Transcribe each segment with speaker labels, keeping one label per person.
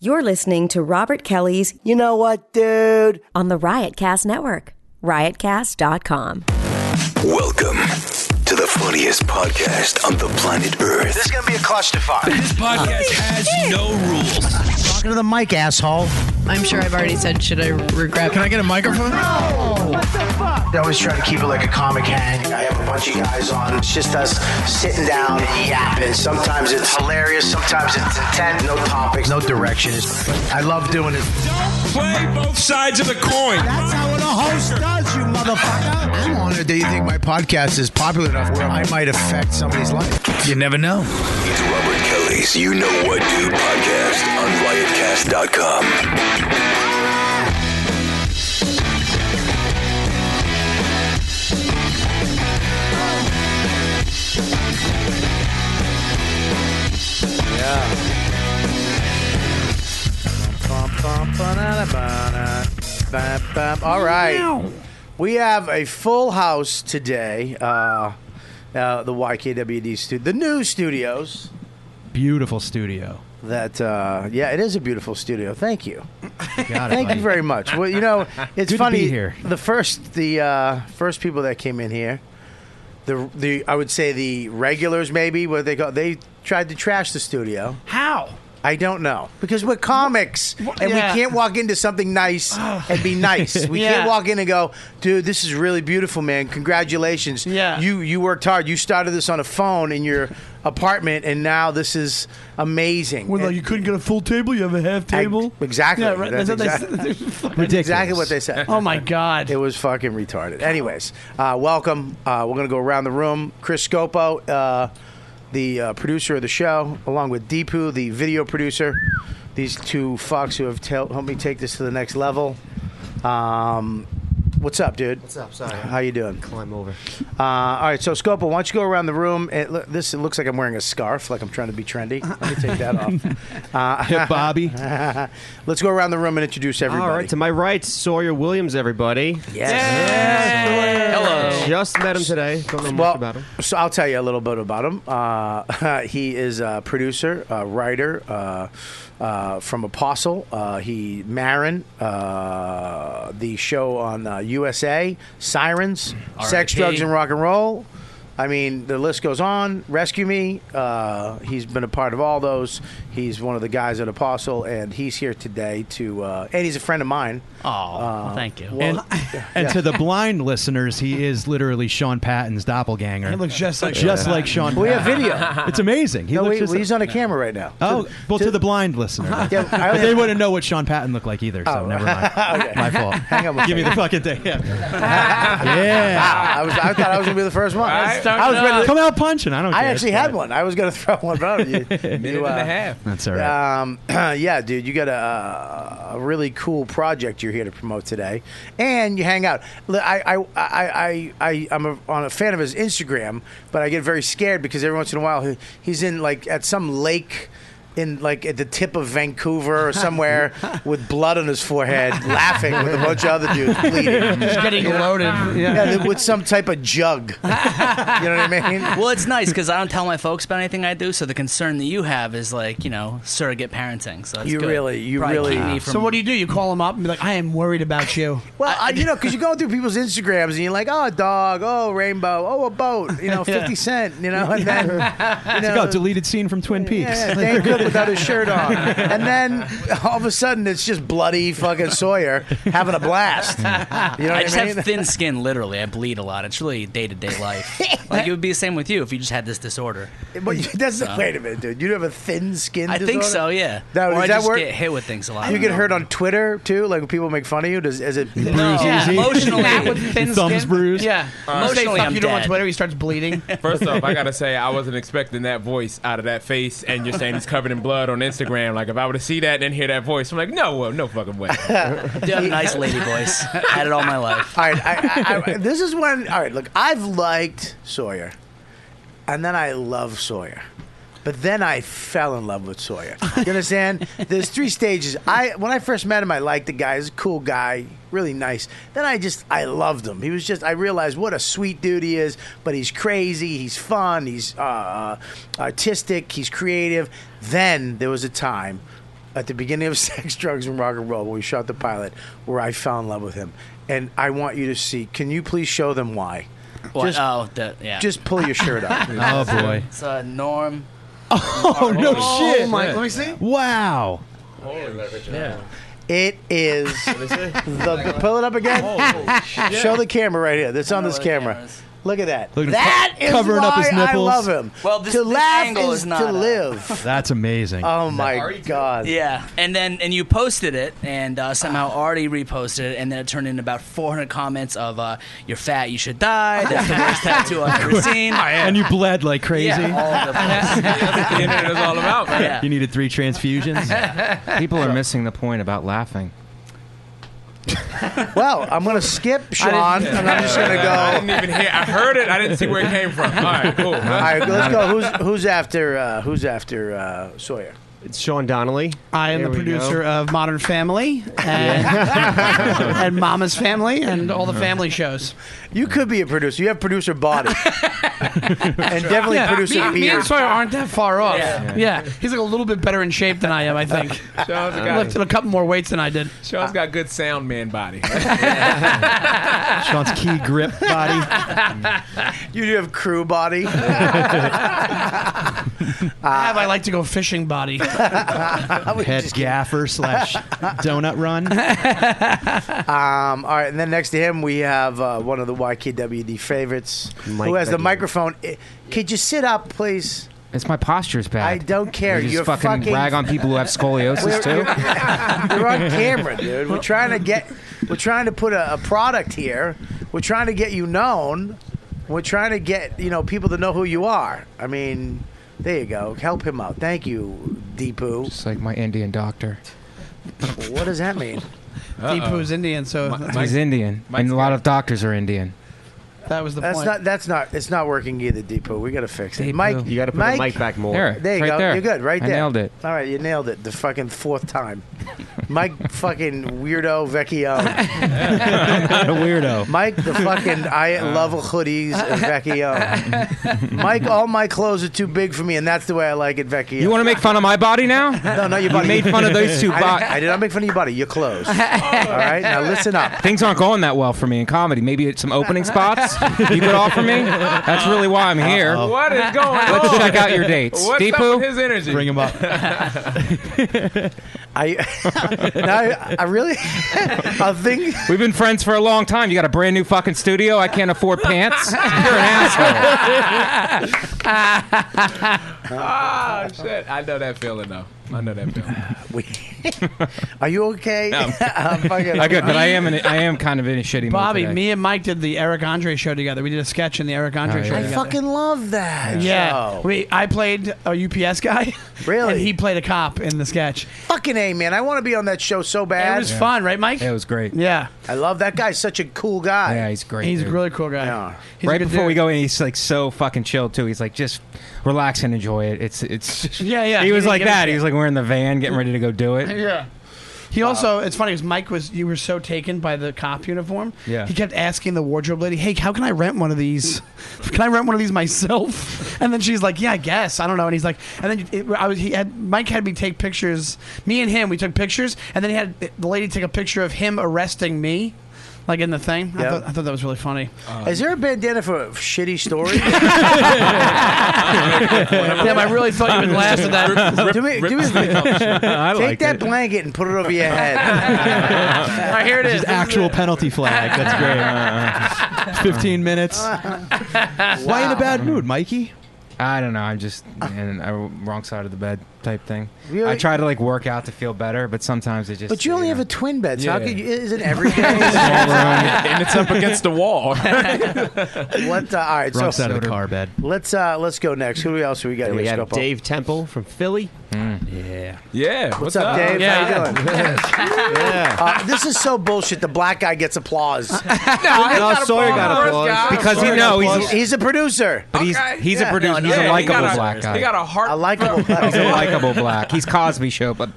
Speaker 1: You're listening to Robert Kelly's
Speaker 2: You know what, dude?
Speaker 1: on the Riotcast Network, riotcast.com.
Speaker 3: Welcome to the funniest podcast on the planet Earth.
Speaker 4: This is gonna be a clusterfuck.
Speaker 5: This podcast has no rules.
Speaker 6: Talking to the mic, asshole.
Speaker 7: I'm sure I've already said, should I regret? Can I get a microphone?
Speaker 4: I always try to keep it like a comic hang. I have a bunch of guys on. It's just us sitting down and yapping. Sometimes it's hilarious. Sometimes it's intent. No topics. No directions. I love doing it.
Speaker 5: Play both sides of the coin.
Speaker 6: That's how a host does, you motherfucker.
Speaker 4: I'm honored that you think my podcast is popular enough where I might affect somebody's life.
Speaker 5: You never know.
Speaker 3: It's Robert Kelly's You Know What Do podcast on riotcast.com.
Speaker 4: All right. We have a full house today. Uh, uh, the YKWD studio, the new studios.
Speaker 6: Beautiful studio.
Speaker 4: That uh, yeah, it is a beautiful studio. Thank you.
Speaker 6: Got it,
Speaker 4: Thank
Speaker 6: buddy.
Speaker 4: you very much. Well, you know,
Speaker 6: Good
Speaker 4: it's
Speaker 6: to
Speaker 4: funny.
Speaker 6: be here.
Speaker 4: The first, the uh, first people that came in here, the the I would say the regulars maybe what they go they tried to trash the studio.
Speaker 8: How?
Speaker 4: I don't know because we're comics and
Speaker 8: yeah.
Speaker 4: we can't walk into something nice
Speaker 5: Oh.
Speaker 4: and be nice. We
Speaker 8: Yeah.
Speaker 4: can't walk in and go, dude, this is really beautiful, man. Congratulations.
Speaker 8: Yeah.
Speaker 4: you you worked hard. You started this on a phone in your apartment, and now this is amazing.
Speaker 8: Well,
Speaker 4: And-
Speaker 8: like you couldn't get a full table, you have a half table.
Speaker 4: exactly.
Speaker 8: Yeah, right. That's,
Speaker 4: That's
Speaker 8: what they said.
Speaker 6: Ridiculous.
Speaker 4: exactly what they said.
Speaker 8: oh my god.
Speaker 4: It was fucking retarded. Anyways, uh, welcome. Uh, we're gonna go around the room. Chris Scopo, uh, the uh, producer of the show, along with Deepu, the video producer. These two fucks who have tel- helped me take this to the next level. Um, what's up, dude? What's
Speaker 2: up? Sorry.
Speaker 4: How you doing?
Speaker 2: Climb over.
Speaker 4: Uh, all right, so Scopo, why don't you go around the room? It, look, this it looks like I'm wearing a scarf, like I'm trying to be trendy. Let me take that off.
Speaker 9: Hip Bobby.
Speaker 4: Uh, let's go around the room and introduce everybody.
Speaker 9: All right, to my right, Sawyer Williams, everybody. Hello. Just met him today. Don't know much
Speaker 4: Well,
Speaker 9: about him.
Speaker 4: so I'll tell you a little bit about him. Uh, he is a producer, a writer uh, uh, from Apostle. Uh, he Marin, uh, the show on uh, USA, Sirens,
Speaker 8: Mm-hmm.
Speaker 4: Sex,
Speaker 5: R.I.P..
Speaker 4: Drugs, and Rock and Roll. I mean, the list goes on. Rescue Me. Uh, he's been a part of all those. He's one of the guys at Apostle, and he's here today to. Uh, and he's a friend of mine. Uh,
Speaker 8: oh, thank you.
Speaker 4: Well,
Speaker 10: And to the blind listeners, he is literally Sean Patton's doppelganger.
Speaker 8: He looks just like
Speaker 10: just
Speaker 8: Sean
Speaker 10: like Sean.
Speaker 4: we have
Speaker 10: Patton.
Speaker 4: video.
Speaker 10: It's amazing. He
Speaker 4: No,
Speaker 10: looks
Speaker 4: we,
Speaker 10: just like-
Speaker 4: he's on a camera right now.
Speaker 10: Oh, well, to, the blind listener,
Speaker 4: Yeah, I
Speaker 10: but
Speaker 4: only
Speaker 10: they
Speaker 4: have-
Speaker 10: wouldn't know what Sean Patton looked like either. So never mind. My fault.
Speaker 4: Oh, Hang on. one
Speaker 10: Give me the
Speaker 4: second.
Speaker 10: fucking thing. Yeah.
Speaker 4: Wow, I was. I thought I was gonna be the first one. I,
Speaker 5: Start it
Speaker 4: was ready.
Speaker 10: Come out punching. I don't.
Speaker 4: I
Speaker 10: care.
Speaker 4: actually
Speaker 10: It's
Speaker 4: had
Speaker 10: fine.
Speaker 4: one. I was gonna throw one, but I don't- you,
Speaker 5: Minute
Speaker 4: you,
Speaker 5: and a
Speaker 4: uh,
Speaker 5: half.
Speaker 10: That's all right.
Speaker 4: Um, yeah, dude, you got a, a really cool project you're here to promote today, and you hang out. L- I, I, I, I, I I'm a, on a fan of his Instagram, but I get very scared because every once in a while he, he's in like at some lake. In like at the tip of Vancouver or somewhere, with blood on his forehead, laughing with a bunch of other dudes bleeding.
Speaker 8: He's getting loaded.
Speaker 4: Yeah, th- with some type of jug. You know what I mean?
Speaker 11: Well, it's nice because I don't tell my folks about anything I do, so the concern that you have is like you know surrogate parenting. So that's
Speaker 4: You
Speaker 11: good.
Speaker 4: really- you
Speaker 11: Probably
Speaker 4: really-
Speaker 11: keep me from-
Speaker 8: So what do you do? You call him up and be like, I am worried about you.
Speaker 4: Well, I, you know, because you're going through people's Instagrams and you're like, oh, a dog, oh, a rainbow, oh, a boat, you know, 50 cent, you know, and then, you know,
Speaker 11: "Oh,
Speaker 10: Go, oh, deleted scene from Twin Peaks.
Speaker 4: yeah, yeah, Dan Good without his shirt on. And then all of a sudden it's just bloody fucking Sawyer having a blast. You know what
Speaker 11: I
Speaker 4: I,
Speaker 11: just
Speaker 4: mean?
Speaker 11: have thin skin. Literally, I bleed a lot. It's really day to day life. like it would be the same with you if you just had this disorder.
Speaker 4: But you- that's wait a minute, dude. You have a thin skin
Speaker 11: I think
Speaker 4: disorder?
Speaker 11: so. Yeah.
Speaker 4: That-
Speaker 11: or
Speaker 4: does
Speaker 11: I
Speaker 4: that
Speaker 11: just
Speaker 4: work?
Speaker 11: get hit with things a lot.
Speaker 4: You
Speaker 11: I
Speaker 4: get
Speaker 11: don't
Speaker 4: hurt
Speaker 11: know.
Speaker 4: on Twitter too, like when people make fun of you. Does is it?
Speaker 11: No, yeah,
Speaker 10: easy.
Speaker 11: emotionally.
Speaker 8: Matt with thin
Speaker 10: Thumbs
Speaker 8: skin.
Speaker 10: bruised.
Speaker 8: Yeah. You say
Speaker 11: Emotionally,
Speaker 8: fuck
Speaker 11: I'm
Speaker 8: you to him on
Speaker 11: dead.
Speaker 8: Twitter, he starts bleeding.
Speaker 12: First off, I gotta say I wasn't expecting that voice out of that face, and you're saying it's covered in blood on Instagram. Like if I were to see that and hear that voice, I'm like, no, well, no fucking way.
Speaker 11: I do have a nice lady voice. Had it all my life.
Speaker 4: All right, I, I, I, this is when. All right, look, I've liked Sawyer, and then I love Sawyer, but then I fell in love with Sawyer. You understand? There's three stages. I when I first met him, I liked the guy. He's a cool guy, really nice. Then I just I loved him. He was just I realized what a sweet dude he is. But he's crazy. He's uh, fun. He's uh, artistic. He's creative. Then there was a time at the beginning of Sex, Drugs, and Rock and Roll, when we shot the pilot, where I fell in love with him. And I want you to see. Can you please show them why?
Speaker 11: What? oh, the, yeah.
Speaker 4: just pull your shirt up.
Speaker 11: Oh, boy. It's uh, Norm.
Speaker 4: Oh
Speaker 11: no shit.
Speaker 4: Oh my!
Speaker 11: Yeah.
Speaker 4: Let me see.
Speaker 10: Wow.
Speaker 11: Yeah.
Speaker 4: It is the pull it up again. Show the camera right here. That's on this camera. Look at that.
Speaker 10: Look at him
Speaker 4: that
Speaker 10: co-
Speaker 4: is
Speaker 10: covering
Speaker 4: why
Speaker 10: up his nipples.
Speaker 4: I love him.
Speaker 11: Well, this-
Speaker 4: to
Speaker 11: this
Speaker 4: laugh
Speaker 11: angle
Speaker 4: is,
Speaker 11: is not
Speaker 4: to
Speaker 11: up.
Speaker 4: live.
Speaker 10: That's amazing.
Speaker 4: Oh my god. Ah.
Speaker 11: Yeah, and then and you posted it, and uh, somehow Artie reposted it, and then it turned into about 400 comments of uh, "You're fat, you should die." That's the worst tattoo I've ever seen.
Speaker 10: And you bled like crazy.
Speaker 11: Yeah, all the
Speaker 12: the internet is all about. man.
Speaker 10: You needed three transfusions.
Speaker 2: People are missing the point about laughing.
Speaker 4: Well, I'm gonna skip Sean, and I'm just gonna go.
Speaker 12: I didn't even hear. I heard it. I didn't see where it came from. All right, cool.
Speaker 4: All right, let's go. Who's who's after uh, who's after uh, Sawyer?
Speaker 9: It's Sean Donnelly.
Speaker 8: I am
Speaker 9: There
Speaker 8: the
Speaker 9: we go.
Speaker 8: producer of Modern Family and, and Mama's Family and all the family shows.
Speaker 4: You could be a producer. You have producer body, and definitely
Speaker 8: Yeah,
Speaker 4: producer
Speaker 8: me,
Speaker 4: beard.
Speaker 8: me and Sawyer aren't that far off.
Speaker 4: Yeah.
Speaker 8: Yeah. he's like a little bit better in shape than I am. I think
Speaker 12: Sean's
Speaker 8: I
Speaker 12: got,
Speaker 8: lifted a couple more weights than I did.
Speaker 12: Sean's got good sound man body.
Speaker 10: Sean's key grip body.
Speaker 4: You do have crew body.
Speaker 8: I
Speaker 4: Uh,
Speaker 8: have. I like to go fishing body.
Speaker 10: Head gaffer slash donut run.
Speaker 4: Um, all right, and then next to him we have uh, one of the YKWd favorites,
Speaker 2: Mike
Speaker 4: who has the
Speaker 2: Begley.
Speaker 4: microphone. I- Could you sit up, please?
Speaker 2: It's my posture's bad.
Speaker 4: I don't care.
Speaker 2: You just
Speaker 4: You're
Speaker 2: fucking,
Speaker 4: fucking-
Speaker 2: rag on people who have scoliosis too.
Speaker 4: We're on camera, dude. We're trying to get, we're trying to put a, a product here. We're trying to get you known. We're trying to get you know people to know who you are. I mean, there you go. Help him out. Thank you, Deepu.
Speaker 2: It's like my Indian doctor.
Speaker 4: What does that mean?
Speaker 8: Deepu's Indian, so
Speaker 2: He's Indian, and a lot of doctors are Indian.
Speaker 8: that was the
Speaker 4: That's
Speaker 8: point.
Speaker 4: not. That's not. It's not working either, Deepu. We got to fix it,
Speaker 2: Deepu.
Speaker 4: Mike.
Speaker 2: You gotta
Speaker 9: put the mic back more.
Speaker 2: There,
Speaker 4: There you
Speaker 2: right
Speaker 4: go.
Speaker 2: there.
Speaker 4: You're good. Right
Speaker 2: I
Speaker 4: there.
Speaker 2: nailed it.
Speaker 4: All right, you nailed it. The fucking fourth time. Mike, fucking weirdo Vecchio.
Speaker 10: I'm not a
Speaker 2: Oh.
Speaker 10: weirdo.
Speaker 4: Mike, the fucking I love hoodies Vecchio. Mike, all my clothes are too big for me, and that's the way I like it, Vecchio.
Speaker 2: You want to make fun of my body now?
Speaker 4: No, no, your body.
Speaker 2: made fun of those two
Speaker 4: I,
Speaker 2: bo-
Speaker 4: I did not make fun of your body. Your clothes. All right, now listen up.
Speaker 2: Things aren't going that well for me in comedy. Maybe it's some opening spots you could offer me. That's really why I'm here.
Speaker 12: What is going
Speaker 2: Let's
Speaker 12: on?
Speaker 2: check out your dates.
Speaker 12: What's up
Speaker 2: Deepu?
Speaker 12: with his energy?
Speaker 10: Bring him up.
Speaker 4: I, now I, I really, I think.
Speaker 2: We've been friends for a long time. You got a brand new fucking studio. I can't afford pants. You're an asshole.
Speaker 12: Ah, shit. I know that feeling though. I know that feeling.
Speaker 4: We, are you okay?
Speaker 2: No.
Speaker 4: I'm fucking.
Speaker 2: I good, but I am in a, I am kind of in a shitty mood
Speaker 8: Bobby,
Speaker 2: today.
Speaker 8: me and Mike did the Eric Andre show together. We did a sketch in the Eric Andre
Speaker 2: Oh,
Speaker 8: show.
Speaker 2: yeah.
Speaker 4: I
Speaker 8: together.
Speaker 4: fucking love that.
Speaker 8: Yeah,
Speaker 4: show.
Speaker 8: we. I played a UPS guy.
Speaker 4: Really?
Speaker 8: And he played a cop in the sketch.
Speaker 4: Fucking A, man. I want to be on that show so bad.
Speaker 8: It was fun, right, Mike?
Speaker 2: It was great.
Speaker 8: Yeah,
Speaker 4: I love that guy. Such a cool guy.
Speaker 2: Yeah, he's great.
Speaker 8: he's a
Speaker 2: dude.
Speaker 8: really cool guy.
Speaker 4: Yeah.
Speaker 8: He's a
Speaker 2: right
Speaker 8: good
Speaker 2: before we
Speaker 8: dude.
Speaker 2: go in, he's like so fucking chill too. He's like, just relax and enjoy it. It's it's.
Speaker 8: Yeah, yeah.
Speaker 2: He was
Speaker 8: didn't
Speaker 2: like
Speaker 8: give a
Speaker 2: that. He
Speaker 8: shit.
Speaker 2: was like, we're in the van getting ready to go do it.
Speaker 8: Yeah. He also, it's funny because Mike was, you were so taken by the cop uniform.
Speaker 2: Yeah.
Speaker 8: He kept asking the wardrobe lady, hey, how can I rent one of these? Can I rent one of these myself? And then she's like, yeah, I guess. I don't know. And he's like, and then it, I was, he had, Mike had me take pictures. Me and him, we took pictures. And then he had the lady take a picture of him arresting me, like in the thing. I,
Speaker 4: Yeah. Uh,
Speaker 8: thought, I thought that was really funny.
Speaker 4: Is there a bandana for shitty stories?
Speaker 8: Damn, I really thought you would laugh at that.
Speaker 4: do me, do me,
Speaker 2: I
Speaker 4: take
Speaker 2: like
Speaker 4: that
Speaker 2: it.
Speaker 4: blanket and put it over your head.
Speaker 8: All right, here it is.
Speaker 10: Just actual penalty flag. That's
Speaker 2: Uh-huh.
Speaker 10: great. 15 minutes.
Speaker 4: Uh,
Speaker 10: Why in a bad mood, Mikey?
Speaker 2: I don't know. I'm just man, I, wrong side of the bed type thing.
Speaker 4: Really?
Speaker 2: I try to like work out to feel better, but sometimes it just.
Speaker 4: but you only have
Speaker 2: know.
Speaker 4: a twin bed, so how
Speaker 2: Yeah.
Speaker 4: could you, isn't every day?
Speaker 2: Small room.
Speaker 12: and it's up against the wall.
Speaker 4: what? Uh, all right,
Speaker 10: Wrong
Speaker 4: so
Speaker 10: side of the car bed.
Speaker 4: let's uh, let's go next. Who else we got?
Speaker 9: And
Speaker 4: here,
Speaker 9: we have
Speaker 4: Scopo?
Speaker 9: Dave Temple from Philly.
Speaker 12: yeah. What's,
Speaker 4: What's up, Dave? How
Speaker 8: Yeah.
Speaker 4: you doing?
Speaker 9: Yeah.
Speaker 4: Uh, this is so bullshit. The black guy gets applause.
Speaker 9: no, Sawyer got
Speaker 12: applause.
Speaker 9: applause.
Speaker 2: because you know he's
Speaker 4: he's a producer,
Speaker 2: but he's
Speaker 12: Okay.
Speaker 2: he's
Speaker 4: Yeah.
Speaker 2: a producer.
Speaker 12: Yeah,
Speaker 2: he's
Speaker 12: he
Speaker 2: a likable
Speaker 12: got a-
Speaker 2: black guy.
Speaker 12: He got a heart.
Speaker 4: a likable.
Speaker 2: He's a Oh, likable black. He's Cosby Show, but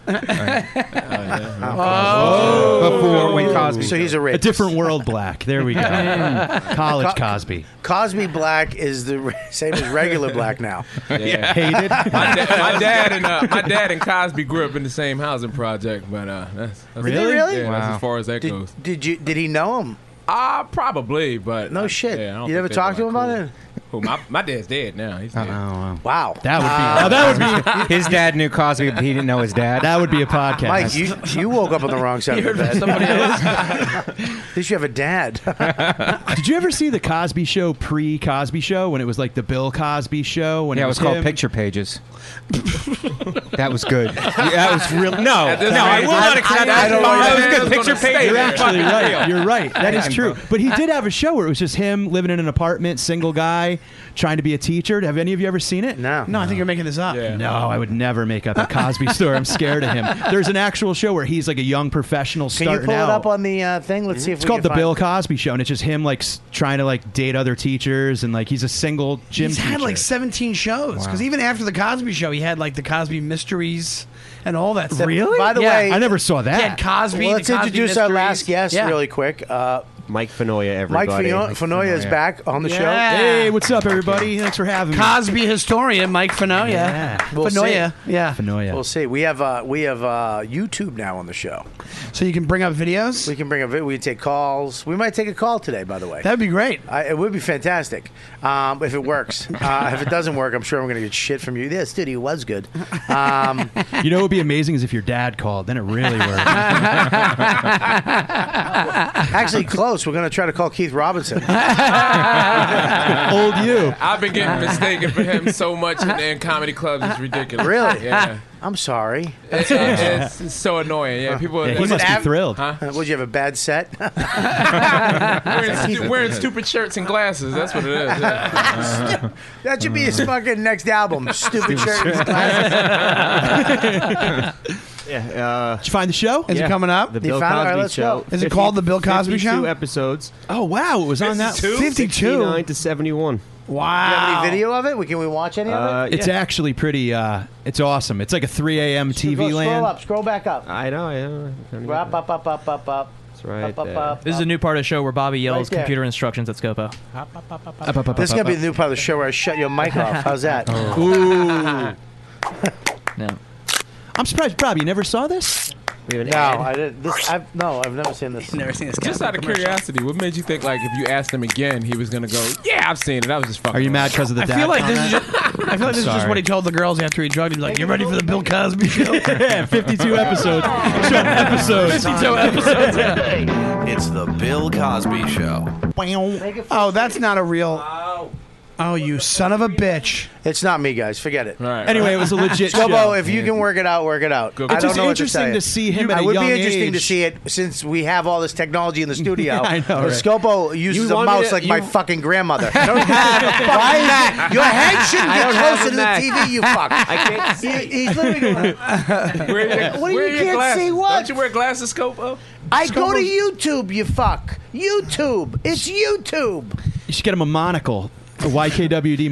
Speaker 2: before when Cosby.
Speaker 4: so
Speaker 2: Show.
Speaker 4: he's a
Speaker 10: A
Speaker 4: rapist.
Speaker 10: different world black. There we go. College Cosby.
Speaker 4: Cosby Black is the re- same as regular Black now.
Speaker 12: Yeah.
Speaker 10: Hated.
Speaker 12: my, da- my dad and uh, My dad and Cosby grew up in the same housing project, but uh, that's, that's
Speaker 4: Did they really?
Speaker 12: Yeah, that's as far as that
Speaker 4: did,
Speaker 12: goes.
Speaker 4: Did you? Did he know him?
Speaker 12: Ah, probably, but
Speaker 4: no shit.
Speaker 12: Yeah, I don't
Speaker 4: you never
Speaker 12: think they were,
Speaker 4: talked to him
Speaker 12: like,
Speaker 4: about it.
Speaker 12: cool. Who, my, my dad's dead now. He's dead. Uh,
Speaker 2: wow.
Speaker 4: Wow.
Speaker 2: That would be.
Speaker 12: Now
Speaker 2: Uh, oh, that would be. His dad knew Cosby, but he didn't know his dad. That would be a podcast.
Speaker 4: Mike, you, you woke up on the wrong side of the bed. Somebody else. At least you have a dad.
Speaker 10: Did you ever see the Cosby Show pre Cosby Show when it was like the Bill Cosby Show? When
Speaker 2: yeah, it was called
Speaker 10: him?
Speaker 2: Picture Pages. that was good. Yeah, that was real. No,
Speaker 10: At this
Speaker 2: no, I
Speaker 10: rate,
Speaker 2: will not
Speaker 10: I-
Speaker 2: accept
Speaker 10: I-
Speaker 2: that.
Speaker 10: I don't know
Speaker 2: That
Speaker 10: if
Speaker 2: was
Speaker 10: that's
Speaker 2: good. Picture
Speaker 10: gonna stay
Speaker 2: Pages.
Speaker 10: You're actually right. You're right. That is
Speaker 2: I'm-
Speaker 10: true. But he did have a show where it was just him living in an apartment, single guy, trying to be a teacher. Have any of you ever seen it?
Speaker 4: No.
Speaker 8: No, I think you're making this up.
Speaker 10: No, I would never make up a Cosby story. I'm scared of him. There's an actual show where he's like a young professional
Speaker 4: Can you
Speaker 10: starting
Speaker 4: pull
Speaker 10: out.
Speaker 4: it up on the uh, thing? Let's see if
Speaker 10: It's
Speaker 4: we
Speaker 10: called
Speaker 4: can
Speaker 10: the
Speaker 4: find-
Speaker 10: Bill Cosby Show, and it's just him like s- trying to like date other teachers, and like he's a single gym.
Speaker 8: He's had
Speaker 10: teacher.
Speaker 8: like 17 shows because
Speaker 10: Wow.
Speaker 8: even after the Cosby Show, he had like the Cosby Mysteries and all that. stuff.
Speaker 10: Really?
Speaker 8: By the way,
Speaker 10: I never saw that.
Speaker 8: He had Cosby.
Speaker 4: Well,
Speaker 8: the
Speaker 4: let's
Speaker 8: Cosby
Speaker 4: introduce our
Speaker 8: Mysteries.
Speaker 4: last guest
Speaker 8: Yeah.
Speaker 4: really quick. Uh,
Speaker 9: Mike Fenoya,
Speaker 4: Mike
Speaker 9: everybody.
Speaker 4: Fino- Fenoya is back on the show.
Speaker 8: Yeah.
Speaker 10: Hey, what's up, everybody? Thanks for having me.
Speaker 8: Cosby historian Mike Fenoya.
Speaker 10: Yeah.
Speaker 4: Oh, We'll
Speaker 8: Fenoya.
Speaker 4: see.
Speaker 8: Yeah.
Speaker 4: We'll see. We have uh, we have uh, YouTube now on the show,
Speaker 8: so you can bring up videos.
Speaker 4: We can bring up video. We can take calls. We might take a call today, by the way.
Speaker 8: That'd be great.
Speaker 4: I, it would be fantastic um, if it works. uh, if it doesn't work, I'm sure I'm going to get shit from you. Yeah, studio was good. Um,
Speaker 10: You know, it would be amazing is if your dad called. Then it really worked.
Speaker 4: actually, close. We're going to try to call Keith Robinson.
Speaker 10: Old you.
Speaker 12: I've been getting mistaken for him so much in, in comedy clubs. It's ridiculous.
Speaker 4: Really?
Speaker 12: Yeah.
Speaker 4: I'm sorry.
Speaker 12: It- it- it's, it's so annoying. Yeah, people.
Speaker 10: Yeah, he
Speaker 12: Was
Speaker 10: must
Speaker 12: it
Speaker 10: be
Speaker 12: av-
Speaker 10: thrilled.
Speaker 12: Huh?
Speaker 4: Uh, would you have a bad set?
Speaker 12: Wearing, stu- wearing stupid shirts and glasses. That's what it is. yeah.
Speaker 4: that should be his
Speaker 10: Mm.
Speaker 4: fucking next album. Stupid shirt.
Speaker 9: Yeah. Uh,
Speaker 10: Did you find the show?
Speaker 8: Is it coming up?
Speaker 9: The Bill Cosby Show.
Speaker 8: Is it called the Bill Cosby
Speaker 9: 52
Speaker 8: Show?
Speaker 4: uh,
Speaker 9: episodes.
Speaker 10: Oh wow, it was on that
Speaker 9: 69 to 71.
Speaker 4: Do you have
Speaker 8: Wow.
Speaker 4: any video of it? We can we watch any of it?
Speaker 9: Uh,
Speaker 10: It's
Speaker 9: yeah.
Speaker 10: actually pretty. uh It's awesome. It's like a 3 a.m.
Speaker 4: Go,
Speaker 10: TV
Speaker 4: scroll
Speaker 10: land.
Speaker 4: up. Scroll back up.
Speaker 9: I know, I know. I don't even-
Speaker 4: Up up up up up up.
Speaker 9: It's right
Speaker 4: up, up,
Speaker 9: there.
Speaker 4: up.
Speaker 13: This is a new part of the show where Bobby yells
Speaker 4: Right there.
Speaker 13: computer instructions at Scopo.
Speaker 10: Up, up, up,
Speaker 4: This is
Speaker 10: up,
Speaker 4: gonna be
Speaker 10: up. Oh.
Speaker 4: the new part of the show where I shut your mic off. How's that?
Speaker 10: Ooh.
Speaker 13: No.
Speaker 10: I'm surprised, Bob. You never saw this?
Speaker 9: We have an
Speaker 4: No,
Speaker 9: ad.
Speaker 4: I didn't. This, I've, no, I've never seen this.
Speaker 11: Never seen this guy.
Speaker 12: Just out of curiosity, what made you think like if you asked him again, he was gonna go, "Yeah, I've seen it. I was just fucking."
Speaker 10: Are you
Speaker 12: around."
Speaker 10: mad because of the
Speaker 8: I
Speaker 10: dad?
Speaker 8: feel like this is
Speaker 10: comment?
Speaker 8: just, I feel like this is just
Speaker 10: sorry.
Speaker 8: what he told the girls after he drugged. He's like, "You ready for the Bill Cosby Show?"
Speaker 10: yeah, 52 episodes. Show episodes.
Speaker 8: 52 episodes. yeah.
Speaker 14: It's the Bill Cosby Show.
Speaker 8: Oh, that's not a real. Oh, you son of a bitch!
Speaker 4: It's not me, guys. Forget it.
Speaker 12: Right,
Speaker 10: Anyway, it was a legit show.
Speaker 4: Scobo, if you can work it out, work it out.
Speaker 12: Good.
Speaker 4: I
Speaker 10: It's
Speaker 4: don't
Speaker 10: just
Speaker 4: know what to
Speaker 10: interesting
Speaker 4: tell you.
Speaker 10: to see him
Speaker 4: You-
Speaker 10: at
Speaker 4: It
Speaker 10: a
Speaker 4: would
Speaker 10: young
Speaker 4: be interesting to
Speaker 10: age.
Speaker 4: see it since we have all this technology in the studio.
Speaker 10: I know, right?
Speaker 4: Scobo uses a
Speaker 9: You want me
Speaker 4: mouse
Speaker 9: to-
Speaker 4: like
Speaker 9: you-
Speaker 4: my fucking grandmother. Why is that? Your head shouldn't
Speaker 9: I
Speaker 4: get
Speaker 9: don't have
Speaker 4: closer to the
Speaker 9: a Mac.
Speaker 4: TV. You fuck. He-
Speaker 9: I can't see.
Speaker 4: He's literally going,
Speaker 12: Where are your,
Speaker 4: What do you
Speaker 12: where are your
Speaker 4: can't
Speaker 12: glasses?
Speaker 4: see what?
Speaker 12: Don't you wear glasses, Scopo?
Speaker 4: I go to YouTube. You fuck. YouTube. It's YouTube.
Speaker 10: You should get him a monocle, a YKWd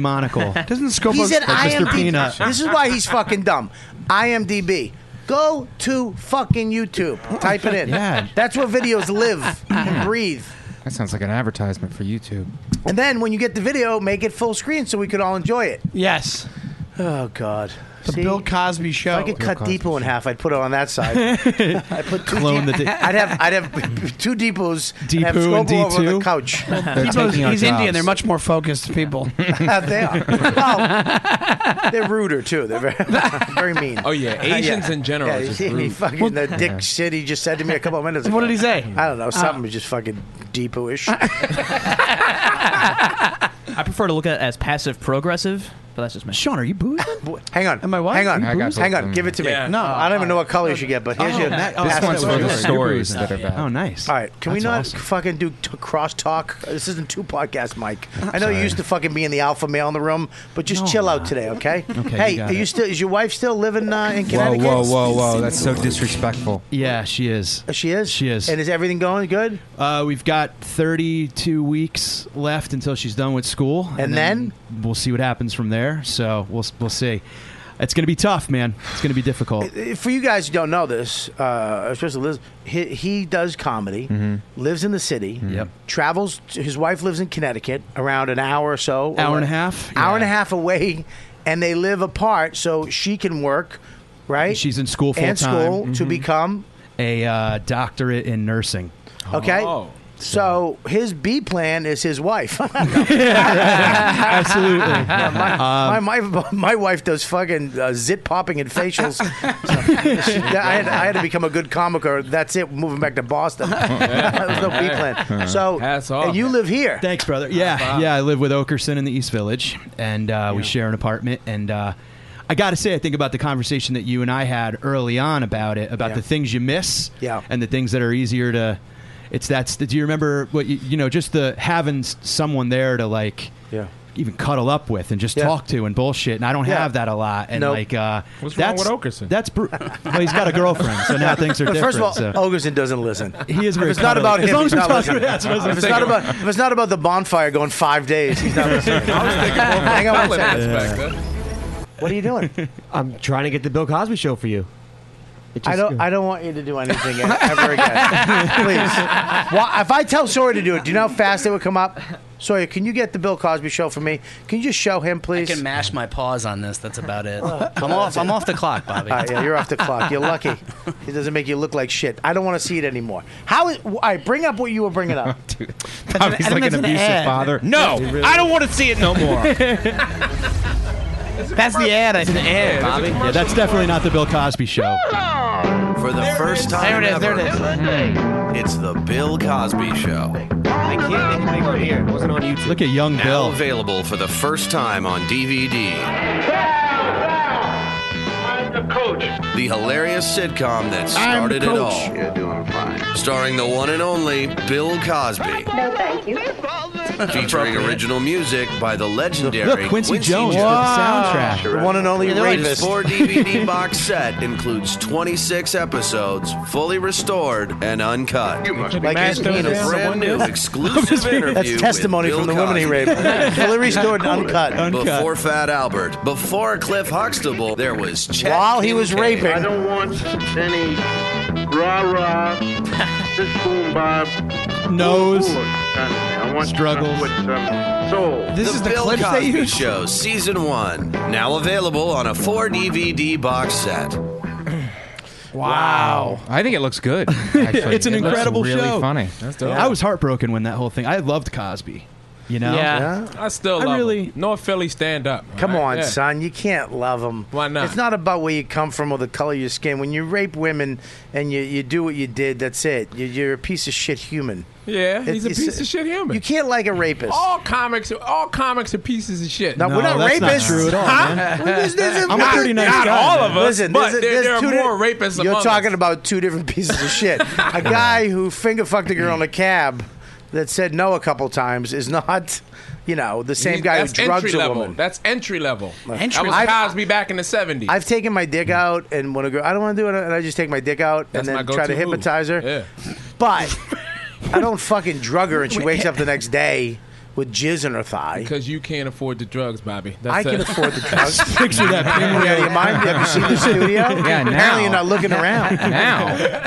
Speaker 10: monocle.
Speaker 8: Doesn't Scopo?
Speaker 4: He's at
Speaker 10: Like Mr.
Speaker 4: IMDb.
Speaker 10: Peanut.
Speaker 4: This is why he's fucking dumb. IMDb. Go to fucking YouTube. Type it in.
Speaker 2: Yeah.
Speaker 4: That's where videos live and breathe.
Speaker 2: That sounds like an advertisement for YouTube.
Speaker 4: And then when you get the video, make it full screen so we could all enjoy it.
Speaker 8: yes,
Speaker 4: Oh God.
Speaker 8: the
Speaker 4: See,
Speaker 8: Bill Cosby
Speaker 4: if
Speaker 8: Show.
Speaker 4: I could
Speaker 2: Bill
Speaker 4: cut
Speaker 2: Cosby
Speaker 4: Depot in half, I'd put it on that side. I put two
Speaker 10: Clone
Speaker 4: Deep-
Speaker 10: the di-
Speaker 4: I'd have I'd have two Depots. and have
Speaker 10: Depo and
Speaker 4: Scopo over on the
Speaker 10: D2?
Speaker 4: couch.
Speaker 2: They're
Speaker 8: People's-
Speaker 2: taking our
Speaker 8: he's Indian.
Speaker 2: jobs.
Speaker 8: They're much more focused people.
Speaker 4: they are. Well, they're ruder too. They're very, very mean.
Speaker 12: Oh yeah, Asians in general.
Speaker 4: Yeah,
Speaker 12: are just
Speaker 4: he, he
Speaker 12: rude.
Speaker 4: fucking the dick shit he just said to me a couple of minutes ago.
Speaker 8: What did he say?
Speaker 4: I don't know. Something was just fucking deepo-ish.
Speaker 13: I prefer to look at it as passive progressive, but that's just me.
Speaker 10: Sean, are you booing him?
Speaker 4: hang on.
Speaker 8: Am I what?
Speaker 4: Hang on.
Speaker 2: I got
Speaker 4: Hang on.
Speaker 2: something.
Speaker 4: Give it to me.
Speaker 12: Yeah.
Speaker 4: No, I don't even know what color you should get, but here's your.
Speaker 10: that- oh,
Speaker 2: This
Speaker 10: that's
Speaker 2: one's
Speaker 10: what
Speaker 2: for
Speaker 10: you're
Speaker 2: the
Speaker 10: doing.
Speaker 2: stories
Speaker 10: You're
Speaker 2: that are
Speaker 10: boozing.
Speaker 2: bad.
Speaker 10: Oh, nice.
Speaker 4: all right, can we
Speaker 10: That's
Speaker 4: not
Speaker 10: awesome.
Speaker 4: fucking do t- cross talk? This isn't two podcasts, Mike. I know you used to fucking be in the alpha male in the room, but just
Speaker 10: No,
Speaker 4: chill
Speaker 10: I'm
Speaker 4: out
Speaker 10: not.
Speaker 4: today, okay?
Speaker 10: Okay,
Speaker 4: Hey,
Speaker 10: you got
Speaker 4: are you
Speaker 10: it.
Speaker 4: still? Is your wife still living uh, in
Speaker 2: Whoa,
Speaker 4: Connecticut?
Speaker 2: whoa, whoa, whoa! That's so disrespectful.
Speaker 10: Yeah, she is.
Speaker 4: She is.
Speaker 10: She is.
Speaker 4: And is everything going good?
Speaker 10: Uh, we've got 32 weeks left until she's done with school,
Speaker 4: And
Speaker 10: we'll see what happens from there. So we'll we'll see. It's gonna be tough, man. It's gonna be difficult.
Speaker 4: for you guys who don't know this, uh, especially Liz, he, he does comedy, lives in the city,
Speaker 10: Mm-hmm. Yep.
Speaker 4: travels. His wife lives in Connecticut, around an hour or so,
Speaker 10: Hour
Speaker 4: away-
Speaker 10: and a half?
Speaker 4: hour and a
Speaker 10: Yeah.
Speaker 4: half away, and they live apart, so she can work. right?
Speaker 10: She's in school full
Speaker 4: And
Speaker 10: time
Speaker 4: school to become
Speaker 10: a uh, doctorate in nursing.
Speaker 4: Okay.
Speaker 10: Oh.
Speaker 4: So his B plan is his wife.
Speaker 10: Absolutely.
Speaker 4: my, my, my, my wife does fucking uh, zit popping and facials. So, she- I, had, I had to become a good comic, or that's it. Moving back to Boston, there was no B plan. So and
Speaker 10: Oh.
Speaker 4: you live here.
Speaker 10: Thanks, brother. Yeah, yeah. I live with Okerson in the East Village, and uh, we share an apartment. And uh, I got to say, I think about the conversation that you and I had early on about it, about
Speaker 4: Yeah.
Speaker 10: the things you miss,
Speaker 4: Yeah.
Speaker 10: and the things that are easier to. It's that's. Do you remember what you, you know? Just the having s- someone there to like.
Speaker 4: Yeah.
Speaker 10: Even cuddle up with and just
Speaker 4: Yeah.
Speaker 10: talk to and bullshit, and I don't
Speaker 4: Yeah.
Speaker 10: have that a lot. And
Speaker 4: Nope.
Speaker 10: like, uh,
Speaker 4: What's wrong
Speaker 10: that's,
Speaker 4: with Okerson?
Speaker 10: That's bru- well, he's got a girlfriend, so now things are
Speaker 4: But
Speaker 10: different.
Speaker 4: First of all, oh,
Speaker 10: so.
Speaker 4: Ogerson doesn't listen.
Speaker 10: He is
Speaker 4: If
Speaker 10: very
Speaker 4: it's not
Speaker 10: cuddly.
Speaker 4: about
Speaker 10: As
Speaker 4: him.
Speaker 10: long as
Speaker 4: he's not
Speaker 10: we're talking-
Speaker 4: listening.
Speaker 10: that's what I was
Speaker 4: if it's not
Speaker 10: thinking.
Speaker 4: about if it's not about the bonfire going five days, he's not listening. Hang on one second. What are you doing?
Speaker 15: I'm trying to get the Bill Cosby show for you. It
Speaker 4: I
Speaker 15: just-
Speaker 4: don't. I don't want you to do anything e-, ever again. Please. Why if I tell Sawyer to do it, do you know how fast it would come up? Sawyer, can you get the Bill Cosby show for me? Can you just show him, please?
Speaker 11: I can mash my paws on this. That's about it. I'm off. I'm off the clock, Bobby.
Speaker 4: All right, Oh. Ah, yeah, you're off the clock. You're lucky. It doesn't make you look like shit. I don't want to see it anymore. How is? All right, bring up what you were bringing up.
Speaker 2: Bobby's like an abusive father. No, I don't want to see it no more.
Speaker 8: That's the ad. I
Speaker 10: It's an ad, Bobby. Yeah, that's definitely not the Bill Cosby show.
Speaker 14: For the first time
Speaker 10: There it is, there
Speaker 14: ever,
Speaker 10: it
Speaker 14: it's the Bill Cosby Show.
Speaker 15: I can't make it bigger here. It wasn't on YouTube.
Speaker 10: Look at young
Speaker 14: Now available for the first time on DVD. The hilarious sitcom that started it all. You're doing fine. Starring the one and only Bill Cosby.
Speaker 16: No, thank you.
Speaker 14: Featuring original music by the legendary
Speaker 10: Look, Quincy Jones did the Wow. soundtrack.
Speaker 4: The one and only
Speaker 14: This
Speaker 4: rapist.
Speaker 14: four DVD box set includes 26 episodes, fully restored and uncut. You must
Speaker 4: be Like mad his those penis. down.
Speaker 14: brand new exclusive interview.
Speaker 4: That's
Speaker 14: with
Speaker 4: testimony
Speaker 14: Bill
Speaker 4: from the woman he
Speaker 14: Cosby.
Speaker 4: raped. Fully restored and uncut.
Speaker 14: Before Fat Albert, before Cliff Huxtable, there was Chet
Speaker 4: While he was
Speaker 14: Kincaid.
Speaker 4: raping. I don't
Speaker 15: want any rah rah. this boom bob.
Speaker 10: Nose.
Speaker 14: Struggles.
Speaker 15: soul.
Speaker 14: the Bill Cosby Show, Season 1, now available on a 4 DVD box set.
Speaker 2: Wow. I think it looks good. actually.
Speaker 10: it's an
Speaker 2: It looks
Speaker 10: incredible
Speaker 2: really
Speaker 10: show.
Speaker 2: Funny.
Speaker 10: I was heartbroken when that whole thing. I loved Cosby. You know.
Speaker 12: I still
Speaker 10: I
Speaker 12: love
Speaker 10: really-
Speaker 12: him. North Philly stand up.
Speaker 4: Come
Speaker 12: all right?
Speaker 4: on,
Speaker 12: Yeah.
Speaker 4: son. You can't love them. Why
Speaker 12: not?
Speaker 4: It's not about where you come from or the color of your skin. When you rape women and you, you do what you did, that's it. You, you're a piece of shit human.
Speaker 12: Yeah,
Speaker 4: It-
Speaker 12: he's a
Speaker 4: it's-
Speaker 12: piece of shit human. Oh.
Speaker 4: You can't like a rapist.
Speaker 12: All comics, all comics are pieces of shit.
Speaker 4: No, we're not rapists. huh? Well, this- this is-
Speaker 12: not, Not all of us.
Speaker 4: Listen,
Speaker 12: but
Speaker 4: there's-
Speaker 12: there, there
Speaker 4: there's
Speaker 12: are
Speaker 4: two
Speaker 12: more
Speaker 4: di-
Speaker 12: rapists.
Speaker 4: You're
Speaker 12: among
Speaker 4: talking
Speaker 12: us.
Speaker 4: about two different pieces of shit. a guy who finger fucked a girl in a cab that said no a couple times is not, you know, the same
Speaker 12: He-
Speaker 4: guy who
Speaker 12: that's entry
Speaker 4: drugs a
Speaker 12: level.
Speaker 4: woman.
Speaker 12: That's entry level.
Speaker 4: Entry-
Speaker 12: That was
Speaker 4: I've-
Speaker 12: Cosby back in the '70s.
Speaker 4: I've taken my dick out, and when a girl, I don't want to do it, and I just take my dick out
Speaker 12: Mm. That's my
Speaker 4: and then
Speaker 12: go-to
Speaker 4: try to
Speaker 12: move.
Speaker 4: hypnotize her. But I don't fucking drug her, and she wakes up the next day with jizz in her thigh.
Speaker 12: because you can't afford the drugs, Bobby. That's
Speaker 4: I can
Speaker 12: it.
Speaker 4: afford the drugs.
Speaker 12: Picture that.
Speaker 4: Are you out of your mind? Have you seen the studio?
Speaker 12: Yeah, now.
Speaker 4: Apparently you're not looking around.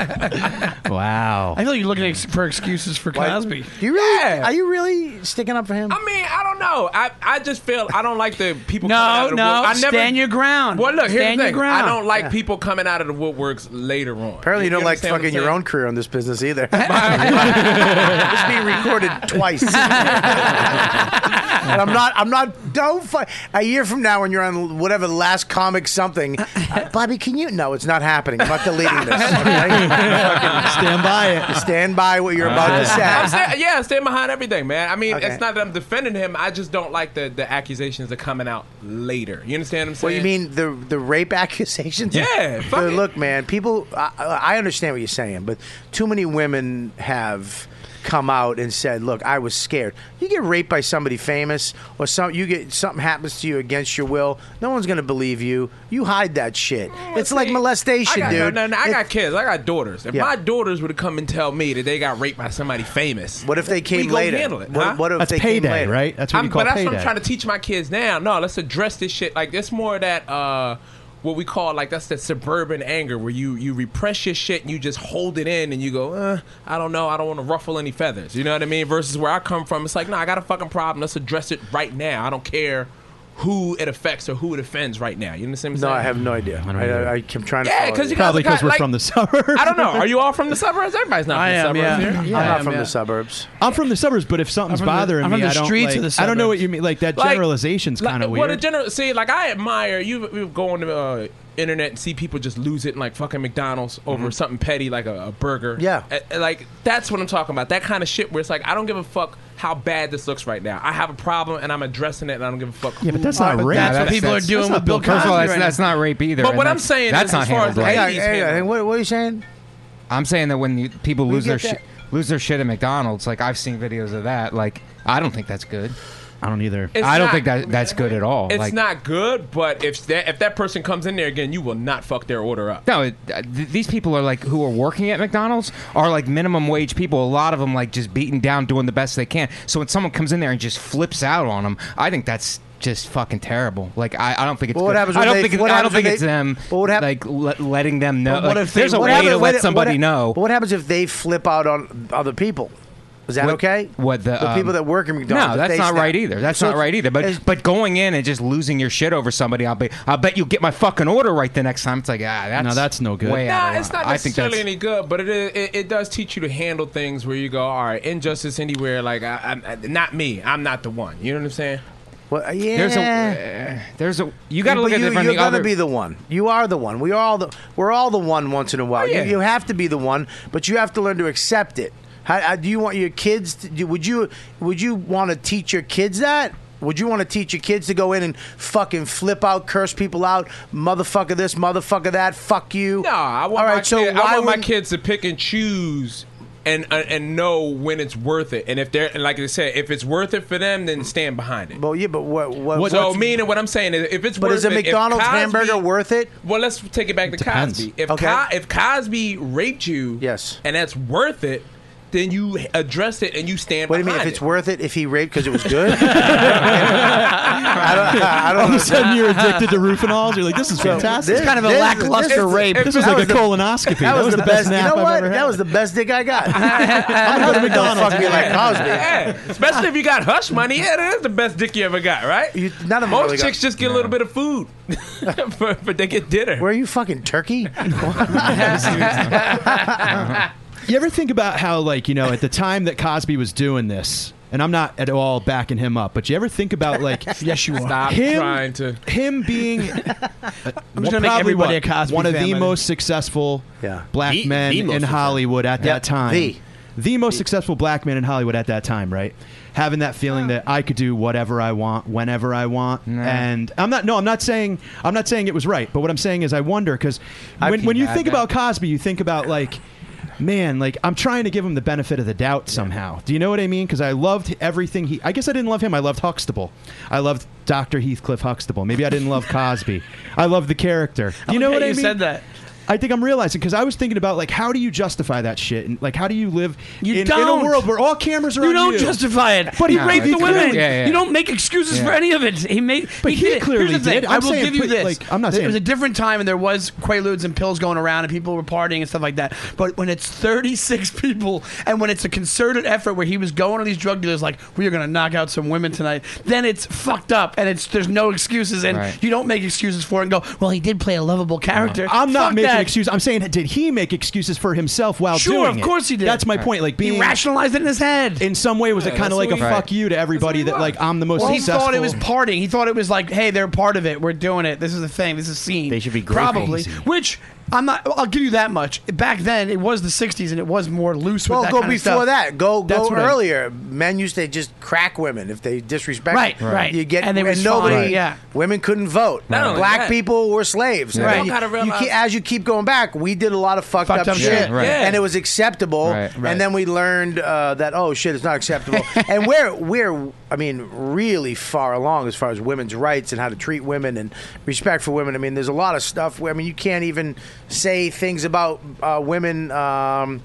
Speaker 10: Wow.
Speaker 8: I feel you're looking ex- for excuses for Cosby.
Speaker 4: You really? Are you really sticking up for him?
Speaker 12: I mean, I don't know. I, I just feel I don't like the people.
Speaker 8: No,
Speaker 12: coming out of the
Speaker 8: no,
Speaker 12: wood- I never,
Speaker 8: stand your ground.
Speaker 12: Well, look, here's
Speaker 8: Stand
Speaker 12: the
Speaker 8: your
Speaker 12: thing.
Speaker 8: ground.
Speaker 12: I don't like
Speaker 8: Yeah.
Speaker 12: people coming out of the woodworks later on.
Speaker 4: Apparently, you don't like
Speaker 12: understand what
Speaker 4: fucking
Speaker 12: I'm
Speaker 4: your
Speaker 12: saying?
Speaker 4: own career in this business either. it's being recorded twice, and I'm not. I'm not. Don't. Fu- a year from now, when you're on whatever last comic something, uh, Bobby, can you? No, it's not happening. I'm not deleting this. Stand
Speaker 10: by it.
Speaker 4: Stand by what you're about to say.
Speaker 12: Uh-huh. I'm sta- yeah, I'm staying behind everything, man. I mean,
Speaker 4: Okay.
Speaker 12: it's not that I'm defending him. I just don't like the, the accusations that coming out later. You understand what I'm
Speaker 4: Well,
Speaker 12: saying?
Speaker 4: Oh, you mean the the rape accusations?
Speaker 12: Yeah, fuck
Speaker 4: But
Speaker 12: it.
Speaker 4: look, man, people. I, I understand what you're saying, but too many women have come out and said, "Look, I was scared." You get raped by somebody famous, or some you get something happens to you against your will. No one's gonna believe you. You hide that shit. it's like molestation,
Speaker 12: Oh, I got,
Speaker 4: dude.
Speaker 12: No, no, no, I
Speaker 4: It-
Speaker 12: got kids. I got daughters. If
Speaker 4: Yeah.
Speaker 12: my daughters were to come and tell me that they got raped by somebody famous,
Speaker 4: What if they came
Speaker 12: we gonna
Speaker 4: later?
Speaker 12: Handle it,
Speaker 4: What-
Speaker 12: huh?
Speaker 4: what if That's they came payday, later? right? That's what
Speaker 12: I'm,
Speaker 4: you call
Speaker 12: But that's what
Speaker 4: payday.
Speaker 12: I'm trying to teach my kids now. No, let's address this shit. Like it's more of that. Uh, what we call like that's that suburban anger where you you repress your shit and you just hold it in and you go uh, I don't know I don't want to ruffle any feathers you know what I mean versus where I come from it's like no I got a fucking problem let's address it right now I don't care who it affects or who it offends right now. You understand what I'm
Speaker 4: No,
Speaker 12: saying?
Speaker 4: I have no idea. I, I, I keep trying to.
Speaker 12: Yeah,
Speaker 4: follow
Speaker 12: because
Speaker 4: you.
Speaker 12: you guys are kinda like- I don't know. Are you all from the suburbs? Everybody's not
Speaker 4: I
Speaker 12: from
Speaker 4: am,
Speaker 12: the
Speaker 4: yeah.
Speaker 12: suburbs here.
Speaker 4: I'm not from the suburbs.
Speaker 10: I'm from the suburbs, but if something's
Speaker 12: I'm from the-
Speaker 10: bothering
Speaker 12: I'm from
Speaker 10: me,
Speaker 12: the
Speaker 10: I don't
Speaker 12: streets
Speaker 10: like,
Speaker 12: of the
Speaker 10: I don't know what you mean. Like that
Speaker 12: Like-
Speaker 10: generalization's kind of
Speaker 12: Well, the
Speaker 10: weird.
Speaker 12: general see, like I admire you. You go on the uh, internet and see people just lose it in like fucking McDonald's over
Speaker 10: Mm-hmm.
Speaker 12: something petty like a, a burger. Yeah, like that's what I'm talking about. That kind of shit where it's like I don't give a fuck how bad this looks right now. I have a problem and I'm addressing it, and I don't give a fuck.
Speaker 10: Yeah, but that's
Speaker 12: who-
Speaker 10: not Alright, but rape. that's what people are doing
Speaker 12: that's not
Speaker 10: with Bill
Speaker 2: First of all,
Speaker 10: Cosby
Speaker 2: that's,
Speaker 10: right
Speaker 2: that's
Speaker 10: now.
Speaker 2: not rape either.
Speaker 12: But
Speaker 2: and
Speaker 12: what I'm
Speaker 2: that's-
Speaker 12: saying
Speaker 2: that's
Speaker 12: is
Speaker 2: not
Speaker 12: as far as
Speaker 2: handled
Speaker 12: the
Speaker 2: right.
Speaker 12: Hey, 80s hey, handled. hey,
Speaker 4: what, what are you saying?
Speaker 2: I'm saying that when you, people
Speaker 4: We
Speaker 2: lose their
Speaker 4: get
Speaker 2: shit,
Speaker 4: that.
Speaker 2: lose their shit at McDonald's, like I've seen videos of that. Like I don't think that's good.
Speaker 10: I don't either.
Speaker 12: It's
Speaker 2: I don't
Speaker 12: not-
Speaker 2: think that that's good at all.
Speaker 12: It's
Speaker 2: like,
Speaker 12: not good, but if that if that person comes in there again, you will not fuck their order up.
Speaker 2: No, it, uh, th- these people are like who are working at McDonald's are like minimum wage people. A lot of them like just beaten down, doing the best they can. So when someone comes in there and just flips out on them, I think that's just fucking terrible. Like I, I don't think it's.
Speaker 4: But what
Speaker 2: good.
Speaker 4: happens
Speaker 2: I
Speaker 4: when
Speaker 2: don't
Speaker 4: they-
Speaker 2: think. it-
Speaker 4: what
Speaker 2: I don't
Speaker 4: happens
Speaker 2: think
Speaker 4: when
Speaker 2: it's
Speaker 4: they-
Speaker 2: them. like le- letting them know?
Speaker 4: But what
Speaker 2: like,
Speaker 4: if they-
Speaker 2: there's a
Speaker 4: what
Speaker 2: way
Speaker 4: happens-
Speaker 2: to
Speaker 4: what
Speaker 2: let
Speaker 4: ha-
Speaker 2: somebody
Speaker 4: what, ha-
Speaker 2: know.
Speaker 4: What happens if they flip out on other people? Is that
Speaker 2: What-
Speaker 4: okay?
Speaker 2: What the, um,
Speaker 4: people that work in McDonald's?
Speaker 2: No,
Speaker 4: if
Speaker 2: that's
Speaker 4: they
Speaker 2: not
Speaker 4: snap.
Speaker 2: right either. That's
Speaker 4: So
Speaker 2: not
Speaker 4: it's-
Speaker 2: right either. But
Speaker 4: it's-
Speaker 2: but going in and just losing your shit over somebody, I'll be. I bet you'll get my fucking order right the next time. It's like ah, that's
Speaker 10: No, that's no good.
Speaker 2: Way out of
Speaker 12: Nah,
Speaker 2: line.
Speaker 12: it's not
Speaker 2: I think
Speaker 12: necessarily
Speaker 2: that's-
Speaker 12: any good, but it, is, it it does teach you to handle things where you go, all right, injustice anywhere. Like, I, I'm I- not me. I'm not the one. You know what I'm saying?
Speaker 4: Well, uh, yeah.
Speaker 12: There's a-
Speaker 2: there's a you gotta
Speaker 4: But
Speaker 2: look at it
Speaker 4: you,
Speaker 2: from
Speaker 4: You're
Speaker 2: the
Speaker 4: gonna
Speaker 2: other-
Speaker 4: be the one. You are the one. We are all the. We're all the one once in a while.
Speaker 2: Oh, yeah.
Speaker 4: you, you have to be the one, but you have to learn to accept it. How, how, do you want your kids? To, do, would you Would you want to teach your kids that? Would you want to teach your kids to go in and fucking flip out, curse people out, motherfucker this, motherfucker that, fuck you? No,
Speaker 12: I want,
Speaker 4: All right,
Speaker 12: my,
Speaker 4: so
Speaker 12: kid- I
Speaker 4: why
Speaker 12: want my
Speaker 4: wouldn't-
Speaker 12: kids to pick and choose. And, uh, and know when it's worth it, and if they're and like I said, if it's worth it for them, then stand behind it.
Speaker 4: Well, Oh, yeah, but what? what
Speaker 12: so
Speaker 4: what's-
Speaker 12: meaning what I'm saying is, if it's
Speaker 4: But
Speaker 12: worth
Speaker 4: is a
Speaker 12: it, if
Speaker 4: McDonald's
Speaker 12: Cosby-
Speaker 4: hamburger worth it?
Speaker 12: Well, let's take it back to
Speaker 4: Depends.
Speaker 12: Cosby. If
Speaker 4: Okay.
Speaker 12: Co- if Cosby raped you, yes, and that's worth it, then you address it and you stand.
Speaker 4: What do you mean?
Speaker 12: behind
Speaker 4: If
Speaker 12: it.
Speaker 4: it's worth it, if he raped because it was good? I don't. I don't
Speaker 10: All of a
Speaker 4: understand.
Speaker 10: sudden, you're addicted to Rufinol's. You're like, this is
Speaker 4: So
Speaker 10: fantastic.
Speaker 4: this- this- this-
Speaker 10: This was
Speaker 4: that
Speaker 10: like a
Speaker 4: the-
Speaker 10: colonoscopy.
Speaker 4: That was, the, best.
Speaker 10: nap
Speaker 4: You know
Speaker 10: I've
Speaker 4: what?
Speaker 10: ever
Speaker 4: That
Speaker 10: had.
Speaker 4: was the best dick I got. I'm
Speaker 10: go to
Speaker 12: McDonald's.
Speaker 4: Fuck me like Cosby.
Speaker 12: Yeah, especially if you got hush money. Yeah, that is the best dick you ever got, right?
Speaker 4: none of them
Speaker 12: Most
Speaker 4: really got-
Speaker 12: chicks just get a little bit of food, but, but they get dinner. Where
Speaker 4: are you fucking turkey?
Speaker 10: You ever think about how, like, you know, at the time that Cosby was doing this, and I'm not at all backing him up, but you ever think about, like,
Speaker 6: Yes, you are.
Speaker 12: Stop
Speaker 10: him,
Speaker 12: trying to.
Speaker 10: Him being.
Speaker 6: I'm just gonna make
Speaker 10: probably
Speaker 6: everybody
Speaker 10: what,
Speaker 6: a Cosby
Speaker 10: One of
Speaker 6: fan
Speaker 10: the
Speaker 6: by
Speaker 10: most successful
Speaker 4: Yeah.
Speaker 10: black
Speaker 6: The-
Speaker 10: men
Speaker 6: the most
Speaker 10: in
Speaker 6: successful.
Speaker 10: Hollywood at
Speaker 6: Yeah.
Speaker 10: that time.
Speaker 6: The.
Speaker 10: The most successful black man in Hollywood at that time, right? Having that feeling that I could do whatever I want, whenever I want, and I'm not. No, I'm not saying. I'm not saying it was right, but what I'm saying is, I wonder because when, when you
Speaker 2: had
Speaker 10: think
Speaker 2: that.
Speaker 10: about Cosby, you think about like, man, like I'm trying to give him the benefit of the doubt somehow. Do you know what I mean? Because I loved everything he. I guess I didn't love him. I loved Huxtable. I loved Doctor Heathcliff Huxtable. Maybe I didn't love Cosby. I loved the character. Do you know
Speaker 13: like
Speaker 10: what
Speaker 13: how
Speaker 10: I
Speaker 13: you
Speaker 10: mean?
Speaker 13: said that.
Speaker 10: I think I'm realizing because I was thinking about like how do you justify that shit and like how do you live
Speaker 13: You
Speaker 10: in, in
Speaker 13: don't.
Speaker 10: a world where all cameras are
Speaker 13: You
Speaker 10: on
Speaker 13: don't
Speaker 10: you.
Speaker 13: justify it. But he No, raped the it's- women. yeah, yeah. You don't make excuses for any of it. He made.
Speaker 10: But he
Speaker 8: did it.
Speaker 10: clearly
Speaker 8: Here's the thing.
Speaker 10: did.
Speaker 8: I
Speaker 10: I'm
Speaker 8: will
Speaker 10: saying
Speaker 8: give you
Speaker 10: put-
Speaker 8: this.
Speaker 10: like, I'm not
Speaker 8: there
Speaker 10: saying-
Speaker 8: was a different time, and there was quaaludes and pills going around, and people were partying and stuff like that. But when it's 36 people, and when it's a concerted effort where he was going to these drug dealers, like we are going to knock out some women tonight, then it's fucked up, and it's there's no excuses, and
Speaker 10: Right.
Speaker 8: you don't make excuses for it and go, well, he did play a lovable character.
Speaker 10: I'm not
Speaker 8: Fuck
Speaker 10: making
Speaker 8: that.
Speaker 10: excuses. I'm saying, did he make excuses for himself while
Speaker 8: Sure,
Speaker 10: doing
Speaker 8: of
Speaker 10: it?
Speaker 8: course he did.
Speaker 10: That's my
Speaker 8: Right.
Speaker 10: point. Like
Speaker 8: He
Speaker 10: being
Speaker 8: rationalized it in his head.
Speaker 10: In some way, was
Speaker 8: Yeah,
Speaker 10: it kind
Speaker 8: that's
Speaker 10: of like a
Speaker 8: what he-
Speaker 10: fuck you to everybody that like I'm the most
Speaker 8: well, he
Speaker 10: successful.
Speaker 8: thought it was partying. He thought it was like, hey, they're part of it. We're doing it. This is the thing. This is seen. They should be
Speaker 10: grateful.
Speaker 8: probably.
Speaker 10: Crazy.
Speaker 8: Which I'm not. I'll give you that much. Back then, it was the '60s, and it was more loose.
Speaker 4: Well,
Speaker 8: with that
Speaker 4: go
Speaker 8: kind of
Speaker 4: before
Speaker 8: stuff.
Speaker 4: that. Go
Speaker 8: That's
Speaker 4: go
Speaker 8: what I-
Speaker 4: earlier. Men used to just crack women if they disrespect.
Speaker 8: Right,
Speaker 4: them.
Speaker 8: right.
Speaker 4: You get
Speaker 8: And
Speaker 4: and,
Speaker 8: they was
Speaker 4: nobody.
Speaker 8: fine, yeah.
Speaker 4: Women couldn't vote.
Speaker 8: Not only
Speaker 4: Black
Speaker 8: that-
Speaker 4: people were slaves.
Speaker 8: Yeah. Right.
Speaker 4: And
Speaker 8: You gotta
Speaker 4: you
Speaker 8: realize-
Speaker 4: keep- as you keep going back, we did a lot of fucked,
Speaker 8: Fucked
Speaker 4: up,
Speaker 8: up
Speaker 4: shit,
Speaker 8: shit. Yeah, right.
Speaker 4: and it was acceptable.
Speaker 8: Right, right.
Speaker 4: And then we learned uh, that oh shit, it's not acceptable. and we're we're I mean really far along as far as women's rights and how to treat women and respect for women. I mean, there's a lot of stuff. Where, I mean, you can't even say things about uh, women. Um,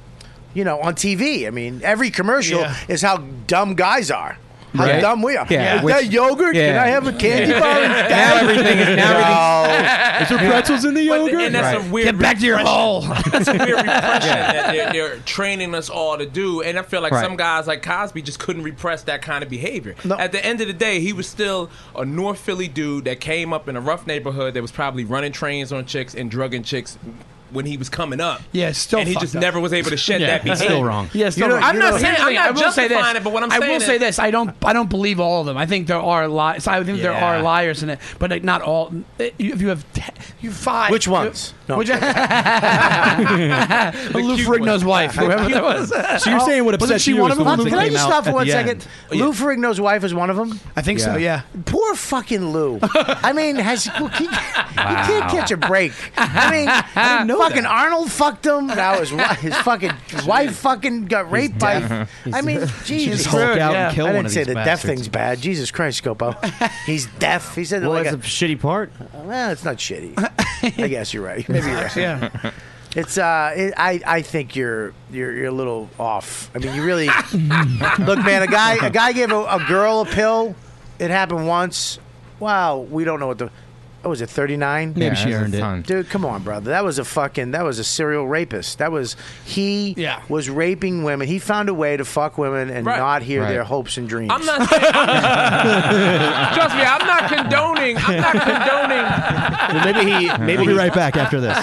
Speaker 4: you know, on TV. I mean, every commercial is how dumb guys are. How
Speaker 2: Right.
Speaker 4: dumb we are.
Speaker 2: Yeah,
Speaker 4: is
Speaker 2: which-
Speaker 4: that yogurt? Can
Speaker 2: yeah.
Speaker 4: I have a candy
Speaker 2: Yeah.
Speaker 4: bar?
Speaker 2: Now everything is- now
Speaker 4: now
Speaker 2: everything's- Is there pretzels
Speaker 10: in the
Speaker 12: yogurt? And that's a
Speaker 2: Right.
Speaker 12: weird
Speaker 2: Get back to your
Speaker 12: repression.
Speaker 2: hole.
Speaker 12: It's a weird repression that they're, they're training us all to do. And I feel like
Speaker 2: Right.
Speaker 12: some guys like Cosby just couldn't repress that kind of behavior. At the end of the day, he was still a North Philly dude that came up in a rough neighborhood that was probably running trains on chicks and drugging chicks when he was coming up.
Speaker 8: Yeah, it's still
Speaker 12: And he
Speaker 8: fucked
Speaker 12: just
Speaker 8: up.
Speaker 12: never was able to shed
Speaker 8: Yeah,
Speaker 12: that
Speaker 8: it's
Speaker 12: behavior.
Speaker 8: still wrong. Yeah, it's still wrong.
Speaker 12: I'm not saying I'm
Speaker 8: I
Speaker 12: not
Speaker 8: will say this.
Speaker 12: justifying it, but what I'm saying
Speaker 8: I will
Speaker 12: is,
Speaker 8: say this: I don't, I don't believe all of them. I think there are lies. I think there
Speaker 12: Yeah.
Speaker 8: are liars in it, but like, not all. If you have, te- you have five.
Speaker 4: Which ones? No.
Speaker 8: Which, Lou Ferrigno's wife, whoever that was.
Speaker 10: So you're saying what
Speaker 4: Wasn't
Speaker 10: upset
Speaker 4: she
Speaker 10: you
Speaker 4: one
Speaker 10: was
Speaker 4: of them?
Speaker 10: the ones that
Speaker 4: Can I
Speaker 10: came
Speaker 4: just
Speaker 10: out
Speaker 4: stop for
Speaker 10: at
Speaker 4: one
Speaker 10: the
Speaker 4: second?
Speaker 10: end?
Speaker 4: Lou Ferrigno's wife is one of them. I
Speaker 8: think so, Yeah.
Speaker 4: Poor fucking Lou. I mean, has he, he, he
Speaker 10: Wow.
Speaker 4: can't catch a break. I mean,
Speaker 10: I didn't know
Speaker 4: fucking
Speaker 10: that.
Speaker 4: Arnold fucked him. Now his wi- his fucking wife fucking got raped by.
Speaker 10: deaf.
Speaker 4: I mean,
Speaker 10: He's-
Speaker 4: Jesus.
Speaker 10: Should Hulk out and
Speaker 4: Yeah.
Speaker 10: kill
Speaker 4: I
Speaker 10: one
Speaker 4: didn't
Speaker 10: of
Speaker 4: say
Speaker 10: these
Speaker 4: the
Speaker 10: bastards.
Speaker 4: deaf thing's bad. Jesus Christ, Scopo. He's deaf. He said it
Speaker 9: Well,
Speaker 4: like
Speaker 9: that's
Speaker 4: a,
Speaker 9: a shitty part.
Speaker 4: Well, it's not shitty. I guess you're right. Maybe you're right.
Speaker 9: Yeah.
Speaker 4: It's uh, it, I I think you're you're you're a little off. I mean, you really look, man. A guy a guy gave a, a girl a pill. It happened once. Wow, we don't know what the. Oh, was it 39?
Speaker 10: Maybe Yeah, she that's a earned it. ton.
Speaker 4: Dude, come on, brother. That was a fucking that was a serial rapist. That was he was raping women. He found a way to fuck women and
Speaker 12: Right.
Speaker 4: not hear
Speaker 12: Right.
Speaker 4: their hopes and dreams.
Speaker 12: I'm not saying. trust me, I'm not condoning. I'm not condoning.
Speaker 10: Well, maybe he. Maybe we'll be right back after this.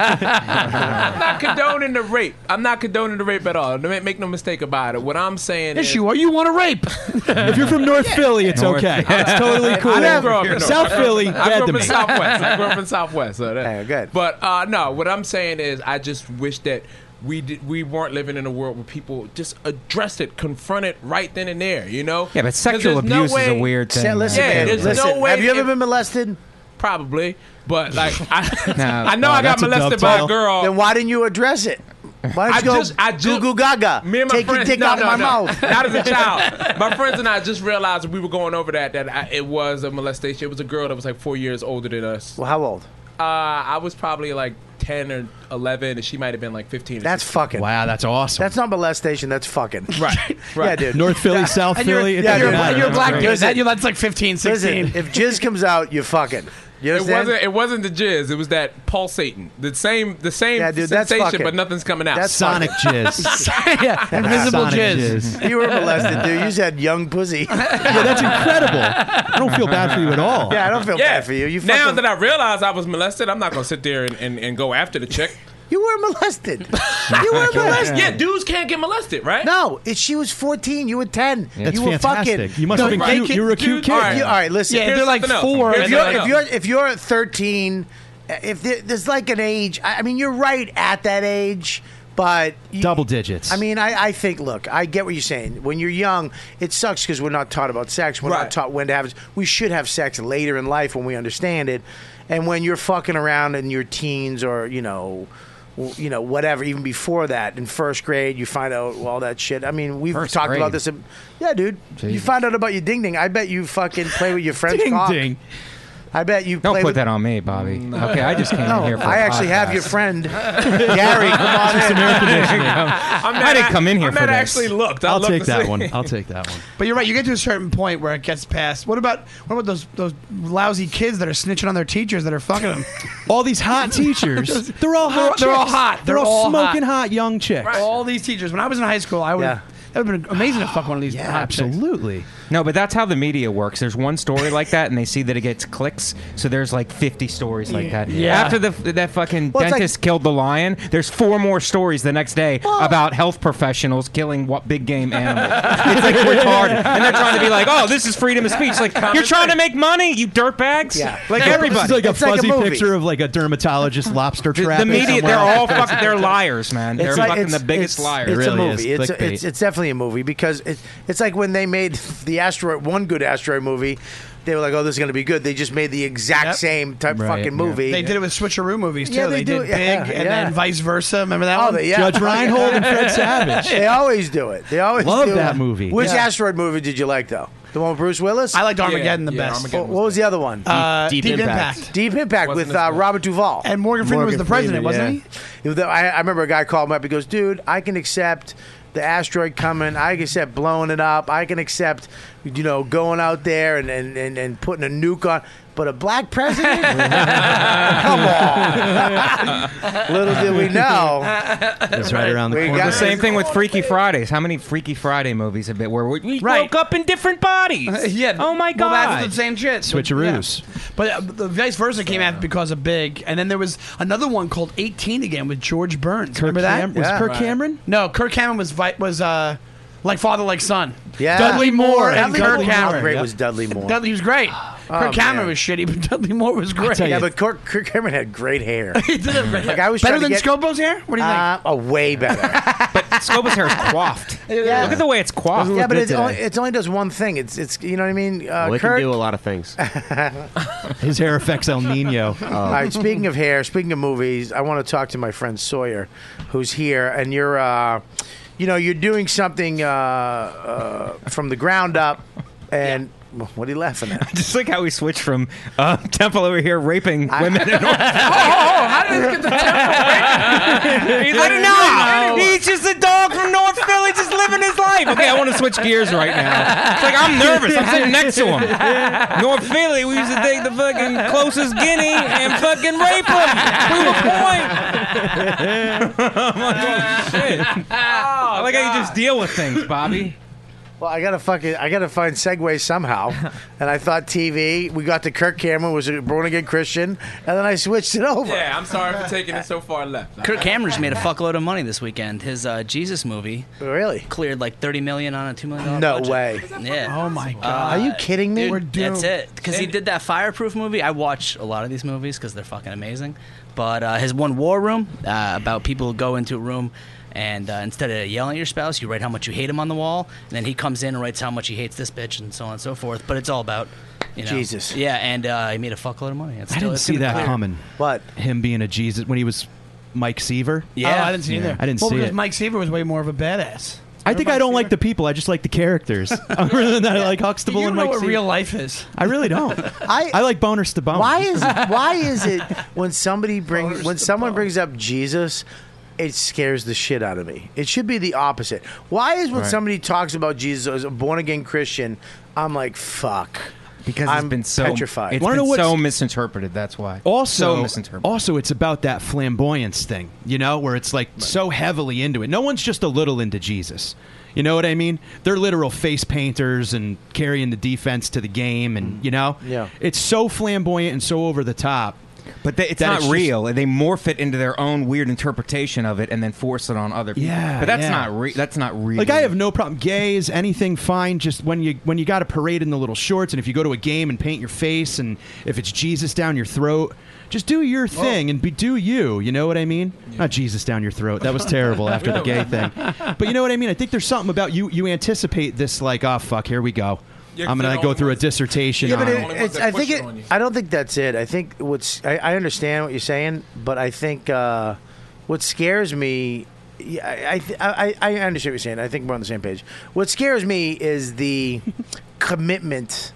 Speaker 12: I'm not condoning the rape. I'm not condoning the rape at all. Ma- Make no mistake about it. What I'm saying
Speaker 8: Yes,
Speaker 12: is,
Speaker 8: you are. You want to rape?
Speaker 10: if you're from North Philly, it's
Speaker 12: North-
Speaker 10: okay. It's totally cool.
Speaker 12: I didn't grow up in North.
Speaker 10: South Philly,
Speaker 12: I
Speaker 10: dead
Speaker 12: grew up
Speaker 10: to
Speaker 12: in
Speaker 10: me.
Speaker 12: Southwest. I grew up in Southwest. So that.
Speaker 4: good.
Speaker 12: But uh, no, what I'm saying is, I just wish that. We, did, we weren't living in a world where people just address it, confront it right then and there, you know?
Speaker 2: Yeah, but
Speaker 12: 'Cause
Speaker 2: sexual
Speaker 12: there's no
Speaker 2: abuse is a
Speaker 12: way-
Speaker 2: weird thing.
Speaker 12: Yeah,
Speaker 2: man.
Speaker 12: there's no way.
Speaker 4: have you ever
Speaker 12: if-
Speaker 4: been molested?
Speaker 12: Probably, but like I,
Speaker 2: No.
Speaker 12: I know
Speaker 2: Oh,
Speaker 12: I got
Speaker 2: that's a
Speaker 12: molested by a
Speaker 2: dovetail.
Speaker 12: girl.
Speaker 4: Then why didn't you address it? Why don't
Speaker 12: I
Speaker 4: you go
Speaker 12: just, I just,
Speaker 4: goo goo gaga?
Speaker 12: Me and my
Speaker 4: Take
Speaker 12: friends,
Speaker 4: your dick
Speaker 12: no,
Speaker 4: out
Speaker 12: no,
Speaker 4: of my
Speaker 12: no.
Speaker 4: mouth.
Speaker 12: Not as a child. My friends and I just realized we were going over that that I, it was a molestation. It was a girl that was like four years older than us.
Speaker 4: Well, how old?
Speaker 12: Uh, I was probably like ten or eleven, and she might have been like fifteen. Or
Speaker 4: That's
Speaker 12: 16.
Speaker 4: fucking.
Speaker 10: Wow, that's awesome.
Speaker 4: That's not molestation. That's fucking.
Speaker 12: Right. right.
Speaker 4: Yeah, dude.
Speaker 10: North Philly, South
Speaker 4: And you're-
Speaker 10: Philly. it
Speaker 4: yeah,
Speaker 10: doesn't
Speaker 4: you're-
Speaker 10: matter.
Speaker 4: you're black dude.
Speaker 8: That, you, that's like 15, 16.
Speaker 4: Listen, if jizz comes out, you're fucking. You
Speaker 12: It
Speaker 4: understand?
Speaker 12: wasn't. It wasn't the jizz. It was that pulsating. The same. The same
Speaker 4: Yeah, dude, that's
Speaker 12: sensation,
Speaker 4: fucking-
Speaker 12: but nothing's coming out.
Speaker 4: that's Sonic fucking-
Speaker 10: jizz.
Speaker 8: yeah,
Speaker 10: invisible Sonic jizz. jizz.
Speaker 4: You were molested, dude. You just had young pussy. yeah,
Speaker 10: that's incredible. I don't feel bad for you at all.
Speaker 4: Yeah, I don't feel
Speaker 12: Yeah.
Speaker 4: bad for you. You
Speaker 12: now
Speaker 4: fucking,
Speaker 12: that I realize I was molested, I'm not gonna sit there and, and, and go after the chick.
Speaker 4: you were molested. you were molested.
Speaker 12: Yeah, dudes can't get molested, right?
Speaker 4: No, it, she was 14. You were 10.
Speaker 10: That's
Speaker 4: you were
Speaker 10: fantastic.
Speaker 4: fucking.
Speaker 10: You must
Speaker 4: No,
Speaker 10: have been
Speaker 4: they
Speaker 10: cute.
Speaker 4: can-
Speaker 10: You were a cute
Speaker 4: dude,
Speaker 10: kid.
Speaker 4: All right, you- all right, listen.
Speaker 10: Yeah, they're Here's like something else. four
Speaker 4: If
Speaker 10: and
Speaker 4: you're,
Speaker 10: then-
Speaker 4: if you're if you're at 13, uh, if there- there's like an age. I I mean, you're right at that age, but you-
Speaker 10: Double digits.
Speaker 4: I mean, I, I think. Look, I get what you're saying. When you're young, it sucks because we're not taught about sex. We're
Speaker 12: Right.
Speaker 4: not taught when to have. We should have sex later in life when we understand it. And when you're fucking around in your teens or you know, w- you know whatever, even before that, in first grade, you find out all that shit. I mean, we've talked
Speaker 2: grade.
Speaker 4: about this. a- Yeah, dude, you find out about your ding ding. I bet you fucking play with your friend's
Speaker 2: Ding
Speaker 4: cock.
Speaker 2: ding.
Speaker 4: I bet you
Speaker 2: Don't
Speaker 4: play
Speaker 2: put
Speaker 4: with Mm.
Speaker 2: that on me, Bobby. Okay, I just came in
Speaker 4: No,
Speaker 2: here for
Speaker 4: I
Speaker 2: a
Speaker 4: actually have
Speaker 2: podcast.
Speaker 4: your friend Gary. Come on in.
Speaker 12: I'm
Speaker 2: I didn't come in here
Speaker 12: I'm
Speaker 2: for
Speaker 12: not
Speaker 2: this.
Speaker 12: actually looked. I
Speaker 10: I'll
Speaker 12: looked
Speaker 10: take
Speaker 12: to
Speaker 10: that
Speaker 12: see.
Speaker 10: one. I'll take that one.
Speaker 8: But you're right. You get to a certain point where it gets past. What about what about those those lousy kids that are snitching on their teachers that are fucking them?
Speaker 10: all these hot teachers. They're all hot.
Speaker 8: They're, all
Speaker 10: chicks.
Speaker 8: hot.
Speaker 10: They're, all, smoking hot. young chicks.
Speaker 8: All these teachers. When I was in high school, I would.
Speaker 2: Yeah.
Speaker 8: That would have been amazing to fuck one of these. hot chicks.
Speaker 10: Absolutely.
Speaker 2: No, but that's how the media works. There's one story like that, and they see that it gets clicks. So there's like 50 stories like that.
Speaker 10: Yeah.
Speaker 2: After the, that fucking
Speaker 10: Well, it's
Speaker 2: dentist killed the lion, there's four more stories the next day about health professionals killing what big game animals. it's like retarded, and they're trying to be like, "Oh, this is freedom of speech." Like you're trying to make money, you dirtbags. Yeah. Like everybody.
Speaker 10: This is like a
Speaker 2: It's
Speaker 10: fuzzy
Speaker 2: movie.
Speaker 10: picture of like a dermatologist lobster trap.
Speaker 2: The media, they're all fucking, they're liars, man. They're
Speaker 4: It's like-
Speaker 2: fucking
Speaker 4: it's-
Speaker 2: the biggest
Speaker 4: it's-
Speaker 2: liars.
Speaker 4: It's a movie. It's, a, it's, it's definitely a movie because it, it's like when they made the asteroid one good asteroid movie. They were like, "Oh, this is going to be good." They just made the exact same type
Speaker 8: Right,
Speaker 4: fucking movie.
Speaker 8: They did it with switcheroo movies too.
Speaker 4: Yeah, they
Speaker 8: they,
Speaker 4: do it.
Speaker 8: did
Speaker 4: Yeah,
Speaker 8: big and
Speaker 4: yeah.
Speaker 8: then vice versa. Remember that
Speaker 4: Oh,
Speaker 8: one?
Speaker 4: they- yeah. they always do it. They always
Speaker 8: Love
Speaker 4: do
Speaker 8: that
Speaker 4: it.
Speaker 8: movie.
Speaker 4: Which
Speaker 8: Yeah.
Speaker 4: asteroid movie did you like though? The one with Bruce Willis.
Speaker 8: I liked Armageddon the Yeah, yeah, best. Armageddon
Speaker 4: What, what was the other one?
Speaker 8: Uh, Deep Deep Impact. Impact.
Speaker 4: Deep Impact
Speaker 8: Wasn't
Speaker 4: with
Speaker 8: as
Speaker 4: uh,
Speaker 8: good.
Speaker 4: Robert Duvall.
Speaker 8: And Morgan Freeman was the president, wasn't
Speaker 4: he? was the- I, I remember a guy called me up. He goes, "Dude, I can accept." the asteroid coming. I can accept blowing it up. I can accept, you know, going out there and, and, and, and putting a nuke on. But a black president? Come on. Little did we know.
Speaker 2: That's right around
Speaker 4: the We corner.
Speaker 2: The
Speaker 4: got-
Speaker 2: same thing with Freaky Fridays. How many Freaky Friday movies have been where we, we woke up in different bodies?
Speaker 8: yeah.
Speaker 2: Oh my
Speaker 8: Well,
Speaker 2: god.
Speaker 8: that's the same shit.
Speaker 2: Switcheroos.
Speaker 8: Yeah. But uh, the vice versa came after because of Big, and then there was another one called 18 again with George Burns. Remember that?
Speaker 10: Cam- was Yeah. Kirk Right.
Speaker 8: Cameron? No, Kirk Cameron was vi- was uh, like father like son.
Speaker 4: Yeah.
Speaker 8: Dudley Moore and
Speaker 4: Dudley
Speaker 8: Kirk
Speaker 4: Moore. How
Speaker 8: Cameron.
Speaker 4: great was Dudley Moore? Oh,
Speaker 8: Dudley was great. Kirk Cameron
Speaker 4: man.
Speaker 8: was shitty, but Dudley Moore was great.
Speaker 4: Yeah, but Kirk, Kirk Cameron had great hair.
Speaker 8: he did have great
Speaker 4: Like
Speaker 8: hair.
Speaker 4: I was
Speaker 8: Better
Speaker 4: trying to get-
Speaker 8: than Scobo's hair? What do you think?
Speaker 4: Uh, oh, way better.
Speaker 2: but Scoba's hair is coiffed.
Speaker 4: Yeah.
Speaker 2: Look at the way it's coiffed.
Speaker 4: Yeah, but it only, it only does one thing. It's it's you know what I mean. Uh,
Speaker 10: Well, it can
Speaker 4: Kirk.
Speaker 10: do a
Speaker 9: lot of things.
Speaker 10: His hair affects El Nino.
Speaker 4: All right. Speaking of hair, speaking of movies, I want to talk to my friend Sawyer, who's here, and you're, uh, you know, you're doing something uh, uh, from the ground up, and well, what are you laughing at?
Speaker 2: Just like how we switch from uh, Temple over here raping women. in
Speaker 15: Oh, how did this get the temple?
Speaker 2: He's like, no, he's just a dog from North Philly, just living his life. Okay, I want to switch gears right now. It's like I'm nervous. I'm sitting next to him. North Philly, we used to take the fucking closest guinea and fucking rape him. We were point. I'm like, oh shit. I like how you just deal with things, Bobby.
Speaker 4: Well, I gotta fucking, I gotta find segues somehow, and I thought TV. We got to Kirk Cameron was a born again Christian, and then I switched it over.
Speaker 12: Yeah, I'm sorry for taking it so far left.
Speaker 11: Kirk Cameron's made a fuckload of money this weekend. His uh, Jesus movie
Speaker 4: really
Speaker 11: cleared like thirty million on a two million.
Speaker 4: No
Speaker 11: budget.
Speaker 4: way.
Speaker 11: Yeah. Uh,
Speaker 8: Oh my
Speaker 4: Uh, Are you kidding me? We're doomed.
Speaker 11: That's it. Because he did that fireproof movie. I watch a lot of these movies because they're fucking amazing. But uh, his one war room uh, about people who go into a room and uh, instead of yelling at your spouse, you write how much you hate him on the wall, and then he comes in and writes how much he hates this bitch and so on and so forth. But it's all about you know,
Speaker 10: Jesus.
Speaker 11: Yeah, and uh, he made a fuckload of money. It's
Speaker 10: I
Speaker 11: still-
Speaker 10: didn't
Speaker 11: it's
Speaker 10: see
Speaker 11: gonna
Speaker 10: that
Speaker 11: clear.
Speaker 10: coming.
Speaker 4: What?
Speaker 10: Him being a Jesus when he was Mike Seaver.
Speaker 8: Yeah, oh, I didn't see it either.
Speaker 10: I didn't
Speaker 8: well,
Speaker 10: see
Speaker 8: because
Speaker 10: it.
Speaker 8: Mike Seaver was way more of a badass.
Speaker 10: I think I don't like the people. I just like the characters. Other than that, I like Huxtable
Speaker 8: You
Speaker 10: and
Speaker 8: know
Speaker 10: Mike
Speaker 8: what
Speaker 10: Seaver.
Speaker 8: real life is.
Speaker 10: I really don't.
Speaker 4: I,
Speaker 10: I like Boner Stabone.
Speaker 4: Why is why is it when somebody brings when someone brings up Jesus, it scares the shit out of me. It should be the opposite. Why is when
Speaker 2: Right.
Speaker 4: somebody talks about Jesus as a born again Christian, I'm like fuck.
Speaker 2: Because
Speaker 4: I'm
Speaker 2: it's been so
Speaker 4: petrified.
Speaker 2: It's been so misinterpreted. That's why.
Speaker 10: Also,
Speaker 2: so misinterpreted.
Speaker 10: also, it's about that flamboyance thing, you know, where it's like so heavily into it. No one's just a little into Jesus. You know what I mean? They're literal face painters and carrying the defense to the game,
Speaker 8: Mm.
Speaker 10: and you know,
Speaker 2: Yeah.
Speaker 10: it's so flamboyant and so over the top.
Speaker 2: But they, it's
Speaker 10: that
Speaker 2: not
Speaker 10: it's just-
Speaker 2: real, and they morph it into their own weird interpretation of it, and then force it on other people.
Speaker 10: Yeah,
Speaker 2: but that's
Speaker 10: yeah.
Speaker 2: not real. That's not real.
Speaker 10: Like I have no problem. Gays, anything fine. Just when you when you got to parade in the little shorts, and if you go to a game and paint your face, and if it's Jesus down your throat, just do your thing and be, do you. You know what I mean? Not Jesus down your throat. That was terrible after the gay thing. But you know what I mean? I think there's something about you. You anticipate this like, oh fuck, here we go.
Speaker 4: Yeah,
Speaker 10: I'm
Speaker 4: they're
Speaker 10: gonna
Speaker 4: the
Speaker 10: go
Speaker 4: only
Speaker 10: through a dissertation.
Speaker 4: Yeah, but
Speaker 10: on
Speaker 4: it, it's, I think it, I don't think that's it. I think what's I, I understand what you're saying, but I think uh, what scares me. yeah, I, I, th- I I understand what you're saying. I think we're on the same page. What scares me is the commitment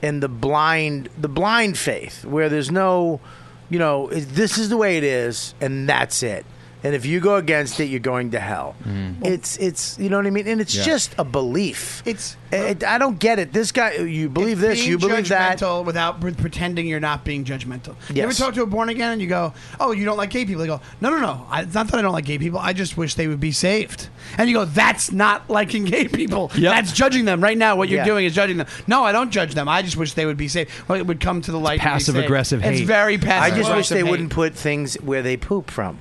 Speaker 4: and the blind the blind faith where there's no, you know, is- this is the way it is and that's it. And if you go against it, you're going to hell. It's it's you know what I mean, and it's
Speaker 8: Yeah.
Speaker 4: just a belief.
Speaker 8: It's
Speaker 4: It, I don't get it. This guy, you believe this,
Speaker 8: being
Speaker 4: you believe that.
Speaker 8: judgmental without pre- pretending you're not being judgmental. You ever
Speaker 4: Yes.
Speaker 8: talk to a born again and you go, "Oh, you don't like gay people?" They go, "No, no, no. I, it's not that I don't like gay people. I just wish they would be saved." And you go, "That's not liking gay people. That's judging them right now. What you're
Speaker 10: Yeah.
Speaker 8: doing is judging them. No, I don't judge them. I just wish they would be saved. Well, it would come to the light. and be
Speaker 10: passive
Speaker 8: saved.
Speaker 10: aggressive hate.
Speaker 8: It's very passive.
Speaker 4: I just wish they
Speaker 8: aggressive hate.
Speaker 4: wouldn't put things where they poop from.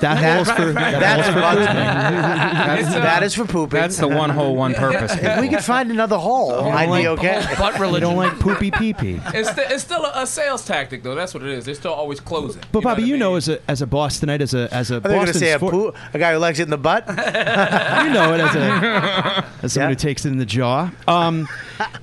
Speaker 10: That
Speaker 4: That's
Speaker 10: hole's for- that hole's for pooping. It's, uh,
Speaker 4: that is for pooping.
Speaker 2: that's the one hole, one purpose
Speaker 4: if we
Speaker 2: people.
Speaker 4: could find another hole, I'd be okay.
Speaker 10: You don't like poopy pee pee.
Speaker 12: It's, sti- it's still a, a sales tactic, though. That's what it is. They're still always closing.
Speaker 10: But Bobby, you know, as a as a boss tonight, as a as a
Speaker 4: Are they going to
Speaker 10: Boston
Speaker 4: say a,
Speaker 10: sport-
Speaker 4: poo- a guy who likes it in the butt?
Speaker 10: you know it as a as someone who takes it in the jaw. Um,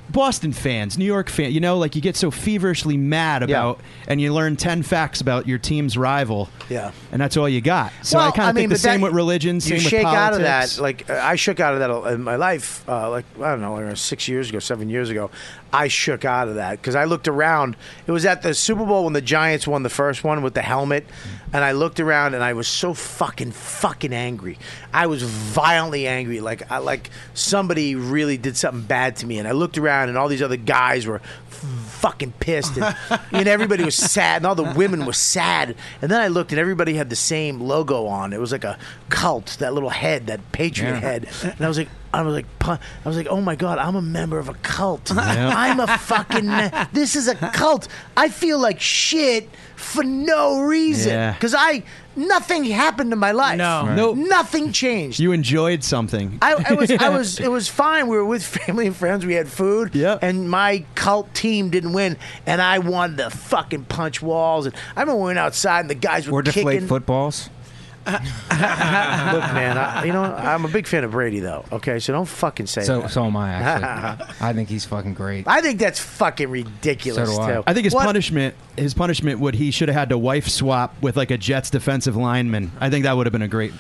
Speaker 10: Boston fans, New York fans, you know, like you get so feverishly mad about, and you learn ten facts about your team's rival.
Speaker 4: Yeah.
Speaker 10: and that's all you got. So I kind of think
Speaker 4: but
Speaker 10: the same
Speaker 4: that-
Speaker 10: with religion.
Speaker 4: you
Speaker 10: Same with
Speaker 4: shake out
Speaker 10: politics.
Speaker 4: of that. Like uh, I shook out of that a- in my life. Uh, like I don't know, like, six years ago, seven years ago, I shook out of that because I looked around. It was at the Super Bowl when the Giants won the first one with the helmet, and I looked around and I was so fucking fucking angry. I was violently angry. Like I like somebody really did something bad to me, and I looked around and all these other guys were fucking pissed and, and everybody was sad and all the women were sad and then i looked and everybody had the same logo on it was like a cult that little head that patriot
Speaker 16: Yeah.
Speaker 4: head and i was like i was like pu- i was like oh my god i'm a member of a cult
Speaker 16: Yeah.
Speaker 4: i'm a fucking me- this is a cult i feel like shit for no reason
Speaker 10: Yeah.
Speaker 4: because i nothing happened to my life
Speaker 10: No. Right. Nope.
Speaker 4: nothing changed
Speaker 10: You enjoyed something.
Speaker 4: I, I was, I was, it was fine. We were with family and friends. We had food. Yeah. And my cult team didn't win, and I wanted to fucking punch walls. And I remember we went outside, and the guys were,
Speaker 2: Or
Speaker 4: kicking.
Speaker 2: deflate footballs.
Speaker 4: Look, man, I, you know I'm a big fan of Brady, though. Okay, so don't fucking say
Speaker 2: So
Speaker 4: that.
Speaker 2: so am I. Actually, Uh-huh. I think he's fucking great.
Speaker 4: I think that's fucking ridiculous. too.
Speaker 10: I think his
Speaker 4: What-
Speaker 10: punishment, his punishment, would he should have had to wife swap with like a Jets defensive lineman. I think that would have been a great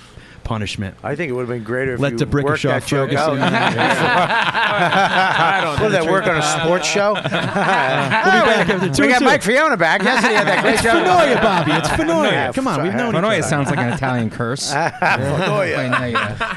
Speaker 10: punishment.
Speaker 4: I think it would have been greater if
Speaker 10: Let
Speaker 4: you
Speaker 10: the
Speaker 4: worked
Speaker 10: Brickishaw
Speaker 4: that joke out.
Speaker 10: Ferguson-
Speaker 4: what did that work on a sports show? we'll be
Speaker 10: back after two
Speaker 4: we got
Speaker 10: two.
Speaker 4: Mike Fiona back. Yes, he had that great
Speaker 10: It's
Speaker 4: job.
Speaker 10: Fenoya, Bobby. It's Fenoya. Come on, we've known each
Speaker 2: Fenoya
Speaker 10: other.
Speaker 2: sounds like an Italian curse.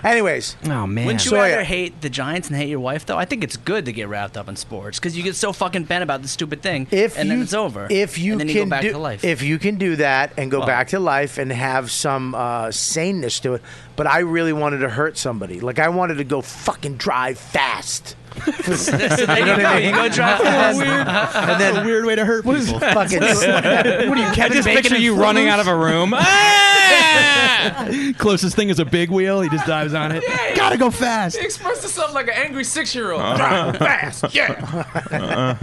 Speaker 4: Anyways.
Speaker 10: Oh man.
Speaker 11: Wouldn't you
Speaker 2: So,
Speaker 11: rather
Speaker 2: yeah.
Speaker 11: hate the Giants and hate your wife, though? I think it's good to get wrapped up in sports because you get so fucking bent about the stupid thing,
Speaker 4: if
Speaker 11: and
Speaker 4: you,
Speaker 11: then it's over.
Speaker 4: If you
Speaker 11: and then
Speaker 4: can
Speaker 11: you go back
Speaker 4: do,
Speaker 11: to life, Oh.
Speaker 4: if you can do that and go
Speaker 11: Well-
Speaker 4: back to life and have some uh, saneness to it, but I really wanted to hurt somebody. Like I wanted to go fucking drive fast.
Speaker 11: you go, you go drive fast.
Speaker 10: and then a weird way to hurt people.
Speaker 4: Fucking-
Speaker 10: what
Speaker 4: are you, Kevin
Speaker 2: I just
Speaker 4: Bacon
Speaker 2: picture
Speaker 4: in
Speaker 2: you
Speaker 4: Footloose?
Speaker 2: running out of a room.
Speaker 10: Closest thing is a big wheel. He just dives on it. Gotta go fast.
Speaker 12: He expressed himself like an angry six-year-old.
Speaker 10: Uh-huh.
Speaker 12: Fast, yeah.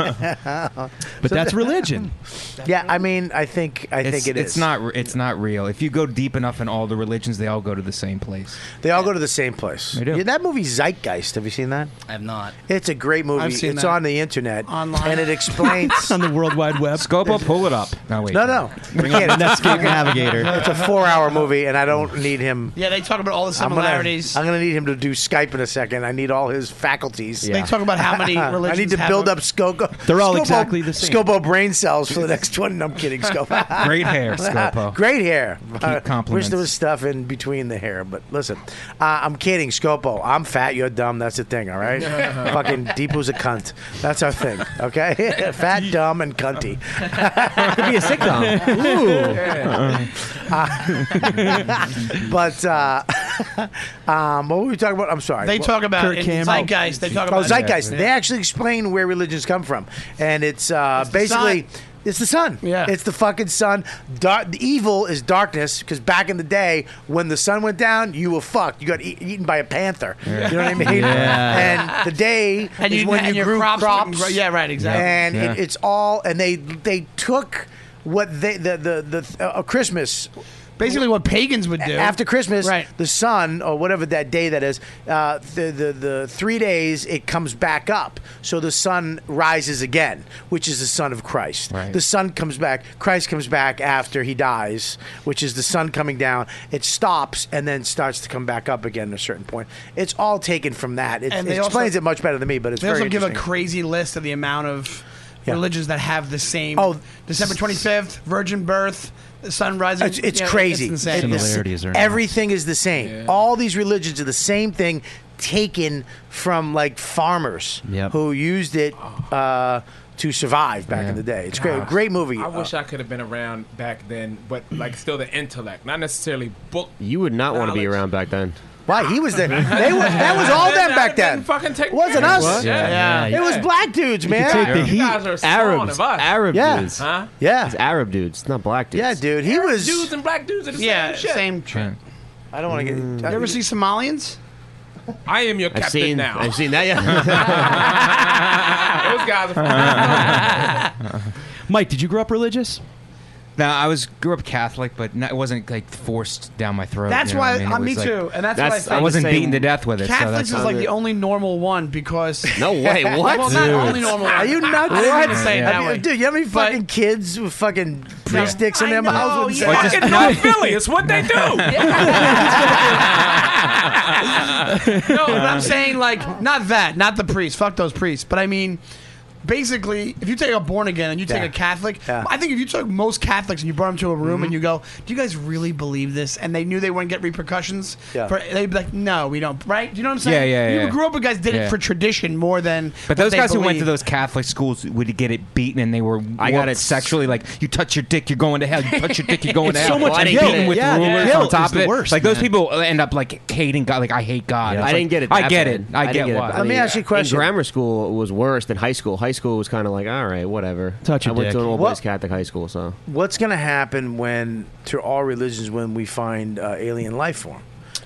Speaker 10: But
Speaker 4: So
Speaker 10: that's
Speaker 4: the-
Speaker 10: religion.
Speaker 4: yeah, I mean, I think I
Speaker 2: it's,
Speaker 4: think it is.
Speaker 2: it's not. re- It's not real. If you go deep enough in all the religions, they all go to the same place.
Speaker 4: They all go to the same place.
Speaker 2: They do.
Speaker 4: Yeah, that movie Zeitgeist. Have you seen that?
Speaker 11: I have not.
Speaker 4: It's a great movie.
Speaker 2: I've seen
Speaker 4: it's
Speaker 2: that.
Speaker 4: on the internet
Speaker 2: Online.
Speaker 4: and it explains
Speaker 10: on the World Wide Web.
Speaker 2: Scopo, pull it up. No wait.
Speaker 4: No, no.
Speaker 2: Bring up
Speaker 4: Can't-
Speaker 2: Netscape Navigator.
Speaker 4: It's a four-hour movie, and I don't need him.
Speaker 8: Yeah, they talk about all the
Speaker 4: I'm gonna-
Speaker 8: similarities.
Speaker 4: I'm gonna, need him to do Skype in a second. I need all his faculties.
Speaker 8: They talk about how many
Speaker 4: I need
Speaker 8: religions
Speaker 4: to
Speaker 8: have
Speaker 4: build
Speaker 8: them.
Speaker 4: up Scopo.
Speaker 10: They're all
Speaker 4: Scopo-
Speaker 10: exactly the same.
Speaker 4: Scopo brain cells for the next one. No, I'm kidding. Scopo.
Speaker 2: Great hair, Scopo.
Speaker 4: Great hair. Uh,
Speaker 2: Keep
Speaker 4: wish
Speaker 2: compliments.
Speaker 4: there was stuff in between the hair, but listen, uh, I'm kidding, Scopo. I'm fat. You're dumb. That's the thing. All right. Fucking Deepu's a cunt. That's our thing. Okay. fat, dumb, and cunty.
Speaker 16: Could be a sitcom. Ooh.
Speaker 4: Yeah. Uh, but uh, um, what were we talking about? I'm sorry.
Speaker 8: They
Speaker 4: What-
Speaker 8: talk about Kirk in Cameron. Zeitgeist, they talk
Speaker 4: oh,
Speaker 8: about-
Speaker 4: zeitgeist.
Speaker 8: Yeah.
Speaker 4: They actually explain where religions come from, and it's, uh, basically.
Speaker 8: sun.
Speaker 4: It's the sun. Yeah. It's the fucking sun. Dar- the evil is darkness because back in the day, when the sun went down, you were fucked. You got e- eaten by a panther.
Speaker 8: Yeah.
Speaker 4: You know what I mean?
Speaker 8: Yeah.
Speaker 4: And the day
Speaker 8: And
Speaker 4: is
Speaker 8: you-
Speaker 4: when
Speaker 8: and
Speaker 4: you
Speaker 8: your
Speaker 4: grew
Speaker 8: crops
Speaker 4: crops.
Speaker 8: wouldn't grow- yeah, right, exactly.
Speaker 4: And
Speaker 8: Yeah.
Speaker 4: It, it's all. And they they took what they the the the uh, Christmas.
Speaker 8: Basically, what pagans would do
Speaker 4: after Christmas,
Speaker 8: Right.
Speaker 4: the sun or whatever that day that is, uh, the, the the three days it comes back up, so the sun rises again, which is the sun of Christ.
Speaker 16: Right.
Speaker 4: The sun comes back. Christ comes back after he dies, which is the sun coming down. It stops and then starts to come back up again at a certain point. It's all taken from that. It,
Speaker 8: And
Speaker 4: it
Speaker 8: they also-
Speaker 4: explains it much better than me, but it's
Speaker 8: They
Speaker 4: very
Speaker 8: also give a
Speaker 4: interesting.
Speaker 8: crazy list of the amount of
Speaker 4: Yeah.
Speaker 8: religions that have the same. Oh, December twenty fifth, Virgin Birth, the sun rising.
Speaker 4: It's, it's
Speaker 8: you know,
Speaker 4: crazy.
Speaker 8: It's insane.
Speaker 4: It- this- everything is the same. All these religions are the same thing, taken from like farmers
Speaker 10: Yep.
Speaker 4: who used it uh, to survive back in the day. It's great,
Speaker 12: Gosh.
Speaker 4: great movie.
Speaker 12: I
Speaker 4: Uh,
Speaker 12: wish I could have been around back then, but like still the intellect, not necessarily book.
Speaker 9: You would not want to be around back then.
Speaker 4: Why he was there? They were, that was all them back then.
Speaker 12: Fucking take
Speaker 4: Wasn't
Speaker 12: care of
Speaker 4: us.
Speaker 12: it. Yeah. yeah.
Speaker 4: It was black dudes,
Speaker 9: You
Speaker 4: man.
Speaker 9: could take the heat.
Speaker 12: You guys are spawn
Speaker 9: Arabs,
Speaker 12: of us.
Speaker 9: Arab
Speaker 4: Yeah.
Speaker 9: dudes.
Speaker 12: Huh?
Speaker 4: Yeah,
Speaker 9: it's Arab dudes, not black dudes.
Speaker 4: Yeah, dude. He was.
Speaker 12: Dudes and black dudes are the
Speaker 8: Yeah,
Speaker 12: same shit.
Speaker 8: same
Speaker 9: Dude,
Speaker 4: I don't want to get.
Speaker 8: You ever see Somalians?
Speaker 12: I am your
Speaker 9: Mm. I've
Speaker 12: captain
Speaker 9: seen.
Speaker 12: now.
Speaker 9: I've seen that. Yeah.
Speaker 12: Those guys are.
Speaker 10: Mike, did you grow up religious?
Speaker 2: Now I was grew up Catholic, but not, it wasn't like forced down my throat.
Speaker 8: That's
Speaker 2: you know what
Speaker 8: why-
Speaker 2: I mean?
Speaker 8: uh,
Speaker 2: It was
Speaker 8: me
Speaker 2: like-
Speaker 8: too, and that's what I think.
Speaker 2: I wasn't
Speaker 8: Same.
Speaker 2: beaten to death with it. so
Speaker 8: Catholics
Speaker 2: that's
Speaker 8: is
Speaker 2: all
Speaker 8: like
Speaker 2: good.
Speaker 8: the only normal one because
Speaker 2: No way, what?
Speaker 8: well, not
Speaker 2: Dude.
Speaker 8: only normal. One.
Speaker 4: Are you nuts?
Speaker 8: I didn't mean to say it
Speaker 4: I
Speaker 8: that
Speaker 4: mean,
Speaker 8: way.
Speaker 4: Dude, you have any fucking kids with fucking priest dicks in their mouths?
Speaker 8: yeah. Or just- Fucking North
Speaker 4: Philly, it's what they do.
Speaker 8: no, but
Speaker 4: Uh,
Speaker 8: I'm saying like not that, not the priest. Fuck those priests. But I mean, basically, if you take a born again and you take
Speaker 4: Yeah. Mm-hmm.
Speaker 8: a Catholic, I think if you took most Catholics and you brought them to a room and you go, "Do you guys really believe this?" and they knew they wouldn't get repercussions,
Speaker 2: Yeah.
Speaker 8: for, they'd be like, "No, we don't." Right? Do you know what I'm saying?
Speaker 2: Yeah, yeah,
Speaker 8: You
Speaker 2: yeah.
Speaker 8: grew up with guys did
Speaker 2: Yeah.
Speaker 8: it for tradition more than.
Speaker 2: But
Speaker 8: what
Speaker 2: those
Speaker 8: they
Speaker 2: guys who went to
Speaker 8: believe.
Speaker 2: those Catholic schools would get it beaten, and they were
Speaker 8: I
Speaker 2: I
Speaker 8: got
Speaker 2: got
Speaker 8: it.
Speaker 2: sexually. Like you touch your dick, you're going to hell. You touch your dick, you're going to
Speaker 10: It's
Speaker 2: hell.
Speaker 10: so much
Speaker 2: Getting
Speaker 10: guilt.
Speaker 2: beaten with
Speaker 10: Yeah,
Speaker 2: rulers
Speaker 10: guilt
Speaker 2: on top
Speaker 10: is
Speaker 2: of
Speaker 10: the
Speaker 2: it.
Speaker 10: worst,
Speaker 2: like those
Speaker 10: man.
Speaker 2: people end up like hating God. Like I hate God. It's
Speaker 9: I
Speaker 2: like,
Speaker 9: didn't get it.
Speaker 2: I
Speaker 9: that
Speaker 2: get
Speaker 9: bad.
Speaker 2: it. I,
Speaker 9: didn't
Speaker 2: get,
Speaker 9: it
Speaker 2: why.
Speaker 9: that- In grammar school it was worse than high school. High school was kind of like, all right, whatever.
Speaker 4: Touch your
Speaker 9: I went
Speaker 4: dick.
Speaker 9: to an old
Speaker 4: What-
Speaker 9: boys Catholic high school, so
Speaker 4: What's going to happen when, to all religions, when we find uh, alien life form?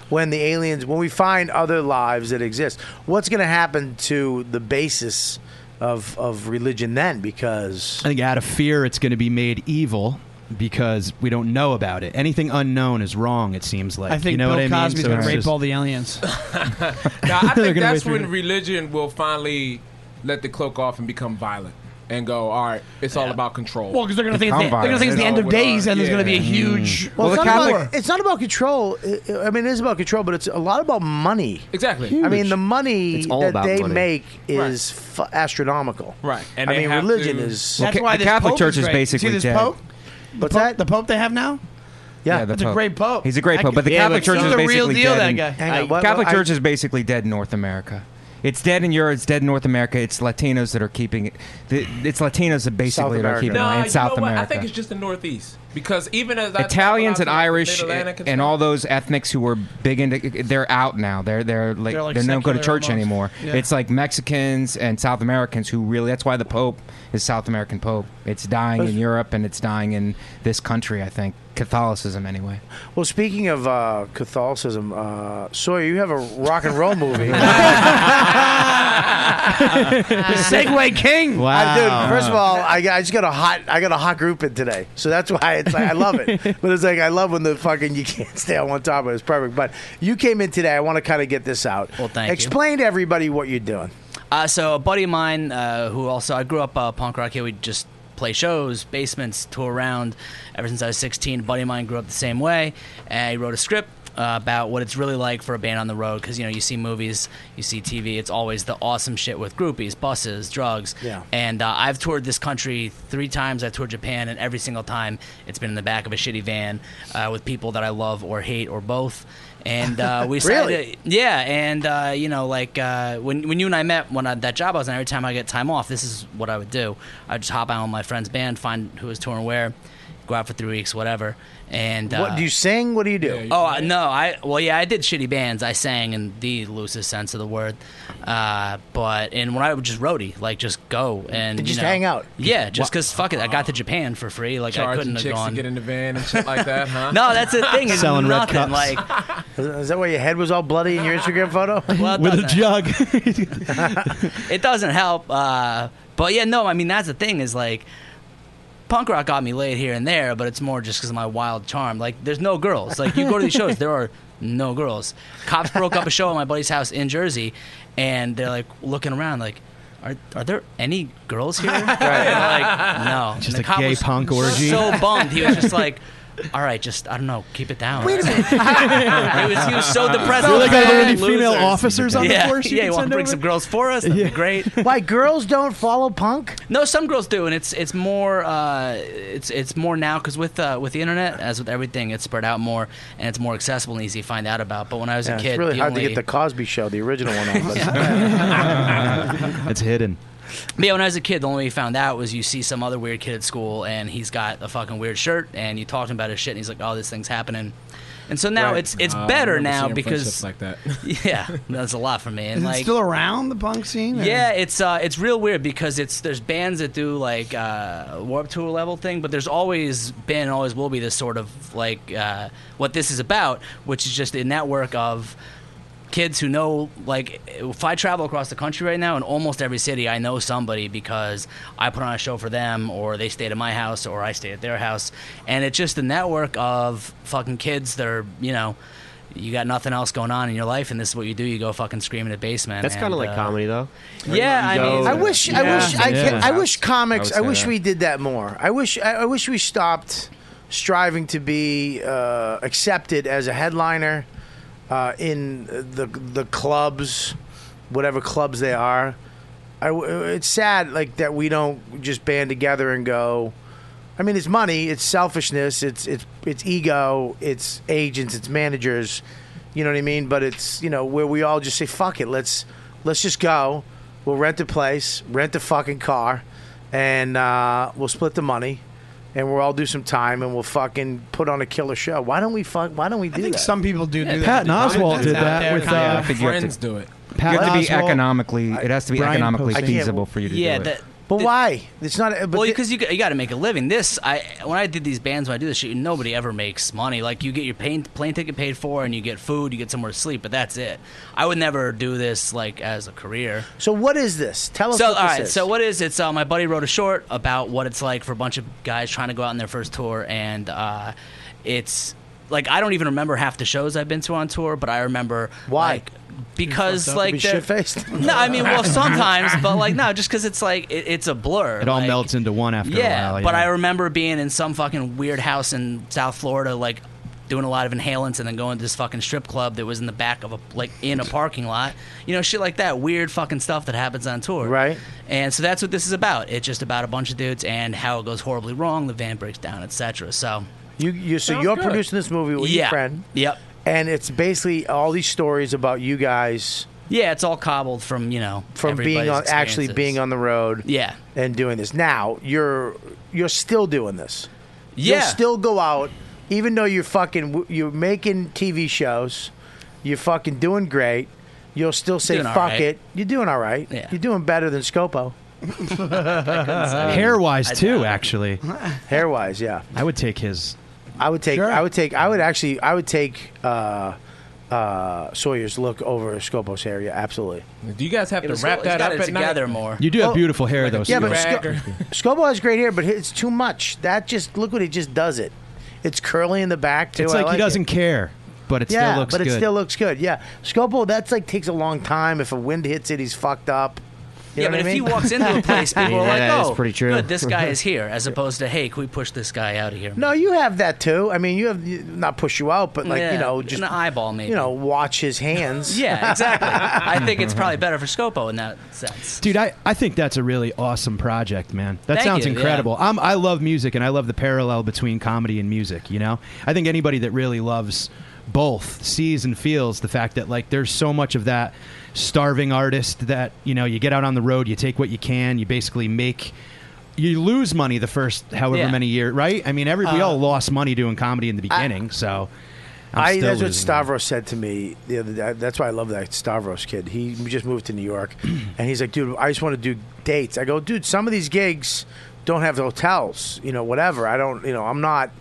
Speaker 4: When the aliens, when we find other lives that exist, what's going to happen to the basis of, of religion then? Because
Speaker 10: I think out of fear, it's going to be made evil because we don't know about it. Anything unknown is wrong. It seems like.
Speaker 8: I think
Speaker 10: you know
Speaker 8: Bill
Speaker 10: what I mean?
Speaker 8: Cosby's
Speaker 10: So
Speaker 8: gonna
Speaker 10: it's
Speaker 8: rape
Speaker 10: just-
Speaker 8: all the aliens.
Speaker 12: Now, I
Speaker 10: They're
Speaker 12: think
Speaker 10: gonna
Speaker 12: that's
Speaker 10: wait for
Speaker 12: when
Speaker 10: it.
Speaker 12: religion will finally let the cloak off and become violent and go, all right, it's all about control.
Speaker 8: Well, 'cause they're gonna think it's the- Become they're gonna think it's the end of
Speaker 12: It's all
Speaker 8: days
Speaker 12: about-
Speaker 8: and there's gonna be a
Speaker 12: yeah.
Speaker 8: huge-
Speaker 4: Mm. Well,
Speaker 8: Well,
Speaker 4: it's,
Speaker 8: the
Speaker 4: not
Speaker 8: Catholic-
Speaker 4: about, it's not about control. I- I mean, it is about control, but it's a lot about money.
Speaker 12: Exactly.
Speaker 4: I mean, the money
Speaker 12: It's all
Speaker 4: that
Speaker 12: about
Speaker 4: they
Speaker 12: money.
Speaker 4: make is f- astronomical.
Speaker 12: Right. And
Speaker 4: I
Speaker 12: they
Speaker 4: mean,
Speaker 12: have
Speaker 4: religion
Speaker 12: to-
Speaker 4: is.
Speaker 8: That's why this pope great. See this pope? The
Speaker 4: What's
Speaker 8: pope,
Speaker 4: that?
Speaker 8: The pope they have now.
Speaker 4: Yeah,
Speaker 2: the
Speaker 8: that's a
Speaker 2: Pope.
Speaker 8: great pope.
Speaker 2: He's a great
Speaker 8: I
Speaker 2: pope, but the
Speaker 8: could-
Speaker 2: Catholic Church
Speaker 8: he's
Speaker 2: is
Speaker 8: the
Speaker 2: basically
Speaker 8: real deal.
Speaker 2: dead.
Speaker 8: That
Speaker 2: in-
Speaker 8: guy.
Speaker 4: Hang on,
Speaker 2: I-
Speaker 4: what-
Speaker 2: Catholic
Speaker 4: what- I-
Speaker 2: Church is basically dead in North America. It's dead in Europe. It's dead in North America. It's Latinos that are keeping it. the- It's Latinos that basically that are keeping
Speaker 12: Nah,
Speaker 2: it.
Speaker 12: you
Speaker 2: And South
Speaker 12: know what?
Speaker 2: America.
Speaker 12: I think it's just the Northeast because even as I talk
Speaker 2: Italians
Speaker 12: about
Speaker 2: and
Speaker 12: the
Speaker 2: Irish
Speaker 12: Mid-Atlantic
Speaker 2: and all those ethnics who were big into they're out now. They're they're
Speaker 12: They're,
Speaker 2: like they're,
Speaker 12: like,
Speaker 2: not go to
Speaker 12: secular
Speaker 2: church
Speaker 12: almost.
Speaker 2: anymore.
Speaker 12: Yeah.
Speaker 2: It's like Mexicans and South Americans who really that's why the Pope is South American Pope. It's dying in
Speaker 4: That's-
Speaker 2: Europe and it's dying in this country, I think. Catholicism anyway.
Speaker 4: Well, speaking of uh, Catholicism, uh, Sawyer, you have a rock and roll movie.
Speaker 8: Segway King.
Speaker 4: Wow, dude! First of all, I, I just got a hot I got a hot group in today, so that's why it's like, I love it. but it's like I love when the fucking you can't stay on one topic. It's perfect. But you came in today. I want to kind of get this out. Well,
Speaker 11: thank you.
Speaker 4: Explain to everybody what you're doing.
Speaker 11: Uh, so a buddy of mine uh, who also I grew up uh, punk rock here. We just play shows, basements, tour around. Ever since I was 16, a buddy of mine grew up the same way, and he wrote a script. Uh, about what it's really like for a band on the road because you know you see movies you see tv it's always the awesome shit with groupies buses drugs
Speaker 4: Yeah.
Speaker 11: and uh, I've toured this country three times. I've toured Japan, and every single time it's been in the back of a shitty van uh, with people that I love or hate or both. And uh, we started,
Speaker 17: Really?
Speaker 11: yeah. And uh, you know, like uh, when when you and I met, when I, that job I was in, every time I get time off, this is what I would do. I'd just hop out on my friend's band, find who was touring where, go out for three weeks, whatever. And
Speaker 4: what
Speaker 11: uh,
Speaker 4: do you sing? What do you do?
Speaker 11: Oh I- no! I well, yeah, I did shitty bands. I sang in the loosest sense of the word, uh, but and when I would just roadie, like just go and
Speaker 4: Just
Speaker 11: you know-
Speaker 4: hang out.
Speaker 11: Yeah,
Speaker 12: Wha-
Speaker 11: just because fuck it, I got to Japan for free. Like I
Speaker 12: charging
Speaker 11: couldn't have
Speaker 12: chicks
Speaker 11: gone.
Speaker 12: to get in the van and shit like that, huh?
Speaker 11: No, that's the thing. It's
Speaker 12: Selling red
Speaker 11: nothing.
Speaker 12: cups.
Speaker 11: Like
Speaker 4: Is that why your head was all bloody in your Instagram photo?
Speaker 11: Well, it With a doesn't.
Speaker 4: jug.
Speaker 11: it doesn't help. Uh, but yeah, no, I mean that's the thing is like punk rock got me laid here and there, but it's more just because of my wild charm. Like there's no girls. Like you go to these shows, there are no girls. Cops broke up a show at my buddy's house in Jersey, and they're like looking around like. Are, are there any girls here? And they're like, no.
Speaker 10: Just
Speaker 11: And the
Speaker 10: a
Speaker 11: cop
Speaker 10: gay
Speaker 11: was
Speaker 10: punk orgy.
Speaker 11: So bummed. He was just like, all right, just, I don't know, keep it down. Wait a minute. he, was, he was so depressed.
Speaker 10: Really got
Speaker 11: Bad
Speaker 10: any female
Speaker 11: losers.
Speaker 10: officers on the
Speaker 11: yeah.
Speaker 10: force you
Speaker 11: Yeah,
Speaker 10: can
Speaker 11: you want
Speaker 10: send
Speaker 11: to bring
Speaker 10: over?
Speaker 11: some girls for us? That'd be great.
Speaker 4: Why girls don't follow punk?
Speaker 11: No, some girls do, and it's it's more uh, it's it's more now because with uh, with the internet, as with everything, it's spread out more and it's more accessible and easy to find out about. But when I was
Speaker 4: Yeah,
Speaker 11: a kid,
Speaker 4: it's really
Speaker 11: the
Speaker 4: hard
Speaker 11: only,
Speaker 4: to get the Cosby Show, the original one. On, but-
Speaker 10: it's hidden.
Speaker 11: But yeah, when I was a kid, the only way you found out was you see some other weird kid at school and he's got a fucking weird shirt and you talk to him about his shit and he's like, oh, this thing's happening. And so now
Speaker 12: Right.
Speaker 11: it's it's
Speaker 12: Uh, I
Speaker 11: better
Speaker 12: remember
Speaker 11: now
Speaker 12: seeing
Speaker 11: because
Speaker 12: friendships like that.
Speaker 11: yeah, that's a lot for me. And
Speaker 8: Is
Speaker 11: like
Speaker 8: it still around the punk scene? or-
Speaker 11: Yeah, it's uh, it's real weird because it's there's bands that do like uh, warp tour level thing, but there's always been and always will be this sort of like uh, what this is about, which is just a network of kids who know like if I travel across the country right now in almost every city I know somebody because I put on a show for them or they stayed at my house or I stayed at their house and it's just the network of fucking kids that are you know you got nothing else going on in your life and this is what you do you go fucking scream in the basement
Speaker 9: That's kind
Speaker 11: and,
Speaker 9: of like
Speaker 11: uh,
Speaker 9: comedy, though.
Speaker 11: yeah I mean
Speaker 4: I wish, I wish, I, can, I wish comics.
Speaker 9: I
Speaker 4: I,
Speaker 9: would
Speaker 4: wish
Speaker 9: say that.
Speaker 4: we did that more. I wish, I, I wish we stopped striving to be uh, accepted as a headliner uh, in the the clubs, whatever clubs they are. I w it's sad, like that we don't just band together and go. I mean, it's money, it's selfishness, it's it's it's ego, it's agents, it's managers. You know what I mean? But it's you know where we all just say fuck it, let's let's just go. We'll rent a place, rent a fucking car, and uh, we'll split the money, and we'll all do some time, and we'll fucking put on a killer show. Why don't we fuck? Why don't we do
Speaker 8: I think
Speaker 4: that?
Speaker 8: some people do do that.
Speaker 10: Patton Oswalt did that with uh,
Speaker 2: You have to be
Speaker 4: Oswalt,
Speaker 2: economically. It has to be
Speaker 11: Brian
Speaker 2: economically
Speaker 11: Posehn. I can't-
Speaker 2: feasible for you to
Speaker 11: yeah,
Speaker 2: do it.
Speaker 11: that-
Speaker 4: But why? It's not. But
Speaker 11: well, because you, g- you got to make a living. This, I when I did these bands, when I do this shit, nobody ever makes money. Like you get your plane, plane ticket paid for, and you get food, you get somewhere to sleep, but that's it. I would never do this like as a career.
Speaker 4: So what is this? Tell us.
Speaker 11: So
Speaker 4: what
Speaker 11: all
Speaker 4: this
Speaker 11: right,
Speaker 4: is.
Speaker 11: so what is it? So my buddy wrote a short about what it's like for a bunch of guys trying to go out on their first tour, and uh, it's like I don't even remember half the shows I've been to on tour, but I remember why. because
Speaker 4: Don't
Speaker 11: like
Speaker 4: be
Speaker 11: they're-
Speaker 4: shit-faced.
Speaker 11: no, I mean well sometimes, but like no, just because it's like it, it's a blur.
Speaker 10: It all
Speaker 11: like-
Speaker 10: melts into one after
Speaker 11: yeah,
Speaker 10: a while.
Speaker 11: but I remember being in some fucking weird house in South Florida, like doing a lot of inhalants and then going to this fucking strip club that was in the back of a like in a parking lot. You know, shit like that. Weird fucking stuff that happens on tour. Right. And so that's what this is about. It's just about a bunch of dudes and how it goes horribly wrong, the van breaks down, etc. So
Speaker 4: you you so
Speaker 11: Sounds
Speaker 4: you're
Speaker 11: good.
Speaker 4: producing this movie with
Speaker 11: Yeah.
Speaker 4: your friend.
Speaker 11: Yep.
Speaker 4: And it's basically all these stories about you guys
Speaker 11: yeah, it's all cobbled from, you know,
Speaker 4: from being on,
Speaker 11: everybody's
Speaker 4: actually
Speaker 11: experiences.
Speaker 4: being on the road.
Speaker 11: Yeah.
Speaker 4: And doing this. Now you're you're still doing this.
Speaker 11: Yeah.
Speaker 4: You'll still go out, even though you're fucking you're making TV shows, you're fucking doing great. You'll still say
Speaker 10: Doing all
Speaker 4: fuck
Speaker 10: right.
Speaker 4: it. You're doing all right. Yeah. You're doing better than Scopo.
Speaker 10: hair wise too, actually.
Speaker 4: Hair wise, yeah.
Speaker 10: I would take his.
Speaker 4: I would take. I would take. I would actually. I would take uh, uh, Sawyer's look over Scopo's hair. Yeah, absolutely.
Speaker 12: Do you guys have
Speaker 4: It
Speaker 12: to
Speaker 4: was-
Speaker 12: wrap
Speaker 4: he's
Speaker 12: that
Speaker 4: got
Speaker 12: up
Speaker 4: it
Speaker 12: at
Speaker 4: together
Speaker 12: night?
Speaker 11: more?
Speaker 10: You do have
Speaker 4: Oh,
Speaker 10: beautiful hair though.
Speaker 4: yeah,
Speaker 10: Steve.
Speaker 4: but Sco- Scopo has great hair, but it's too much. That just look what he just does it. It's curly in the back too.
Speaker 10: it's
Speaker 4: I
Speaker 10: like, he
Speaker 4: it.
Speaker 10: doesn't care, but it
Speaker 4: yeah,
Speaker 10: still looks
Speaker 4: but
Speaker 10: good.
Speaker 4: it still looks good. Yeah, Scopo. That's like takes a long time. If a wind hits it, he's fucked up. You
Speaker 11: yeah, but
Speaker 4: know what
Speaker 11: if
Speaker 4: I
Speaker 11: he
Speaker 4: mean?
Speaker 11: walks into a place, people are
Speaker 4: Yeah,
Speaker 11: like,
Speaker 4: that's
Speaker 11: "Oh,
Speaker 4: pretty true.
Speaker 11: good, this guy is here," as opposed to, "Hey, can we push this guy out of here?"
Speaker 4: No, you have that too. I mean, you have you- not push you out, but like
Speaker 11: Yeah,
Speaker 4: you know, just
Speaker 11: an eyeball maybe.
Speaker 4: You know, watch his hands.
Speaker 11: Yeah, exactly. I think it's probably better for Scopo in that sense.
Speaker 10: Dude, I, I think that's a really awesome project, man. That
Speaker 11: Thank
Speaker 10: sounds
Speaker 11: you, yeah.
Speaker 10: incredible. I'm, I love music and I love the parallel between comedy and music, you know? I think anybody that really loves both sees and feels the fact that, like, there's so much of that starving artist that, you know, you get out on the road, you take what you can, you basically make. You lose money the first however
Speaker 4: Yeah.
Speaker 10: many years, right? I mean, every we
Speaker 4: Uh,
Speaker 10: all lost money doing comedy in the beginning, so I'm
Speaker 4: I,
Speaker 10: still
Speaker 4: that's what
Speaker 10: losing
Speaker 4: Stavros said to me the other day. That's why I love that Stavros kid. He just moved to New York, and he's like, "Dude, I just want to do dates." I go, "Dude, some of these gigs don't have hotels, you know, whatever. I don't, you know, I'm not,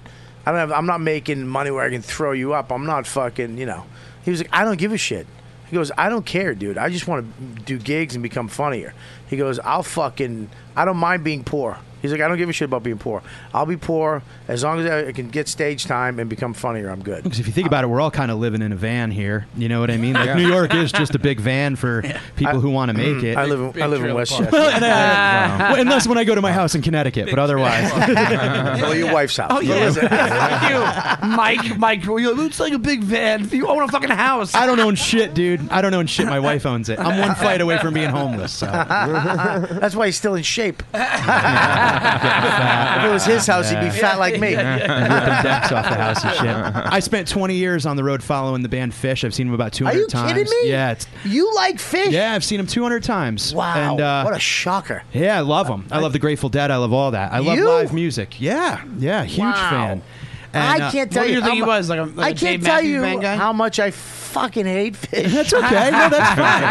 Speaker 4: I don't have, I'm not making money where I can throw you up. I'm not fucking, you know." He was like, "I don't give a shit." He goes, "I don't care, dude. I just want to do gigs and become funnier." He goes, "I'll fucking, I don't mind being poor." He's like, I don't give a shit about being poor. I'll be poor as long as I can get stage time and become funnier. I'm good.
Speaker 10: Because if you think about it, we're all kind of living in a van here. You know what I mean? Like
Speaker 4: Yeah.
Speaker 10: New York is just a big van for people who want to make
Speaker 4: Mm.
Speaker 10: it.
Speaker 4: I live in, I live in Westchester.
Speaker 10: Well, and, uh, well, unless when I go to my house in Connecticut, but otherwise,
Speaker 4: Go to your wife's house.
Speaker 8: Oh yeah,
Speaker 4: What was it?
Speaker 8: fuck you, Mike. Mike, you looks like a big van. You own a fucking house.
Speaker 10: I don't own shit, dude. I don't own shit. My wife owns it. I'm one flight away from being homeless. So.
Speaker 4: That's why he's still in shape. if it was his house, he'd be fat like me.
Speaker 10: Ripping decks off the house and shit. I spent 20 years on the road following the band Fish. I've seen them about 200
Speaker 4: Are you
Speaker 10: times.
Speaker 4: kidding me?
Speaker 10: Yeah, it's
Speaker 4: You like fish?
Speaker 10: Yeah, I've seen him 200 times.
Speaker 4: Wow,
Speaker 10: And, uh,
Speaker 4: what a shocker!
Speaker 10: Yeah, I love them. I love the Grateful Dead. I love all that. I love
Speaker 4: You?
Speaker 10: live music. Yeah, yeah, huge
Speaker 4: Wow.
Speaker 10: fan.
Speaker 4: I
Speaker 10: uh,
Speaker 4: can't tell you. how mu- I can't tell you how much I fucking hate fish.
Speaker 10: That's okay. No, that's fine.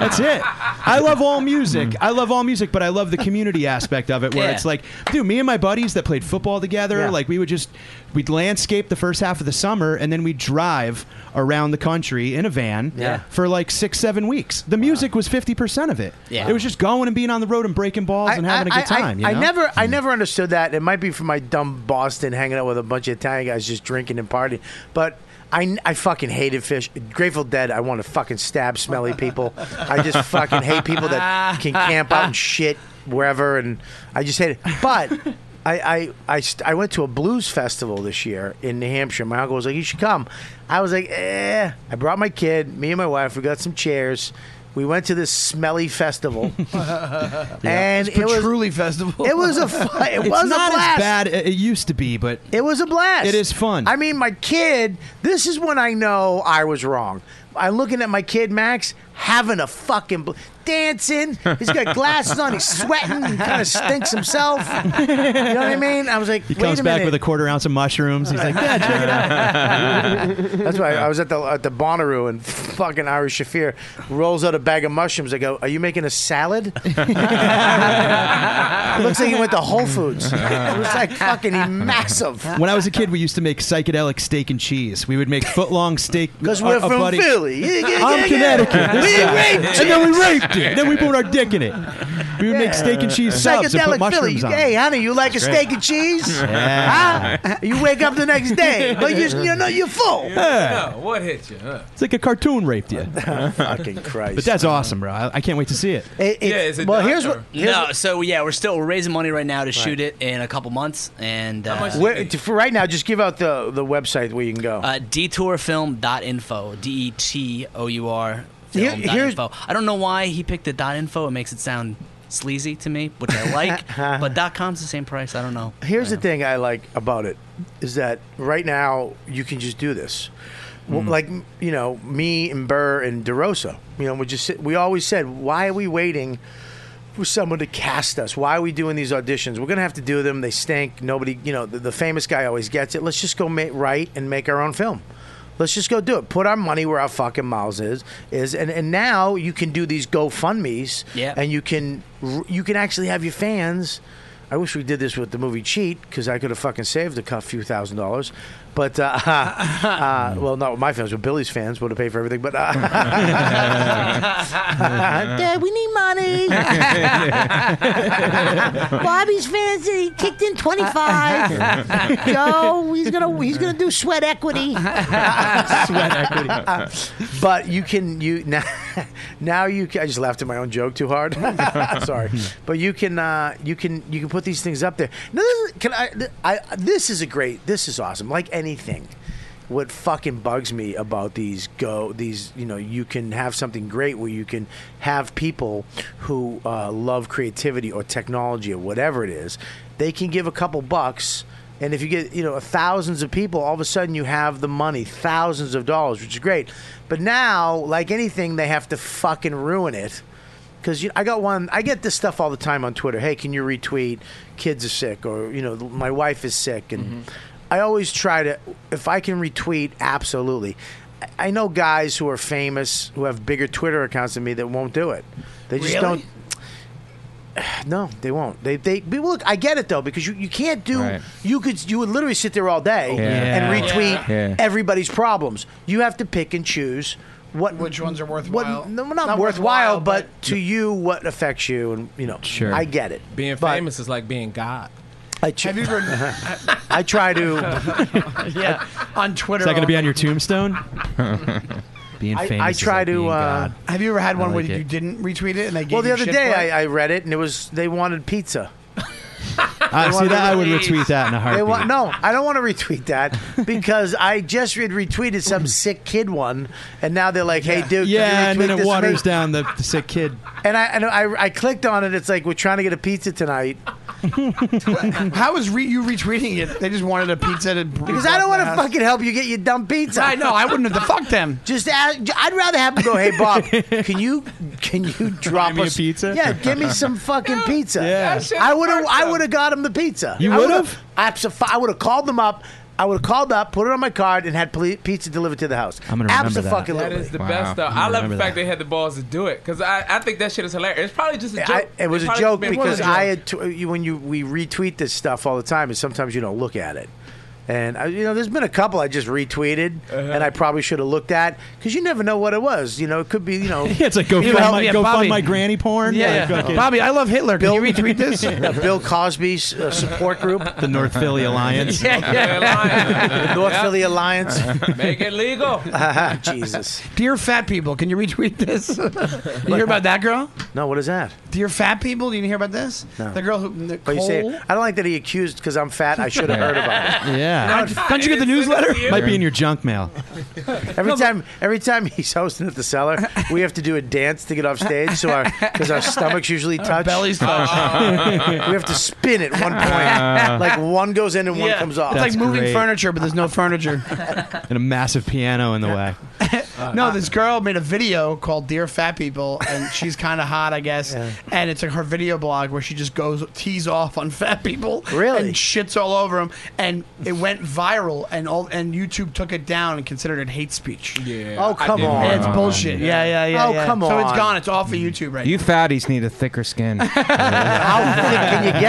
Speaker 10: That's it. I love all music. I love all music, but I love the community aspect of it where
Speaker 4: Hmm. Yeah.
Speaker 10: it's like, dude, me and my buddies that played football together,
Speaker 4: Yeah.
Speaker 10: like we would just we'd landscape the first half of the summer and then we'd drive around the country in a van
Speaker 4: Yeah.
Speaker 10: for like six, seven weeks. The music was fifty percent of it.
Speaker 4: Yeah.
Speaker 10: It was just going and being on the road and breaking balls and having a good time.
Speaker 4: I
Speaker 10: you know? Hmm.
Speaker 4: never, I never understood that. It might be from my dumb Boston hanging out with a bunch of Italian guys just drinking and partying, but. I, I fucking hated fish. Grateful Dead. I want to fucking stab smelly people. I just fucking hate people that can camp out and shit wherever, and I just hate it. But I I, I, st- I went to a blues festival this year in New Hampshire. My uncle was like, "You should come." I was like, "Eh." I brought my kid, me and my wife. We got some chairs. We went to this smelly festival. and
Speaker 8: It's
Speaker 4: it was
Speaker 8: Patchouli Festival.
Speaker 4: It was a fu- it was a
Speaker 10: it's not
Speaker 4: blast.
Speaker 10: as bad it it used to be, but
Speaker 4: It was a blast.
Speaker 10: It is fun.
Speaker 4: I mean, my kid. This is when I know I was wrong. I'm looking at my kid Max having a fucking bl- dancing. He's got glasses on. He's sweating. He kind of stinks himself. You know what I mean? I was like,
Speaker 10: he
Speaker 4: wait
Speaker 10: comes
Speaker 4: a
Speaker 10: back
Speaker 4: minute.
Speaker 10: with a quarter ounce of mushrooms. He's like, yeah, check it out.
Speaker 4: That's why I was at the at the Bonnaroo and fucking Irish Shafir rolls out a bag of mushrooms. I go, "Are you making a salad?" Looks like he went to Whole Foods. It was like fucking massive.
Speaker 10: When I was a kid, we used to make psychedelic steak and cheese. We would make foot long steak.
Speaker 4: Because
Speaker 10: a-
Speaker 4: we're
Speaker 10: a
Speaker 4: from
Speaker 10: buddy-
Speaker 4: Philly. Yeah, yeah,
Speaker 10: I'm
Speaker 4: yeah,
Speaker 10: Connecticut.
Speaker 4: yeah.
Speaker 10: this
Speaker 4: We
Speaker 10: guy.
Speaker 4: raped
Speaker 10: And then we
Speaker 4: you.
Speaker 10: raped it. Then we put our dick in it. We would make steak and cheese subs and put
Speaker 4: Psychedelic Philly.
Speaker 10: mushrooms on.
Speaker 4: Hey, honey, you like a
Speaker 10: That's great.
Speaker 4: steak and cheese?
Speaker 10: Yeah.
Speaker 4: Huh? You wake up the next day, but you, you know you're full.
Speaker 10: Yeah.
Speaker 12: No, what hit you? Huh?
Speaker 10: It's like a cartoon raped you.
Speaker 4: Fucking Christ.
Speaker 10: But that's awesome, bro. I, I can't wait to see it.
Speaker 4: well, here's what. Here's
Speaker 11: no, so yeah, we're still raising money right now to
Speaker 4: Right.
Speaker 11: shoot it in a couple months, and uh,
Speaker 4: what- where- for right now, just give out the, the website where you can go.
Speaker 11: uh, detourfilm.info, d e t o u r
Speaker 4: Here-
Speaker 11: film dot
Speaker 4: here's-
Speaker 11: info. I don't know why he picked the dot info. It makes it sound sleazy to me, which I like. but dot com's the same price. I don't know.
Speaker 4: Here's the thing I like about it is that right now you can just do this. Well,
Speaker 10: Mm.
Speaker 4: Like you know, me and Burr and DeRosa, you know, we just sit- we always said, why are we waiting for someone to cast us? Why are we doing these auditions? We're gonna have to do them. They stink. Nobody, you know, the, the famous guy always gets it. Let's just go ma- write and make our own film. Let's just go do it. Put our money where our fucking mouths is is, and, and now you can do these GoFundmes,
Speaker 11: Yeah.
Speaker 4: and you can r- you can actually have your fans. I wish we did this with the movie Cheat because I could have fucking saved a cu- few thousand dollars, but uh, uh, well, not with my fans, with Billy's fans would have paid for everything. But uh, Dad, we need money. Bobby's fans he kicked in twenty five. Joe, he's gonna he's gonna do sweat equity. sweat equity. but you can you now now you can, I just laughed at my own joke too hard. Sorry, but you can uh, you can you can put these things up there. Now, this is, can I, I? This is a great. This is awesome. Like anything what fucking bugs me about these go these you know you can have something great where you can have people who uh, love creativity or technology or whatever it is they can give a couple bucks and if you get you know thousands of people all of a sudden you have the money thousands of dollars which is great but now like anything they have to fucking ruin it because you know, I got one. I get this stuff all the time on Twitter. Hey, can you retweet? Kids are sick, or you know, my wife is sick, and
Speaker 17: Mm-hmm.
Speaker 4: I always try to. If I can retweet, absolutely. I- I know guys who are famous who have bigger Twitter accounts than me that won't do it. They just
Speaker 17: Really?
Speaker 4: don't. No, they won't. They they but look. I get it though because you, you can't do.
Speaker 17: Right.
Speaker 4: You could you would literally sit there all day
Speaker 17: Yeah.
Speaker 4: and
Speaker 17: Yeah.
Speaker 4: retweet
Speaker 17: Yeah.
Speaker 4: everybody's problems. You have to pick and choose what which ones are worthwhile. What, no, not,
Speaker 8: Not
Speaker 4: worthwhile,
Speaker 8: worthwhile,
Speaker 4: but, to you, what affects you, and you know,
Speaker 12: Sure.
Speaker 4: I get it.
Speaker 12: Being
Speaker 4: But-
Speaker 12: famous is like being God.
Speaker 4: I tr- Have you ever? I try to.
Speaker 8: yeah, on Twitter.
Speaker 10: Is that going to be
Speaker 8: I'll-
Speaker 10: on your tombstone? being
Speaker 8: I-
Speaker 10: famous.
Speaker 8: I
Speaker 10: is
Speaker 8: try
Speaker 10: like
Speaker 8: to,
Speaker 10: being
Speaker 8: uh,
Speaker 10: God.
Speaker 8: Have you ever had
Speaker 10: I
Speaker 8: one
Speaker 10: like
Speaker 8: where
Speaker 10: it.
Speaker 8: you didn't retweet it and they gave
Speaker 4: well, the
Speaker 8: you
Speaker 4: other
Speaker 8: shit
Speaker 4: day
Speaker 8: for it?
Speaker 4: I, I read it and it was they wanted pizza.
Speaker 10: Ah, see that I would retweet that in a
Speaker 4: They
Speaker 10: heartbeat.
Speaker 4: want, no, I don't want to retweet that because I just re- retweeted some sick kid one, and now they're like, "Hey, dude, can you
Speaker 10: Mm. yeah, and then
Speaker 4: retweet
Speaker 10: it
Speaker 4: this for me?"
Speaker 10: waters down the, the sick kid.
Speaker 4: And I, and I I clicked on it. It's like we're trying to get a pizza tonight.
Speaker 8: How was re- you retweeting it? They just wanted a pizza to
Speaker 4: Because I don't want to fucking help you get your dumb pizza.
Speaker 8: I know. I wouldn't have. Fuck them.
Speaker 4: Just ask, I'd rather have them go. Hey Bob, can you can you drop
Speaker 8: me a
Speaker 4: us-
Speaker 8: pizza?
Speaker 4: Yeah, give me some fucking pizza.
Speaker 8: yeah.
Speaker 4: I would have I would have got him the pizza.
Speaker 10: You
Speaker 4: I
Speaker 10: would've?
Speaker 4: would've- abso- I would have called them up. I would have called up, put it on my card, and had poli- pizza delivered to the house.
Speaker 10: I'm gonna remember that.
Speaker 4: fucking
Speaker 12: That is the best though. I love the fact they had the balls to do it because I, I think that shit is hilarious. It's probably just a joke.
Speaker 4: I, it was a
Speaker 12: probably
Speaker 4: joke
Speaker 12: been-
Speaker 4: because I had tw- you, when you we retweet this stuff all the time, and sometimes you don't look at it. And I, you know, there's been a couple I just retweeted, and I probably should have looked at because you never know what it was. You know, it could be you know.
Speaker 10: Yeah, it's like, go
Speaker 4: you
Speaker 10: find
Speaker 4: know,
Speaker 10: my- Yeah, go find Bobby. my granny porn.
Speaker 4: Yeah,
Speaker 10: Like,
Speaker 4: yeah.
Speaker 10: fucking- Bobby, I
Speaker 4: love Hitler. Bill, Can you retweet
Speaker 10: this?
Speaker 4: Bill Cosby's uh, support group,
Speaker 10: the North Philly Alliance.
Speaker 4: The North Philly Alliance.
Speaker 12: Make it legal.
Speaker 4: Jesus.
Speaker 8: Dear fat people, can you retweet this? you hear about that girl?
Speaker 4: No, what is that?
Speaker 8: Dear fat people, do you hear about this?
Speaker 4: No.
Speaker 8: The girl who the
Speaker 4: But you say,
Speaker 8: Cole?
Speaker 4: I don't like that he accused because I'm fat. I should have heard about it.
Speaker 10: Yeah.
Speaker 8: Don't- Don't you get the newsletter?
Speaker 10: Might be in your junk mail.
Speaker 4: Every time, every time he's hosting at the cellar, we have to do a dance to get off stage. So our because our stomachs usually touch, Uh,
Speaker 8: bellies touch.
Speaker 4: we have to spin at one
Speaker 2: Uh.
Speaker 4: point. like one goes in and one
Speaker 8: Yeah.
Speaker 4: comes off.
Speaker 8: It's like moving
Speaker 10: great.
Speaker 8: furniture, but there's no furniture.
Speaker 10: and a massive piano in the way.
Speaker 8: no, this girl made a video called "Dear Fat People," and she's kind of hot, I guess. And it's like her video blog where she just goes tees off on fat people, really, and shits all over them. And it went viral, and all and YouTube took it down and considered it hate speech. Yeah.
Speaker 4: Oh, come on.
Speaker 8: Yeah, it's bullshit. Yeah, yeah, yeah.
Speaker 4: Oh,
Speaker 8: yeah.
Speaker 4: come
Speaker 8: So it's
Speaker 4: on.
Speaker 8: gone. It's off of YouTube right
Speaker 2: You fatties need a thicker skin.
Speaker 4: How thick can you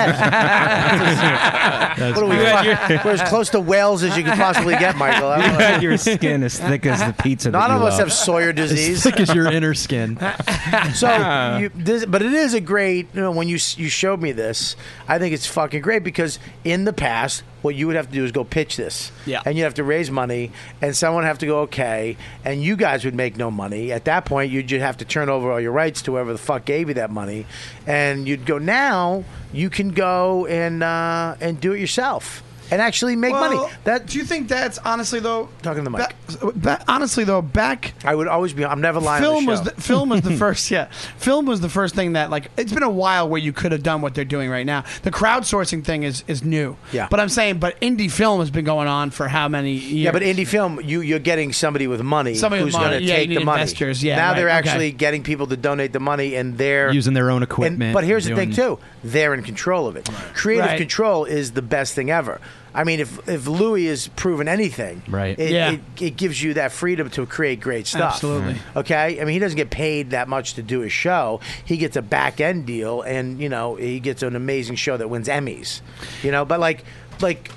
Speaker 4: get?
Speaker 2: That's
Speaker 4: what are we?
Speaker 2: good.
Speaker 4: fuck- We're as close to whales as you can possibly get, Michael. I
Speaker 2: You
Speaker 4: don't know.
Speaker 2: got your skin as thick as the pizza. that
Speaker 4: None
Speaker 2: you
Speaker 4: of us
Speaker 2: love.
Speaker 4: have Sawyer disease.
Speaker 10: As thick as your inner skin.
Speaker 4: so, you, this, but it is a great. You know, when you s- you showed me this, I think it's fucking great because in the past, what you would have to do is go pitch this,
Speaker 11: Yeah.
Speaker 4: and you'd have to raise money, and someone would have to go okay, and you guys would make no money at that point. You'd just have to turn over all your rights to whoever the fuck gave you that money, and you'd go now. You can go and uh, and do it yourself. And actually make money. That
Speaker 8: do you think that's honestly though?
Speaker 4: Talking to the mic.
Speaker 8: Ba- honestly though, back
Speaker 4: I would always be. I'm never lying. on
Speaker 8: film
Speaker 4: the
Speaker 8: was
Speaker 4: show.
Speaker 8: the, film was the first yeah film was the first thing that like it's been a while where you could have done what they're doing right now the crowdsourcing thing is is new
Speaker 4: Yeah.
Speaker 8: but i'm saying but indie film has been going on for how many years
Speaker 4: Yeah, but indie film, you you're getting somebody with money
Speaker 8: Somebody with
Speaker 4: who's
Speaker 8: money.
Speaker 4: going to
Speaker 8: Yeah, you
Speaker 4: take
Speaker 8: need
Speaker 4: the money.
Speaker 8: investors. Yeah,
Speaker 4: now
Speaker 8: right,
Speaker 4: they're
Speaker 8: okay.
Speaker 4: actually getting people to donate the money, and they're
Speaker 10: Using their own equipment.
Speaker 4: And, but here's the
Speaker 10: doing-
Speaker 4: thing too: they're in control of it. Creative
Speaker 10: Right.
Speaker 4: control is the best thing ever. I mean, if if Louis has proven anything,
Speaker 10: Right.
Speaker 4: It,
Speaker 10: Yeah.
Speaker 4: it, it gives you that freedom to create great stuff.
Speaker 10: Absolutely.
Speaker 4: Okay. I mean, he doesn't get paid that much to do his show. He gets a back end deal, and you know, he gets an amazing show that wins Emmys. You know, but like, like,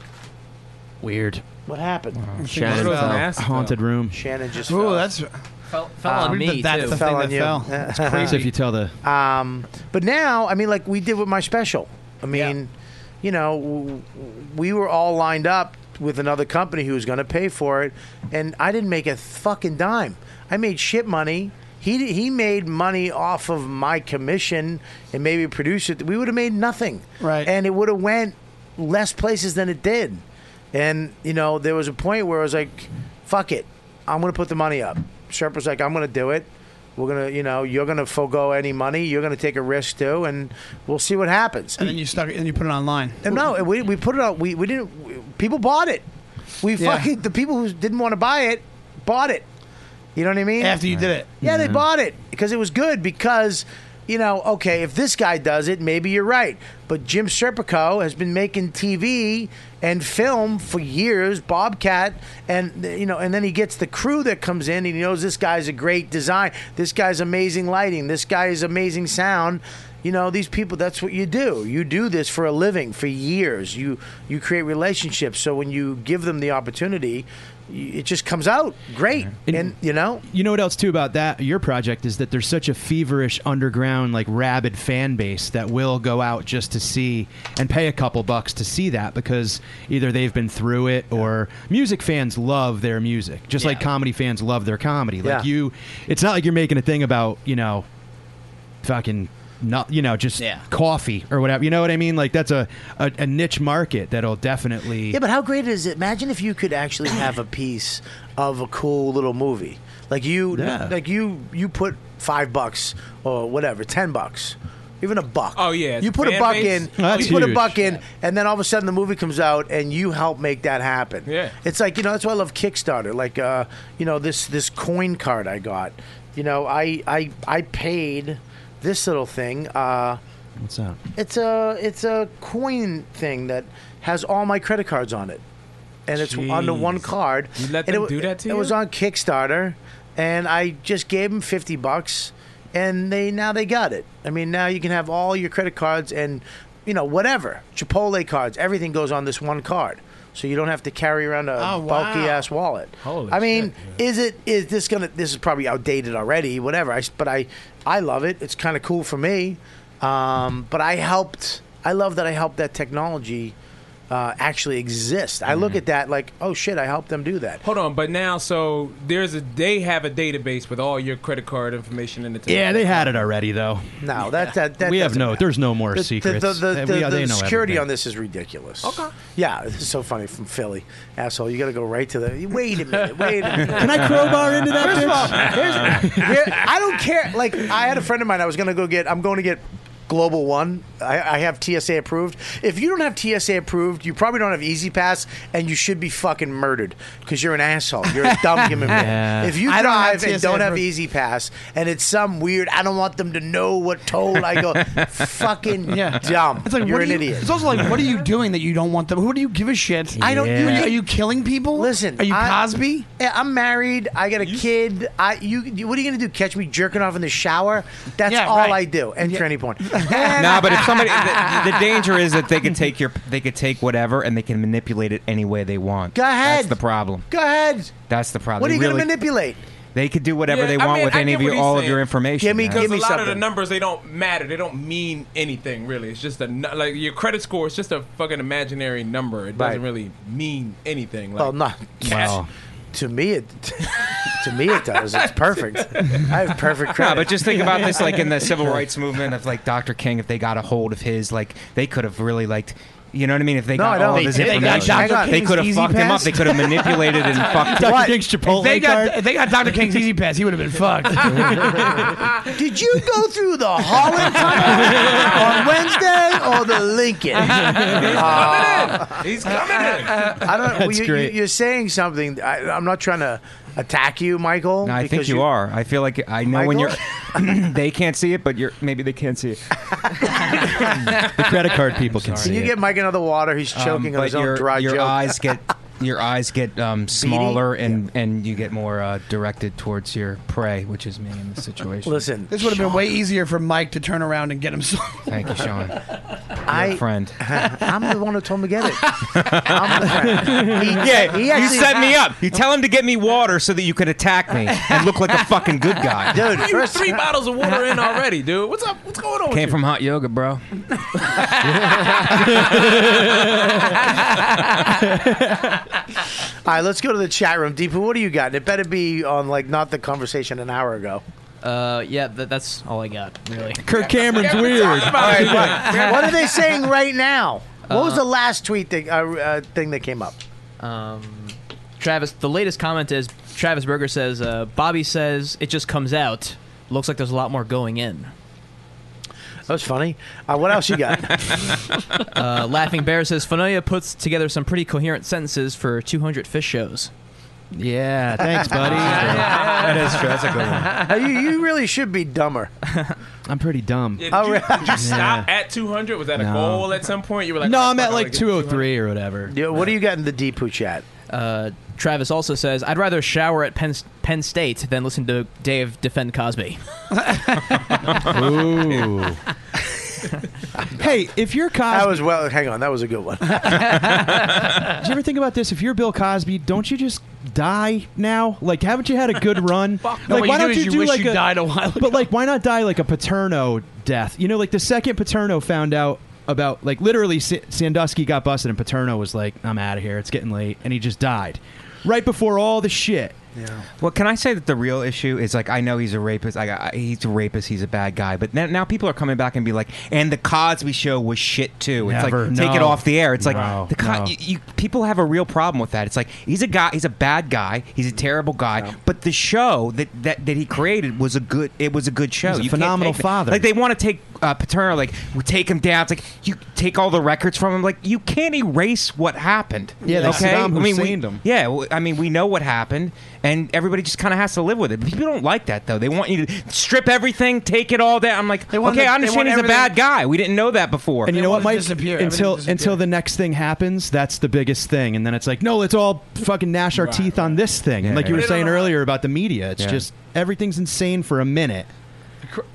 Speaker 10: Weird.
Speaker 4: what happened?
Speaker 10: Shannon fell. Haunted room.
Speaker 4: Shannon just.
Speaker 8: Ooh,
Speaker 4: fell.
Speaker 8: that's
Speaker 4: fell,
Speaker 8: on me,
Speaker 4: That's
Speaker 8: too.
Speaker 4: the
Speaker 8: Fell
Speaker 4: thing
Speaker 8: on
Speaker 4: Um, that
Speaker 8: you.
Speaker 4: fell.
Speaker 8: That's
Speaker 10: So if you tell the
Speaker 4: Um, but now, I mean, like we did with my special. I mean, you know, w- w- we were all lined up with another company who was going to pay for it, and I didn't make a fucking dime. I made shit money. He d- he made money off of my commission and maybe producer. We would have made nothing, right? And it would have went less places than it did. And you know, there was a point where I was like, "Fuck it, I'm going to put the money up." Sherp was like, "I'm going to do it." We're gonna, you know, you're gonna forego any money. You're gonna take a risk too, and we'll see what happens.
Speaker 8: and then you stuck it and you put it online
Speaker 4: And no, we, we put it out. We, we didn't. we- people bought it. We
Speaker 8: Yeah.
Speaker 4: fucking the people who didn't want to buy it bought it. You know what I mean?
Speaker 8: After you did it. Mm-hmm.
Speaker 4: Yeah, they
Speaker 8: Yeah.
Speaker 4: bought it because it was good. Because you know, okay, if this guy does it, maybe you're right. But Jim Serpico has been making TV and film for years. Bobcat, and you know, and then he gets the crew that comes in, and he knows this guy's a great design. This guy's amazing lighting. This guy is amazing sound. You know, these people. That's what you do. You do this for a living for years. You you create relationships. So when you give them the opportunity, y- it just comes out great. and you know,
Speaker 10: you know what else too about that your project is that there's such a feverish underground like rabid fan base that will go out just to see and pay a couple bucks to see that because either they've been through it or music fans love their music just like comedy fans love their comedy like
Speaker 6: Yeah.
Speaker 10: you it's not like you're making a thing about you know fucking not you know just coffee or whatever you know what i mean like that's a, a, a niche market that'll definitely
Speaker 4: Yeah, but how great is it? Imagine if you could actually have a piece of a cool little movie. Like you
Speaker 10: Yeah.
Speaker 4: like you you put 5 bucks or whatever, 10 bucks. Even a buck.
Speaker 12: Oh, yeah,
Speaker 4: You
Speaker 12: the
Speaker 4: put a
Speaker 12: fan
Speaker 4: buck
Speaker 12: base.
Speaker 4: in.
Speaker 12: Oh, that's
Speaker 4: you put a
Speaker 12: huge.
Speaker 4: buck in, and then all of a sudden the movie comes out, and you help make that happen.
Speaker 12: Yeah.
Speaker 4: It's like you know that's why I love Kickstarter. Like uh, you know this this coin card I got. You know I I I paid this little thing. Uh,
Speaker 10: what's that
Speaker 4: it's a it's a coin thing that has all my credit cards on it. and it's on the one
Speaker 12: Jeez.
Speaker 4: card.
Speaker 12: You let
Speaker 4: and
Speaker 12: them
Speaker 4: it, w-
Speaker 12: do that to
Speaker 4: It
Speaker 12: you?
Speaker 4: was on Kickstarter, and I just gave them fifty bucks, and they now they got it. I mean, now you can have all your credit cards and you know whatever Chipotle cards, everything goes on this one card. So you don't have to carry around a
Speaker 17: Oh, wow.
Speaker 4: bulky ass wallet.
Speaker 17: Holy
Speaker 4: I mean, is it is this gonna? This is probably outdated already. Whatever. I s but I I love it. It's kind of cool for me. Um, but I helped. I love that I helped that technology uh, actually exist. I
Speaker 17: Mm.
Speaker 4: look at that like, oh shit, I helped them do that.
Speaker 12: Hold on, but now so there's a they have a database with all your credit card information in the
Speaker 10: Yeah, they had it already though.
Speaker 4: No, that that, that
Speaker 10: we have
Speaker 4: doesn't-
Speaker 10: no. There's no more
Speaker 4: the- the-
Speaker 10: secrets.
Speaker 4: The, the-
Speaker 10: They-
Speaker 4: the-
Speaker 10: we-
Speaker 4: the
Speaker 10: they know
Speaker 4: security
Speaker 10: everything.
Speaker 4: on this is ridiculous. Okay. Yeah, this is so funny from Philly, asshole. You got to go right to the. Wait a minute. Wait a minute.
Speaker 16: Can I crowbar into that
Speaker 4: First of
Speaker 16: bitch?
Speaker 4: all, here's- here- I don't care. Like I had a friend of mine. I was gonna go get. I'm going to get. Global One, I, I have TSA approved. If you don't have TSA approved, you probably don't have Easy Pass, and you should be fucking murdered because you're an asshole. You're a dumb human being.
Speaker 17: Yeah.
Speaker 4: If you
Speaker 17: I don't have
Speaker 4: drive and
Speaker 17: TSA
Speaker 4: don't have
Speaker 17: approved.
Speaker 4: Easy Pass, and it's some weird, I don't want them to know what toll I go. fucking dumb. you're
Speaker 8: It's like what
Speaker 4: an
Speaker 8: are you-
Speaker 4: idiot.
Speaker 8: It's also like, what are you doing that you don't want them? Who do you give a shit?
Speaker 4: I don't-
Speaker 8: Are you,
Speaker 4: Yeah.
Speaker 8: are you killing people? Listen, are you
Speaker 4: I-
Speaker 8: Cosby?
Speaker 4: Yeah, I'm married. I got a kid. I you, you- What are you gonna do? Catch me jerking off in the shower? That's all I do. And tranny porn.
Speaker 2: no, nah, but if somebody, the, the danger is that they could take your, they could take whatever, and they can manipulate it any way they want. Go
Speaker 4: ahead.
Speaker 2: That's the problem.
Speaker 4: Go ahead.
Speaker 2: That's the problem.
Speaker 4: What are
Speaker 2: They
Speaker 4: you
Speaker 2: really-
Speaker 4: gonna manipulate?
Speaker 2: They could do whatever
Speaker 12: Yeah,
Speaker 2: they
Speaker 12: I
Speaker 2: want
Speaker 12: mean,
Speaker 2: with
Speaker 12: I
Speaker 2: any
Speaker 12: get
Speaker 2: of your,
Speaker 12: what he's
Speaker 2: all of
Speaker 12: saying.
Speaker 2: your information.
Speaker 12: Because a lot of the numbers they don't matter. They don't mean anything really. It's just a nu- like your credit score is just a fucking imaginary number. It doesn't
Speaker 4: Right.
Speaker 12: really mean anything.
Speaker 2: Oh,
Speaker 12: Like,
Speaker 4: Well, not
Speaker 12: Well.
Speaker 4: To me, it to me it does. It's perfect. I have perfect
Speaker 2: Yeah,
Speaker 4: credit.
Speaker 2: but just think about this, like in the civil rights movement of like Dr. King, if they got a hold of his, like they could have really like, you know what I mean? If they
Speaker 4: No, I
Speaker 2: got
Speaker 4: don't.
Speaker 2: all of his
Speaker 4: They- they got
Speaker 2: information,
Speaker 4: Dr. King's
Speaker 2: could have
Speaker 4: Easy
Speaker 2: fucked him up.
Speaker 4: Pass?
Speaker 2: They could have manipulated and fucked
Speaker 8: Dr.
Speaker 2: him up.
Speaker 8: King's Chipotle they got,
Speaker 2: card?
Speaker 8: if they got Dr. King's Easy Pass. He would have been fucked.
Speaker 4: Did you go through the Holland Tunnel on Wednesday or the Lincoln? Uh,
Speaker 12: He's coming in.
Speaker 4: I don't. well,
Speaker 2: Uh, That's
Speaker 4: you,
Speaker 2: great.
Speaker 4: You, are saying something. I, I'm not trying to attack you, Michael.
Speaker 2: No, I think
Speaker 4: because
Speaker 2: you, are. I feel like I know when
Speaker 4: Michael?
Speaker 2: you're. they can't see it, but you're maybe they can't see it.
Speaker 10: The credit card people can
Speaker 4: Can
Speaker 10: see
Speaker 4: you
Speaker 10: it.
Speaker 4: get Mike another water? He's
Speaker 2: Um,
Speaker 4: choking
Speaker 2: but
Speaker 4: on his own
Speaker 2: your,
Speaker 4: dry
Speaker 2: your
Speaker 4: joke.
Speaker 2: eyes get your eyes get um, smaller and and you get more uh, directed towards your prey, which is me in this situation.
Speaker 4: Listen,
Speaker 8: This would have been way easier for Mike to turn around and get him. sold.
Speaker 2: Thank you, Sean. You're
Speaker 4: I-
Speaker 2: a friend.
Speaker 4: I'm the one who told him to get it. I'm the friend. He-
Speaker 2: yeah,
Speaker 4: he
Speaker 2: you
Speaker 4: actually-
Speaker 2: set me up. You tell him to get me water so that you could attack me and look like a fucking good guy.
Speaker 12: Dude, three, three bottles of water in already, dude. What's up? What's going on? with
Speaker 2: Came
Speaker 12: you?
Speaker 2: from hot yoga, bro.
Speaker 4: Uh, All right, let's go to the chat room. Deepu, what do you got? It better be on like not the conversation an hour ago.
Speaker 18: Uh, yeah, that, that's all I got, really.
Speaker 10: Kirk Cameron's weird.
Speaker 4: what, what are they saying right now? What was
Speaker 18: Uh,
Speaker 4: the last tweet that, uh, uh, thing that came up?
Speaker 18: Um, Travis, the latest comment is Travis Berger says, uh, Bobby says it just comes out. Looks like there's a lot more going in.
Speaker 4: That was funny. Uh, what else you got?
Speaker 18: uh, Laughing Bear says Fanoia puts together some pretty coherent sentences for 200 fish shows.
Speaker 10: Yeah, thanks, buddy.
Speaker 18: That
Speaker 10: is true. That's a good one.
Speaker 4: Uh, you, you really should be dumber.
Speaker 10: I'm pretty dumb.
Speaker 12: Yeah, did, you, did you stop at 200? Was that a
Speaker 10: No.
Speaker 12: goal at some point? You were like,
Speaker 10: no,
Speaker 12: "Oh,
Speaker 10: I'm
Speaker 12: fuck,
Speaker 10: at
Speaker 12: I
Speaker 10: like
Speaker 12: get
Speaker 10: 203 or whatever.
Speaker 4: Yeah, what do you got in the Deepu chat?
Speaker 18: Uh, Travis also says, I'd rather shower at Penn, Penn State than listen to Dave defend Cosby.
Speaker 10: Ooh. hey, if you're Cosby,
Speaker 4: that was well. Hang on, that was a good one.
Speaker 10: Did you ever think about this? If you're Bill Cosby, don't you just die now? Like, haven't you had a good run? like,
Speaker 8: No, what you do is you wish
Speaker 10: like
Speaker 8: you died a while
Speaker 10: But like, why not die like a Paterno death? You know, like the second Paterno found out about, like, literally S- Sandusky got busted, and Paterno was like, "I'm out of here. It's getting late," and he just died right before all the shit.
Speaker 4: Yeah.
Speaker 2: Well, can I say that the real issue is like I know he's a rapist. Like I, he's a rapist. He's a bad guy. But now, now people are coming back and be like, and the Cosby Show was shit too. It's
Speaker 10: Never.
Speaker 2: like take it
Speaker 10: No.
Speaker 2: off the air. It's
Speaker 10: No,
Speaker 2: like the co-
Speaker 10: no.
Speaker 2: you, you, people have a real problem with that. It's like he's a guy. He's a bad guy. He's a terrible guy. But the show that, that that he created was a good. It was a good show.
Speaker 10: He's a
Speaker 2: You can't
Speaker 10: phenomenal
Speaker 2: take that-
Speaker 10: father.
Speaker 2: Like they want to take uh, Paterno, like, we take him down. It's like you take all the records from him. Like, you can't erase what happened.
Speaker 10: Yeah, they
Speaker 2: okay.
Speaker 10: Saddam
Speaker 2: I mean, we,
Speaker 10: Husseined 'em.
Speaker 2: yeah. w- I mean, we know what happened, and everybody just kind of has to live with it. People don't like that though. They want you to strip everything, take it all down. I'm like,
Speaker 10: want
Speaker 2: okay,
Speaker 10: the-
Speaker 2: I
Speaker 10: they
Speaker 2: understand
Speaker 10: want
Speaker 2: he's a bad
Speaker 10: everything-
Speaker 2: guy. We didn't know that before.
Speaker 10: And you know what, Mike? Until
Speaker 2: Everything
Speaker 10: until the next thing happens, that's the biggest thing, and then it's like, no, let's all fucking gnash our teeth on this thing. and like you
Speaker 2: yeah.
Speaker 10: were
Speaker 2: But
Speaker 10: saying earlier about the media, it's
Speaker 2: Yeah.
Speaker 10: just everything's insane for a minute,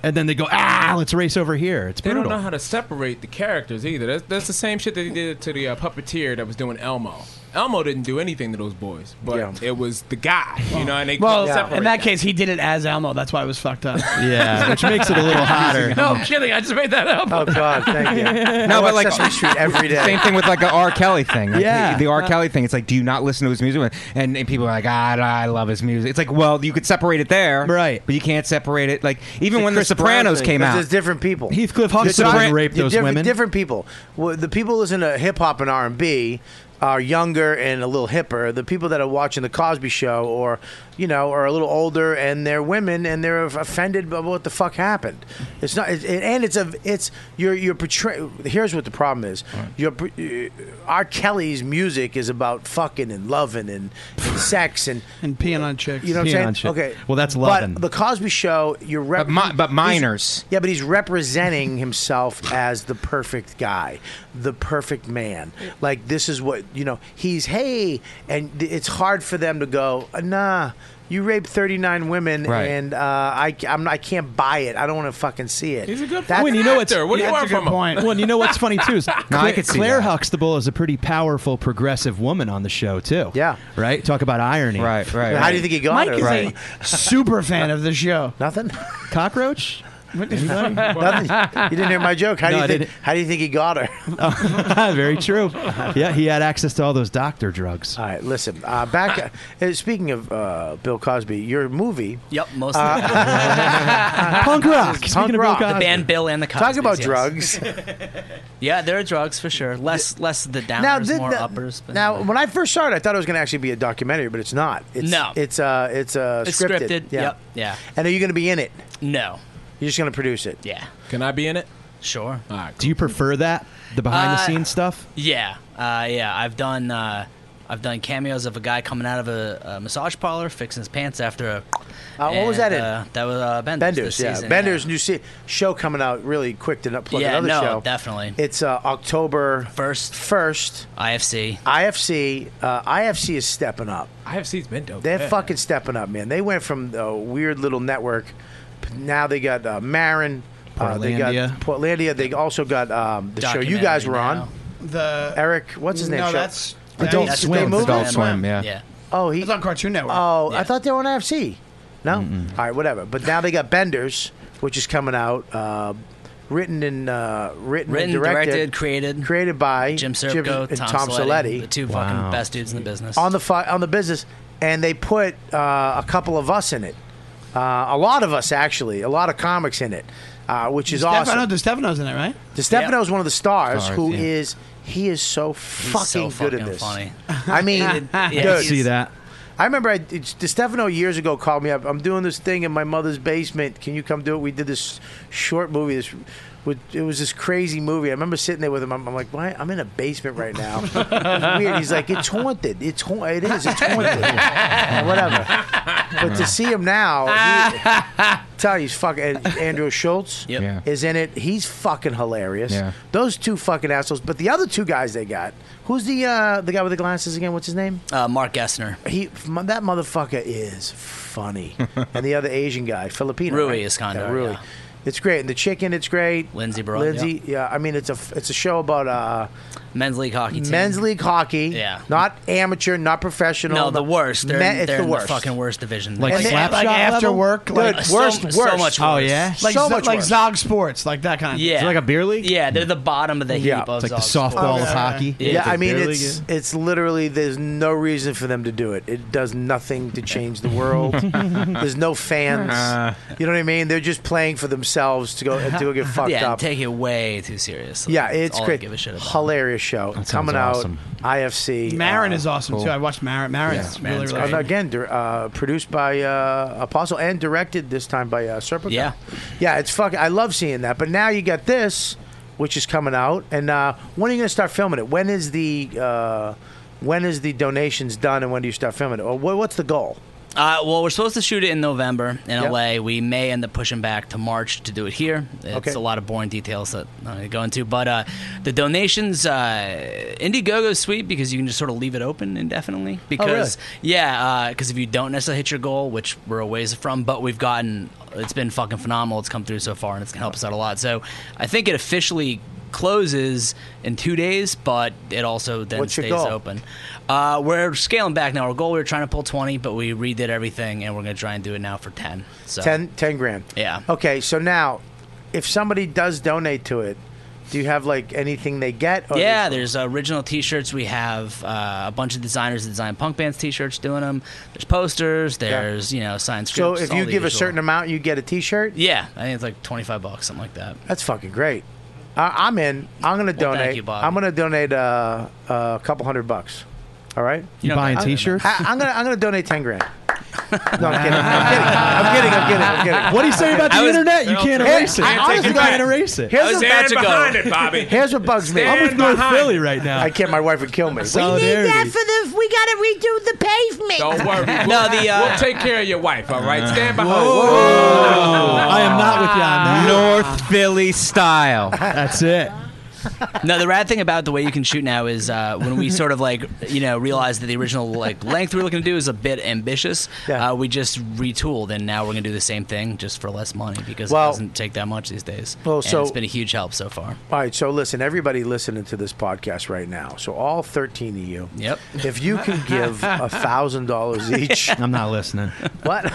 Speaker 10: and then they go, ah, let's race over here. It's
Speaker 12: They
Speaker 10: brutal.
Speaker 12: don't know how to separate the characters either. That's, that's the same shit that they did to the uh, puppeteer that was doing Elmo. Elmo didn't do anything to those boys, but it was the guy, you know, and they
Speaker 8: Well,
Speaker 12: couldn't separate.
Speaker 8: in that case, he did it as Elmo. That's why it was fucked up.
Speaker 10: Yeah, which makes it a little hotter.
Speaker 8: No,
Speaker 13: I'm kidding. I just made that up. Oh
Speaker 4: God, thank you.
Speaker 2: No,
Speaker 4: I
Speaker 2: but
Speaker 4: watch
Speaker 2: like
Speaker 4: Sesame Street every day.
Speaker 2: Same thing with like the R. Kelly thing. Like,
Speaker 4: Yeah.
Speaker 2: the, the R. Kelly thing. It's like, do you not listen to his music? And, and people are like, ah, I love his music. It's like, well, you could separate it there, right? But you can't separate it. Like even when The Sopranos came out,
Speaker 4: there's different people.
Speaker 10: Heathcliff
Speaker 4: There's
Speaker 2: Huxtable
Speaker 4: different-
Speaker 2: raped those
Speaker 4: different,
Speaker 2: women.
Speaker 4: Different people. Well, the people who listen to hip hop and R and B are younger and a little hipper. The people that are watching the Cosby Show or you know are a little older and they're women and they're offended by what the fuck happened. It's not, it, it- and it's a it's you're you're portray- Here's what the problem is. Your R. Kelly's music is about fucking and loving and, and sex and
Speaker 8: and peeing on chicks.
Speaker 4: You know what
Speaker 10: Peeing
Speaker 4: I'm
Speaker 10: on
Speaker 4: saying?
Speaker 10: chicks.
Speaker 4: Okay.
Speaker 10: Well, that's loving.
Speaker 4: But the Cosby Show, you're rep-
Speaker 2: But mi- but
Speaker 4: he's-
Speaker 2: minors.
Speaker 4: yeah, but he's representing himself as the perfect guy, the perfect man. Like this is what you know. He's hey, and th- it's hard for them to go. "Uh, Nah, you raped thirty nine women,
Speaker 10: Right.
Speaker 4: and uh, I I'm, not- I can't buy it. I don't want to fucking see it. He's a good.
Speaker 10: Well, and you know what's- yeah, that's a good
Speaker 4: point.
Speaker 10: Well, and you know what's funny too is
Speaker 4: No, I
Speaker 10: Cla-
Speaker 4: could see
Speaker 10: Claire
Speaker 4: that.
Speaker 10: Huxtable is a pretty powerful progressive woman on the show too.
Speaker 4: Yeah.
Speaker 10: Right. Talk about irony. Right.
Speaker 4: How do you think he got
Speaker 8: Mike
Speaker 4: her?
Speaker 8: is
Speaker 10: Right.
Speaker 8: a super fan of the show.
Speaker 4: Nothing.
Speaker 10: Cockroach.
Speaker 4: Nothing. You didn't hear my joke. How
Speaker 10: No, I
Speaker 4: do you think?
Speaker 10: didn't.
Speaker 4: How do you think he got her?
Speaker 10: Oh, Very true. Yeah, he had access to all those doctor drugs.
Speaker 4: All right, listen. Uh, back. Uh, speaking of uh, Bill Cosby, your movie.
Speaker 11: Yep, most
Speaker 4: Uh,
Speaker 10: punk rock.
Speaker 4: Punk
Speaker 11: Speaking of Bill
Speaker 4: rock.
Speaker 11: Cosby. The band Bill and the
Speaker 4: Talk
Speaker 11: Cosbys,
Speaker 4: about
Speaker 11: yes.
Speaker 4: drugs.
Speaker 11: Yeah, there are drugs for sure. Less less the downers,
Speaker 4: did
Speaker 11: more
Speaker 4: the-
Speaker 11: uppers. but-
Speaker 4: Now, when I first started, I thought it was going to actually be a documentary, but it's not. It's,
Speaker 11: No.
Speaker 4: it's uh, it's uh,
Speaker 11: It's
Speaker 4: scripted.
Speaker 11: scripted, yep, yeah.
Speaker 4: And are you going to be in it?
Speaker 11: No.
Speaker 4: You're just going to produce it.
Speaker 11: Yeah.
Speaker 12: Can I be in it?
Speaker 11: Sure.
Speaker 12: All right.
Speaker 10: Do you prefer that the behind the scenes stuff?
Speaker 11: Yeah, uh, yeah. I've done uh, I've done cameos of a guy coming out of a, a massage parlor, fixing his pants after a.
Speaker 4: Uh, what was that in?
Speaker 11: uh, that was uh, Benders.
Speaker 4: Bender's,
Speaker 11: this
Speaker 4: yeah.
Speaker 11: season,
Speaker 4: Bender's new se- show coming out really quick to not plug
Speaker 11: Yeah,
Speaker 4: another
Speaker 11: no,
Speaker 4: show.
Speaker 11: definitely.
Speaker 4: It's uh, October
Speaker 11: first.
Speaker 4: First.
Speaker 11: IFC.
Speaker 4: IFC. Uh, IFC is stepping up.
Speaker 12: IFC's been dope.
Speaker 4: They're
Speaker 12: Yeah.
Speaker 4: fucking stepping up, man. They went from a weird little network. p- Now they got uh, Marin. Uh, they got
Speaker 10: Portlandia.
Speaker 4: Portlandia. They also got um, the show you guys were on.
Speaker 8: The
Speaker 4: Eric, what's his name?
Speaker 8: No,
Speaker 4: show?
Speaker 8: that's
Speaker 4: Adult
Speaker 8: that's-
Speaker 4: Swim.
Speaker 8: they moved
Speaker 4: Adult
Speaker 8: it?
Speaker 4: Swim, yeah.
Speaker 11: Yeah.
Speaker 4: Oh, he
Speaker 8: It's on Cartoon Network.
Speaker 4: Oh, I thought they were on IFC. No, All right, whatever. But now they got Benders, which is coming out. Uh, Written and uh, written,
Speaker 11: Written,
Speaker 4: and directed,
Speaker 11: directed, created,
Speaker 4: created by
Speaker 11: Jim Serpico,
Speaker 4: and
Speaker 11: Tom,
Speaker 4: Tom
Speaker 11: Selleck,
Speaker 4: Selletti,
Speaker 11: the two fucking best dudes in the business.
Speaker 4: on the fi- on the business, and they put uh, a couple of us in it, uh, a lot of us actually, a lot of comics in it, uh, which is
Speaker 8: Stefano,
Speaker 4: awesome.
Speaker 8: DeStefano's in it, right?
Speaker 4: DeStefano is one of the stars
Speaker 8: Stars,
Speaker 4: who is
Speaker 8: yeah.
Speaker 4: he is so fucking
Speaker 8: so
Speaker 4: good at
Speaker 8: fucking
Speaker 4: this.
Speaker 8: funny.
Speaker 4: I mean,
Speaker 8: Yeah, I
Speaker 4: dude.
Speaker 8: can see
Speaker 10: that.
Speaker 4: I remember I, it's- DeStefano years ago called me up. I'm doing this thing in my mother's basement. Can you come do it? We did this short movie. This with, it was this crazy movie. I remember sitting there with him. I'm, I'm like, why? I'm in a basement right now. It's weird. He's like, it's haunted. It's ha- it is. It's haunted. Or Whatever. But to see him now, he, tell you he's fucking and Andrew Schultz
Speaker 2: Yeah.
Speaker 4: is in it. He's fucking hilarious.
Speaker 2: Yeah.
Speaker 4: Those two fucking assholes. But the other two guys they got. Who's the uh, the guy with the glasses again? What's his name?
Speaker 11: Uh, Mark Gessner.
Speaker 4: He m- that motherfucker is funny. and the other Asian guy, Filipino.
Speaker 11: Rui
Speaker 4: right?
Speaker 11: Iskandar,
Speaker 4: Yeah, Rui.
Speaker 11: yeah.
Speaker 4: It's great. And the chicken, it's great.
Speaker 11: Lindsay Broad,
Speaker 4: Lindsay, yeah. I mean, it's a f- it's a show about uh,
Speaker 11: men's league hockey. Team.
Speaker 4: men's league hockey.
Speaker 11: Yeah.
Speaker 4: Not amateur, not professional.
Speaker 11: No, the worst. They're,
Speaker 4: Me-
Speaker 11: in-
Speaker 4: it's
Speaker 11: they're
Speaker 4: the
Speaker 11: in
Speaker 4: worst.
Speaker 11: the fucking worst division.
Speaker 4: Like
Speaker 11: They-
Speaker 4: slap shot level? Dude, worst,
Speaker 11: so, so
Speaker 4: worst.
Speaker 11: much worse.
Speaker 4: Oh, yeah?
Speaker 8: Like
Speaker 4: So
Speaker 8: Zo-
Speaker 4: much
Speaker 8: like
Speaker 4: worse.
Speaker 8: Zog Sports, like that kind of.
Speaker 11: Yeah,
Speaker 8: Thing.
Speaker 11: beer league. Yeah, they're the bottom of the heap.
Speaker 4: Yeah.
Speaker 11: of
Speaker 4: It's like the
Speaker 11: Zog sports.
Speaker 4: softball of
Speaker 10: hockey.
Speaker 4: Yeah, I mean
Speaker 10: Barely
Speaker 4: it's it's literally there's no reason for them to do it. It does nothing to change the world. there's no fans.
Speaker 10: Uh.
Speaker 4: you know what I mean? They're just playing for themselves to go to go Oh, get fucked
Speaker 11: yeah, and
Speaker 4: up.
Speaker 11: take it way too seriously.
Speaker 4: yeah,
Speaker 11: That's
Speaker 4: it's
Speaker 11: all I
Speaker 4: great.
Speaker 11: Give a shit about.
Speaker 4: Hilarious show coming out.
Speaker 11: awesome.
Speaker 4: IFC.
Speaker 8: Marin is awesome
Speaker 4: cool.
Speaker 8: too. I watched Marin. Marin's really, really
Speaker 4: uh, And again, dir- uh, produced by uh, Apostle and directed this time by uh, Serpico.
Speaker 8: Yeah.
Speaker 4: yeah, it's fucking. I love seeing that. But now you got this, which is coming out. And uh, when are you going to start filming it? When is the uh, when is the donations done, and when do you start filming it? Or wha- what's the goal?
Speaker 11: Uh, well, we're supposed to shoot it in November in
Speaker 4: Yep.
Speaker 11: LA. We may end up pushing back to March to do it here. It's
Speaker 4: Okay.
Speaker 11: a lot of boring details that I'm not gonna go into, but uh, the donations, uh, Indiegogo is sweet because you can just sort of leave it open indefinitely.
Speaker 4: Oh,
Speaker 11: Because yeah, because if you don't necessarily hit your goal, which we're a ways from, but we've gotten it's been fucking phenomenal. It's come through so far, and it's gonna help us out a lot. So I think it officially closes in two days, but it also then
Speaker 4: What's your
Speaker 11: stays
Speaker 4: goal?
Speaker 11: open. Uh, we're scaling back now. Our goal we were trying to pull twenty, but we redid everything, and we're gonna try and do it now for ten. So
Speaker 4: 10, 10 grand.
Speaker 11: Yeah.
Speaker 4: Okay, so now, if somebody does donate to it, do you have like anything they get? Or
Speaker 11: yeah, there's original T-shirts. We have uh, a bunch of designers that design punk bands T-shirts doing them. There's posters. There's you know signed
Speaker 4: So
Speaker 11: scripts.
Speaker 4: if
Speaker 11: all
Speaker 4: you
Speaker 11: the
Speaker 4: give a
Speaker 11: usual.
Speaker 4: certain amount, you get a T-shirt.
Speaker 11: yeah, I think it's like twenty five bucks, something like that.
Speaker 4: That's fucking great. I, I'm in. I'm gonna
Speaker 11: thank
Speaker 4: donate.
Speaker 11: you, Bobby.
Speaker 4: I'm gonna donate uh, a couple hundred bucks. All right.
Speaker 10: You You buying don't- t-shirts?
Speaker 4: I, am gonna I'm gonna donate ten grand. No, I'm kidding. I'm kidding. I'm kidding. I'm kidding. I'm kidding.
Speaker 10: What do you say about the I was- internet? You can't
Speaker 4: Hey,
Speaker 10: erase it.
Speaker 4: I
Speaker 10: You
Speaker 4: honestly
Speaker 10: can't
Speaker 4: got-
Speaker 10: erase it. I
Speaker 4: Here's
Speaker 10: was
Speaker 4: what
Speaker 10: standing behind it,
Speaker 4: Bobby. Here's what bugs me.
Speaker 10: Stand I'm with North behind Philly it. right now.
Speaker 4: I can't. My wife would kill me.
Speaker 17: for the. We gotta redo the pavement.
Speaker 12: Don't worry. We'll,
Speaker 4: No, the, uh,
Speaker 12: we'll take care of your wife. All right, stand behind.
Speaker 10: I am not with you on that.
Speaker 11: North Philly style.
Speaker 10: That's it.
Speaker 11: No, the rad thing about the way you can shoot now is uh, when we sort of like you know realized that the original like length we were looking to do is a bit ambitious. Uh, we just retooled and now we're gonna do the same thing just for less money because it
Speaker 4: Well-
Speaker 11: doesn't take that much these days.
Speaker 4: Well,
Speaker 11: And
Speaker 4: so-
Speaker 11: it's been a huge help so far.
Speaker 4: All right, so listen, everybody listening to this podcast right now. So all thirteen of you.
Speaker 11: Yep.
Speaker 4: If you can give a thousand dollars each,
Speaker 10: I'm not listening.
Speaker 4: What?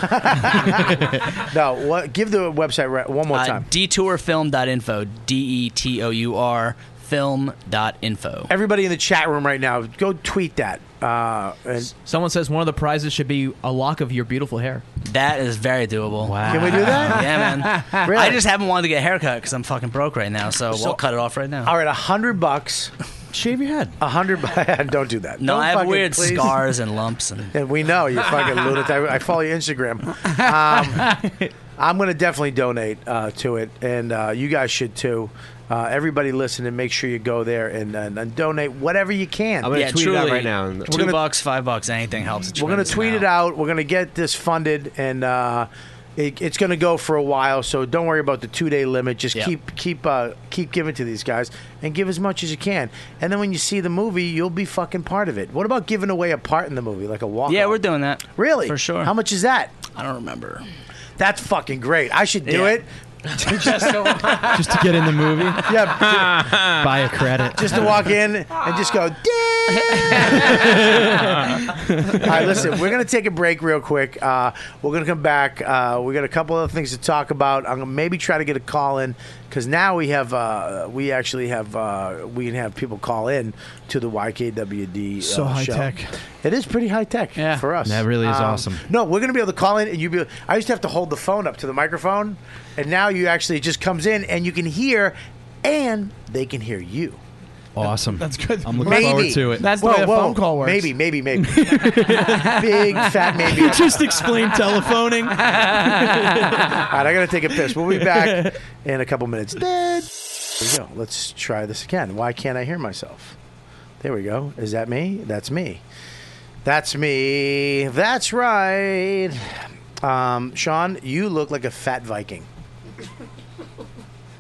Speaker 4: no. What? Give the website right, one more
Speaker 11: Uh,
Speaker 4: time.
Speaker 11: detourfilm.info. D E T O U R film.info.
Speaker 4: Everybody in the chat room right now, go tweet that. Uh, and
Speaker 18: Someone says one of the prizes should be a lock of your beautiful hair.
Speaker 11: That is very doable. Wow.
Speaker 4: Can we do that?
Speaker 11: yeah, man.
Speaker 4: Really?
Speaker 11: I just haven't wanted to get a haircut because I'm fucking broke right now, so,
Speaker 4: So-
Speaker 11: we'll cut it off right now.
Speaker 4: All right, a hundred bucks.
Speaker 10: Shave your head.
Speaker 4: A hundred. bu- Don't do that.
Speaker 11: No,
Speaker 4: Don't
Speaker 11: I have
Speaker 4: fucking-
Speaker 11: weird
Speaker 4: please.
Speaker 11: scars and lumps and.
Speaker 4: And we know you fucking lunatic. I I follow your Instagram. Um, I'm going to definitely donate uh, to it, and uh, you guys should too. Uh, everybody listening, make sure you go there and, and, and donate whatever you can.
Speaker 11: yeah, truly,
Speaker 4: We're
Speaker 11: 2
Speaker 4: gonna-
Speaker 11: bucks, five bucks, anything helps.
Speaker 4: We're going
Speaker 11: tremendous
Speaker 4: to tweet
Speaker 11: amount.
Speaker 4: it out. We're going to get this funded, and uh, it, it's going to go for a while. So don't worry about the two day limit. Just
Speaker 11: Yeah.
Speaker 4: keep keep uh, keep giving to these guys, and give as much as you can. And then when you see the movie, you'll be fucking part of it. What about giving away a part in the movie, like a walk?
Speaker 11: Yeah, we're doing that.
Speaker 4: Really?
Speaker 11: For sure.
Speaker 4: How much is that?
Speaker 11: I don't remember.
Speaker 4: That's fucking great. I should do
Speaker 11: Yeah.
Speaker 4: it. just,
Speaker 10: Just to get in the movie.
Speaker 4: Yeah.
Speaker 10: Buy a credit.
Speaker 4: just to walk in and just go. All right, listen, we're going to take a break real quick. Uh, we're going to come back. Uh, we got a couple other things to talk about. I'm going to maybe try to get a call in because now we have, uh, we actually have, uh, we can have people call in to the YKWD. Uh,
Speaker 6: So high
Speaker 4: show.
Speaker 6: tech.
Speaker 4: It is pretty high tech for us. Um,
Speaker 10: That really is awesome.
Speaker 4: No, we're going to be able to call in and you be. I used to have to hold the phone up to the microphone, and now you actually it just comes in and you can hear, and they can hear you.
Speaker 10: Awesome. That's
Speaker 8: good.
Speaker 10: I'm looking forward to it.
Speaker 4: Whoa, whoa. Maybe, maybe, maybe. Big fat maybe.
Speaker 10: You just explained telephoning.
Speaker 4: All right, I gotta take a piss. We'll be back in a couple minutes. Dead. There we go. Let's try this again. Why can't I hear myself? There we go. Is that me? That's me. That's me. That's right. Um, Sean, you look like a fat Viking.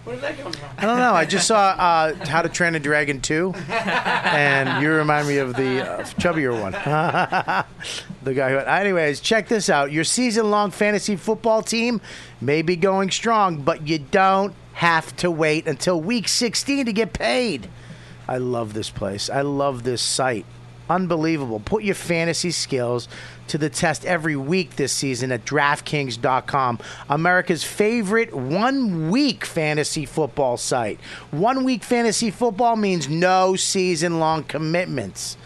Speaker 13: Where did that come from?
Speaker 4: I don't know. I just saw uh, How to Train a Dragon 2, and you remind me of the uh, chubbier one. the guy who. Anyways, check this out. Your season long fantasy football team may be going strong, but you don't have to wait until week 16 to get paid. I love this place. I love this site. Unbelievable. Put your fantasy skills to the test every week this season at DraftKings.com, America's favorite one week fantasy football site. One week fantasy football means no season long commitments.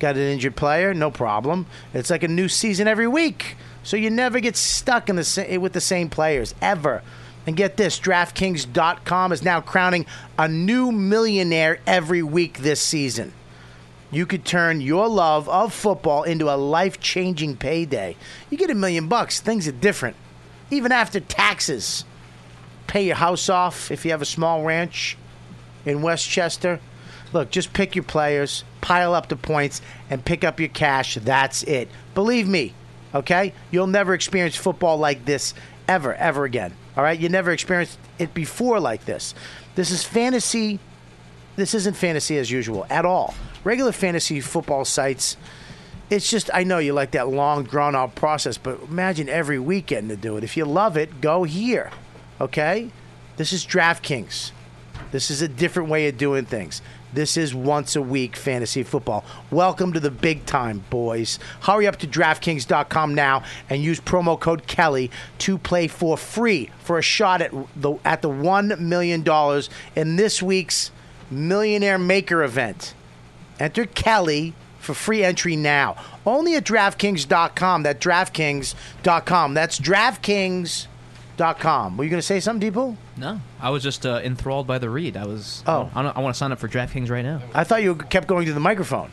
Speaker 4: Got an injured player? No problem. It's like a new season every week. So you never get stuck in the sa- with the same players ever. And get this DraftKings.com is now crowning a new millionaire every week this season. You could turn your love of football into a life changing payday. You get a million bucks, things are different, even after taxes. Pay your house off if you have a small ranch in Westchester. Look, just pick your players, pile up the points, and pick up your cash. That's it. Believe me, okay? You'll never experience football like this ever, ever again. All right? You never experienced it before like this. This is fantasy. This isn't fantasy as usual at all. Regular fantasy football sites, it's just, I know you like that long, drawn out process, but imagine every weekend to do it. If you love it, go here, okay? This is DraftKings. This is a different way of doing things. This is once a week fantasy football. Welcome to the big time, boys. Hurry up to DraftKings.com now and use promo code Kelly to play for free for a shot at the at the one million dollars in this week's Millionaire Maker event. Enter Kelly for free entry now. Only at DraftKings.com. That DraftKings.com. That's DraftKings.com. Were you going to say something, Depot?
Speaker 18: No, I was just uh, enthralled by the read. I was.
Speaker 4: Oh,
Speaker 18: I, don't- I want to sign up for DraftKings right now.
Speaker 4: I thought you kept going to the microphone.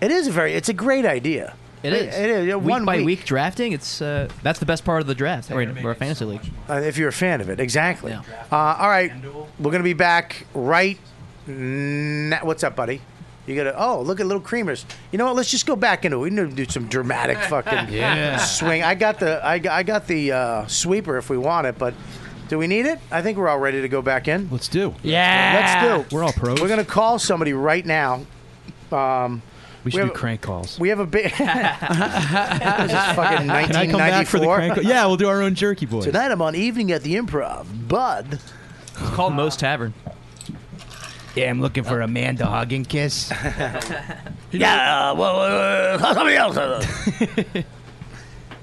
Speaker 4: It is a very. It's a great idea.
Speaker 18: It is.
Speaker 4: It is. Yeah,
Speaker 18: Week
Speaker 4: one
Speaker 18: by
Speaker 4: week.
Speaker 18: week, drafting. It's uh, that's the best part of the draft. We're, in- we're a fantasy league.
Speaker 4: Uh, if you're a fan of it, exactly. Uh, all right, we're gonna be back right. Na- What's up, buddy? You gotta. Oh, look at little creamers. You know what? Let's just go back into it. We need to do some dramatic fucking
Speaker 16: Yeah.
Speaker 4: swing. I got the. I got, I got the uh, sweeper if we want it, but. Do we need it? I think we're all ready to go back in. Let's do.
Speaker 13: Yeah.
Speaker 4: Let's do. We're all pros. We're going to call somebody right now. Um,
Speaker 6: We should do
Speaker 4: have-
Speaker 6: crank calls.
Speaker 4: We have a big. This is fucking
Speaker 6: Can I come back for the
Speaker 4: 1994.
Speaker 6: crank-
Speaker 10: Yeah, we'll do our own jerky boys.
Speaker 4: Tonight I'm on Evening at the Improv. Bud.
Speaker 18: It's called Most Tavern.
Speaker 6: Yeah, I'm looking for Amanda hug and kiss.
Speaker 18: Yeah, well, uh, call somebody else.
Speaker 4: All right,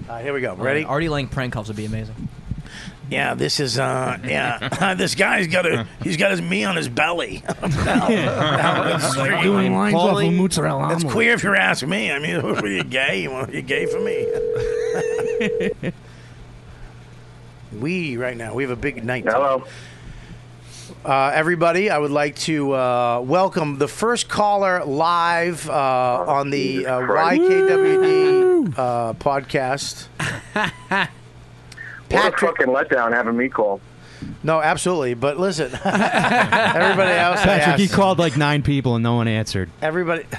Speaker 4: uh, here we go. Ready?
Speaker 18: Artie Lang prank calls would be amazing.
Speaker 4: Yeah, this is uh, yeah. this guy's got a he's got his me on his belly.
Speaker 16: Doing lines off of mozzarella.
Speaker 4: That's
Speaker 16: omelet.
Speaker 4: queer if you're asking me. I mean, are you gay? You want- you gay for me? we right now we have a big night. Hello, uh, everybody. I would like to uh, welcome the first caller live uh, on the uh, YKWd uh, podcast.
Speaker 19: What a fucking letdown having me call.
Speaker 4: No, absolutely. But listen, everybody else. I
Speaker 10: Patrick, he
Speaker 4: asked-
Speaker 10: called like nine people and no one answered.
Speaker 4: Everybody.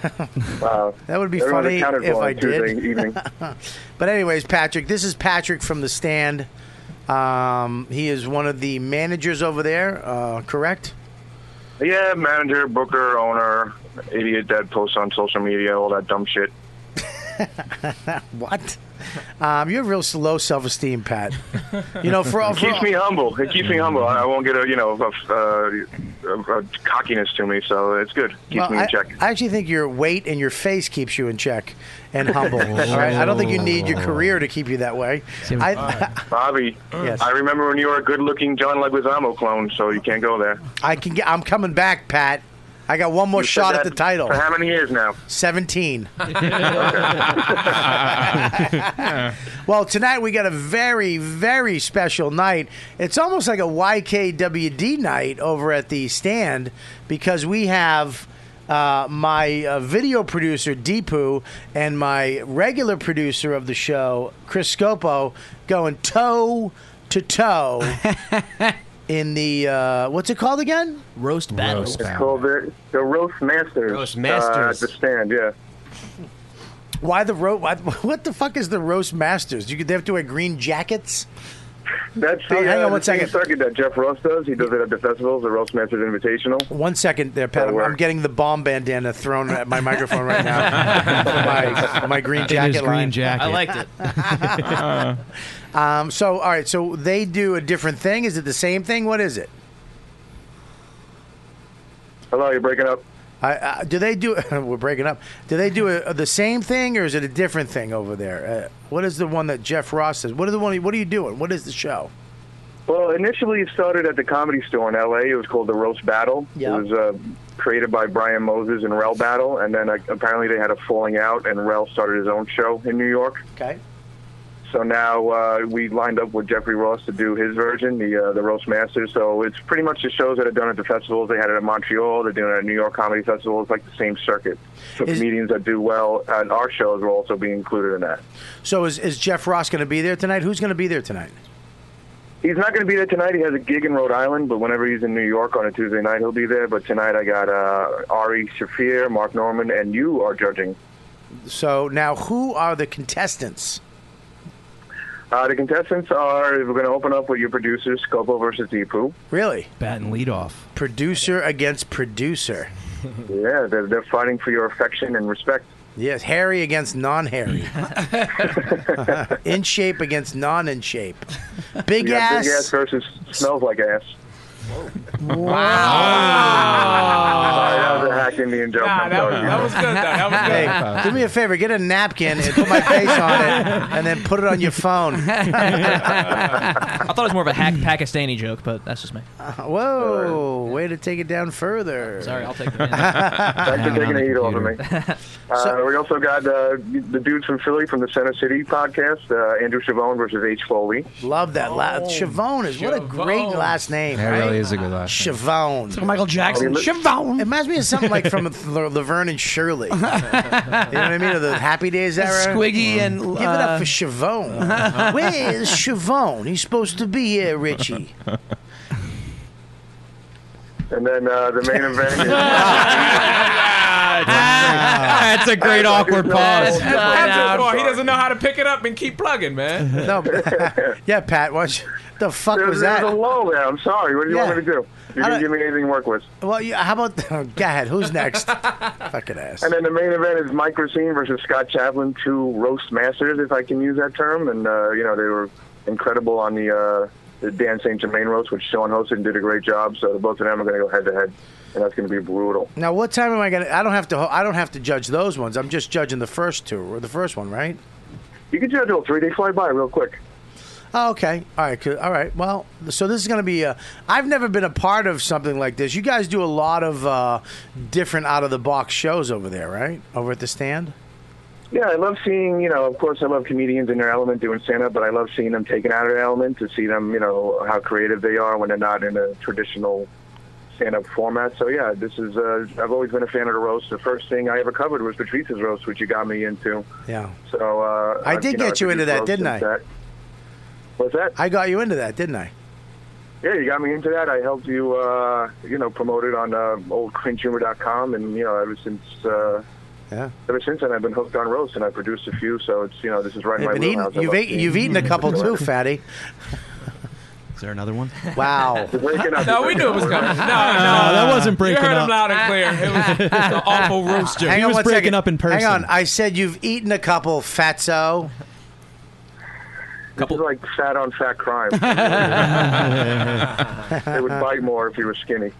Speaker 19: Wow.
Speaker 4: That would be
Speaker 19: Everyone
Speaker 4: funny
Speaker 19: accounted for
Speaker 4: if
Speaker 19: on
Speaker 4: I
Speaker 19: Tuesday
Speaker 4: did.
Speaker 19: evening.
Speaker 4: but anyways, Patrick, this is Patrick from the stand. Um, he is one of the managers over there. Uh, correct?
Speaker 19: Yeah, manager, booker, owner, idiot that posts on social media, all that dumb shit.
Speaker 4: what? Um, you have real low self-esteem, Pat. You know, for all
Speaker 19: it
Speaker 4: for
Speaker 19: keeps
Speaker 4: all- Mm.
Speaker 19: me humble. It keeps me humble. I I won't get a you know a, a, a, a cockiness to me, so it's good. Keeps
Speaker 4: Well,
Speaker 19: me in
Speaker 4: I,
Speaker 19: check.
Speaker 4: I actually think your weight and your face keeps you in check and humble. all right, I don't think you need your career to keep you that way. I,
Speaker 19: Bobby,
Speaker 4: Yes.
Speaker 19: I remember when you were a good-looking John Leguizamo clone, so you can't go there.
Speaker 4: I can get. I'm coming back, Pat. I got one more
Speaker 19: You said
Speaker 4: shot at
Speaker 19: that
Speaker 4: the title.
Speaker 19: For how many years now?
Speaker 4: Seventeen.
Speaker 19: Okay.
Speaker 4: well, tonight we got a very, very special night. It's almost like a YKWd night over at the stand because we have uh, my uh, video producer Deepu and my regular producer of the show Chris Scopo going toe to toe in the uh, what's it called again?
Speaker 18: Roast battle.
Speaker 19: It's called the, the Roast Masters.
Speaker 4: Roast
Speaker 19: Uh,
Speaker 4: Masters.
Speaker 19: at the stand, yeah.
Speaker 4: Why the roast? What the fuck is the roast masters? You could they have to wear green jackets?
Speaker 19: That's the,
Speaker 4: Oh, hang
Speaker 19: uh,
Speaker 4: on one
Speaker 19: the same
Speaker 4: second.
Speaker 19: circuit that Jeff Ross does. He does it at the festivals, the Roast Masters Invitational.
Speaker 4: One second there, Pat. I'm, I'm getting the bomb bandana thrown at my microphone right now. my, my green
Speaker 10: It
Speaker 4: jacket
Speaker 10: is green
Speaker 4: line.
Speaker 10: jacket. I liked
Speaker 4: it. um, so, all right. So they do a different thing. Is it the same thing? What is it?
Speaker 19: Hello, you're breaking up.
Speaker 4: I, uh, do they do? we're breaking up. Do they do a, the same thing, or is it a different thing over there? Uh, what is the one that Jeff Ross does? What are the one? What are you doing? What is the show?
Speaker 19: Well, initially it started at the Comedy Store in L.A. It was called the Roast Battle.
Speaker 4: Yeah.
Speaker 19: It was uh, created by Brian Moses and Rel Battle, and then uh, apparently they had a falling out, and Rel started his own show in New York.
Speaker 4: Okay.
Speaker 19: So now uh, we lined up with Jeffrey Ross to do his version, the uh, the Roast Master. So it's pretty much the shows that are done at the festivals. They had it at Montreal. They're doing it at New York Comedy Festival. It's like the same circuit. So
Speaker 4: Is-
Speaker 19: comedians that do well and our shows will also be included in that.
Speaker 4: So is, is Jeff Ross going to be there tonight? Who's going to be there tonight?
Speaker 19: He's not going to be there tonight. He has a gig in Rhode Island, but whenever he's in New York on a Tuesday night, he'll be there. But tonight I got uh, Ari Shafir, Mark Norman, and you are judging.
Speaker 4: So now, who are the contestants?
Speaker 19: Uh, the contestants are we're going to open up with your producers, Scopo versus Deepu.
Speaker 4: Really?
Speaker 10: Bat and lead off.
Speaker 4: Producer against producer.
Speaker 19: yeah, they're, they're fighting for your affection and respect.
Speaker 4: Yes, hairy against non-hairy. in shape against non-in shape. Big
Speaker 19: You got
Speaker 4: ass.
Speaker 19: Big ass versus smells like ass.
Speaker 4: Wow.
Speaker 19: Sorry, that was a hack Indian joke. I'm sorry.
Speaker 4: Hey, do me a favor, get a napkin and put my face on it, and then put it on your phone.
Speaker 18: I thought it was more of a hack Pakistani joke, but that's just me.
Speaker 4: Whoa! Way to take it down further.
Speaker 18: Sorry, I'll take the
Speaker 19: Thanks for taking the heat off of me. Uh, we also got uh, the dudes from Philly from the Center City podcast, uh, Andrew Chavone versus H. Foley.
Speaker 4: Love that. La- Chavone is what a great last name.
Speaker 2: That
Speaker 4: right?
Speaker 2: really is a good last name.
Speaker 4: Chavone. It's
Speaker 8: like Michael Jackson. Chavone.
Speaker 4: It reminds me of something like from La- Laverne and Shirley. you know what I mean? Or the Happy Days era. Mm.
Speaker 8: Squiggy and,
Speaker 4: give it up for
Speaker 8: uh,
Speaker 4: Chavone. Where's Chavone? He's supposed to be here, Richie.
Speaker 19: And then uh, the main event is.
Speaker 2: That's a great awkward pause.
Speaker 12: Or he doesn't know how to pick it up and keep plugging, man.
Speaker 4: No. yeah, Pat. What the fuck
Speaker 19: There's,
Speaker 4: was that?
Speaker 19: there's a lull there. I'm sorry. What do you
Speaker 4: Yeah.
Speaker 19: want me to do? You
Speaker 4: I
Speaker 19: didn't
Speaker 4: don't-
Speaker 19: give me anything to work with.
Speaker 4: Well, yeah, how about oh, go ahead? Who's next? Fucking ass.
Speaker 19: And then the main event is Mike Racine versus Scott Chaplin, two roast masters, if I can use that term. And uh, you know they were incredible on the uh, the Dan St. Germain roast, which Sean hosted and did a great job. So the both of them are going to go head to head, and that's going to be brutal.
Speaker 4: Now, what time am I gonna? I don't have to. ho- I don't have to judge those ones. I'm just judging the first two or the first one, right?
Speaker 19: You can judge all three. They fly by real quick.
Speaker 4: Oh, okay. All right. 'cause- All right. Well, so this is going to be. i I've never been a part of something like this. You guys do a lot of uh, different out of the box shows over there, right? Over at the stand.
Speaker 19: Yeah, I love seeing, you know, of course, I love comedians in their element doing stand up, but I love seeing them taken out of their element to see them, you know, how creative they are when they're not in a traditional stand up format. So, yeah, this is, uh, I've always been a fan of the roast. The first thing I ever covered was Patrice's roast, which you got me into.
Speaker 4: Yeah.
Speaker 19: So, uh,
Speaker 4: I
Speaker 19: I've,
Speaker 4: did
Speaker 19: know,
Speaker 4: get you into
Speaker 19: produced
Speaker 4: that,
Speaker 19: roasts
Speaker 4: didn't
Speaker 19: since
Speaker 4: I?
Speaker 19: That. What's that?
Speaker 4: I got you into that, didn't I?
Speaker 19: Yeah, you got me into that. I helped you, uh, you know, promote it on uh, oldcringehumor.com, and you know, ever since. Uh,
Speaker 4: Yeah.
Speaker 19: Ever since then, I've been hooked on roast, and I produced a few. So it's you know, this is right in my
Speaker 4: You've, been eating,
Speaker 19: wheelhouse. I
Speaker 4: you've,
Speaker 19: love
Speaker 4: eaten,
Speaker 19: seeing
Speaker 4: you've eaten a
Speaker 19: people
Speaker 4: couple
Speaker 19: do
Speaker 4: too,
Speaker 19: it.
Speaker 4: fatty.
Speaker 10: Is there another one?
Speaker 4: Wow.
Speaker 19: Breaking up.
Speaker 12: No, we knew it was coming. No, no,
Speaker 10: that wasn't breaking
Speaker 12: You heard him
Speaker 10: up.
Speaker 12: loud and clear. It was just an awful roast joke.
Speaker 4: Hang
Speaker 10: He
Speaker 4: on
Speaker 10: was
Speaker 4: one
Speaker 10: breaking
Speaker 4: second.
Speaker 10: up in
Speaker 4: Hang
Speaker 10: person.
Speaker 4: on. I said you've eaten a couple, fatso.
Speaker 19: This is like fat on fat crime. they would bite more if you were skinny.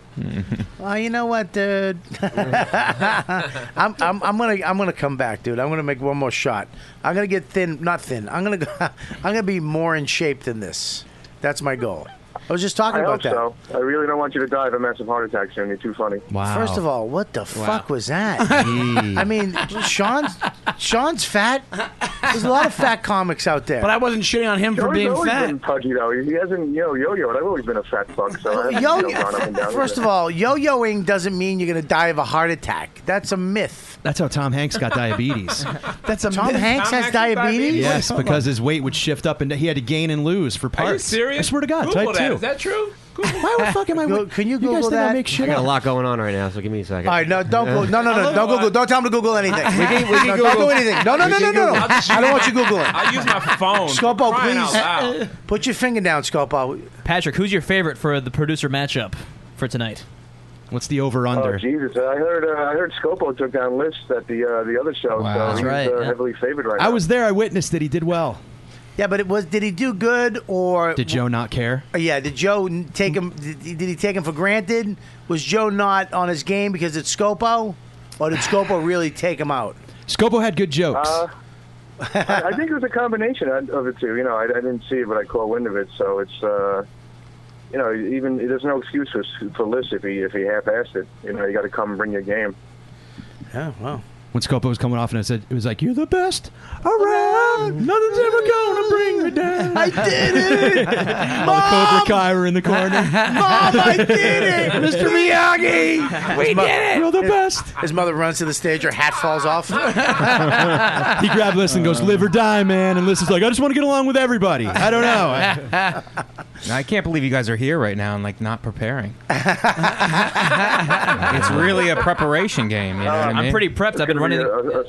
Speaker 4: Well, you know what, dude? I'm, I'm, I'm gonna I'm gonna come back, dude. I'm gonna make one more shot. I'm gonna get thin, not thin. I'm gonna go, I'm gonna be more in shape than this. That's my goal. I was just talking
Speaker 19: I
Speaker 4: about
Speaker 19: hope
Speaker 4: that.
Speaker 19: so. I really don't want you to die of a massive heart attack soon. You're too funny.
Speaker 4: First of all, what the fuck was that? I mean, Sean's Sean's fat. There's a lot of fat comics out there.
Speaker 8: But I wasn't shitting on him for
Speaker 19: Joey's
Speaker 8: being
Speaker 19: always
Speaker 8: fat.
Speaker 19: been pudgy though. He hasn't yo yo yo. I've always been a fat fuck. So I haven't,
Speaker 4: Yo,
Speaker 19: you know, gone up and down with
Speaker 4: first
Speaker 19: it.
Speaker 4: of all, yo-yoing doesn't mean you're gonna die of a heart attack. That's a myth.
Speaker 10: That's how Tom Hanks got diabetes.
Speaker 4: That's a Tom
Speaker 12: Tom
Speaker 4: Hanks
Speaker 10: myth.
Speaker 4: has
Speaker 12: Hanks has
Speaker 4: diabetes.
Speaker 10: yes, because his weight would shift up and he had to gain and lose for parts.
Speaker 12: Are you serious?
Speaker 10: I swear to God,
Speaker 12: Google
Speaker 10: type
Speaker 12: that.
Speaker 10: two.
Speaker 12: Is that true?
Speaker 10: Why the fuck am I?
Speaker 4: Go- can you Google
Speaker 10: guys think
Speaker 4: that?
Speaker 10: I make
Speaker 9: I
Speaker 10: shit
Speaker 9: got a
Speaker 10: up?
Speaker 9: lot going on right now, so give me a second.
Speaker 4: All right, no, don't go. No, no, no, don't Google. Don't tell him to Google anything.
Speaker 9: We can- we can
Speaker 4: no, Don't
Speaker 9: Google.
Speaker 4: do anything. No, no,
Speaker 9: We
Speaker 4: no, no,
Speaker 9: can
Speaker 4: no, no.
Speaker 9: Google. I'll just
Speaker 4: I don't want you Googling.
Speaker 12: I use my phone.
Speaker 4: Scopo,
Speaker 12: Crying out loud.
Speaker 4: please. Put your finger down, Scopo.
Speaker 18: Patrick, who's your favorite for the producer matchup for tonight?
Speaker 10: What's the over
Speaker 19: Oh Jesus! I heard uh, I heard Scopo took down lists at the uh, the other show.
Speaker 10: Wow.
Speaker 19: So
Speaker 10: That's
Speaker 19: he's
Speaker 10: right,
Speaker 19: uh,
Speaker 10: yeah.
Speaker 19: heavily favored right
Speaker 10: I
Speaker 19: now.
Speaker 10: was there. I witnessed it. He did well.
Speaker 4: Yeah, but it was. Did he do good or? uh,
Speaker 10: Did Joe not care?
Speaker 4: Yeah. Did Joe n- take him? Did, he- did he take him for granted? Was Joe not on his game because it's Scopo, or did Scopo really take him out?
Speaker 10: Scopo had good jokes.
Speaker 19: Uh, I, I think it was a combination of of the two. You know, I, I didn't see it, but I caught wind of it. So it's, uh, you know, even there's no excuse for for Liz if he if he half-assed it. You know, you got to come bring your game.
Speaker 4: Yeah. Wow.
Speaker 10: when Scopa was coming off, and I said, "It was like you're the best around. Nothing's ever gonna bring me down." I did it. Cobra Kai were in the corner.
Speaker 15: Mom, I did it!
Speaker 10: Mr. Miyagi,
Speaker 4: we
Speaker 10: did it! You're the best.
Speaker 4: His mother runs to the stage, her hat falls off.
Speaker 10: he grabbed Liz and goes, "Live or die, man." And Liz is like, "I just want to get along with everybody. I don't know." I-
Speaker 2: I can't believe you guys are here right now and like not preparing. it's really a preparation game. You know what I mean?
Speaker 18: I'm pretty prepped. I've been running.
Speaker 19: A, a- a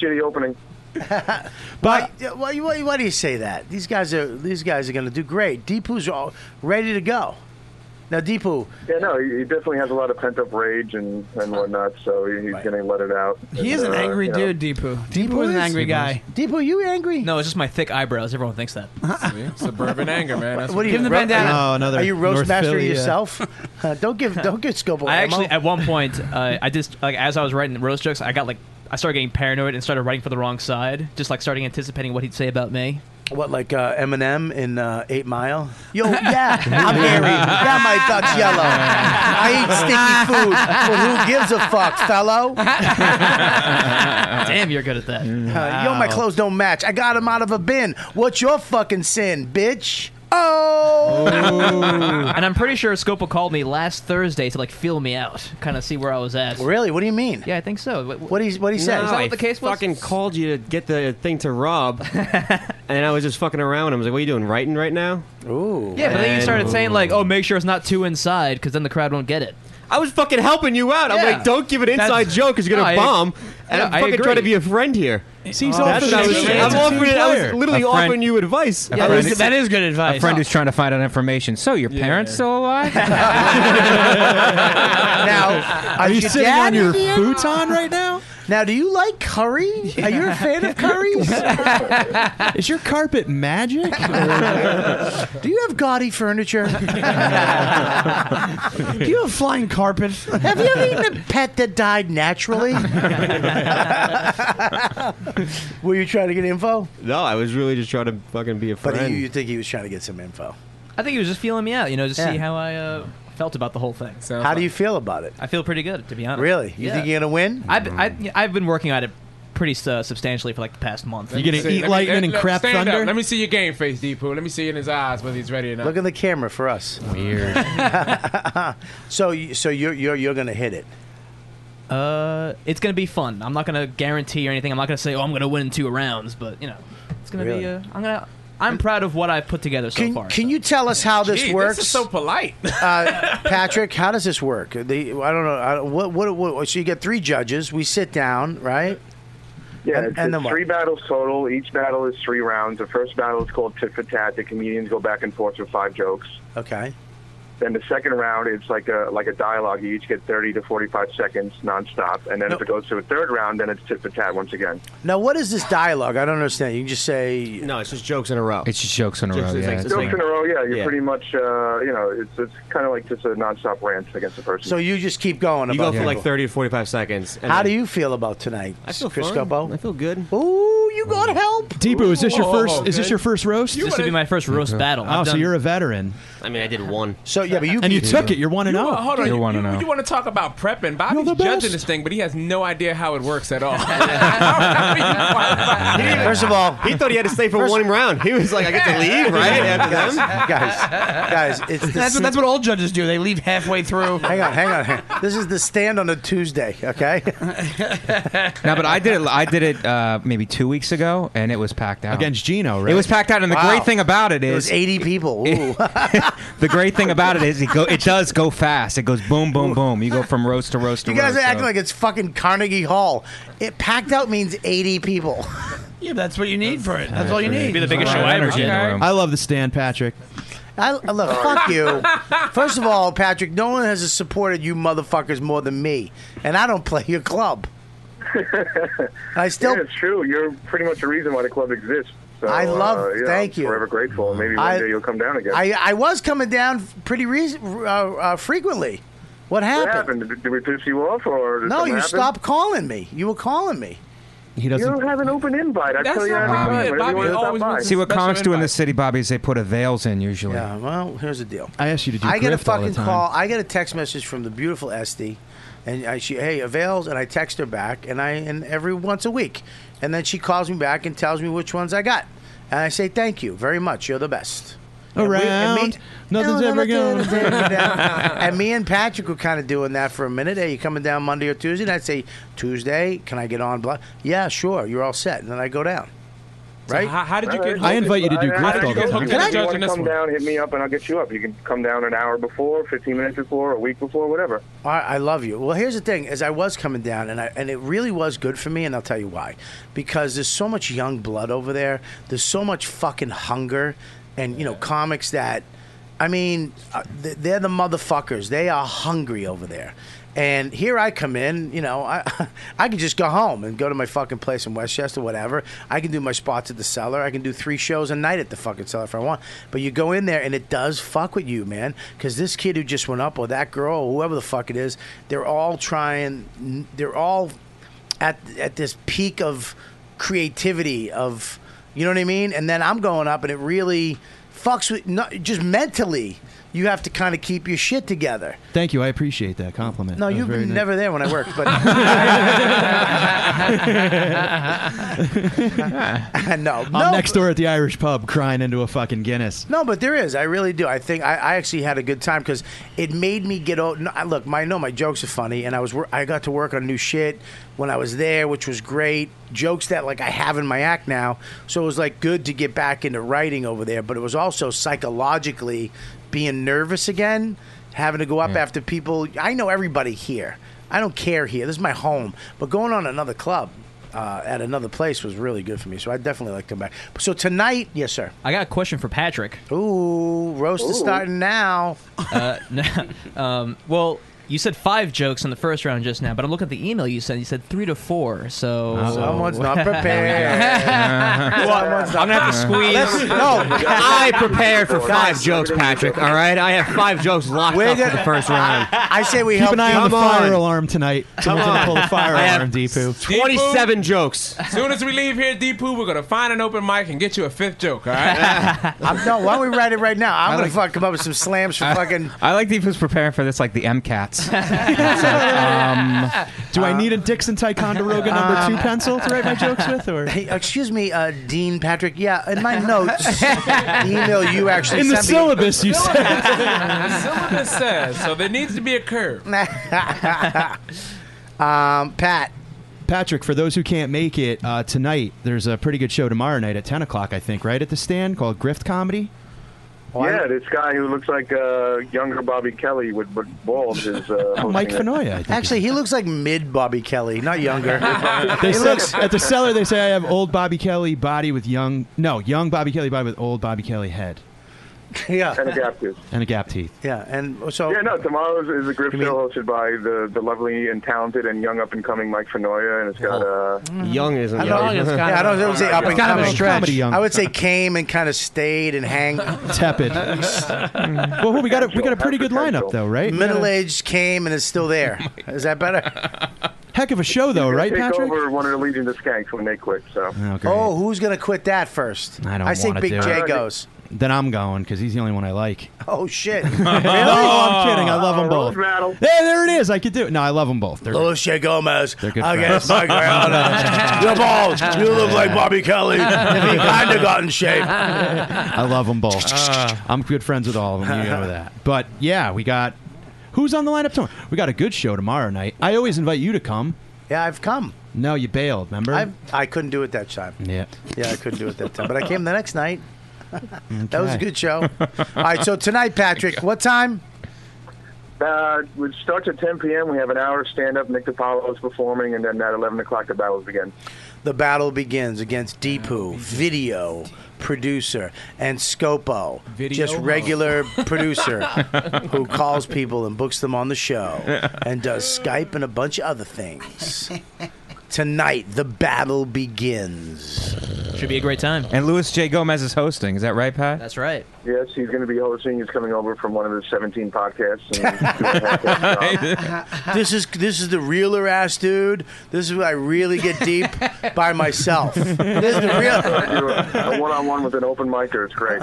Speaker 19: shitty opening.
Speaker 4: But why, why, why do you say that? These guys are these guys are going to do great. Deepu's all ready to go. Now Deepu,
Speaker 19: Yeah, no, he he definitely has a lot of pent up rage and, and whatnot, so he- he's going to let it out. uh,
Speaker 8: He is an angry dude, Deepu. Deepu
Speaker 18: is an angry guy.
Speaker 4: Deepu, are you angry?
Speaker 18: No, it's just my thick eyebrows. Everyone thinks that.
Speaker 12: Suburban anger, man. That's
Speaker 18: What do you- Give him the bandana. No, Oh, another
Speaker 4: Are you roast
Speaker 18: North
Speaker 4: mastering
Speaker 18: Philly, uh,
Speaker 4: yourself? Uh, don't give don't give Scopo.
Speaker 18: I
Speaker 4: ammo.
Speaker 18: actually, at one point, uh, I just like as I was writing the roast jokes, I got like I started getting paranoid and started writing for the wrong side, just like starting anticipating what he'd say about me.
Speaker 4: What like uh, Eminem in uh, Eight Mile? Yo, yeah, I'm hairy. Yeah, my duck's yellow. I eat sticky food, but who gives a fuck, fellow?
Speaker 18: Damn, you're good at that.
Speaker 4: Uh, yo, my clothes don't match. I got them out of a bin. What's your fucking sin, bitch? Oh.
Speaker 18: and I'm pretty sure Scopa called me last Thursday to like feel me out, kind of see where I was at.
Speaker 4: Really? What do you mean?
Speaker 18: Yeah, I think so. What,
Speaker 4: what he what
Speaker 18: he said? Is that
Speaker 9: I
Speaker 18: what the case was?
Speaker 9: fucking called you to get the thing to Rob, and I was just fucking around. I was like, "What are you doing, writing right now?"
Speaker 4: Ooh.
Speaker 18: Yeah, but then you started saying like, "Oh, make sure it's not too inside, because then the crowd won't get it."
Speaker 9: I was fucking helping you out. I'm
Speaker 18: Yeah.
Speaker 9: like, don't give an inside
Speaker 18: That's-
Speaker 9: joke because you're gonna
Speaker 18: No, I-
Speaker 9: bomb. And
Speaker 18: yeah,
Speaker 9: I'm
Speaker 18: I
Speaker 9: fucking
Speaker 18: agree.
Speaker 9: trying to be a friend here.
Speaker 18: See, he's offering
Speaker 9: That's what I was
Speaker 18: you
Speaker 9: saying.
Speaker 18: advice.
Speaker 9: I'm offering. I was
Speaker 18: A
Speaker 9: literally
Speaker 2: friend-
Speaker 9: offering you advice.
Speaker 2: A friend-
Speaker 18: good
Speaker 2: A friend who's trying to find out information. So your parents still alive?
Speaker 4: now,
Speaker 2: Are you
Speaker 4: your
Speaker 2: sitting
Speaker 4: dad
Speaker 2: on your
Speaker 4: Indian?
Speaker 2: futon
Speaker 10: right now?
Speaker 4: Now, do you like curry? Are you a fan of curries?
Speaker 10: Is your carpet magic?
Speaker 4: do you have gaudy furniture? do you have flying carpet? have you ever eaten a pet that died naturally? Were you trying to get info?
Speaker 9: No, I was really just trying to fucking be a
Speaker 4: But
Speaker 9: friend.
Speaker 4: you, you think he was trying to get some info?
Speaker 18: I think he was just feeling me out, you know, just
Speaker 4: Yeah.
Speaker 18: see how I uh, felt about the whole thing.
Speaker 4: How do you feel about it?
Speaker 18: I feel pretty good, to be honest.
Speaker 4: Really? You think you're gonna win?
Speaker 18: I've been- I, I've been working at it pretty uh, substantially for like the past month.
Speaker 12: Let me see. Let me- let- let- stand up. Let me see your game face, Deepu. Let me see it in his eyes whether he's ready or not.
Speaker 4: Look in the camera for us.
Speaker 2: Weird.
Speaker 4: so, you- so you're you're you're gonna hit it.
Speaker 18: Uh, it's gonna be fun. I'm not gonna guarantee or anything. I'm not gonna say, oh, I'm gonna win in two rounds, but you know, it's gonna
Speaker 4: Really?
Speaker 18: be. Uh, I'm gonna. I'm proud of what I've put together so
Speaker 4: Can,
Speaker 18: far.
Speaker 4: can you tell us how this
Speaker 18: Gee, this
Speaker 4: works?
Speaker 18: is so
Speaker 12: polite,
Speaker 4: uh, Patrick. How does this work? The, I don't know. I, what, what, what? So you get three judges. We sit down, right?
Speaker 19: Yeah,
Speaker 4: And-
Speaker 19: it's,
Speaker 4: and
Speaker 19: it's
Speaker 4: then what?
Speaker 19: three battles total. Each battle is three rounds. The first battle is called tit for tat. The comedians go back and forth with five jokes.
Speaker 4: Okay.
Speaker 19: Then the second round, it's like a like a dialogue. You each get thirty to forty five seconds nonstop, and then if it goes to a third round, then it's tit for tat once again.
Speaker 4: Now, what is this dialogue? I don't understand. You can just say
Speaker 9: no. It's just jokes in a row.
Speaker 2: It's just jokes in a row.
Speaker 4: Just- it's
Speaker 2: Yeah,
Speaker 4: like-
Speaker 2: it's
Speaker 19: Jokes
Speaker 2: like-
Speaker 19: in a row, yeah. You're
Speaker 2: Yeah.
Speaker 19: pretty much, uh, you know, it's it's kind of like just a nonstop rant against the person.
Speaker 4: So you just keep going.
Speaker 9: You
Speaker 4: about
Speaker 9: go for like
Speaker 4: people.
Speaker 9: thirty to forty-five seconds. and
Speaker 4: How do
Speaker 9: then-
Speaker 4: you feel about tonight, I
Speaker 9: feel
Speaker 4: Chris
Speaker 9: fine.
Speaker 4: Scopo? I
Speaker 9: feel good.
Speaker 4: Ooh, you got help.
Speaker 10: Deepu, is this your
Speaker 4: Ooh.
Speaker 10: first? Is
Speaker 12: Oh,
Speaker 10: this your first roast?
Speaker 4: You This would
Speaker 18: be my first roast
Speaker 10: Okay.
Speaker 18: battle.
Speaker 10: Oh,
Speaker 18: I've
Speaker 10: so
Speaker 18: done-
Speaker 10: you're a veteran.
Speaker 9: I mean, I did one.
Speaker 4: So yeah, but you
Speaker 10: and you took it. You're one and
Speaker 12: You-
Speaker 10: zero.
Speaker 12: hold on.
Speaker 10: You're
Speaker 12: you,
Speaker 10: one and
Speaker 12: you,
Speaker 10: oh.
Speaker 12: you want to talk about prepping?
Speaker 10: You're
Speaker 12: Bobby's
Speaker 10: the
Speaker 12: judging
Speaker 10: best.
Speaker 12: this thing, but he has no idea how it works at all.
Speaker 4: First of all,
Speaker 9: he thought he had to stay for one round. He was like, I get to leave, right? After
Speaker 4: guys,
Speaker 9: them?
Speaker 4: guys, guys, it's the
Speaker 8: That's what- that's what all judges do. They leave halfway through.
Speaker 4: hang on, hang on, hang on. This is the stand on a Tuesday, okay?
Speaker 2: no, but I did it. I did it uh, maybe two weeks ago, and it was packed out
Speaker 10: Against Gino, right?
Speaker 2: It was packed out, and the
Speaker 4: Wow.
Speaker 2: great thing about it
Speaker 4: It
Speaker 2: is
Speaker 4: was 80 people. Ooh.
Speaker 2: the great thing about it is it go. It does go fast. It goes boom, boom, boom. You go from roast to roast to
Speaker 4: You guys
Speaker 2: roast.
Speaker 4: are acting
Speaker 2: so-
Speaker 4: like it's fucking Carnegie Hall. It packed out means 80 people.
Speaker 8: Yeah, that's what you need for it. That's
Speaker 10: all you
Speaker 8: need.
Speaker 10: Be the biggest
Speaker 2: show
Speaker 10: energy in the room. I love the stand, Patrick.
Speaker 4: I, I look, fuck you. First of all, Patrick, no one has supported you motherfuckers more than me, and I don't play your club. I still.
Speaker 19: yeah, it's true. You're pretty much the reason why the club exists. So,
Speaker 4: I love-
Speaker 19: Uh, yeah,
Speaker 4: thank
Speaker 19: I'm
Speaker 4: you.
Speaker 19: Forever grateful. Maybe one
Speaker 4: I-
Speaker 19: day you'll come down again.
Speaker 4: I, I was coming down pretty reason, uh, uh, frequently.
Speaker 19: what
Speaker 4: What happened?
Speaker 19: happened? Did, did we piss you off, or did
Speaker 4: No,
Speaker 19: something
Speaker 4: you
Speaker 19: happen?
Speaker 4: stopped calling me. You were calling me.
Speaker 10: He
Speaker 19: You
Speaker 10: doesn't.
Speaker 19: don't have an open invite. I
Speaker 12: That's
Speaker 19: tell you
Speaker 12: not Bobby.
Speaker 19: every time.
Speaker 12: Bobby
Speaker 19: Everyone stops
Speaker 12: always
Speaker 19: by.
Speaker 12: wants
Speaker 2: See what
Speaker 12: Special
Speaker 2: comics do in
Speaker 12: invite.
Speaker 2: the city, Bobby, is they put a veils in usually.
Speaker 4: Yeah, well, here's the deal.
Speaker 10: I asked you to do.
Speaker 4: I get a
Speaker 2: grift all the
Speaker 4: fucking
Speaker 2: time.
Speaker 4: call. I get a text message from the beautiful Esty, and I, she hey avails, and I text her back, and I and every once a week, and then she calls me back and tells me which ones I got, and I say thank you very much. You're the best. And we- and me-
Speaker 10: Around, nothing's ever gonna.
Speaker 4: and me and Patrick were kind of doing that for a minute. Hey, you coming down Monday or Tuesday? And I'd say Tuesday. Can I get on? Blah. Yeah, sure. You're all set. And then I go down.
Speaker 12: So
Speaker 4: Right?
Speaker 12: how- how did you get
Speaker 4: I invite you to do
Speaker 19: I- I-
Speaker 4: grift
Speaker 19: I-
Speaker 4: all the time.
Speaker 19: If
Speaker 4: Can I-
Speaker 19: you want
Speaker 4: Judging
Speaker 19: to
Speaker 4: this
Speaker 19: come
Speaker 4: one.
Speaker 19: down, hit me up, and I'll get you up. You can come down an hour before, 15 minutes before, a week before, whatever.
Speaker 4: All right, I love you. Well, here's the thing: as I was coming down, and I and it really was good for me, and I'll tell you why. Because there's so much young blood over there. There's so much fucking hunger, and you know, comics that, I mean, uh, th- they're the motherfuckers. They are hungry over there. And here I come in, you know, I I can just go home and go to my fucking place in Westchester, whatever. I can do my spots at the cellar. I can do three shows a night at the fucking cellar if I want. But you go in there and it does fuck with you, man. Because this kid who just went up or that girl or whoever the fuck it is, they're all trying. They're all at at this peak of creativity of you know what I mean. And then I'm going up and it really fucks with not, just mentally. You have to kind of keep your shit together.
Speaker 10: Thank you. I appreciate that compliment.
Speaker 4: No,
Speaker 10: That was
Speaker 4: you've
Speaker 10: very
Speaker 4: been
Speaker 10: nice.
Speaker 4: never there when I worked, but no,
Speaker 10: I'm
Speaker 4: no,
Speaker 10: next door at the Irish pub crying into a fucking Guinness.
Speaker 4: no, but there is. I really do. I think I, I actually had a good time because it made me get old. No, I- look, my I know my jokes are funny, and I was wor- I got to work on new shit when I was there, which was great. Jokes that like I have in my act now, so it was like good to get back into writing over there. But it was also psychologically being nervous again, having to go up after people. I know everybody here. I don't care here. This is my home. But going on another club. Uh, at another place was really good for me, so I definitely like to come back. So tonight, yes, sir.
Speaker 18: I got a question for Patrick.
Speaker 4: Ooh, roast is starting now.
Speaker 18: Uh, n- um, well, you said five jokes in the first round just now, but I'm looking at the email you sent. You said three to four, so
Speaker 4: Uh, Someone's not prepared. Someone's not
Speaker 18: I'm gonna have to
Speaker 4: prepared.
Speaker 18: squeeze.
Speaker 4: Let's-
Speaker 9: No, I prepared for five
Speaker 4: Guys,
Speaker 9: jokes, Patrick. All right, I have five jokes locked
Speaker 4: We're
Speaker 9: up for
Speaker 4: gonna-
Speaker 9: the first round.
Speaker 4: I say we
Speaker 10: Keep
Speaker 4: help
Speaker 10: an eye
Speaker 4: you.
Speaker 10: on the fire alarm tonight. Someone's
Speaker 9: Come
Speaker 10: gonna
Speaker 9: on.
Speaker 10: pull the fire
Speaker 9: I have
Speaker 10: alarm, Deepu.
Speaker 9: Twenty-seven jokes.
Speaker 12: Soon as we leave here, Deepu, we're gonna find an open mic and get you a fifth joke. All right?
Speaker 4: I'm, no, why don't we write it right now? I'm
Speaker 2: I
Speaker 4: gonna
Speaker 2: like-
Speaker 4: fuck come up with some slams for fucking.
Speaker 2: I like that he was preparing for this like the MCATs. um,
Speaker 10: Do I need a Dixon Ticonderoga number two pencil to write my jokes with, or
Speaker 4: Um, Hey, excuse me, uh, Dean Patrick. Yeah, in my notes, the email you actually
Speaker 10: in the
Speaker 4: sent me-
Speaker 10: syllabus you
Speaker 12: The
Speaker 10: said?
Speaker 12: syllabus says so. There needs to be a curve.
Speaker 4: um, Pat.
Speaker 10: Patrick, for those who can't make it uh, tonight, there's a pretty good show tomorrow night at 10 o'clock, I think, right at the stand called Grift Comedy.
Speaker 19: yeah, this guy who looks like uh, younger Bobby Kelly with, with balls is uh,
Speaker 10: Oh, Mike
Speaker 19: hosting it.
Speaker 10: Fenoya.
Speaker 4: Actually, he looks like mid Bobby Kelly, not younger.
Speaker 10: They
Speaker 4: He
Speaker 10: said
Speaker 4: looks-
Speaker 10: at the cellar they say I have old Bobby Kelly body with young no young Bobby Kelly body with old Bobby Kelly head
Speaker 4: yeah.
Speaker 19: And adaptive.
Speaker 10: and a gap teeth.
Speaker 4: Yeah, and so
Speaker 19: yeah, no. Tomorrow is, is a Griff show hosted by the, the lovely and talented and young up and coming Mike Fenoya, and it's got
Speaker 4: Oh.
Speaker 19: uh,
Speaker 9: Young isn't
Speaker 4: I
Speaker 9: young.
Speaker 4: don't, yeah, I don't I don't say up and
Speaker 10: Kind of a
Speaker 4: coming.
Speaker 10: stretch. Comedy young.
Speaker 4: I would say came and kind of stayed and hang.
Speaker 10: Tepid. well, we got a, we got a pretty good lineup though, right? We got a
Speaker 4: Middle aged came and is still there. Is that better?
Speaker 10: Oh Heck of a show though, right,
Speaker 19: take
Speaker 10: Patrick?
Speaker 19: over one of the Legion of Skanks when they quit. So
Speaker 4: Oh, who's gonna quit that first?
Speaker 10: I don't.
Speaker 4: I say
Speaker 10: wanna
Speaker 4: Big
Speaker 10: do
Speaker 4: J
Speaker 10: it.
Speaker 4: goes.
Speaker 10: Then I'm going because he's the only one I like.
Speaker 4: Oh shit!
Speaker 10: no, I'm kidding. I love them both.
Speaker 19: Hey,
Speaker 10: there it is. I could do it. No, I love them both. They're
Speaker 4: Lucia Gomez
Speaker 10: good
Speaker 4: against
Speaker 10: friends.
Speaker 4: Mike Rihanna. Your balls. You look like Bobby Kelly. If you kind of got in shape.
Speaker 10: I love them both.
Speaker 4: Uh.
Speaker 10: I'm good friends with all of them. You know that. But yeah, we got who's on the lineup tomorrow? We got a good show tomorrow night. I always invite you to come.
Speaker 4: Yeah, I've come.
Speaker 10: No, you bailed. Remember?
Speaker 4: I I couldn't do it that time.
Speaker 10: yeah.
Speaker 4: Yeah, I couldn't do it that time. But I came the next night. That was a
Speaker 10: Okay.
Speaker 4: good show. All right, so tonight, Patrick, what time?
Speaker 19: Uh, it starts at 10 p.m. We have an hour stand up. Nick DiPaolo is performing, and then at 11 o'clock the battles begin.
Speaker 4: The battle begins against Deepu, video producer, and Scopo,
Speaker 19: Video
Speaker 4: just
Speaker 19: ho.
Speaker 4: regular producer who calls people and books them on the show and does Skype and a bunch of other things. Tonight, the battle begins.
Speaker 18: Should be a great time.
Speaker 2: And Louis J. Gomez is hosting. Is that right, Pat?
Speaker 18: That's right.
Speaker 19: Yes, he's going to be hosting. He's coming over from one of the 17 podcasts. And doing
Speaker 4: this is this is the realer ass dude. This is where I really get deep by myself. This is the
Speaker 19: real. a one-on-one with an open micer. It's great.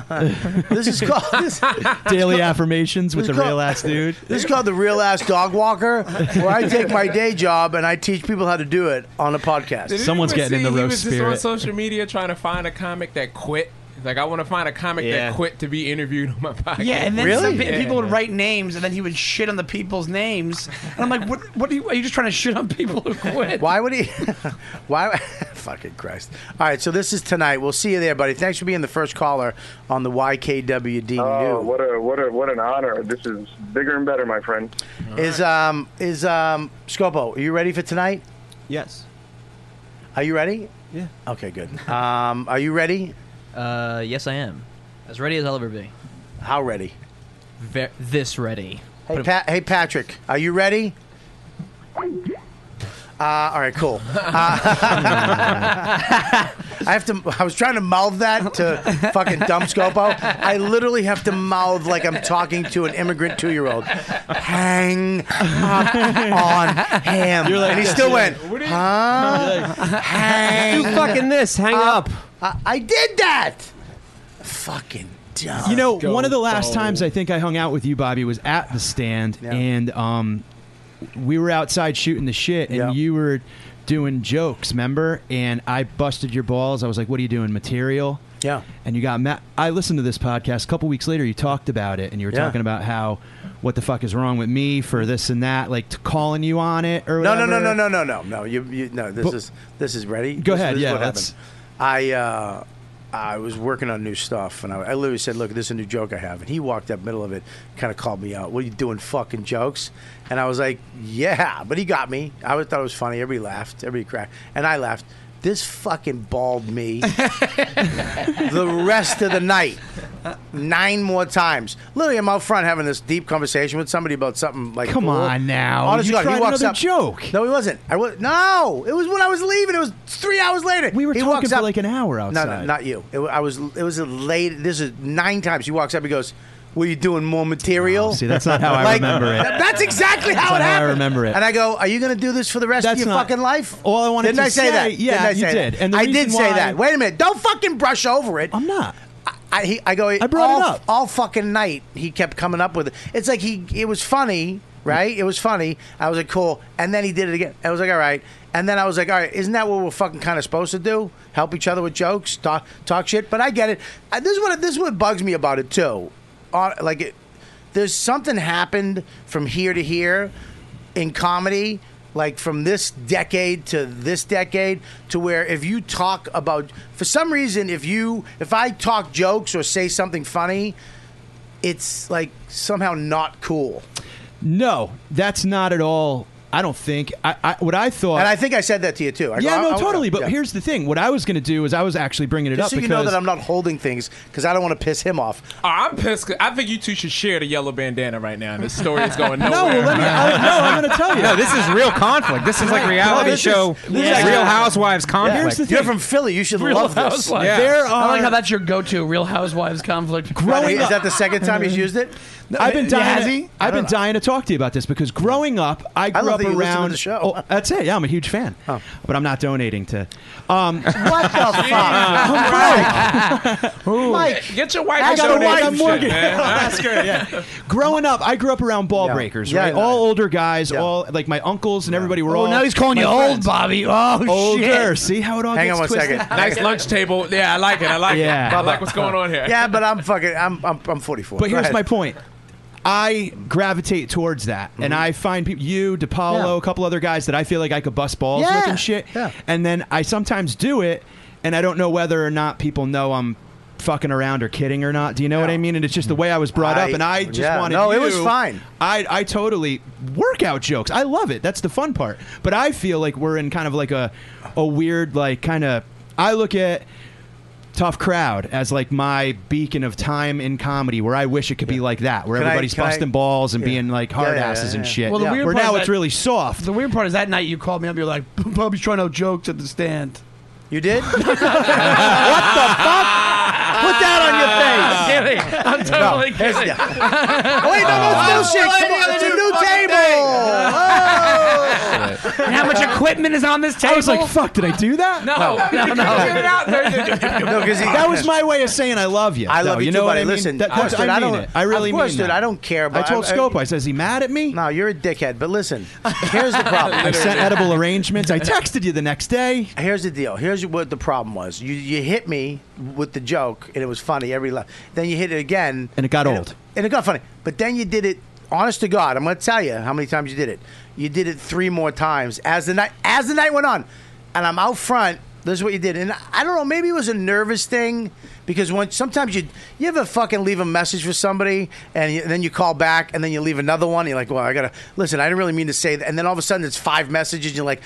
Speaker 4: This is called this,
Speaker 10: Daily affirmations with the
Speaker 4: This is
Speaker 10: real
Speaker 4: called-
Speaker 10: ass dude.
Speaker 4: This is called the real ass dog walker, where I take my day job and I teach people how to do it on a podcast.
Speaker 12: Did anyone see he was just on social media trying to find a comic that quit. He's Like I want to find a comic
Speaker 4: Yeah.
Speaker 12: that quit to be interviewed on my podcast.
Speaker 8: Yeah, and then some pe- people would write names, and then he would shit on the people's names. And I'm like, what? What are you? Are you just trying to shit on people who quit?
Speaker 4: Why would he? Why? Fucking Christ! All right, so this is tonight. We'll see you there, buddy. Thanks for being the first caller on the YKWd
Speaker 19: Oh,
Speaker 4: New.
Speaker 19: what a what a what an honor! This is bigger and better, my friend.
Speaker 4: Is um is um Scopo? Are you ready for tonight?
Speaker 9: Yes.
Speaker 4: Are you ready?
Speaker 9: Yeah.
Speaker 4: Okay, good. Um, are you ready?
Speaker 18: Uh, yes, I am. As ready as I'll ever be.
Speaker 4: How ready?
Speaker 18: Ver- this ready.
Speaker 4: Hey, Pat hey Patrick, are you ready? Uh, all right, cool. Uh, I have to. I was trying to mouth that to fucking dumb Scopo. I literally have to mouth like I'm talking to an immigrant two-year-old. Hang up on him,
Speaker 16: You're like
Speaker 4: and he
Speaker 16: this,
Speaker 4: still
Speaker 16: you're
Speaker 4: went.
Speaker 16: like,
Speaker 4: Huh? Hang.
Speaker 16: Do fucking
Speaker 9: this. Hang
Speaker 4: up. I, I did that. Fucking dumb.
Speaker 10: You know,
Speaker 4: Go
Speaker 10: one of the last
Speaker 4: Bo.
Speaker 10: times I think I hung out with you, Bobby, was at the stand, and um, we were outside shooting the shit, and you were doing jokes, remember? And I busted your balls. I was like, "What are you doing, material?"
Speaker 4: Yeah.
Speaker 10: And you got mad. I listened to this podcast a couple weeks later. You talked about it, and you were
Speaker 4: Yeah.
Speaker 10: talking about how what the fuck is wrong with me for this and that, like t- calling you on it or
Speaker 4: No,
Speaker 10: whatever.
Speaker 4: no, no, no, no, no, no, no. You, you, no. This
Speaker 10: But-
Speaker 4: is this is ready.
Speaker 10: Go
Speaker 4: This-
Speaker 10: ahead,
Speaker 4: This
Speaker 10: yeah,
Speaker 4: Is what
Speaker 10: let's-
Speaker 4: happened. I uh, I was working on new stuff, and I, I literally said, "Look, this is a new joke I have." And he walked up middle of it, kind of called me out. What are you doing, fucking jokes? And I was like, "Yeah," but he got me. I always thought it was funny. Everybody laughed. Everybody cracked, and I laughed. This fucking balled me the rest of the night. Nine more times. Literally, I'm out front having this deep conversation with somebody about something like.
Speaker 10: Come on now.
Speaker 4: Honest
Speaker 10: You
Speaker 4: to God, he
Speaker 10: tried
Speaker 4: walks
Speaker 10: another
Speaker 4: up. Joke. No, he wasn't. I was no. It was when I was leaving. It was three hours later. We were he
Speaker 10: Talking
Speaker 4: walks
Speaker 10: for
Speaker 4: up.
Speaker 10: like an hour
Speaker 4: no,
Speaker 10: outside.
Speaker 4: no, not you. It, wa- I was. It was a late. This is nine times. He walks up. He goes, "Were you doing more material?"
Speaker 10: Oh, see, that's not how I
Speaker 4: Like,
Speaker 10: remember it.
Speaker 4: th- That's exactly
Speaker 10: That's
Speaker 4: how
Speaker 10: not
Speaker 4: it
Speaker 10: how I
Speaker 4: happened.
Speaker 10: remember it.
Speaker 4: And I go, "Are you going to do this for the rest
Speaker 10: That's
Speaker 4: of your
Speaker 10: not-
Speaker 4: fucking life?"
Speaker 10: All I wanted
Speaker 4: didn't
Speaker 10: to
Speaker 4: I say,
Speaker 10: say-
Speaker 4: that?
Speaker 10: yeah,
Speaker 4: didn't I
Speaker 10: you
Speaker 4: say
Speaker 10: did.
Speaker 4: That?
Speaker 10: And the
Speaker 4: I did
Speaker 10: reason
Speaker 4: say
Speaker 10: why-
Speaker 4: that. Wait a minute. Don't fucking brush over it. I'm
Speaker 10: not.
Speaker 4: I, he, I go. I
Speaker 10: brought
Speaker 4: all,
Speaker 10: it up.
Speaker 4: all fucking night. He kept coming up with it. It's like he. It was funny, right? It was funny. I was like, cool. And then he did it again. I was like, all right. And then I was like, all right. Isn't that what we're fucking kind of supposed to do? Help each other with jokes, talk talk shit. But I get it. Uh, This is what this is what bugs me about it too. Uh, like, it, there's something happened from here to here in comedy like from this decade to this decade to where if you talk about for some reason if you if i talk jokes or say something funny it's like somehow not cool
Speaker 10: No, that's not at all. I don't think. I, I what I thought.
Speaker 4: and i think i said that to you too I go,
Speaker 10: yeah,
Speaker 4: I-
Speaker 10: no,
Speaker 4: I-
Speaker 10: totally. But
Speaker 4: yeah.
Speaker 10: here's the thing: what I was going to do is I was actually bringing it
Speaker 4: just
Speaker 10: up
Speaker 4: so
Speaker 10: because
Speaker 4: you know that i'm not holding things because i don't want to piss him off
Speaker 12: Oh, I'm pissed. 'cause I think you two should share the yellow bandana right now. This story is going
Speaker 4: No,
Speaker 12: nowhere.
Speaker 4: well, let me- I- no, I'm gonna tell you.
Speaker 2: No, this is real conflict. This is like
Speaker 12: Right.
Speaker 2: reality
Speaker 12: No, this is-
Speaker 2: show,
Speaker 12: this is actually-
Speaker 2: Real Housewives conflict.
Speaker 8: Here's the
Speaker 4: you're from philly you should
Speaker 8: Real
Speaker 4: love this
Speaker 8: Housewives. I like how that's your go-to Real Housewives conflict.
Speaker 10: Growing Is up- that the
Speaker 4: second time he's used it?
Speaker 10: I've been
Speaker 8: Yeah,
Speaker 10: dying.
Speaker 8: has he?
Speaker 10: To, I've been dying to talk to you about this because growing up, I grew
Speaker 8: love
Speaker 10: up
Speaker 8: that you listen to
Speaker 10: around.
Speaker 8: the show.
Speaker 10: Oh, that's it. Yeah, I'm a huge fan. But I'm not donating to. Um, what the
Speaker 12: Mike, get your wife.
Speaker 10: I
Speaker 12: to
Speaker 10: got a
Speaker 12: donate
Speaker 10: wife.
Speaker 12: some
Speaker 10: I'm
Speaker 12: shit,
Speaker 10: working.
Speaker 12: man.
Speaker 10: That's good. Yeah. Growing up, I grew up around ball
Speaker 8: Yeah.
Speaker 10: breakers,
Speaker 8: Yeah,
Speaker 10: right?
Speaker 8: I know.
Speaker 10: All older guys, all like my uncles and everybody were
Speaker 8: Oh,
Speaker 10: all.
Speaker 8: now he's calling
Speaker 10: my
Speaker 8: you old,
Speaker 10: friends.
Speaker 8: Bobby. Oh,
Speaker 10: older.
Speaker 8: shit.
Speaker 10: See how it all
Speaker 4: Hang
Speaker 10: gets
Speaker 4: on one
Speaker 10: twisted?
Speaker 4: second.
Speaker 12: Nice lunch table. Yeah, I like it. I like
Speaker 10: Yeah.
Speaker 12: it. I like what's going on here.
Speaker 4: yeah but i'm fucking i'm i'm, I'm 44
Speaker 10: But
Speaker 4: Go
Speaker 10: here's
Speaker 4: ahead.
Speaker 10: my point. I gravitate towards that, and I find people, you, DePaulo,
Speaker 4: Mm-hmm. Yeah.
Speaker 10: a couple other guys that I feel like I could bust balls with
Speaker 4: Yeah.
Speaker 10: and shit. And then I sometimes do it, and I don't know whether or not people know I'm fucking around or kidding or not. Do you know what I mean? And it's just the way I was brought up,
Speaker 4: I-
Speaker 10: and I just
Speaker 4: yeah.
Speaker 10: wanted.
Speaker 4: No, it was
Speaker 10: you-
Speaker 4: fine.
Speaker 10: I I totally workout jokes. I love it. That's the fun part. But I feel like we're in kind of like a a weird like kind of. I look at tough crowd as like my beacon of time in comedy where I wish it could be like that where
Speaker 8: Can I-
Speaker 10: everybody's
Speaker 8: can I-
Speaker 10: busting balls and
Speaker 8: Yeah.
Speaker 10: being like
Speaker 8: Yeah,
Speaker 10: hard
Speaker 8: yeah,
Speaker 10: asses
Speaker 8: yeah,
Speaker 10: and
Speaker 8: yeah.
Speaker 10: shit
Speaker 8: Well, the weird
Speaker 10: where
Speaker 8: part
Speaker 10: now
Speaker 8: is
Speaker 10: it's
Speaker 8: that-
Speaker 10: really soft
Speaker 8: The weird part is that night you called me up. You're like, Bobby's trying out jokes at the stand.
Speaker 4: You did?
Speaker 13: Put
Speaker 4: that on your face.
Speaker 13: I'm kidding. I'm totally
Speaker 4: No, it's
Speaker 13: kidding.
Speaker 4: Oh, wait, no, no, it's new shit. Come on, it's a new table. Oh.
Speaker 13: and how much equipment is on this table? I was like,
Speaker 10: fuck, did I do that?
Speaker 13: no, no.
Speaker 4: No, because he-
Speaker 10: that was my way of saying I love you.
Speaker 4: I
Speaker 10: though,
Speaker 4: love you
Speaker 10: you
Speaker 4: too,
Speaker 10: know what
Speaker 4: buddy.
Speaker 10: I mean?
Speaker 4: Listen,
Speaker 10: That-
Speaker 4: of
Speaker 10: that's-
Speaker 4: course, dude,
Speaker 10: I
Speaker 4: I
Speaker 10: mean
Speaker 4: don't-
Speaker 10: it. I really
Speaker 4: of course,
Speaker 10: mean
Speaker 4: dude,
Speaker 10: that.
Speaker 4: I don't care. But
Speaker 10: I told Scopo, I says, "Is he mad at me?"
Speaker 4: No, you're a dickhead. But listen, here's the problem.
Speaker 10: I sent edible arrangements. I texted you the next day.
Speaker 4: Here's the deal. Here's what the problem was. You you hit me with the joke, and it was funny every laugh. Then you hit it again,
Speaker 10: and it got old.
Speaker 4: and it got funny. But then you did it. Honest to God, I'm going to tell you how many times you did it. You did it three more times as the night as the night went on, and I'm out front. This is what you did, and I don't know. Maybe it was a nervous thing because when sometimes you you ever fucking leave a message for somebody and, you, and then you call back and then you leave another one. And you're like, well, I gotta listen. I didn't really mean to say that, and then all of a sudden it's five messages. And you're like.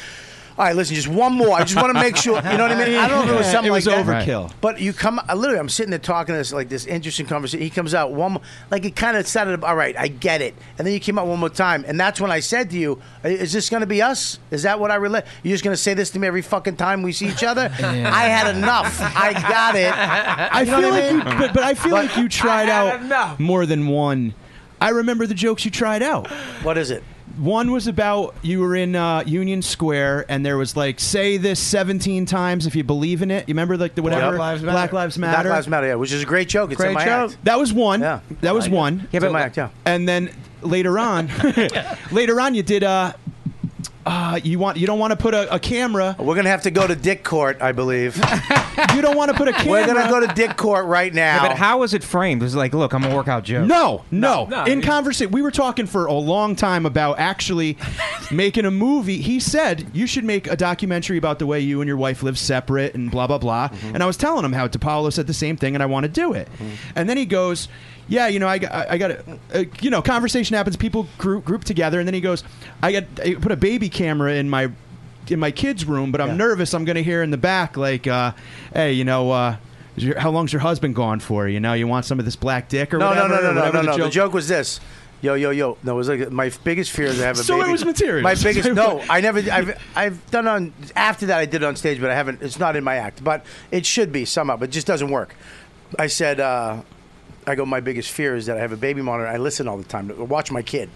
Speaker 4: All right, listen, just one more. I just want to make sure. You know what I mean? I don't know if it was
Speaker 10: Yeah,
Speaker 4: something
Speaker 10: it was
Speaker 4: like that.
Speaker 10: overkill. Right.
Speaker 4: But you come, I literally, I'm sitting there talking this like this interesting conversation. He comes out one, mo- like it kind of sounded. All right, I get it. And then you came out one more time, and that's when I said to you, "Is this going to be us? Is that what I relate? You're just going to say this to me every fucking time we see each other? I had enough. I got it.
Speaker 10: I
Speaker 4: You know
Speaker 10: feel
Speaker 4: what
Speaker 10: like,
Speaker 4: I mean?
Speaker 10: you, but, but I feel like you tried out more than one. I remember the jokes you tried out.
Speaker 4: What is it?
Speaker 10: One was about you were in uh, Union Square and there was like say this 17 times if you believe in it. You remember like the whatever
Speaker 4: Black Lives Matter.
Speaker 10: Black Lives Matter.
Speaker 4: Black Lives Matter, yeah, which is a great joke. It's in my act.
Speaker 10: That was one. Yeah. That was one.
Speaker 4: Yeah, but- my act, yeah.
Speaker 10: And then later on, later on, you did. Uh, uh, you want you don't want to put a, a camera.
Speaker 4: We're gonna have to go to Dick Court, I believe.
Speaker 10: you don't want to put a camera.
Speaker 4: We're gonna go to Dick Court right now.
Speaker 2: but how was it framed? It was like, look, I'm a workout joke.
Speaker 10: No, no.
Speaker 2: No, no,
Speaker 10: In
Speaker 2: it-
Speaker 10: conversation, we were talking for a long time about actually making a movie. He said you should make a documentary about the way you and your wife live separate and blah blah blah.
Speaker 2: Mm-hmm.
Speaker 10: And I was telling him how DePaulo said the same thing, and I want to do it. And then he goes, "Yeah, you know, I, got- I, I got a, you know, conversation happens. People group group together, and then he goes, I got I put a baby camera in my." In my kid's room, but I'm nervous. I'm going to hear in the back, like, uh, "Hey, you know, uh, is your, how long's your husband gone for? You know, you want some of this black dick or
Speaker 4: No,
Speaker 10: whatever?"
Speaker 4: no, no,
Speaker 10: or
Speaker 4: no, no,
Speaker 10: whatever
Speaker 4: no,
Speaker 10: the
Speaker 4: no. The
Speaker 10: joke
Speaker 4: joke was this. Yo, yo, yo. No, it was like my biggest fear is to have a
Speaker 10: So
Speaker 4: baby.
Speaker 10: it was material.
Speaker 4: My biggest no, I never. I've I've done on after that. I did it on stage, but I haven't. It's not in my act, but it should be somehow. But it just doesn't work. I said, uh, I go. My biggest fear is that I have a baby monitor. I listen all the time. to Watch my kid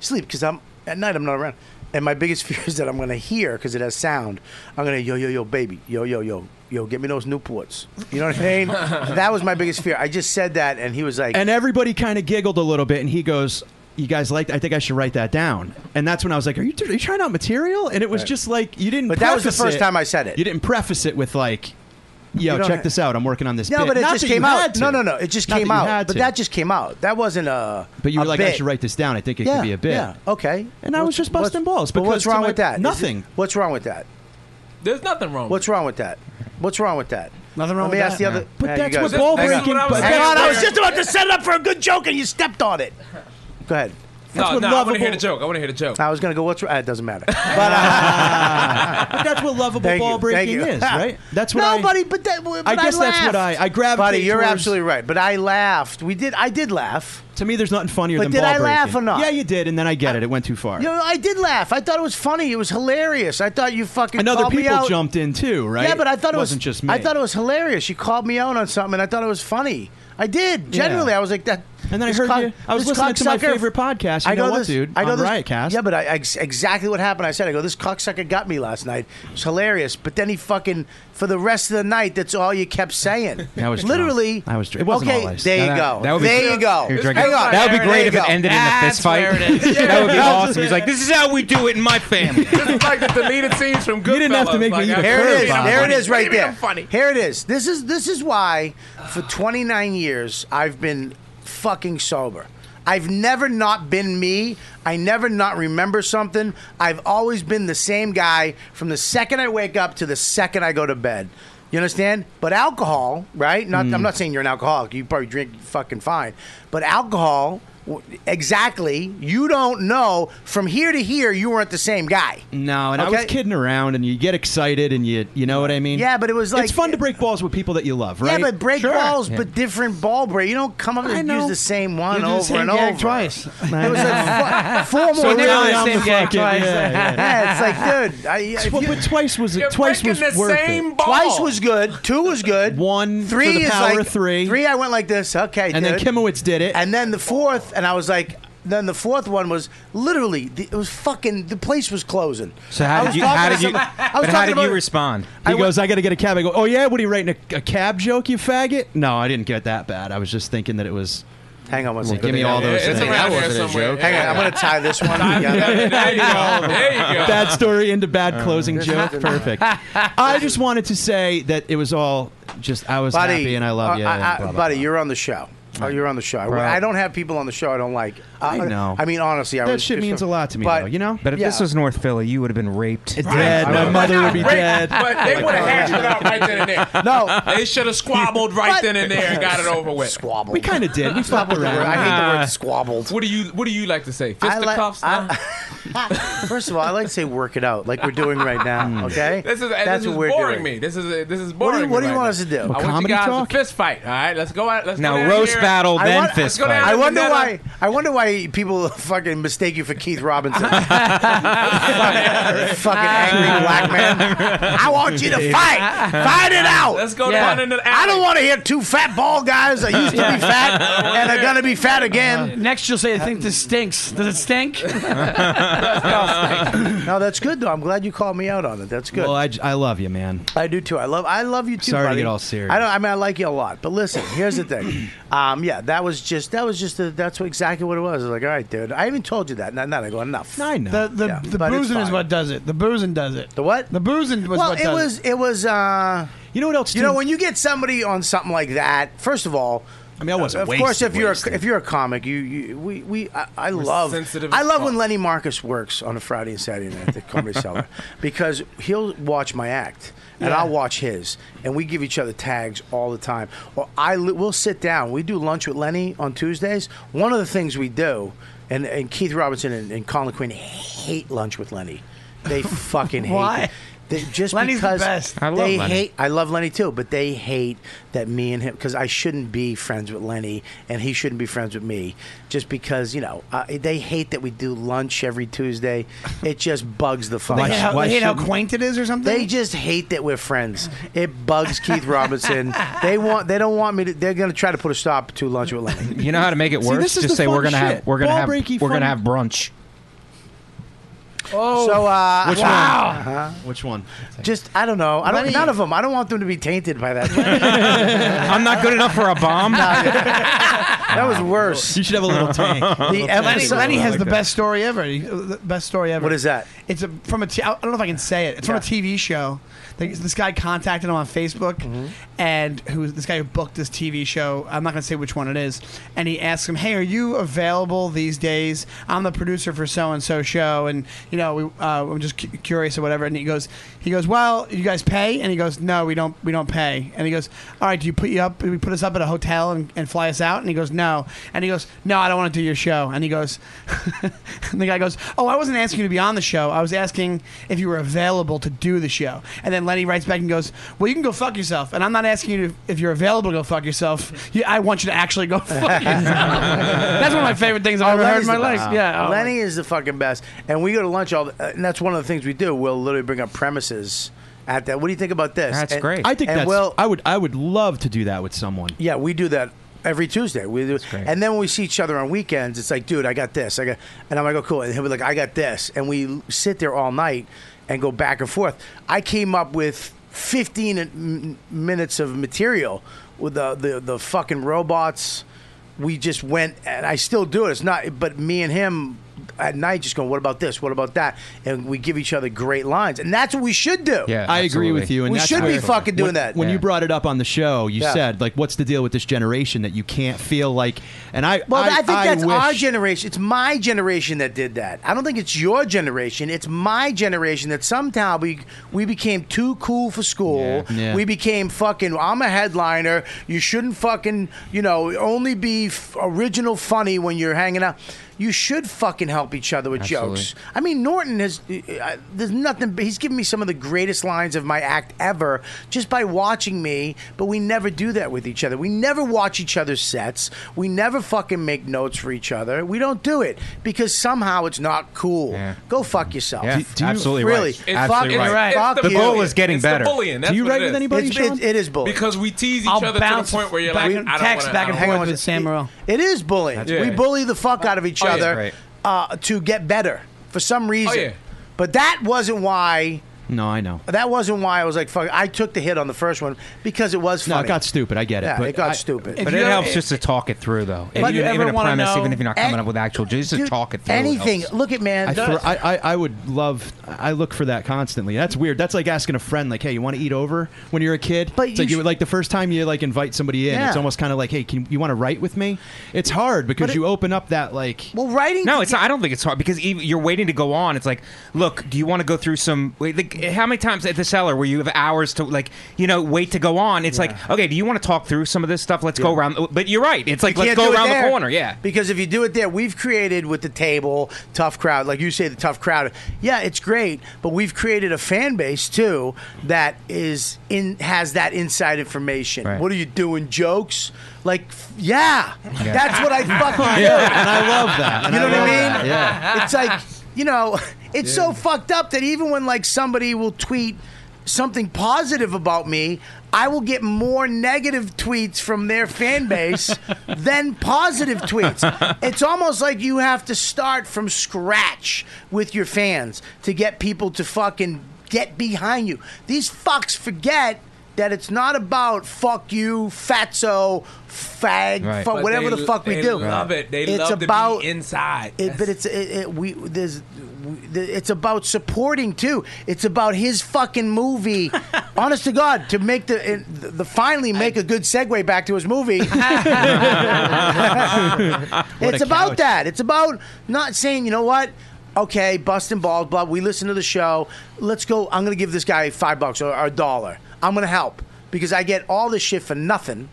Speaker 4: sleep because I'm at night. I'm not around. And my biggest fear is that I'm gonna hear because it has sound. I'm gonna yo yo yo baby yo yo yo yo get me those Newports. You know what I mean? that was my biggest fear. I just said that, and he was like,
Speaker 10: and everybody kind of giggled a little bit, and he goes, "You guys liked? I think I should write that down." And that's when I was like, "Are you, are you trying out material?" And it was
Speaker 4: Right.
Speaker 10: just like you didn't.
Speaker 4: But that was the
Speaker 10: preface
Speaker 4: first
Speaker 10: it.
Speaker 4: time I said it.
Speaker 10: You didn't preface it with like, "Yo,
Speaker 4: You don't
Speaker 10: check
Speaker 4: ha-
Speaker 10: this out. I'm working on this."
Speaker 4: No,
Speaker 10: bit.
Speaker 4: but it
Speaker 10: Not
Speaker 4: just
Speaker 10: that you
Speaker 4: came
Speaker 10: had
Speaker 4: out.
Speaker 10: to.
Speaker 4: No, no, no. It just
Speaker 10: Not
Speaker 4: came
Speaker 10: that you
Speaker 4: out.
Speaker 10: had
Speaker 4: But
Speaker 10: to.
Speaker 4: that just came out. That wasn't a.
Speaker 10: But you were
Speaker 4: a
Speaker 10: like, "I
Speaker 4: bit.
Speaker 10: should write this down. I think it
Speaker 4: yeah,
Speaker 10: could be a bit."
Speaker 4: Yeah. Okay.
Speaker 10: And I was just busting balls.
Speaker 4: But what's
Speaker 10: because to
Speaker 4: wrong
Speaker 10: my-
Speaker 4: with that? Is it-
Speaker 10: Nothing.
Speaker 4: what's wrong with that?
Speaker 12: There's nothing wrong.
Speaker 4: What's wrong with that? What's wrong with that? Nothing
Speaker 12: wrong
Speaker 4: Let me
Speaker 12: with
Speaker 4: ask
Speaker 12: that.
Speaker 4: the
Speaker 12: Yeah.
Speaker 4: other.
Speaker 12: But
Speaker 4: Yeah, you
Speaker 12: that's
Speaker 4: guys-
Speaker 12: what ball
Speaker 4: Hang on.
Speaker 12: breaking-
Speaker 4: Hang on,
Speaker 12: that's
Speaker 4: I
Speaker 12: where-
Speaker 4: was just about to set it up for a good joke, and you stepped on it. Go ahead.
Speaker 12: No,
Speaker 4: That's what
Speaker 12: no, I want to hear the
Speaker 4: lovable-
Speaker 12: joke. I want to hear the joke.
Speaker 4: I was gonna go. What's wrong? It doesn't matter.
Speaker 10: uh, But that's what lovable
Speaker 4: Thank you.
Speaker 10: ball breaking
Speaker 4: Thank you.
Speaker 10: is, right? That's what I-
Speaker 4: Nobody, but that. But
Speaker 10: I guess that's what
Speaker 4: laughed.
Speaker 10: I- I gravitate
Speaker 4: Buddy, you're
Speaker 10: towards-
Speaker 4: absolutely right. But I laughed. We did. I did laugh.
Speaker 10: To me, there's nothing funnier
Speaker 4: But
Speaker 10: than
Speaker 4: did
Speaker 10: ball
Speaker 4: I
Speaker 10: breaking.
Speaker 4: laugh or not?
Speaker 10: Yeah, you did, and then I get it. It went too far.
Speaker 4: You know, I did laugh. I thought it was funny. It was hilarious. I thought you fucking
Speaker 10: and other
Speaker 4: called me
Speaker 10: people
Speaker 4: out.
Speaker 10: jumped in too, right?
Speaker 4: Yeah, but I thought it,
Speaker 10: wasn't
Speaker 4: was,
Speaker 10: just me.
Speaker 4: I thought it was hilarious. You called me out on something, and I thought it was funny. I did.
Speaker 10: Yeah.
Speaker 4: Generally, I was like that.
Speaker 10: And then I
Speaker 4: this
Speaker 10: heard
Speaker 4: cock-
Speaker 10: you- I was
Speaker 4: this
Speaker 10: listening to my
Speaker 4: cocksucker-
Speaker 10: favorite podcast, you know what,
Speaker 4: this,
Speaker 10: dude,
Speaker 4: I go
Speaker 10: on
Speaker 4: this,
Speaker 10: Riotcast.
Speaker 4: Yeah, but I, I- exactly what happened. I said, I go, this cocksucker got me last night. It was hilarious. But then he fucking for the rest of the night, that's all you kept saying.
Speaker 10: I was drunk.
Speaker 4: literally.
Speaker 10: I was drunk. It wasn't
Speaker 4: okay,
Speaker 10: all ice.
Speaker 4: there you
Speaker 10: That-
Speaker 4: go.
Speaker 10: that would be-
Speaker 4: there you go.
Speaker 10: You're drinking-
Speaker 4: Hang on.
Speaker 2: That would be
Speaker 4: There you
Speaker 2: great if
Speaker 4: go.
Speaker 2: it ended in a fist fight. that would be awesome. He's like, this is how we do it in my family.
Speaker 12: like the deleted scenes from Goodfellas.
Speaker 2: didn't have to make me
Speaker 12: like,
Speaker 2: eat a
Speaker 12: I-
Speaker 4: Here it is.
Speaker 2: Bob.
Speaker 4: There it is
Speaker 12: What do
Speaker 4: right
Speaker 12: you mean
Speaker 4: there.
Speaker 12: I'm funny?
Speaker 4: Here it is. This is this is why for 29 years I've been fucking sober. I've never not been me. I never not remember something. I've always been the same guy from the second I wake up to the second I go to bed. You understand? But
Speaker 2: Hmm.
Speaker 4: alcohol, right? Not I'm not saying you're an alcoholic. You probably drink fucking fine. But alcohol w- exactly. You don't know from here to here. You weren't the same guy.
Speaker 10: No, and I was
Speaker 4: Okay.
Speaker 10: kidding around, and you get excited, and you you know what I mean.
Speaker 4: Yeah, but it was like-
Speaker 10: it's fun to break balls with people that you love,
Speaker 4: Yeah,
Speaker 10: right?
Speaker 4: but break
Speaker 10: Sure.
Speaker 4: balls,
Speaker 10: Yeah.
Speaker 4: but different ball break. You don't come up and use the same one
Speaker 10: You do the
Speaker 4: over
Speaker 10: same
Speaker 4: and
Speaker 10: gag
Speaker 4: over
Speaker 10: twice.
Speaker 4: It was like four, four
Speaker 10: So
Speaker 4: more
Speaker 10: now
Speaker 4: rounds.
Speaker 10: I'm the Same gag fucking- twice. yeah, yeah.
Speaker 4: Yeah, it's like, dude, I,
Speaker 10: Tw-
Speaker 4: if you-
Speaker 10: but twice was twice was
Speaker 4: breaking the
Speaker 10: worth
Speaker 4: same
Speaker 10: it.
Speaker 4: ball. Twice was good. Two was good.
Speaker 10: One
Speaker 4: three
Speaker 10: for the
Speaker 4: is
Speaker 10: power
Speaker 4: like
Speaker 10: of three.
Speaker 4: Three, I went like this. Okay,
Speaker 10: And then
Speaker 4: dude.
Speaker 10: Kimowitz did it.
Speaker 4: And then the fourth, and I was like. Then the fourth one was literally the, it was fucking the place was closing.
Speaker 2: So how
Speaker 4: I
Speaker 2: did
Speaker 4: was
Speaker 2: you?
Speaker 4: talking
Speaker 2: How
Speaker 4: to
Speaker 2: did you?
Speaker 4: some- I was
Speaker 2: but how
Speaker 4: talking
Speaker 2: did you
Speaker 4: about-
Speaker 2: respond?
Speaker 10: He goes, I got to get a cab. I go, oh yeah, what are you writing a, a cab joke, you faggot? No, I didn't get that bad. I was just thinking that it was.
Speaker 4: Hang on one
Speaker 10: well,
Speaker 4: second.
Speaker 10: Give me all those. things.
Speaker 4: Hang on, I'm gonna tie this one. together.
Speaker 10: Bad story into
Speaker 2: Uh,
Speaker 10: bad closing
Speaker 4: This
Speaker 10: joke.
Speaker 4: happened.
Speaker 10: Perfect. I just wanted to say that it was all just I was
Speaker 4: buddy,
Speaker 10: happy and I love
Speaker 4: uh,
Speaker 10: you.
Speaker 4: I-
Speaker 10: and
Speaker 4: I-
Speaker 10: blah, blah,
Speaker 4: buddy, you're on the show. Oh, you're on the show.
Speaker 10: Bro.
Speaker 4: I, I don't have people on the show I don't like. Uh,
Speaker 10: I know.
Speaker 4: I mean, honestly, I
Speaker 10: That
Speaker 4: was,
Speaker 10: shit
Speaker 4: it's-
Speaker 10: means a lot to me, though, you know?
Speaker 2: But if
Speaker 4: Yeah.
Speaker 2: this was North Philly, you would have been raped.
Speaker 10: Dead. My mother would be dead.
Speaker 12: But they would have hashed it out right then and there.
Speaker 4: No,
Speaker 12: they should have squabbled right
Speaker 4: What?
Speaker 12: then and there and got it over with.
Speaker 4: Squabbled.
Speaker 10: We kind of did. We flopped
Speaker 12: Squabbled
Speaker 10: around.
Speaker 12: around. I hate the word
Speaker 4: squabbled.
Speaker 12: What do you What do you like to say?
Speaker 4: I like-
Speaker 12: Fisticuffs? no?
Speaker 4: First of all, I like to say work it out, like we're doing right now. Okay,
Speaker 12: This is
Speaker 4: that's
Speaker 12: this
Speaker 4: what
Speaker 12: is
Speaker 4: we're
Speaker 12: boring
Speaker 4: doing.
Speaker 12: me. This is this is
Speaker 4: What do
Speaker 12: boring.
Speaker 4: you- what do
Speaker 12: me
Speaker 4: you
Speaker 12: right
Speaker 4: want
Speaker 12: now.
Speaker 4: us to do?
Speaker 12: I
Speaker 4: A
Speaker 12: want
Speaker 4: comedy
Speaker 12: you guys
Speaker 4: talk?
Speaker 12: to fist fight. All right, let's go out. Let's
Speaker 2: Now,
Speaker 12: go down
Speaker 2: roast
Speaker 12: here.
Speaker 2: battle,
Speaker 12: I
Speaker 2: then
Speaker 12: want-
Speaker 2: fist
Speaker 12: let's go down
Speaker 2: fight.
Speaker 4: I
Speaker 12: to
Speaker 4: wonder
Speaker 12: Manila.
Speaker 4: why. I wonder why people fucking mistake you for Keith Robinson. fucking, fucking angry black man. I want you to fight. Fight it out.
Speaker 12: Let's go down into the
Speaker 4: I don't want to hear two fat bald guys that used to be fat and are gonna be fat again.
Speaker 8: Next, you'll say, "I think this stinks." Does it stink?
Speaker 4: no, that's good though. I'm glad you called me out on it. That's good.
Speaker 10: Well, I, j- I love you, man.
Speaker 4: I do too. I love I love you too.
Speaker 10: Sorry to
Speaker 4: buddy.
Speaker 10: get all serious.
Speaker 4: I don't. I mean, I like you a lot. But listen, here's the thing. Um, yeah, that was just that was just the, that's what, exactly what it was. I was like, all right, dude. I even told you that. Not not. I go enough.
Speaker 10: I know.
Speaker 8: The the,
Speaker 4: Yeah,
Speaker 8: the
Speaker 4: but it's
Speaker 8: boozing is
Speaker 4: fine.
Speaker 8: what does it. The boozing does it.
Speaker 4: The what?
Speaker 8: The boozing was
Speaker 4: well,
Speaker 8: what
Speaker 4: it
Speaker 8: does
Speaker 4: was it was. Uh,
Speaker 10: you know what else?
Speaker 4: You know when you get somebody on something like that. First of all.
Speaker 10: I mean, I wasn't
Speaker 4: Of course,
Speaker 10: wasted,
Speaker 4: if you're
Speaker 10: wasted.
Speaker 4: a, if you're a comic, you, you we, we I, I
Speaker 10: We're
Speaker 4: love
Speaker 10: sensitive
Speaker 4: I
Speaker 10: as
Speaker 4: love when Lenny Marcus works on a Friday and Saturday night at the Comedy Cellar because he'll watch my act and
Speaker 8: Yeah.
Speaker 4: I'll watch his and we give each other tags all the time. Or I li- we'll sit down. We do lunch with Lenny on Tuesdays. One of the things we do, and, and Keith Robinson and, and Colin Quinn hate lunch with Lenny. They fucking hate.
Speaker 8: Why?
Speaker 4: it. They, just
Speaker 8: Lenny's the
Speaker 4: because
Speaker 8: best.
Speaker 4: I
Speaker 8: I
Speaker 4: love
Speaker 8: love
Speaker 4: they
Speaker 8: Lenny.
Speaker 4: hate. I love Lenny too, but they hate that me and him because I shouldn't be friends with Lenny and he shouldn't be friends with me, just because you know uh, they hate that we do lunch every Tuesday. It just bugs the fuck.
Speaker 8: They hate,
Speaker 4: out-
Speaker 8: how, they hate how quaint it is, or something.
Speaker 4: They just hate that we're friends. It bugs Keith Robinson. They want. They don't want me to. They're gonna try to put a stop to lunch with Lenny.
Speaker 2: You know how to make it
Speaker 4: See,
Speaker 2: worse?
Speaker 4: this is
Speaker 2: Just
Speaker 4: the
Speaker 2: say we're
Speaker 4: fun
Speaker 2: gonna
Speaker 4: shit.
Speaker 2: have we're gonna
Speaker 4: Ball
Speaker 2: have
Speaker 4: breaky
Speaker 2: we're gonna
Speaker 4: fun.
Speaker 2: have brunch.
Speaker 4: Oh, so uh,
Speaker 10: Which
Speaker 4: wow.
Speaker 10: one?
Speaker 4: Uh-huh.
Speaker 10: Which one?
Speaker 4: Just I don't know. I don't.
Speaker 10: Lenny-
Speaker 4: None of them. I don't want them to be tainted by that.
Speaker 2: I'm not good enough for a bomb.
Speaker 4: That was worse.
Speaker 10: You should have a little tank.
Speaker 4: The
Speaker 8: Lenny,
Speaker 4: emphasis-
Speaker 8: Lenny has the best story ever. He- uh, the best story ever.
Speaker 4: What is that?
Speaker 8: It's a, from a. T- I don't know if I can say it. It's from a TV show. They- This guy contacted him on Facebook,
Speaker 4: Mm-hmm.
Speaker 8: and who this guy who booked this TV show? I'm not going to say which one it is. And he asked him, "Hey, are you available these days? I'm the producer for so and so show, and you know, we, uh, I'm just cu- curious or whatever." And he goes, he goes, "Well, you guys pay?" And he goes, "No, we don't. We don't pay." And he goes, "All right, do you put you up? Do we put us up at a hotel and, and fly us out?" And he goes, "No." And he goes, "No, I don't want to do your show." And he goes, and the guy goes, "Oh, I wasn't asking you to be on the show. I was asking if you were available to do the show." And then Lenny writes back and goes, "Well, you can go fuck yourself." And I'm not asking you to, if you're available to go fuck yourself. You, I want you to actually go fuck yourself. That's one of my favorite things I've ever heard in my life. Yeah, oh,
Speaker 4: Lenny is the fucking best. And we go to lunch all, the, uh, and that's one of the things we do. We'll literally bring up premises at that. What do you think about this? And-
Speaker 10: I think
Speaker 4: and
Speaker 10: that's.
Speaker 4: We'll,
Speaker 10: I would. I would love to do that with someone.
Speaker 4: yeah, we do that every Tuesday. We do, and then when we see each other on weekends, it's like, dude, I got this. I got, and I'm like, oh, cool. And he'll be like, I got this, and we sit there all night and go back and forth. I came up with 15 m- minutes of material with the the, the fucking robots. We just went, and I still do it. It's not, but me and him at night just going, "What about this? What about that?" And we give each other great lines, and that's what we should do.
Speaker 10: I agree with you. And
Speaker 4: we
Speaker 10: that's
Speaker 4: should be
Speaker 10: where-
Speaker 4: fucking doing
Speaker 10: when,
Speaker 4: that.
Speaker 10: When you brought it up on the show, you
Speaker 4: Yeah.
Speaker 10: said like, "What's the deal with this generation that you can't feel like?" And I,
Speaker 4: Well, I,
Speaker 10: I,
Speaker 4: think that's
Speaker 10: wish-
Speaker 4: our generation. It's my generation that did that. I don't think it's your generation. It's my generation that somehow we we became too cool for school.
Speaker 15: Yeah. Yeah.
Speaker 4: We became fucking. I'm a headliner. You shouldn't fucking. You know, only be f- original funny when you're hanging out. You should fucking help each other with
Speaker 15: Absolutely.
Speaker 4: jokes. I mean, Norton has. I, there's nothing. But he's given me some of the greatest lines of my act ever just by watching me. But we never do that with each other. We never watch each other's sets. We never fucking make notes for each other. We don't do it because somehow it's not cool. Go fuck yourself.
Speaker 2: Yeah, Do- do you- absolutely right.
Speaker 4: really.
Speaker 2: It's-
Speaker 4: fuck
Speaker 2: absolutely
Speaker 4: you.
Speaker 2: right. It's
Speaker 4: Fuck
Speaker 2: the
Speaker 4: you.
Speaker 2: goal is getting It's the better. bullying. That's Do you what write it with is. anybody,
Speaker 4: It's- it-
Speaker 2: Sean?
Speaker 4: it is bullying
Speaker 12: Because we tease each
Speaker 4: I'll
Speaker 12: other to the
Speaker 4: bounce
Speaker 12: point where you're
Speaker 4: back
Speaker 12: like,
Speaker 4: and
Speaker 12: I don't
Speaker 4: text
Speaker 12: wanna,
Speaker 4: back and
Speaker 12: I don't
Speaker 4: forth
Speaker 12: wanna-
Speaker 4: with Sam Morril. It is bullying.
Speaker 12: Yeah.
Speaker 4: We bully the fuck out of each
Speaker 12: Oh, yeah.
Speaker 4: other
Speaker 12: Right.
Speaker 4: uh, to get better for some reason.
Speaker 12: yeah.
Speaker 4: But that wasn't why.
Speaker 10: No, I know.
Speaker 4: That wasn't why I was like, "Fuck!" I took the hit on the first one because it was
Speaker 10: No,
Speaker 4: funny.
Speaker 10: it got stupid. I get it.
Speaker 4: Yeah,
Speaker 10: but
Speaker 4: it got
Speaker 10: I-
Speaker 4: stupid.
Speaker 2: But it helps just to talk it through, though.
Speaker 10: If
Speaker 2: Even,
Speaker 10: you
Speaker 2: even
Speaker 10: ever
Speaker 2: a
Speaker 10: wanna
Speaker 2: premise,
Speaker 10: know-
Speaker 2: even if you're not coming up with actual, just to talk it through.
Speaker 4: anything.
Speaker 2: helps.
Speaker 4: Look at man.
Speaker 10: I, thro- I, I, I would love. I look for that constantly. That's weird. That's like asking a friend, like, "Hey, you want to eat over?" When you're a kid, but it's
Speaker 4: you
Speaker 10: like, you, like the first time you like invite somebody in, it's
Speaker 4: Yeah.
Speaker 10: almost kind of like, "Hey, can you want to write with me?" It's hard because you open up that like.
Speaker 4: Well, writing.
Speaker 2: No, it's not, I don't think it's hard because even, you're waiting to go on. It's like, look, do you want to go through some? wait, Like, how many times at the cellar where you have hours to like, you know, wait to go on? It's like, okay, do you want to talk through some of this stuff? Let's go around. But you're right. It's like
Speaker 4: You
Speaker 2: let's
Speaker 4: can't do
Speaker 2: go
Speaker 4: it
Speaker 2: around the
Speaker 4: there,
Speaker 2: corner. Yeah.
Speaker 4: Because if you do it there, we've created with the table, tough crowd, like you say, the tough crowd. Yeah, it's great, but we've created a fan base too that is in has that inside information. What are you doing? Jokes? Like, f- yeah,
Speaker 15: Yeah.
Speaker 4: that's what I fucking do.
Speaker 15: Yeah, and I love that, and
Speaker 4: You know
Speaker 15: I
Speaker 4: what I
Speaker 15: love
Speaker 4: mean?
Speaker 15: that, yeah.
Speaker 4: It's like you know, it's so fucked up that even when like somebody will tweet something positive about me, I will get more negative tweets from their fan base than positive tweets. It's almost like you have to start from scratch with your fans to get people to fucking get behind you. These fucks forget that it's not about fuck you, fatso, fag,
Speaker 12: Right.
Speaker 4: fuck,
Speaker 12: But
Speaker 4: whatever
Speaker 12: they-
Speaker 4: the fuck we
Speaker 12: they
Speaker 4: do.
Speaker 12: love it. They
Speaker 4: it's
Speaker 12: love to be
Speaker 4: about
Speaker 12: inside.
Speaker 4: It, but it's it, it, we there's we, th- it's about supporting too. It's about his fucking movie. Honest to God, to make the in- the, the finally make a good segue back to his movie.
Speaker 15: What
Speaker 4: it's
Speaker 15: a
Speaker 4: about
Speaker 15: couch.
Speaker 4: that. It's about not saying, you know what? Okay, busting balls, blah. We listen to the show. Let's go. I'm going to give this guy five bucks or, or a dollar. I'm going to help because I get all this shit for nothing.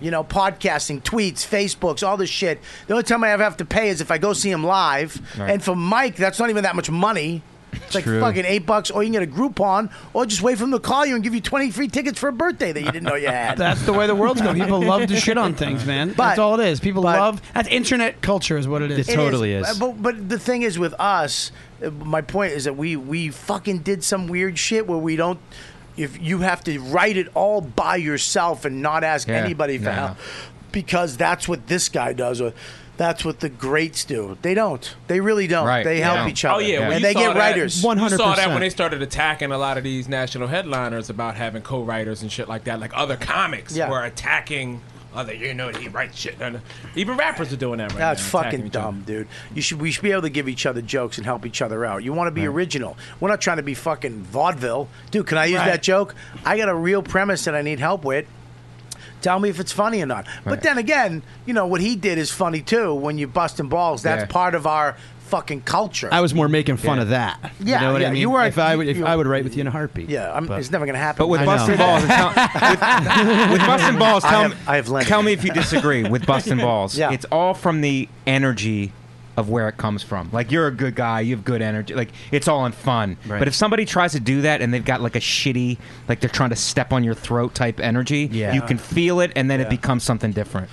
Speaker 4: You know, podcasting, tweets, Facebooks, all this shit. The only time I ever have to pay is if I go see him live.
Speaker 15: Right.
Speaker 4: And for Mike, that's not even that much money. It's like
Speaker 15: True.
Speaker 4: fucking eight bucks, or you can get a Groupon, or just wait for them to call you and give you 20 free tickets for a birthday that you didn't know you had.
Speaker 8: That's the way the world's going. People love to shit on things, man. that's all it is. People love that's internet culture is what it is.
Speaker 4: It But, but the thing is with us, uh, my point is that we we fucking did some weird shit where we don't. If you have to write it all by yourself and not ask
Speaker 15: Yeah,
Speaker 4: anybody for
Speaker 15: no.
Speaker 4: help, because that's what this guy does. Or, that's what the greats do. They don't. They really don't. They help each other.
Speaker 12: Oh yeah, well,
Speaker 4: and
Speaker 12: you
Speaker 4: they
Speaker 12: saw
Speaker 4: get
Speaker 12: that-
Speaker 4: writers.
Speaker 12: You saw that when they started attacking a lot of these national headliners about having co-writers and shit like that. Like other comics
Speaker 4: Yeah.
Speaker 12: were attacking other. You know, he writes shit. And even rappers are doing that right now.
Speaker 4: That's fucking dumb, dude. You should we should be able to give each other jokes and help each other out. You want to be original. We're not trying to be fucking vaudeville, dude. Can I use
Speaker 15: Right.
Speaker 4: that joke? I got a real premise that I need help with. Tell me if it's funny or not. But then again, you know what he did is funny too. When you're busting balls, that's
Speaker 10: Yeah.
Speaker 4: part of our fucking culture.
Speaker 10: I was more making fun of that.
Speaker 4: Yeah,
Speaker 10: you know what
Speaker 4: yeah,
Speaker 10: I mean.
Speaker 4: you were-
Speaker 10: if I would, if
Speaker 4: you-
Speaker 10: I would write with you in a heartbeat.
Speaker 4: yeah, I'm,
Speaker 10: But-
Speaker 4: it's never gonna happen.
Speaker 10: But with I know. busting
Speaker 2: balls and with busting balls,
Speaker 4: I
Speaker 2: tell
Speaker 4: have-
Speaker 2: me,
Speaker 4: I have Lenny.
Speaker 2: tell me if you disagree with busting balls.
Speaker 4: Yeah.
Speaker 2: It's all from the energy of where it comes from. Like you're a good guy, you have good energy. Like it's all in fun. But if somebody tries to do that and they've got like a shitty, like they're trying to step on your throat type energy,
Speaker 12: Yeah.
Speaker 2: you can feel it, and then it becomes something different.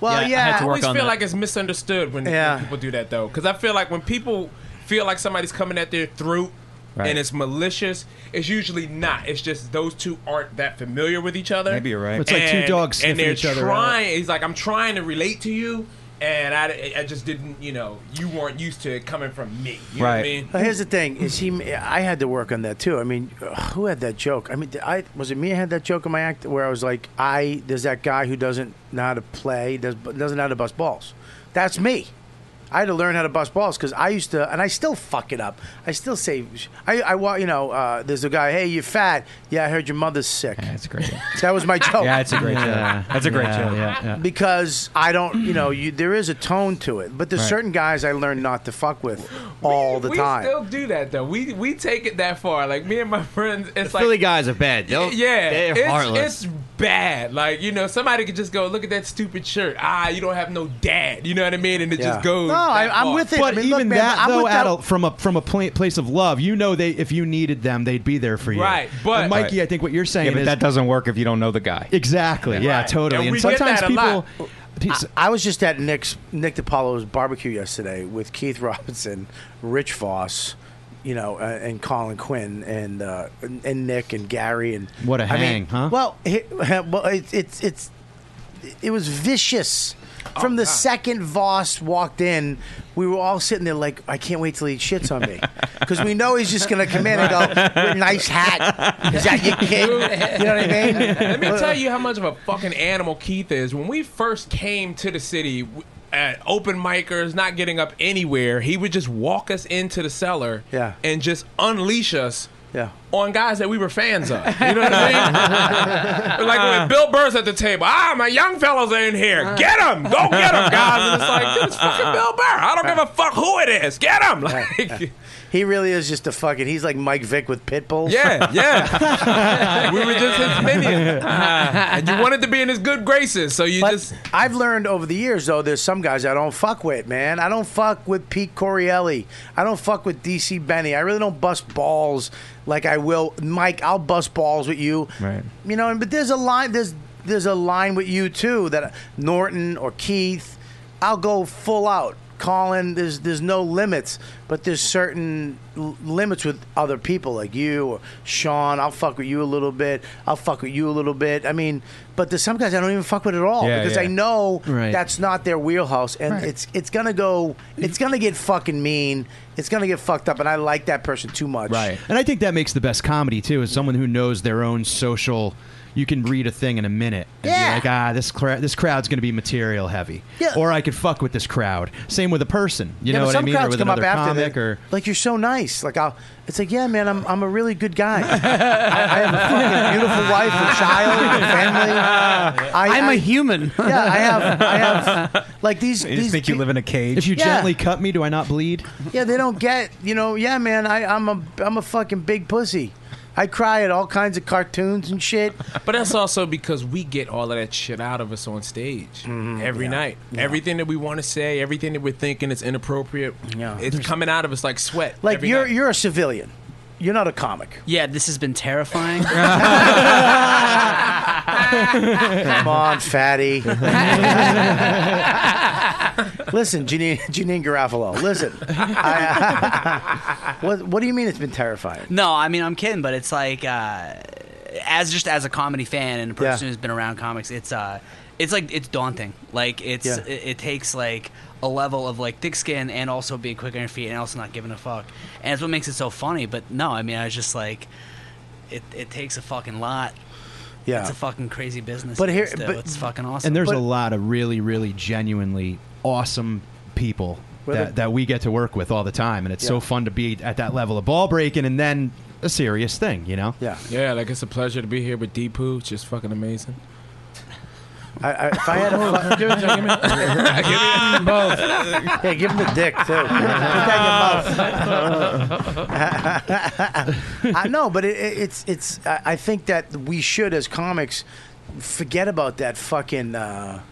Speaker 12: Well,
Speaker 2: Yeah, I
Speaker 12: yeah,
Speaker 2: had to work
Speaker 12: always
Speaker 2: on
Speaker 12: feel
Speaker 2: that.
Speaker 12: like it's misunderstood when, when
Speaker 2: Yeah.
Speaker 12: people do that though, because I feel like when people feel like somebody's coming at their throat.
Speaker 2: Right.
Speaker 12: And it's malicious. It's usually not. It's just those two aren't that familiar with each other.
Speaker 2: Maybe you're right.
Speaker 10: It's like two
Speaker 12: And-
Speaker 10: dogs
Speaker 12: and
Speaker 10: sniffing
Speaker 12: they're
Speaker 10: each other
Speaker 12: trying. He's like, I'm trying to relate to you, and I, I just didn't. You know, you weren't used to it coming from me. You know what I mean?
Speaker 4: But here's the thing: is he? I had to work on that too. I mean, who had that joke? I mean, did I was it me? I had that joke in my act where I was like, I there's that guy who doesn't know how to play, does doesn't know how to bust balls. That's me. I had to learn how to bust balls because I used to, and I still fuck it up. I still say, I, I wa- you know, uh, there's a guy, hey, you're fat. Yeah, I heard your mother's sick. that's
Speaker 2: great.
Speaker 4: that was my joke.
Speaker 2: Yeah, it's a great joke. That's a great
Speaker 10: Yeah,
Speaker 2: joke.
Speaker 10: yeah, yeah.
Speaker 4: Because I don't, you know, you, there is a tone to it. But there's
Speaker 10: Right.
Speaker 4: certain guys I learn not to fuck with all the
Speaker 12: we
Speaker 4: time.
Speaker 12: still do that though. We we take it that far. Like me and my friends, it's like
Speaker 9: Philly guys are bad. They'll-
Speaker 12: yeah,
Speaker 9: they're
Speaker 12: it's,
Speaker 9: heartless.
Speaker 12: it's bad. Like you know, somebody could just go, look at that stupid shirt. Ah, you don't have no dad. You know what I mean? And it
Speaker 4: Yeah.
Speaker 12: just goes.
Speaker 4: No, I-
Speaker 12: that
Speaker 4: I'm
Speaker 12: far.
Speaker 4: with it.
Speaker 10: But
Speaker 4: I mean, look,
Speaker 10: even
Speaker 4: man,
Speaker 10: that
Speaker 4: I'm
Speaker 10: though,
Speaker 4: with
Speaker 10: at
Speaker 4: that-
Speaker 10: a, from a from a pla- place of love, you know they if you needed them, they'd be there for you.
Speaker 12: Right, but-
Speaker 10: And Mikey, I think what you're saying
Speaker 2: Yeah, but
Speaker 10: is
Speaker 2: that doesn't work if you don't know the guy.
Speaker 10: exactly. Yeah,
Speaker 2: Right.
Speaker 10: totally. And, sometimes people
Speaker 4: I, I was just at Nick's Nick DiPaolo's barbecue yesterday with Keith Robinson, Rich Voss, you know, uh, and Colin Quinn and uh, and and Nick and Gary and
Speaker 10: What a
Speaker 4: I mean,
Speaker 10: hang, huh?
Speaker 4: Well, he, well, it's it's it's it was vicious. From the second Voss walked in, we were all sitting there like, I can't wait till he shits on me. Because we know he's just going to come in and go, "What a nice hat. Is that your kid? You know what I mean?
Speaker 12: Let me tell you how much of a fucking animal Keith is. When we first came to the city, w- at open micers, not getting up anywhere, he would just walk us into the cellar
Speaker 4: Yeah.
Speaker 12: and just unleash us.
Speaker 4: Yeah.
Speaker 12: On guys that we were fans of. You know what I mean? like when Bill Burr's at the table, ah, my young fellows are in
Speaker 4: Uh-huh.
Speaker 12: here. Get them. Go get them, guys. And it's like, dude, it's fucking Bill Burr. I don't give a fuck who it is. Get them. Like,
Speaker 4: He really is just a fucking. He's like Mike Vick with Pitbull.
Speaker 12: Yeah, yeah. we were just his minions. and you wanted to be in his good graces, so you just.
Speaker 4: I've learned over the years, though, there's some guys I don't fuck with, man. I don't fuck with Pete Corielli. I don't fuck with DC Benny. I really don't bust balls like I will. Mike, I'll bust balls with you.
Speaker 2: Right.
Speaker 4: You know, and- but there's a line. There's there's a line with you too that Norton or Keith, I'll go full out. Colin, there's there's no limits, but there's certain l- limits with other people like you or Sean. I'll fuck with you a little bit. I'll fuck with you a little bit. I mean, but there's some guys I don't even fuck with at all
Speaker 10: Yeah,
Speaker 4: because
Speaker 10: yeah.
Speaker 4: I know
Speaker 10: Right.
Speaker 4: that's not their wheelhouse, and it's it's gonna go, it's gonna get fucking mean. It's gonna get fucked up, and I like that person too much. Right.
Speaker 10: And I think that makes the best comedy too, is someone who knows their own social. You can read a thing in a minute. And yeah. Be like ah, this crowd, this crowd's going to be material heavy.
Speaker 4: Yeah.
Speaker 10: Or I could fuck with this crowd. Same with a person.
Speaker 4: Yeah,
Speaker 10: You know
Speaker 4: but
Speaker 10: what I
Speaker 4: some
Speaker 10: mean?
Speaker 4: crowds
Speaker 10: or with
Speaker 4: come up
Speaker 10: another
Speaker 4: after
Speaker 10: comic
Speaker 4: that.
Speaker 10: or
Speaker 4: Like you're so nice. Like I'll. It's like yeah, man. I'm I'm a really good guy. I, I have a fucking beautiful wife, a child, a family. I,
Speaker 8: I'm
Speaker 4: a
Speaker 8: a human.
Speaker 4: Yeah, I have. I have. Like these.
Speaker 2: You
Speaker 4: these
Speaker 2: just think you live in a cage.
Speaker 10: If you
Speaker 4: Yeah.
Speaker 10: gently cut me, do I not bleed?
Speaker 4: Yeah, they don't get. You know. Yeah, man. I I'm a I'm a fucking big pussy. I cry at all kinds of cartoons and shit.
Speaker 12: But that's also because we get all of that shit out of us on stage every night. Everything that we want to say, everything that we're thinking is inappropriate, it's coming out of us like sweat.
Speaker 4: Like
Speaker 12: every
Speaker 4: you're
Speaker 12: night.
Speaker 4: you're a civilian. You're not a comic.
Speaker 11: Yeah, this has been terrifying.
Speaker 4: Come on, fatty. listen, Janine, Janine Garofalo. Listen, I- what what do you mean it's been terrifying?
Speaker 11: No, I mean I'm kidding, but it's like uh, as just as a comedy fan and a person
Speaker 4: Yeah.
Speaker 11: who's been around comics, it's uh, it's like it's daunting. Like it's
Speaker 4: Yeah.
Speaker 11: it, it takes like a level of like thick skin and also being quick on your feet and also not giving a fuck, and it's what makes it so funny. But no, I mean I was just like, it it takes a fucking lot.
Speaker 10: Yeah.
Speaker 11: it's a fucking crazy business.
Speaker 10: But
Speaker 11: it
Speaker 10: here-
Speaker 11: is, though.
Speaker 10: but-
Speaker 11: it's fucking awesome.
Speaker 10: And there's a lot of really, really genuinely awesome people
Speaker 11: Well,
Speaker 10: that,
Speaker 11: the-
Speaker 10: that we get to work with all the time. And it's so
Speaker 12: Yeah.
Speaker 10: fun to be at that level of ball breaking and then a serious thing, you know?
Speaker 4: Yeah.
Speaker 12: Yeah, like it's a pleasure to be here with Deepu. It's just fucking amazing.
Speaker 4: I, I, if I had a fu-
Speaker 12: give it to him.
Speaker 4: both. Yeah, give him the dick too. Put that in your mouth. I know, but it, it, it's it's. I I think that we should, as comics, forget about that fucking. Uh,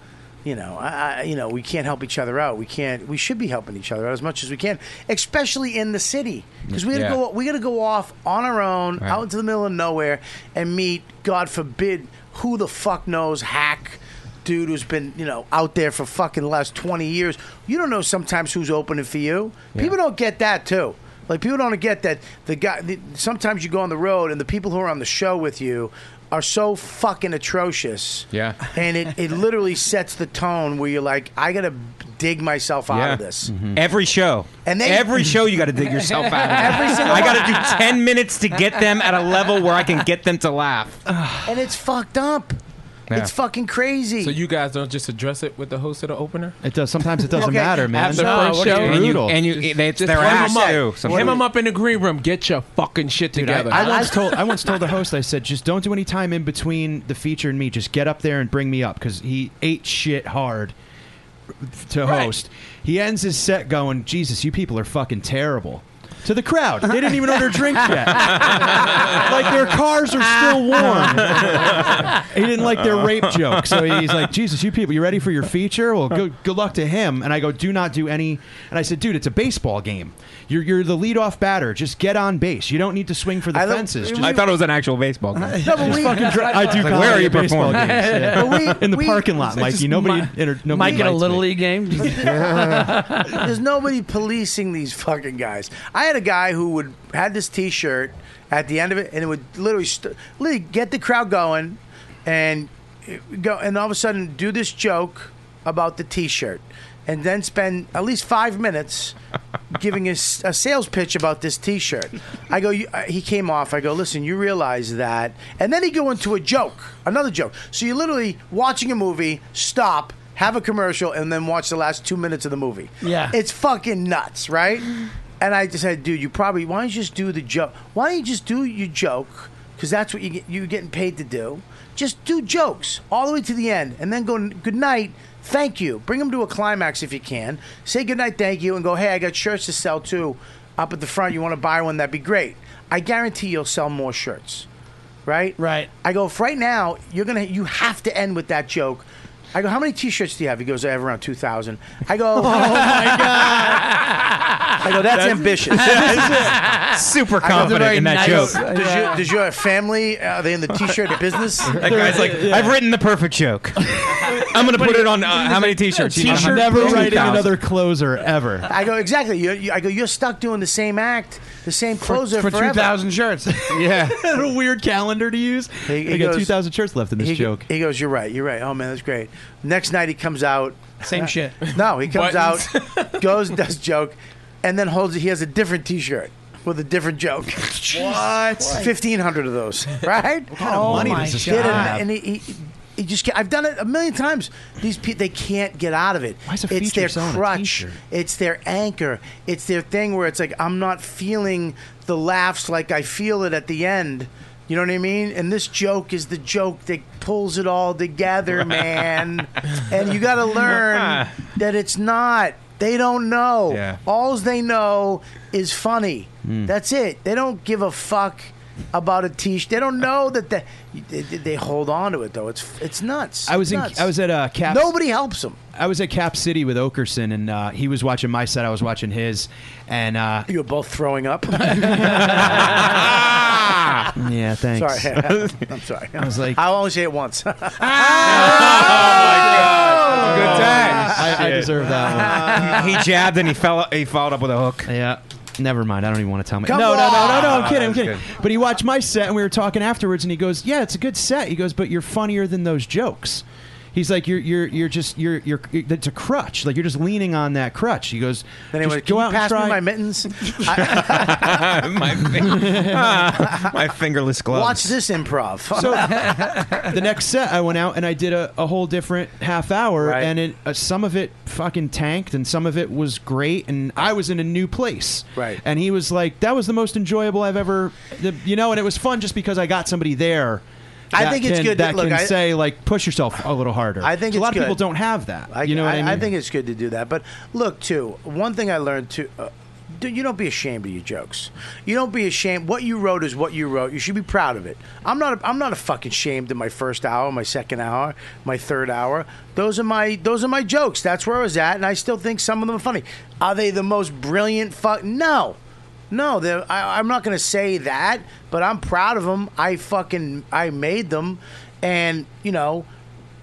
Speaker 4: you know, I, I, you know, we can't help each other out. We can't. We should be helping each other out as much as we can, especially in the city, because we gotta
Speaker 12: Yeah.
Speaker 4: go. We gotta go off on our own,
Speaker 12: Right.
Speaker 4: out into the middle of nowhere, and meet. God forbid, who the fuck knows? Hack dude who's been you know out there for fucking the last 20 years you don't know sometimes who's opening for you people don't get that too like people don't get that the guy the, sometimes you go on the road and the people who are on the show with you are so fucking atrocious
Speaker 2: Yeah.
Speaker 4: and it, it literally sets the tone where you're like i gotta dig myself out
Speaker 2: Yeah. Mm-hmm.
Speaker 4: of this
Speaker 2: Every show.
Speaker 4: And they-
Speaker 2: every show you got to dig yourself out. Of
Speaker 4: Every single
Speaker 2: I got
Speaker 4: one.
Speaker 2: to do ten minutes to get them at a level where I can get them to laugh.
Speaker 4: and it's fucked up It's fucking crazy.
Speaker 12: So you guys don't just address it with the host of the opener?
Speaker 10: It does sometimes it doesn't
Speaker 12: Okay.
Speaker 10: matter, man.
Speaker 12: After
Speaker 10: No,
Speaker 12: first
Speaker 10: what do
Speaker 12: show,
Speaker 10: you mean?
Speaker 2: And you- it- it's their
Speaker 12: him
Speaker 2: ass,
Speaker 12: up.
Speaker 2: too,
Speaker 12: Him
Speaker 2: sometimes.
Speaker 12: him up in the green room. Get your fucking shit
Speaker 10: Dude, I,
Speaker 12: together.
Speaker 10: I once told I once told the host I said just don't do any time in between the feature and me. Just get up there and bring me up because he ate shit hard to
Speaker 12: Right.
Speaker 10: host. He ends his set going, Jesus, you people are fucking terrible. To the crowd, they didn't even order drinks yet. like their cars are still
Speaker 4: Oh,
Speaker 10: warm. he didn't like their rape joke, so he's like, Jesus, you people, you ready for your feature? Well, good, good luck to him. And I go, do not do any. And I said, dude, it's a baseball game. You're you're the leadoff batter. Just get on base. You don't need to swing for the fences. Just
Speaker 2: I thought it was an actual baseball game.
Speaker 10: no, but we, fucking dri- I do.
Speaker 2: Like,
Speaker 10: comedy
Speaker 2: where are you
Speaker 10: at baseball
Speaker 2: performing?
Speaker 10: games, yeah.
Speaker 4: But we-
Speaker 10: in the
Speaker 4: we-
Speaker 10: parking lot,
Speaker 4: it's
Speaker 10: Mikey.
Speaker 4: just
Speaker 10: Nobody,
Speaker 4: my-
Speaker 10: inter- nobody
Speaker 4: Mike in a
Speaker 10: invites
Speaker 4: little
Speaker 10: me.
Speaker 4: league
Speaker 13: game.
Speaker 4: There's nobody policing these fucking guys. I had a guy who would had this T-shirt at the end of it, and it would literally, st- literally get the crowd going, and go, and all of a sudden do this joke about the T-shirt, and then spend at least five minutes giving a, s- a sales pitch about this T-shirt. I go, you, uh, he came off. I go, listen, you realize that, and then he go into a joke, another joke. So you're literally watching a movie, stop, have a commercial, and then watch the last two minutes of the movie.
Speaker 8: Yeah.
Speaker 4: it's fucking nuts, right? And I just said, dude, you probably why don't you just do the joke? Why don't you just do your joke? Because that's what you get, you're getting paid to do. Just do jokes all the way to the end, and then go good night. Thank you. Bring them to a climax if you can. Say good night, thank you, and go. Hey, I got shirts to sell too. Up at the front, you want to buy one? That'd be great. I guarantee you'll sell more shirts right? Right. I go, if right now you're gonna, you have to end with that joke. I go, how many T-shirts do you have? He goes, I have around two thousand. I go, oh my god. I go, that's,
Speaker 15: That's-
Speaker 4: ambitious.
Speaker 15: That's it. Super
Speaker 4: I go,
Speaker 15: confident
Speaker 4: "Very
Speaker 15: in
Speaker 4: nice."
Speaker 15: that joke.
Speaker 4: Does,
Speaker 15: Yeah.
Speaker 4: your, does your family? uh, Are they in the T-shirt business?
Speaker 2: That guy's like, I've written the perfect joke. I'm gonna put it on uh, how many t-shirts? You
Speaker 10: T-shirt.
Speaker 2: know,
Speaker 10: Never writing
Speaker 2: 2,000.
Speaker 10: another closer ever.
Speaker 4: I go exactly. You, you, I go, you're stuck doing the same act, the same closer
Speaker 10: for
Speaker 4: forever."
Speaker 10: 2,000 shirts.
Speaker 4: Yeah.
Speaker 10: a weird calendar to use.
Speaker 4: He,
Speaker 10: They got 2,000 shirts left in this
Speaker 4: he-
Speaker 10: joke.
Speaker 4: He goes, "You're right. You're right. Oh man, that's great." Next night he comes out. Uh,
Speaker 8: Same shit.
Speaker 4: No, he comes
Speaker 8: Buttons.
Speaker 4: out, goes and does joke, and then holds. He has a different T-shirt with a different joke. what? Fifteen hundred of those, right? what
Speaker 10: kind of money does this guy
Speaker 4: And,
Speaker 10: have?
Speaker 4: and he. he he just can't, I've done it a million times. These people they can't get out of it. Why
Speaker 10: is a
Speaker 4: it's
Speaker 10: feature
Speaker 4: their
Speaker 10: selling a
Speaker 4: crutch. It's their anchor. It's their thing where it's like I'm not feeling the laughs like I feel it at the end. You know what I mean? And this joke is the joke that pulls it all together, man. and you got to learn that it's not. They don't know.
Speaker 15: Yeah.
Speaker 4: All they know is funny.
Speaker 10: Hmm.
Speaker 4: That's it. They don't give a fuck about a t-shirt. They don't know that the, they they hold on to it though. It's it's nuts.
Speaker 10: I was in,
Speaker 4: Nuts.
Speaker 10: I was at uh, Cap.
Speaker 4: Nobody helps him.
Speaker 10: I was at Cap City with Okerson, and uh, he was watching my set. I was watching his, and uh,
Speaker 4: you were both throwing up.
Speaker 10: yeah, thanks.
Speaker 4: Sorry, I'm sorry.
Speaker 10: I was like,
Speaker 4: I'll only say it once.
Speaker 12: Oh
Speaker 15: Ah!
Speaker 4: Oh
Speaker 2: Good times.
Speaker 10: I, I deserve
Speaker 4: Uh,
Speaker 10: that one.
Speaker 2: he jabbed and he fell. He followed up with a hook.
Speaker 10: Yeah. Never mind. I don't even want to tell me.
Speaker 2: Come
Speaker 10: no, no, no, no, no.
Speaker 2: on!
Speaker 10: I'm kidding. I'm
Speaker 2: That's
Speaker 10: kidding. But he watched my set, and we were talking afterwards, and he goes, "Yeah, it's a good set." He goes, "But you're funnier than those jokes." He's like, "You're, you're, you're just, you're, you're. It's a crutch. Like you're just leaning on that crutch." He goes,
Speaker 4: Then he
Speaker 10: "Just
Speaker 4: went,
Speaker 10: go
Speaker 4: "Can you
Speaker 10: out
Speaker 4: pass
Speaker 10: and
Speaker 4: me my
Speaker 10: try."
Speaker 4: mittens.
Speaker 2: my, fing- ah, my fingerless gloves.
Speaker 4: Watch this improv.
Speaker 10: So- the next set, I went out and I did a, a whole different half hour, and it uh, some of it fucking tanked, and some of it was great, and I was in a new place. Right. And he was like, "That was the most enjoyable I've ever, the, you know," and it was fun just because I got somebody there.
Speaker 4: I
Speaker 10: that
Speaker 4: think it's
Speaker 10: can-
Speaker 4: good
Speaker 10: that
Speaker 4: that- look,
Speaker 10: can
Speaker 4: I-
Speaker 10: say like, "Push yourself a little harder."
Speaker 4: I think
Speaker 10: a
Speaker 4: it's
Speaker 10: lot of people
Speaker 4: good.
Speaker 10: don't have that.
Speaker 4: I,
Speaker 10: you know what I, mean?
Speaker 4: think it's good to do that. But look, too, one thing I learned too. Uh, do- you don't be ashamed of your jokes. You don't be ashamed. What you wrote is what you wrote. You should be proud of it. I'm not. A, I'm not a fucking ashamed of my first hour, my second hour, my third hour. Those are my. Those are my jokes. That's where I was at, and I still think some of them are funny. Are they the most brilliant? Fuck no. No, they're- I, I'm not going to say that, but I'm proud of them. I fucking I made them, and you know,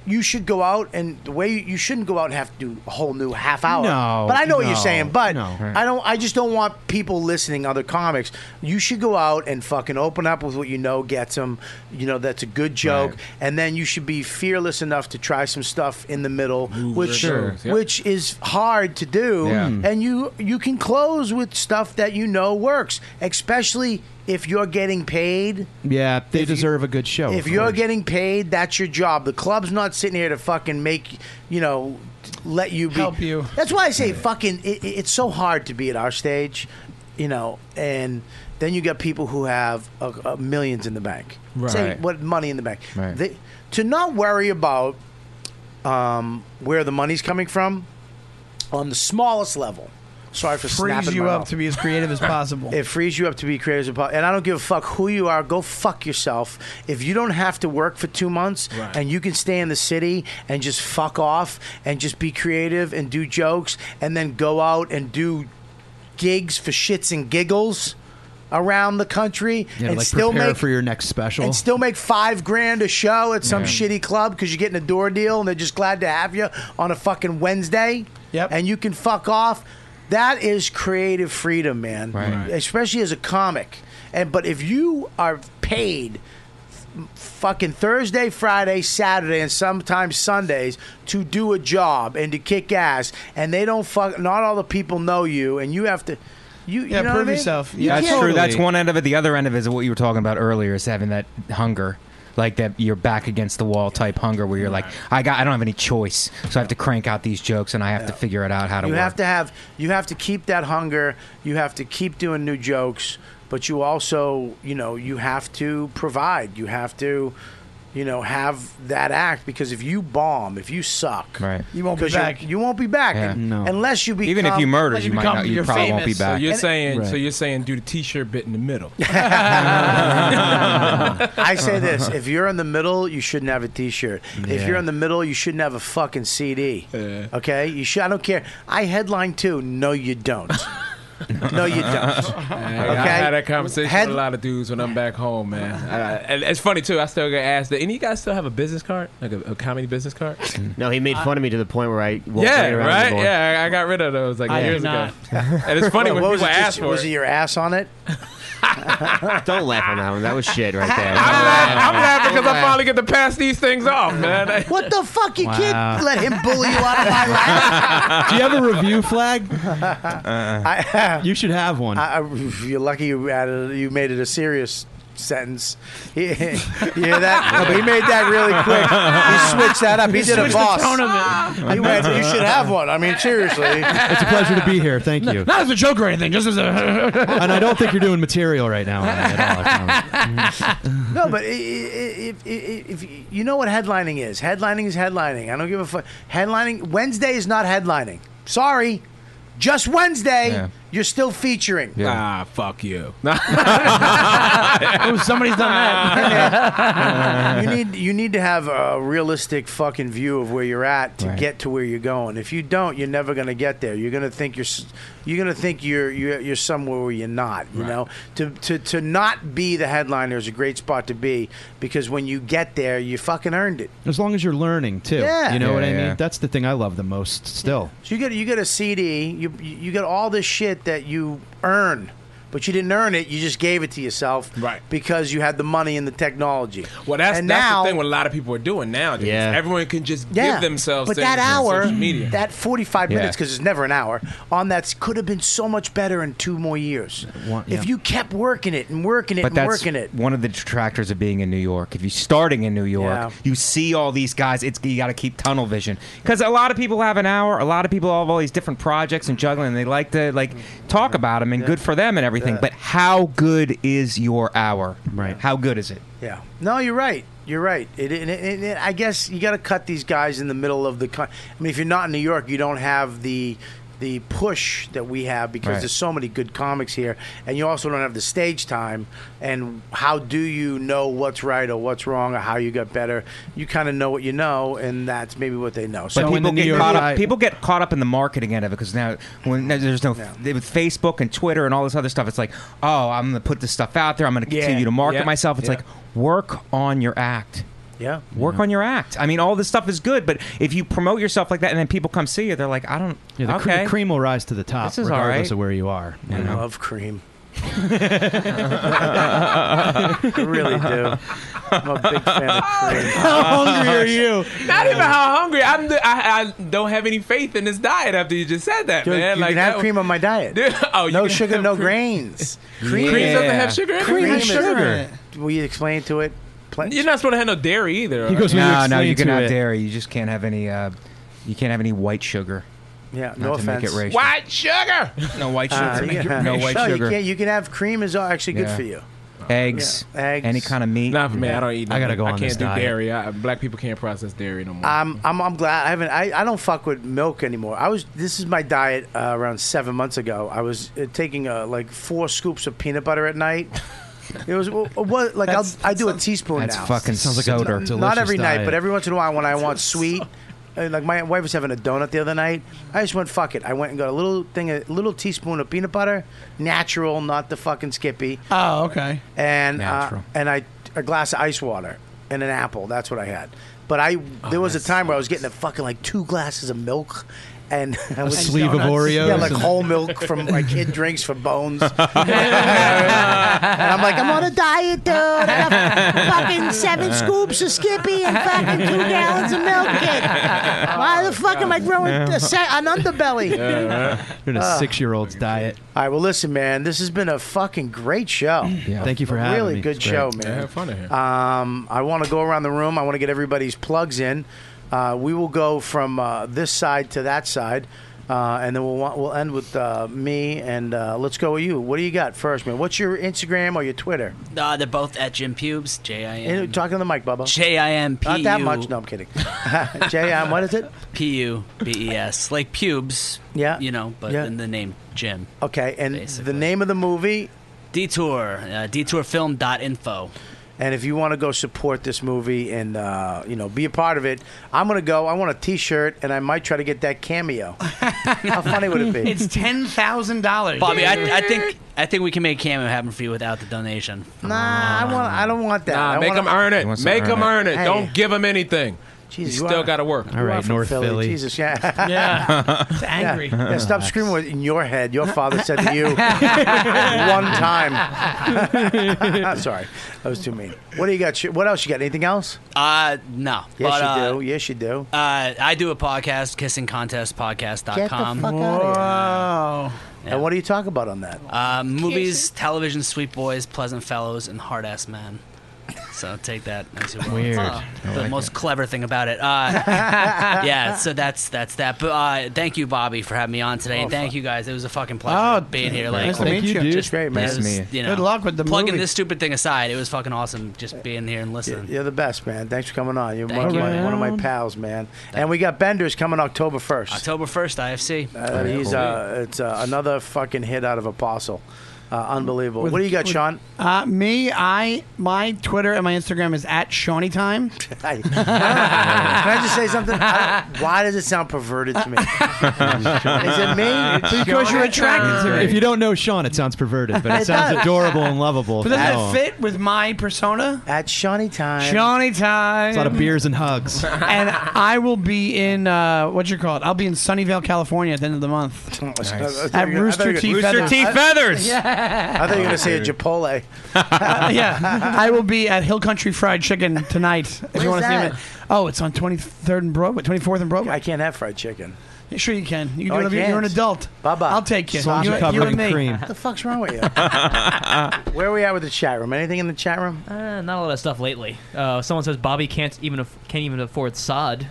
Speaker 4: you should go out and the way you, you shouldn't go out and have to do a whole new half hour.
Speaker 10: No,
Speaker 4: but I know what you're
Speaker 10: no,
Speaker 4: saying. But
Speaker 10: no.
Speaker 4: I don't. I just don't want people listening other comics. You should go out and fucking open up with what you know gets them. You know that's a good joke, and then you should be fearless enough to try some stuff in the middle, which
Speaker 2: sure, yep.
Speaker 4: which is hard to do
Speaker 2: Yeah.
Speaker 4: and you you can close with stuff that you know works especially if you're getting paid,
Speaker 10: Yeah, they deserve a good show.
Speaker 4: if
Speaker 10: of
Speaker 4: you're
Speaker 10: course.
Speaker 4: getting paid, that's your job. The club's not sitting here to fucking make you know t- let you be. help you. That's why I say fucking. It, it- it's so hard to be at our stage, you know, and then you got people who have uh uh millions in the bank. Say
Speaker 15: Right.
Speaker 4: what money in the bank.
Speaker 15: Right.
Speaker 4: They, to not worry about um, where the money's coming from on the smallest level. Sorry for
Speaker 8: Frees
Speaker 4: snapping
Speaker 8: you
Speaker 4: my
Speaker 8: up
Speaker 4: mouth.
Speaker 8: to be as creative as possible.
Speaker 4: It frees you up to be creative as possible. And I don't give a fuck who you are. Go fuck yourself. If you don't have to work for two months
Speaker 15: Right.
Speaker 4: and you can stay in the city and just fuck off and just be creative and do jokes and then go out and do gigs for shits and giggles around the country
Speaker 10: You know,
Speaker 4: and
Speaker 10: like
Speaker 4: still
Speaker 10: prepare
Speaker 4: make
Speaker 10: for your next special.
Speaker 4: and still make five grand a show at some
Speaker 10: Yeah.
Speaker 4: shitty club because you're getting a door deal and they're just glad to have you on a fucking Wednesday. Yep. And you can fuck off. That is creative freedom, man.
Speaker 15: Right.
Speaker 4: Especially as a comic. And but if you are paid fucking Thursday, Friday, Saturday, and sometimes Sundays to do a job and to kick ass, and they don't fuck. Not all the people know you, and you have to. You, you
Speaker 8: Yeah,
Speaker 4: know what I
Speaker 8: prove
Speaker 4: mean?
Speaker 8: yourself.
Speaker 4: You
Speaker 2: that's
Speaker 4: can't-
Speaker 2: true. That's one end of it. The other end of it is what you were talking about earlier is having that hunger. Like that, you're back against the wall type hunger where you're like, I got, I don't have any choice, so I have to crank out these jokes and I have to figure it out how to
Speaker 4: you
Speaker 2: work.
Speaker 4: have to have you have to keep that hunger you have to keep doing new jokes but you also you know you have to provide you have to you know have that act because if you bomb if you suck
Speaker 2: right
Speaker 8: You won't be
Speaker 4: 'cause you're-
Speaker 8: back.
Speaker 4: you won't be back
Speaker 2: Yeah.
Speaker 4: un-
Speaker 2: No.
Speaker 4: unless you become
Speaker 2: Even if you murder, Unless you you might become- not- you you're probably won't be
Speaker 12: So
Speaker 2: back.
Speaker 12: you're
Speaker 2: And-
Speaker 12: saying, so
Speaker 2: Right.
Speaker 12: you're saying, do the t-shirt bit in the middle.
Speaker 4: I say this: if you're in the middle, you shouldn't have a T-shirt. If
Speaker 12: Yeah.
Speaker 4: you're in the middle, you shouldn't have a fucking CD. Okay, you should. I don't care. I headline too. No, you don't. no, you don't.
Speaker 12: Hey, I had that conversation with a lot of dudes when I'm back home, man. I- and it's funny too. I still get asked, "Do any of you guys still have a business card, like a, a comedy business card?"
Speaker 9: No, he made fun of me to the point where I won't
Speaker 12: yeah,
Speaker 9: hang around
Speaker 12: right.
Speaker 9: anymore.
Speaker 12: Yeah, I, I got rid of those like
Speaker 9: I
Speaker 12: years
Speaker 9: did
Speaker 12: ago.
Speaker 9: not.
Speaker 12: and it's funny when
Speaker 4: What was
Speaker 12: people
Speaker 4: it just-
Speaker 12: ask for
Speaker 4: Was
Speaker 12: it.
Speaker 4: it your ass on it?
Speaker 9: Don't laugh on that one. That was shit right there.
Speaker 12: I'm laughing because I finally get to pass these things off, man.
Speaker 4: What the fuck? You
Speaker 9: Wow.
Speaker 4: can't let him bully you out of my life.
Speaker 10: Do you have a review flag? you should have one.
Speaker 4: I, I, you're lucky you added, you made it a serious sentence. He, you hear that? he made that really quick. He switched that up. He,
Speaker 15: He
Speaker 4: did a
Speaker 15: switched the
Speaker 4: boss.
Speaker 15: tone of
Speaker 4: it. He went, you should have one. I mean, seriously.
Speaker 10: It's a pleasure to be here. Thank you.
Speaker 8: Not as a joke or anything, just as a.
Speaker 10: and I don't think you're doing material right now. at all.
Speaker 4: no, but i- i- i- if, if, if you know what headlining is, headlining is headlining. I don't give a fuck. Headlining Wednesday is not headlining. Sorry, just Wednesday.
Speaker 12: Yeah.
Speaker 4: You're still featuring.
Speaker 12: Ah, fuck you.
Speaker 4: oh,
Speaker 8: somebody's done that.
Speaker 4: you need you need to have a realistic fucking view of where you're at to get to where you're going. If you don't, you're never gonna get there. You're gonna think you're s- you're gonna think you're you're, you're somewhere where you're not. You know, to, to to not be the headliner is a great spot to be because when you get there, you fucking earned it.
Speaker 10: As long as you're learning too.
Speaker 4: Yeah.
Speaker 10: You know what I
Speaker 4: Yeah,
Speaker 10: mean?
Speaker 4: yeah.
Speaker 10: That's the thing I love the most still.
Speaker 4: So you get you get a CD. You you get all this shit that you earn. But you didn't earn it. You just gave it to yourself, right? Because you had the money and the technology.
Speaker 12: Well, that's,
Speaker 4: and
Speaker 12: that's
Speaker 4: now,
Speaker 12: the thing. What a lot of people are doing nowadays.
Speaker 4: Yeah.
Speaker 12: Everyone can just
Speaker 4: Yeah,
Speaker 12: give themselves.
Speaker 4: But
Speaker 12: things
Speaker 4: that
Speaker 12: on
Speaker 4: hour,
Speaker 12: social media.
Speaker 4: that forty-five
Speaker 12: Yeah.
Speaker 4: minutes, because it's never an hour, on that could have been so much better in two more years
Speaker 2: One-
Speaker 4: if
Speaker 2: yeah.
Speaker 4: you kept working it and working it
Speaker 2: but
Speaker 4: and
Speaker 2: that's
Speaker 4: working it.
Speaker 2: one of the detractors of being in New York. If you're starting in New York,
Speaker 4: Yeah.
Speaker 2: you see all these guys. It's you got to keep tunnel vision because a lot of people have an hour. A lot of people have all these different projects and juggling. And they like to like talk about them and good for them and everything.
Speaker 4: Yeah.
Speaker 2: But how good is your hour? Right. How good is it?
Speaker 4: Yeah. No, you're right. You're right. It, it, it, it- I guess you got to cut these guys in the middle of the. Con- I mean, if you're not in New York, you don't have the the push that we have because
Speaker 15: Right.
Speaker 4: there's so many good comics here, and you also don't have the stage time. And how do you know what's right or what's wrong or how you got better? You kind of know what you know, and that's maybe what they know.
Speaker 2: But people get caught up.
Speaker 4: I-
Speaker 2: People get caught up in the marketing end of it because now, when now there's no with Facebook and Twitter and all this other stuff, it's like, oh, I'm going to put this stuff out there. I'm going to
Speaker 4: Yeah.
Speaker 2: continue to market
Speaker 4: Yeah.
Speaker 2: myself. It's
Speaker 4: Yeah.
Speaker 2: like work on your act.
Speaker 4: yeah.
Speaker 2: Work on your act. I mean, all this stuff is good, but if you promote yourself like that and then people come see you, they're like, I don't.
Speaker 10: Yeah, the, cre-
Speaker 2: okay.
Speaker 10: the cream will rise to the top
Speaker 2: This is all
Speaker 10: regardless
Speaker 2: right.
Speaker 10: of where you are.
Speaker 4: I love cream. I really do. I'm a big fan of cream.
Speaker 12: How hungry are you? Not even
Speaker 4: Yeah.
Speaker 12: how hungry. I'm. The, I, I don't have any faith in this diet after you just said that,
Speaker 4: Dude,
Speaker 12: man.
Speaker 4: you
Speaker 12: like
Speaker 4: can have
Speaker 12: that-
Speaker 4: cream on my diet.
Speaker 12: Dude, oh, you
Speaker 4: no
Speaker 12: can
Speaker 4: sugar,
Speaker 12: have
Speaker 4: no
Speaker 12: cream.
Speaker 4: grains.
Speaker 12: Cream doesn't have sugar in it? Cream has
Speaker 4: is-
Speaker 12: sugar.
Speaker 4: We explain to it. Pl-
Speaker 12: You're not supposed to have no dairy either.
Speaker 4: He goes,
Speaker 12: right?
Speaker 2: no, no,
Speaker 4: explain
Speaker 2: you
Speaker 4: to
Speaker 2: cannot
Speaker 4: it.
Speaker 2: dairy. You just can't have any. Uh, you can't have any white sugar.
Speaker 4: Yeah,
Speaker 2: Not
Speaker 4: no
Speaker 2: to
Speaker 4: offense.
Speaker 2: make it racial.
Speaker 12: White sugar.
Speaker 2: No white sugar.
Speaker 4: Uh, you can have-
Speaker 2: no white
Speaker 4: no,
Speaker 2: sugar.
Speaker 4: You, can't, you can have cream is actually good
Speaker 2: Yeah.
Speaker 4: for you.
Speaker 2: Eggs,
Speaker 4: Yeah, eggs.
Speaker 2: any kind of meat.
Speaker 12: Not for me. Oh, I don't eat.
Speaker 2: I gotta
Speaker 12: nothing.
Speaker 2: go
Speaker 12: I
Speaker 2: on
Speaker 12: can't
Speaker 2: this
Speaker 12: do
Speaker 2: diet.
Speaker 12: dairy. I, black people can't process dairy no more.
Speaker 4: I'm, I'm, I'm glad I haven't. I, I don't fuck with milk anymore. I was. This is my diet uh, around seven months ago. I was uh, taking uh, like four scoops of peanut butter at night. It was well, uh, what like I'll, I do a teaspoon.
Speaker 2: That's
Speaker 4: now.
Speaker 2: fucking Sounds like a soda.
Speaker 4: Not- Not
Speaker 2: delicious
Speaker 4: every night,
Speaker 2: diet.
Speaker 4: but every once in a while when I want sweet. uh, Like my wife was having a donut the other night. I just went fuck it. I went and got a little thing, a little teaspoon of peanut butter, natural, not the fucking Skippy
Speaker 8: Oh, okay.
Speaker 4: and uh,
Speaker 8: Natural.
Speaker 4: and I a glass of ice water and an apple. That's what I had. But I
Speaker 10: Oh,
Speaker 4: there was a time where I was getting a fucking like two glasses of milk. And I was-
Speaker 10: sleeve of Oreos
Speaker 4: yeah, like
Speaker 10: and-
Speaker 4: whole milk from my kid drinks for bones. and I'm like, I'm on a
Speaker 17: diet, dude. I have fucking seven scoops of Skippy and fucking two gallons of milk. Kid. Why the fuck am I growing a se- an underbelly?
Speaker 10: You're in a
Speaker 4: Ah.
Speaker 10: six-year-old's diet.
Speaker 4: All right, well, listen, man, this has been a fucking great show. Yeah.
Speaker 10: Thank you for having
Speaker 4: really
Speaker 10: me.
Speaker 4: good
Speaker 10: It's great.
Speaker 4: show, man.
Speaker 10: Yeah, have fun in here.
Speaker 4: Um, I want to go around the room. I want to get everybody's plugs in. Uh, we will go from uh, this side to that side, uh, and then we'll want, we'll end with uh, me. And uh, let's go with you. What do you got first, man? What's your Instagram or your Twitter?
Speaker 11: Uh, they're both at Jim Pubes. J I
Speaker 4: Talking
Speaker 11: M.
Speaker 4: Talk in the mic, Bubba.
Speaker 11: J I M P U.
Speaker 4: Not that much. No, I'm kidding. J I M. What is it?
Speaker 11: P U B E S. Like pubes.
Speaker 4: Yeah.
Speaker 11: You know, but
Speaker 4: Yeah.
Speaker 11: in the name Jim.
Speaker 4: Okay, and the name of the movie.
Speaker 11: Detour. Uh, detourfilm.info.
Speaker 4: And if you want to go support this movie and uh, you know be a part of it, I'm gonna go. I want a T-shirt, and I might try to get that cameo. How funny would it be?
Speaker 8: It's ten thousand dollars.
Speaker 11: Bobby, I, I think I think we can make cameo happen for you without the donation.
Speaker 4: Nah, I want. I don't want that.
Speaker 12: Nah,
Speaker 4: I
Speaker 12: make
Speaker 4: wanna-
Speaker 12: them earn it. Make them earn it.
Speaker 4: Hey,
Speaker 12: Don't give them anything.
Speaker 4: Jesus,
Speaker 12: you
Speaker 4: you
Speaker 12: still
Speaker 4: are-
Speaker 12: got to work.
Speaker 4: you are from Jesus, yeah,
Speaker 12: Yeah. It's
Speaker 4: Yeah.
Speaker 12: angry.
Speaker 4: Yeah, stop screaming with- in your head. Your father said to you one time. Sorry, that was too mean. What do you got? What else you got? Anything else?
Speaker 11: Uh, no.
Speaker 4: Yes,
Speaker 11: but,
Speaker 4: you
Speaker 11: uh,
Speaker 4: do. Yes, you do.
Speaker 11: Uh, I do a podcast, kissingcontestpodcast.com.
Speaker 4: Get the fuck out of here. Wow. And what do you talk about on that?
Speaker 11: Uh, movies, television, Sweet Boys, Pleasant Fellows, and Hard Ass Man. So take that as you will.
Speaker 10: Weird.
Speaker 11: It's
Speaker 10: I
Speaker 11: the
Speaker 10: like
Speaker 11: most clever thing about it. Uh, yeah, so that's that's that. But uh, thank you, Bobby, for having me on today, and thank you guys. It was a fucking pleasure being here. Like,
Speaker 8: Oh, nice to meet you, dude.
Speaker 11: Just,
Speaker 8: Great, man.
Speaker 11: it was,
Speaker 8: Nice to meet you.
Speaker 11: know,
Speaker 8: Good luck with the
Speaker 11: plugging
Speaker 8: movie.
Speaker 11: this stupid thing aside. It was fucking awesome just being here and listening.
Speaker 4: You're the best, man. Thanks for coming on. You're
Speaker 11: Thank
Speaker 4: one, of
Speaker 11: you.
Speaker 4: my- one of my
Speaker 11: Around.
Speaker 4: pals, man. And we got Benders coming October 1st.
Speaker 11: October first, IFC.
Speaker 4: Uh, he's uh, it's uh, another fucking hit out of Apostle. Uh, unbelievable. what do you got, Sean?
Speaker 8: Uh, me, I, my Twitter and my Instagram is at Shawnee Time.
Speaker 4: Can I just say something? I don't- why does it sound perverted to me? Is it me?
Speaker 8: Because you're attracted to me.
Speaker 10: If you don't know Sean, it sounds perverted, but
Speaker 8: It
Speaker 10: it sounds
Speaker 8: does.
Speaker 10: adorable and lovable.
Speaker 8: But doesn't that fit with my persona?
Speaker 4: At Shawnee Time.
Speaker 8: Shawnee Time.
Speaker 10: It's a lot of beers and hugs.
Speaker 8: and I will be in uh, what you call it? I'll be in Sunnyvale, California at the end of the month. At Rooster Teeth Feathers.
Speaker 4: I thought you were going to say a Chipotle.
Speaker 8: Uh, yeah, I will be at Hill Country Fried Chicken tonight. If you
Speaker 4: Where's
Speaker 8: want to see
Speaker 4: that?
Speaker 8: it. Oh, it's on 23rd and Broadway, 24th and Broadway. I
Speaker 4: can't have fried chicken.
Speaker 8: Sure, you can. You
Speaker 4: No, I
Speaker 8: can do it. You're an
Speaker 4: can't.
Speaker 8: adult.
Speaker 4: Bubba.
Speaker 8: I'll take you.
Speaker 4: Sausage
Speaker 8: you, you
Speaker 4: covered
Speaker 8: and
Speaker 4: in
Speaker 8: me.
Speaker 4: cream. What the fuck's wrong with you? Where are we at with the chat room? Anything in the chat room?
Speaker 18: Uh, not a lot of stuff lately. Uh, someone says Bobby can't even aff- can't even afford sod.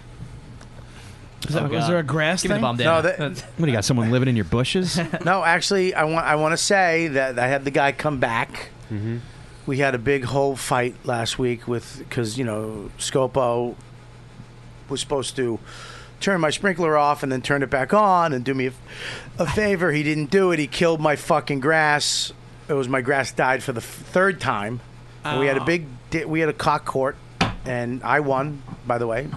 Speaker 8: Is that- was there a grass
Speaker 18: Give me the
Speaker 8: thing?
Speaker 18: bomb, Dan.
Speaker 4: No,
Speaker 18: That's-
Speaker 10: Oh, What do you got? Someone living in your bushes?
Speaker 4: no, actually, I want I want to say that I had the guy come back.
Speaker 8: Mm-hmm.
Speaker 10: Mhm.
Speaker 4: We had a big whole fight last week with because you know Scopo was supposed to turn my sprinkler off and then turn it back on and do me a, a favor. He didn't do it. He killed my fucking grass. It was my grass died for the f- third time. And We had a
Speaker 8: Oh.
Speaker 4: big di- we had a cock court, and I won. By the way,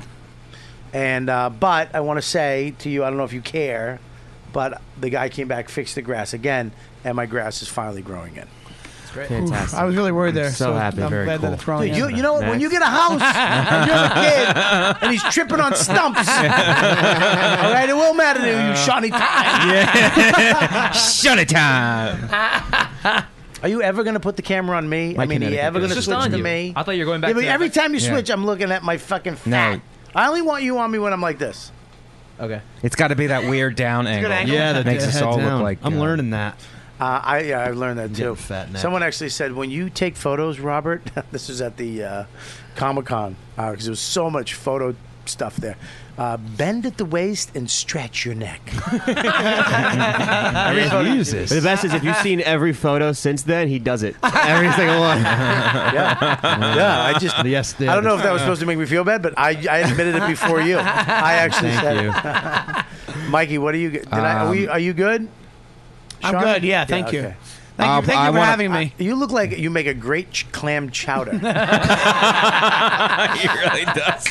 Speaker 4: and uh, but I want to say to you, I don't know if you care, but the guy came back, fixed the grass again, and my grass is finally growing in.
Speaker 8: Oof, I was really worried there.
Speaker 4: so happy.
Speaker 8: I'm
Speaker 4: Very
Speaker 8: glad
Speaker 4: cool.
Speaker 8: that it's wrong.
Speaker 4: Dude, you- you know what? When you get a house and you're a kid and he's tripping on stumps, all right, it will matter to you, Shawnee. Time.
Speaker 2: Yeah. Shut it time.
Speaker 4: Are you ever going to put the camera on me? I
Speaker 18: My
Speaker 4: mean, are you
Speaker 18: Connecticut
Speaker 4: ever going
Speaker 18: is-
Speaker 4: to
Speaker 18: It's just
Speaker 4: switch
Speaker 18: on
Speaker 4: to
Speaker 18: you.
Speaker 4: me?
Speaker 18: I thought you were going back
Speaker 4: Yeah, but
Speaker 18: to that
Speaker 4: every
Speaker 18: back-
Speaker 4: time you
Speaker 18: Yeah.
Speaker 4: switch, I'm looking at my fucking fat.
Speaker 2: No.
Speaker 4: I only want you on me when I'm like this.
Speaker 18: Okay.
Speaker 2: It's got to be that weird down
Speaker 4: a good
Speaker 2: angle.
Speaker 4: angle. Yeah, the
Speaker 2: that makes us
Speaker 4: head
Speaker 2: all
Speaker 4: down.
Speaker 2: look like.
Speaker 4: I'm
Speaker 10: learning that.
Speaker 4: Uh, I yeah, I learned that too.
Speaker 10: fat now.
Speaker 4: Someone actually said when you take photos, Robert. this was at the uh, Comic Con because there was so much photo stuff there. Uh, bend at the waist and stretch your neck.
Speaker 9: Every
Speaker 4: photo-
Speaker 9: But the best is if you've seen every photo since then, he does it. Every single one.
Speaker 4: yeah. yeah, I just
Speaker 10: yes.
Speaker 4: I don't know if that was supposed to make me feel bad, but I, I admitted it before you. I actually
Speaker 10: Thank
Speaker 4: said,
Speaker 10: you.
Speaker 4: it. Mikey, what are you? Did I, are, we,
Speaker 10: Um,
Speaker 4: are you good?
Speaker 8: I'm
Speaker 4: Sean?
Speaker 8: good, yeah, thank you.
Speaker 4: okay.
Speaker 8: Thank you- Uh, thank you I for wanna- having me.
Speaker 4: I- you look like you make a great ch- clam chowder. he
Speaker 12: really does.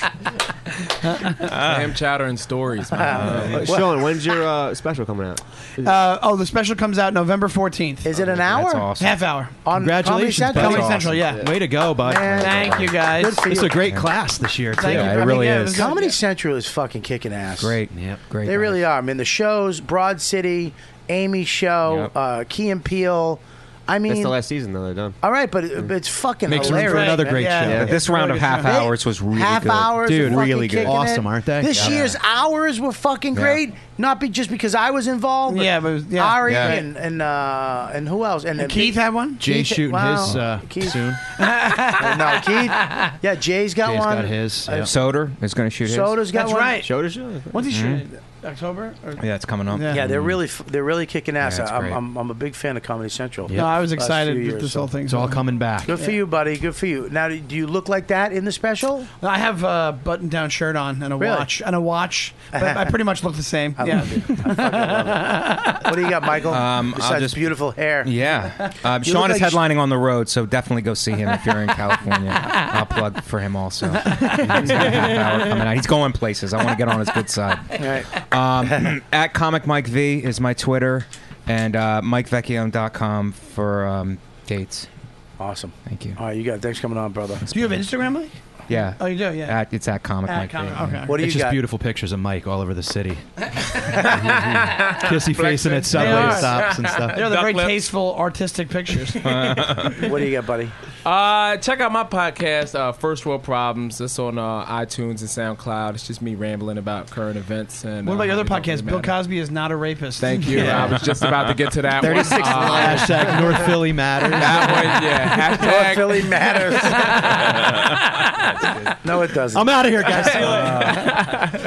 Speaker 12: Ah. Clam chowder and stories. man.
Speaker 9: Uh, Sean, when's your uh, special coming out?
Speaker 8: Uh, oh, the special comes out November 14th. Is
Speaker 4: it an hour?
Speaker 9: That's awesome.
Speaker 8: Half hour.
Speaker 4: On
Speaker 10: Congratulations, buddy.
Speaker 8: Comedy Central, yeah.
Speaker 10: Way to go, bud.
Speaker 8: Man, Thank you, guys. good for
Speaker 10: This is
Speaker 8: you.
Speaker 10: a great class this year, too.
Speaker 4: Thank you for having me. Comedy Central is fucking kicking ass.
Speaker 10: Great. Yep. Great.
Speaker 4: They really are. I mean, the shows, Broad City, Amy Show, uh, Key and Peele. I mean,
Speaker 9: That's the last season, though. They're done.
Speaker 4: all right, but it, it's fucking
Speaker 9: Makes room for
Speaker 4: hilarious.
Speaker 9: another great Yeah. show.
Speaker 2: But
Speaker 9: Yeah.
Speaker 2: this round of
Speaker 9: Really good
Speaker 2: half
Speaker 9: show.
Speaker 2: hours was really
Speaker 4: half
Speaker 2: good.
Speaker 4: hours, of fucking kicking it.
Speaker 10: Awesome, aren't they?
Speaker 4: This
Speaker 10: Yeah.
Speaker 4: year's hours were fucking
Speaker 10: Yeah.
Speaker 4: great. Not be just because I was involved. But
Speaker 10: Yeah, but it was- yeah.
Speaker 4: Ari
Speaker 10: Yeah.
Speaker 4: and and, uh, and who else? And, and
Speaker 8: Keith had one?
Speaker 10: Jay's
Speaker 4: Keith-
Speaker 10: shooting
Speaker 4: well,
Speaker 10: his uh,
Speaker 4: Keith.
Speaker 10: soon.
Speaker 4: Uh, no, Keith. Yeah, Jay's got one. Uh,
Speaker 2: Soder is going to shoot
Speaker 4: Soder's
Speaker 2: his.
Speaker 4: got one. Mm-hmm.
Speaker 9: Soder's show.
Speaker 8: When's he
Speaker 2: Mhm.
Speaker 8: shooting? October? Or?
Speaker 2: Yeah, it's coming up.
Speaker 4: Yeah, they're really f- they're really kicking ass.
Speaker 2: Um, Mm. Yeah, it's
Speaker 4: I'm,
Speaker 2: great.
Speaker 4: I'm, I'm a big fan of Comedy Central.
Speaker 8: No, I was
Speaker 4: Last
Speaker 8: excited
Speaker 4: few
Speaker 8: with
Speaker 4: years,
Speaker 8: this
Speaker 4: so.
Speaker 8: whole thing.
Speaker 10: It's all coming back.
Speaker 4: Good for you, buddy. Good for you. Now, do you look like that in the special?
Speaker 8: I have a button-down shirt on and a
Speaker 4: Really?
Speaker 8: watch and a watch. But I pretty much look the same.
Speaker 4: I
Speaker 8: yeah.
Speaker 4: love it. I fucking love it. What do you got, Michael?
Speaker 2: Um, I'll
Speaker 4: Besides
Speaker 2: just-
Speaker 4: beautiful hair.
Speaker 2: Yeah. Um,
Speaker 4: You
Speaker 2: Sean
Speaker 4: look
Speaker 2: is
Speaker 4: like-
Speaker 2: headlining on the road, so definitely go see him if you're in California. I'll plug for him also. He's got a half hour coming out. He's going places. I want to get on his good side. Um, at Comic Mike V is my Twitter, and uh, MikeVecchione.com for um, dates.
Speaker 4: Awesome.
Speaker 2: Thank you.
Speaker 4: All right, you got. Thanks for coming on, brother.
Speaker 8: Do you have Instagram, Mike?
Speaker 2: Yeah.
Speaker 8: Oh, you do? Yeah.
Speaker 2: At, it's at Comic
Speaker 8: At
Speaker 2: Mike
Speaker 8: Comic-
Speaker 2: V.
Speaker 8: okay.
Speaker 2: yeah.
Speaker 8: What do
Speaker 10: it's
Speaker 8: you
Speaker 10: just
Speaker 8: got?
Speaker 10: beautiful pictures of Mike all over the city. Kissy facing at
Speaker 8: They
Speaker 10: subway
Speaker 8: are.
Speaker 10: stops and stuff.
Speaker 8: They're the
Speaker 12: Duck
Speaker 8: very
Speaker 12: lips.
Speaker 8: tasteful, artistic pictures.
Speaker 4: what do you got, buddy?
Speaker 12: Uh, check out my podcast, uh, First World Problems. That's on uh, iTunes and SoundCloud. It's just me rambling about current events and.
Speaker 8: What
Speaker 12: uh,
Speaker 8: about your
Speaker 12: how
Speaker 8: other
Speaker 12: they don't really
Speaker 8: podcast? Bill
Speaker 12: matter.
Speaker 8: Cosby is not a rapist.
Speaker 12: Thank you. I was just about to get to that one.
Speaker 8: 36
Speaker 12: Uh,
Speaker 10: Hashtag North Philly matters.
Speaker 12: That one, yeah. Hashtag
Speaker 4: North Philly matters. no, it doesn't.
Speaker 10: I'm out of here, guys. See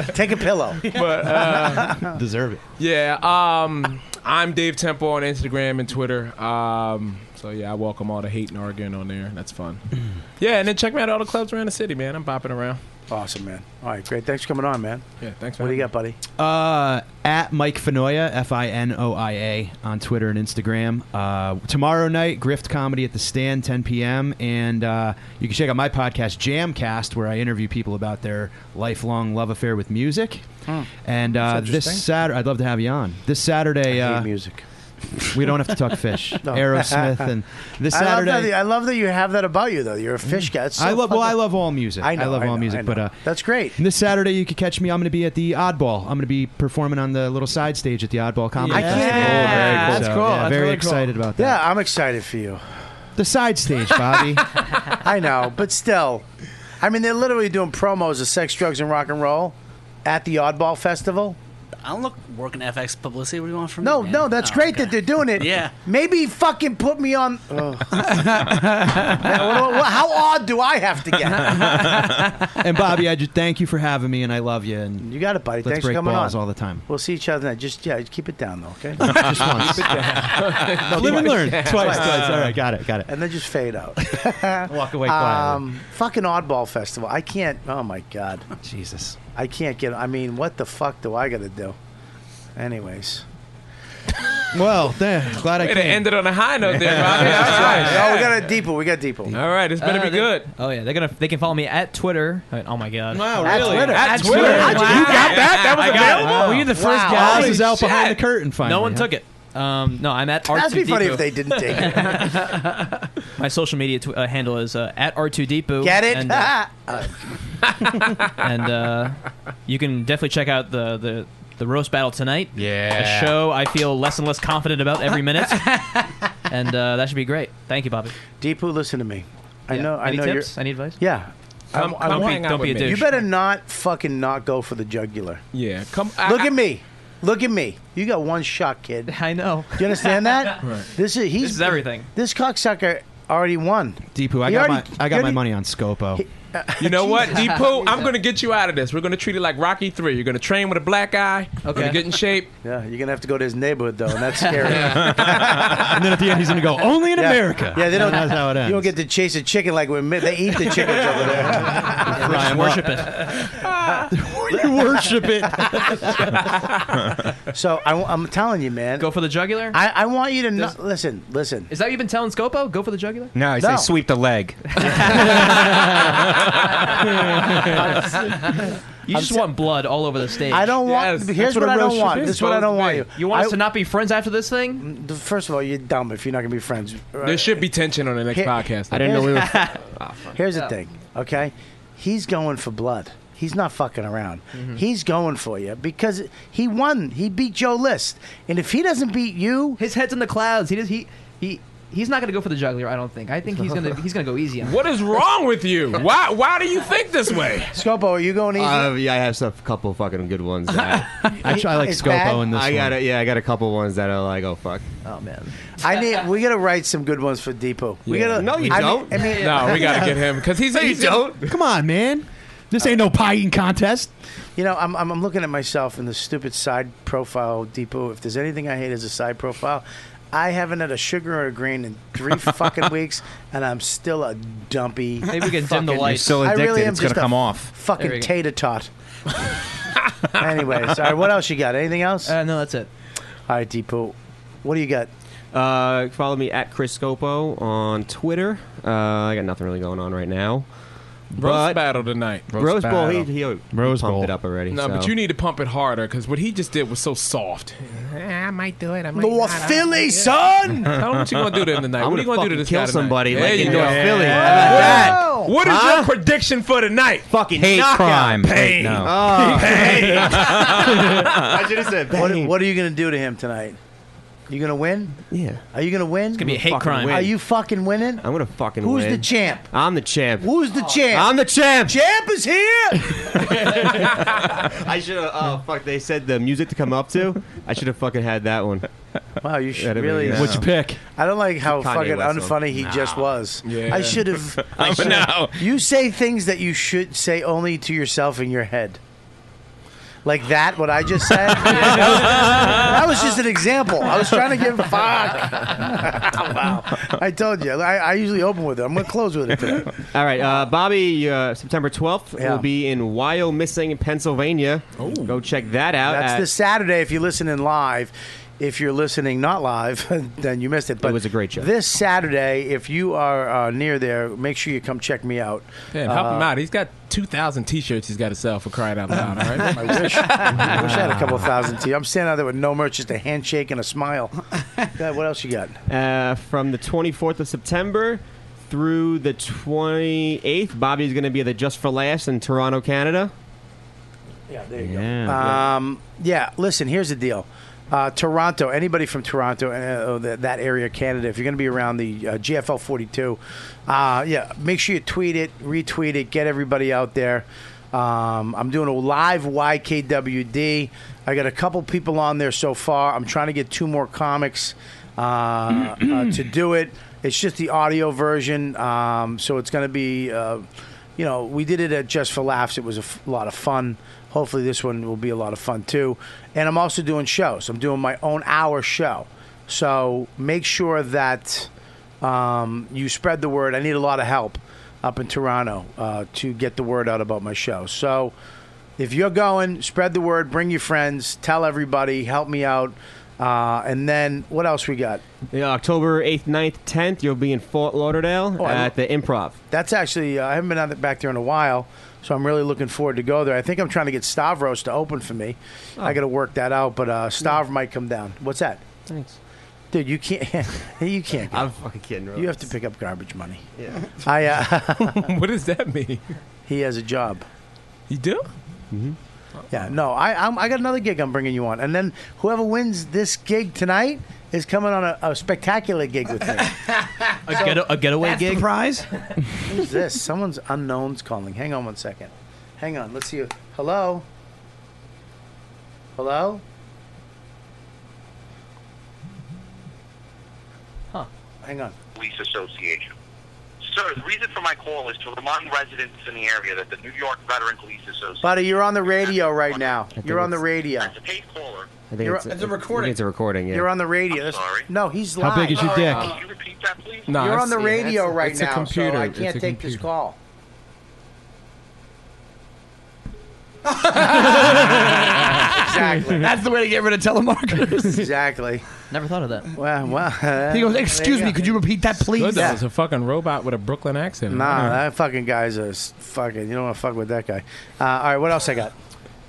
Speaker 10: you
Speaker 4: Take a pillow.
Speaker 12: But, uh,
Speaker 10: Deserve it.
Speaker 12: Yeah, um, I'm Dave Temple on Instagram and Twitter. Um, so yeah, I welcome all the hate and arguing on there. That's fun.
Speaker 4: Mm.
Speaker 12: yeah, and then check me out at all the clubs around the city, man. I'm bopping around.
Speaker 4: Awesome, man. All right, great. Thanks for coming on, man.
Speaker 12: Yeah, thanks.
Speaker 4: What do you got, buddy?
Speaker 10: Uh, at Mike Finoya, F I N O I A, on Twitter and Instagram. Uh, tomorrow night, Grift Comedy at the Stand, 10 p.m. And uh, you can check out my podcast, Jamcast, where I interview people about their lifelong love affair with music. And uh,
Speaker 4: That's
Speaker 10: this
Speaker 4: interesting.
Speaker 10: Saturday, I'd love to have you on. This Saturday,
Speaker 4: I hate
Speaker 10: uh,
Speaker 4: music.
Speaker 10: We don't have to talk fish.
Speaker 4: No.
Speaker 10: Aerosmith and this
Speaker 4: I love,
Speaker 10: Saturday.
Speaker 4: that, I love that you have that about you, though. You're a fish guy. It's so
Speaker 10: Mm. I love well,
Speaker 4: fucking-
Speaker 10: I love all music.
Speaker 4: I
Speaker 10: I,
Speaker 4: know,
Speaker 10: love
Speaker 4: I
Speaker 10: all
Speaker 4: know, I
Speaker 10: music, but
Speaker 4: know.
Speaker 10: uh,
Speaker 4: that's great.
Speaker 10: This Saturday, you can catch me. I'm going to be at the Oddball. I'm going to be performing on the little side stage at the Oddball Comedy.
Speaker 4: I can't-
Speaker 10: Festival.
Speaker 4: Yeah, that's
Speaker 10: So,
Speaker 4: cool.
Speaker 10: yeah,
Speaker 4: That's
Speaker 10: very
Speaker 4: really cool.
Speaker 10: excited about that.
Speaker 4: Yeah, I'm excited for you.
Speaker 10: The side stage, Bobby.
Speaker 4: I know, but still, I mean, they're literally doing promos of sex, drugs, and rock and roll at the Oddball Festival.
Speaker 11: I don't look working FX publicity. What do you want from
Speaker 4: No,
Speaker 11: me? man?
Speaker 4: no, that's
Speaker 11: Oh,
Speaker 4: great
Speaker 11: okay.
Speaker 4: that they're doing it.
Speaker 11: Yeah.
Speaker 4: Maybe fucking put me on. Ugh. Yeah, what do I- what- how odd do I have to get?
Speaker 10: and Bobby, I just thank you for having me, and I love you. And
Speaker 4: you got it, buddy.
Speaker 10: Let's
Speaker 4: Thanks for
Speaker 10: break
Speaker 4: coming
Speaker 10: balls
Speaker 4: on.
Speaker 10: all the time.
Speaker 4: We'll see each other. Tonight. Just yeah, keep it down though, okay?
Speaker 10: Just once.
Speaker 4: Keep it down.
Speaker 10: Live and learn. Twice, twice. All right, got it, got it.
Speaker 4: And then just fade out.
Speaker 10: Walk away quietly.
Speaker 4: Um, fucking oddball festival. I can't. Oh my god.
Speaker 10: Jesus.
Speaker 4: I can't get. I mean, what the fuck do I got to do? Anyways. Oh,
Speaker 10: Well, there, glad I
Speaker 12: Way
Speaker 10: came.
Speaker 12: to end it on a high note there, Bobby. All right.
Speaker 4: Oh, we got a deeper. We got deeper.
Speaker 12: All right, it's better
Speaker 18: Uh,
Speaker 12: be
Speaker 18: they-
Speaker 12: good.
Speaker 18: Oh yeah, they're gonna. They can follow me at Twitter. I mean, oh my god.
Speaker 10: Wow,
Speaker 12: At really? Twitter. At
Speaker 18: At
Speaker 12: Twitter.
Speaker 18: Twitter.
Speaker 12: How'd you- you got that? That was
Speaker 18: I got it.
Speaker 12: available? Were you the first Wow. guy?
Speaker 10: Oz is out
Speaker 12: Holy
Speaker 10: behind the
Speaker 12: shit.
Speaker 10: curtain. Finally,
Speaker 18: no one
Speaker 10: huh?
Speaker 18: took it. Um, no, I'm at R2D2.
Speaker 4: That'd be funny if they didn't take it.
Speaker 18: My social media tw- uh, handle is uh, at R2D2.
Speaker 4: Get it?
Speaker 18: And, uh, and uh, you can definitely check out the, the, the roast battle tonight.
Speaker 12: Yeah.
Speaker 18: A show I feel less and less confident about every minute. and uh, that should be great. Thank you, Bobby.
Speaker 4: Deepu, listen to me. I know.
Speaker 18: Any
Speaker 4: I know
Speaker 18: tips?
Speaker 4: you're.
Speaker 18: Any advice?
Speaker 4: Yeah.
Speaker 18: Come- come hang out with me.
Speaker 4: You better not fucking not go for the jugular.
Speaker 12: Yeah. Come.
Speaker 4: Look at me. Look at me. You got one shot, kid. I know. Do you understand that?
Speaker 10: Right.
Speaker 4: This is he's
Speaker 10: This is everything.
Speaker 4: This cocksucker already won.
Speaker 10: Deepu, I
Speaker 4: He already-
Speaker 10: got my I
Speaker 4: he
Speaker 10: got my
Speaker 4: already-
Speaker 10: money on Scopo.
Speaker 12: You know what,
Speaker 4: Jesus.
Speaker 12: Deepu? I'm gonna get you out of this. We're gonna treat it like Rocky Three. You're gonna train with a black eye. You're gonna
Speaker 4: Okay.
Speaker 12: get in shape.
Speaker 4: Yeah, you're gonna have to go to his neighborhood though, and that's scary.
Speaker 10: and then at the end he's gonna go only in
Speaker 4: Yeah.
Speaker 10: America.
Speaker 4: Yeah, they don't.
Speaker 10: And that's how it
Speaker 4: You
Speaker 10: ends.
Speaker 4: don't get to chase a chicken like when they eat the chickens over there.
Speaker 10: Fry 'em up.
Speaker 4: you
Speaker 10: worship it.
Speaker 4: so I, am telling you, man. Go
Speaker 18: for the jugular.
Speaker 4: I, I want you to not, listen. Listen.
Speaker 18: Is that what you've been telling Scopo? Go for the jugular.
Speaker 2: No, I say
Speaker 4: No.
Speaker 2: sweep the leg.
Speaker 18: You just want blood all over the stage.
Speaker 4: I don't want- Yes, here's that's what what a I don't roast want. should be. This is what I don't want you.
Speaker 18: You want
Speaker 4: I- Mm,
Speaker 18: us to not be friends after this thing?
Speaker 4: First of all, you're dumb if you're not gonna be friends.
Speaker 12: There should be tension on the next
Speaker 4: Here-
Speaker 12: podcast.
Speaker 4: Here's the
Speaker 12: Yeah.
Speaker 4: thing, okay? He's going for blood. He's not fucking around.
Speaker 18: Mm-hmm.
Speaker 4: He's going for you because he won. He beat Joe List, and if he doesn't beat you,
Speaker 18: his head's in the clouds. He does. He he. He's not going to go for the jugular. I don't think. I think he's going to he's going to go easy on.
Speaker 12: What is wrong with you? Why Why do you think this way?
Speaker 4: Scopo, are you going easy?
Speaker 9: Uh, yeah, I have some- a couple fucking good ones. That
Speaker 4: I try, like, It's Scopo bad? in this
Speaker 9: I got
Speaker 4: one.
Speaker 9: a, yeah, I got a couple ones that are like, oh fuck.
Speaker 18: Oh man.
Speaker 4: I need. We gotta write some good ones for Depot. We
Speaker 9: Yeah.
Speaker 4: gotta.
Speaker 9: No, you
Speaker 4: I
Speaker 9: don't.
Speaker 4: Mean, I mean,
Speaker 12: No, we gotta get him because he's.
Speaker 4: No, you
Speaker 12: he's
Speaker 4: don't.
Speaker 10: Come on, man. This ain't no pie eating contest.
Speaker 4: You know, I'm, I'm, I'm looking at myself in the stupid side profile depot. If there's anything I hate as a side profile, I haven't had a sugar or a grain in three fucking weeks, and I'm still a dumpy.
Speaker 18: Maybe we can dim the
Speaker 4: fucking-
Speaker 18: lights. You're still
Speaker 4: I
Speaker 18: addicted.
Speaker 4: really am
Speaker 18: It's gonna
Speaker 4: just a
Speaker 18: come off. There
Speaker 4: Fucking
Speaker 18: you go.
Speaker 4: tater tot. anyway, sorry. What else you got? Anything else? Uh,
Speaker 18: no, that's it.
Speaker 4: All right, depot. What do you got?
Speaker 9: Uh, follow me at Chris Scopo on Twitter. Uh, I got nothing really going on right now.
Speaker 12: Roast
Speaker 9: But
Speaker 12: battle tonight.
Speaker 9: Roast, Bowl, he, he, he pumped it up already.
Speaker 12: No,
Speaker 9: so.
Speaker 12: but you need to pump it harder because what he just did was so soft.
Speaker 2: I might do it. I might
Speaker 4: North Philly, son.
Speaker 12: Tell him what you gonna do to him tonight.
Speaker 9: I'm
Speaker 12: what are you
Speaker 9: gonna
Speaker 12: gonna do to
Speaker 9: fucking
Speaker 12: this
Speaker 9: kill
Speaker 12: guy tonight?
Speaker 9: somebody,
Speaker 12: There
Speaker 9: like,
Speaker 12: you
Speaker 9: in
Speaker 12: go.
Speaker 9: North Philly.
Speaker 12: Yeah.
Speaker 9: How about that?
Speaker 12: What- What is
Speaker 9: Huh?
Speaker 12: your prediction for tonight?
Speaker 9: Fucking
Speaker 2: Hate knockout. crime.
Speaker 12: Pain.
Speaker 2: No.
Speaker 12: Pain.
Speaker 4: I
Speaker 9: should have said.
Speaker 4: What, what are you gonna do to him tonight? You gonna win?
Speaker 9: Yeah.
Speaker 4: Are you gonna win? It's
Speaker 9: gonna be a hate crime.
Speaker 4: Are you fucking winning?
Speaker 9: I'm gonna fucking
Speaker 4: Who's
Speaker 9: win.
Speaker 4: the champ?
Speaker 9: I'm the champ.
Speaker 4: Who's the champ?
Speaker 9: I'm the champ.
Speaker 4: Champ is here.
Speaker 9: I should have. Oh fuck! They said the music to come up to. I should have fucking had that one.
Speaker 4: Wow, you should
Speaker 9: That'd be
Speaker 4: really. uh,
Speaker 9: good. What'd you pick?
Speaker 4: I don't like how
Speaker 9: Kanye
Speaker 4: fucking
Speaker 9: West one.
Speaker 4: unfunny he just was.
Speaker 9: Yeah.
Speaker 4: I should have.
Speaker 9: I
Speaker 4: I should-
Speaker 9: know.
Speaker 4: You say things that you should say only to yourself in your head. Like that, what I just said. that was just an example. I was trying to give fuck. wow. I told you. I, I usually open with it. I'm going to close with it today.
Speaker 9: All right, uh, Bobby. Uh, September 12th
Speaker 4: Yeah.
Speaker 9: will be in Wyomissing, Pennsylvania. Go check that out.
Speaker 4: That's
Speaker 9: at-
Speaker 4: this Saturday if you listen in live. If you're listening not live, then you missed it. But it was a great show. This Saturday, if you are uh, near there, make sure you come check me out.
Speaker 12: Damn, help him
Speaker 4: Uh,
Speaker 12: out. He's got 2,000 t-shirts he's got to sell for crying out loud, all right?
Speaker 4: I wish. I wish I had a couple thousand to you. I'm standing out there with no merch, just a handshake and a smile. Yeah, what else you got?
Speaker 9: uh, from the 24th of September through the 28th. Bobby's going to be at the Just for Laughs in Toronto, Canada.
Speaker 4: Yeah, there
Speaker 9: Yeah.
Speaker 4: Um, yeah, listen, here's the deal. Uh, Toronto, anybody from Toronto, uh, that, that area, Canada, if you're going to be around the uh, GFL 42, uh, yeah, make sure you tweet it, retweet it, get everybody out there. Um, I'm doing a live YKWD. I got a couple people on there so far. I'm trying to get two more comics uh, uh, to do it. It's just the audio version, um, so it's going to be. Uh, you know, we did it at Just for Laughs. It was a f- lot of fun. Hopefully, this one will be a lot of fun too. And I'm also doing shows. I'm doing my own hour show. So make sure that um, you spread the word. I need a lot of help up in Toronto uh, to get the word out about my show. So if you're going, spread the word, bring your friends, tell everybody, help me out. Uh, and then what else we got?
Speaker 9: Yeah, October 8th, 9th, 10th, you'll be in Fort Lauderdale
Speaker 4: Oh, I
Speaker 9: at the Improv.
Speaker 4: That's actually uh, I haven't been out th- back there in a while, so I'm really looking forward to go there. I think I'm trying to get Stavros to open for me.
Speaker 9: Oh.
Speaker 4: I got to work that out, but uh, Stav might come down. What's that?
Speaker 9: Thanks.
Speaker 4: Dude, you can't. you can't. Go.
Speaker 9: I'm fucking kidding.
Speaker 4: You have to pick up garbage money.
Speaker 9: Yeah.
Speaker 4: I. Uh,
Speaker 12: what does that mean?
Speaker 4: He has a job.
Speaker 12: You do?
Speaker 4: Mm-hmm. Yeah, no, I I'm, I got another gig I'm bringing you on, and then whoever wins this gig tonight is coming on a, a spectacular gig with me.
Speaker 18: A, geta- a getaway
Speaker 4: That's the
Speaker 18: gig.
Speaker 4: prize? Who's this? Someone's unknown's calling. Hang on one second. Hang on. Let's see. who- Hello. Hello. Huh. Hang on.
Speaker 20: Police Association. Sir, the reason for my call is to remind residents in the area that the New York Veteran Police Association.
Speaker 4: Buddy, you're on the radio right now.
Speaker 20: think
Speaker 4: You're on the
Speaker 20: it's-
Speaker 4: radio.
Speaker 20: I
Speaker 4: You're-
Speaker 20: it's-
Speaker 4: it's
Speaker 20: I
Speaker 4: a
Speaker 20: think
Speaker 4: recording.
Speaker 20: it's a recording, yeah.
Speaker 4: You're on the radio. That's- No, he's live.
Speaker 20: How big is your Sorry, dick? can
Speaker 4: you repeat
Speaker 20: that,
Speaker 4: please?
Speaker 20: No,
Speaker 4: you're
Speaker 20: it's-
Speaker 4: on the
Speaker 20: yeah,
Speaker 4: radio
Speaker 20: it's a-
Speaker 4: right
Speaker 20: it's a
Speaker 4: now,
Speaker 20: computer.
Speaker 4: so I
Speaker 20: It's
Speaker 4: can't
Speaker 20: a
Speaker 4: take this call. exactly.
Speaker 8: That's the way to get rid of telemarketers.
Speaker 4: exactly.
Speaker 18: Never thought of that.
Speaker 4: Well, uh, well.
Speaker 8: He goes, "Excuse me, could you repeat that, please?"
Speaker 12: Good, that was a fucking robot with a Brooklyn accent.
Speaker 4: Nah, that fucking guy's a s- fucking. You don't want to fuck with that guy. Uh, all right, what else I got?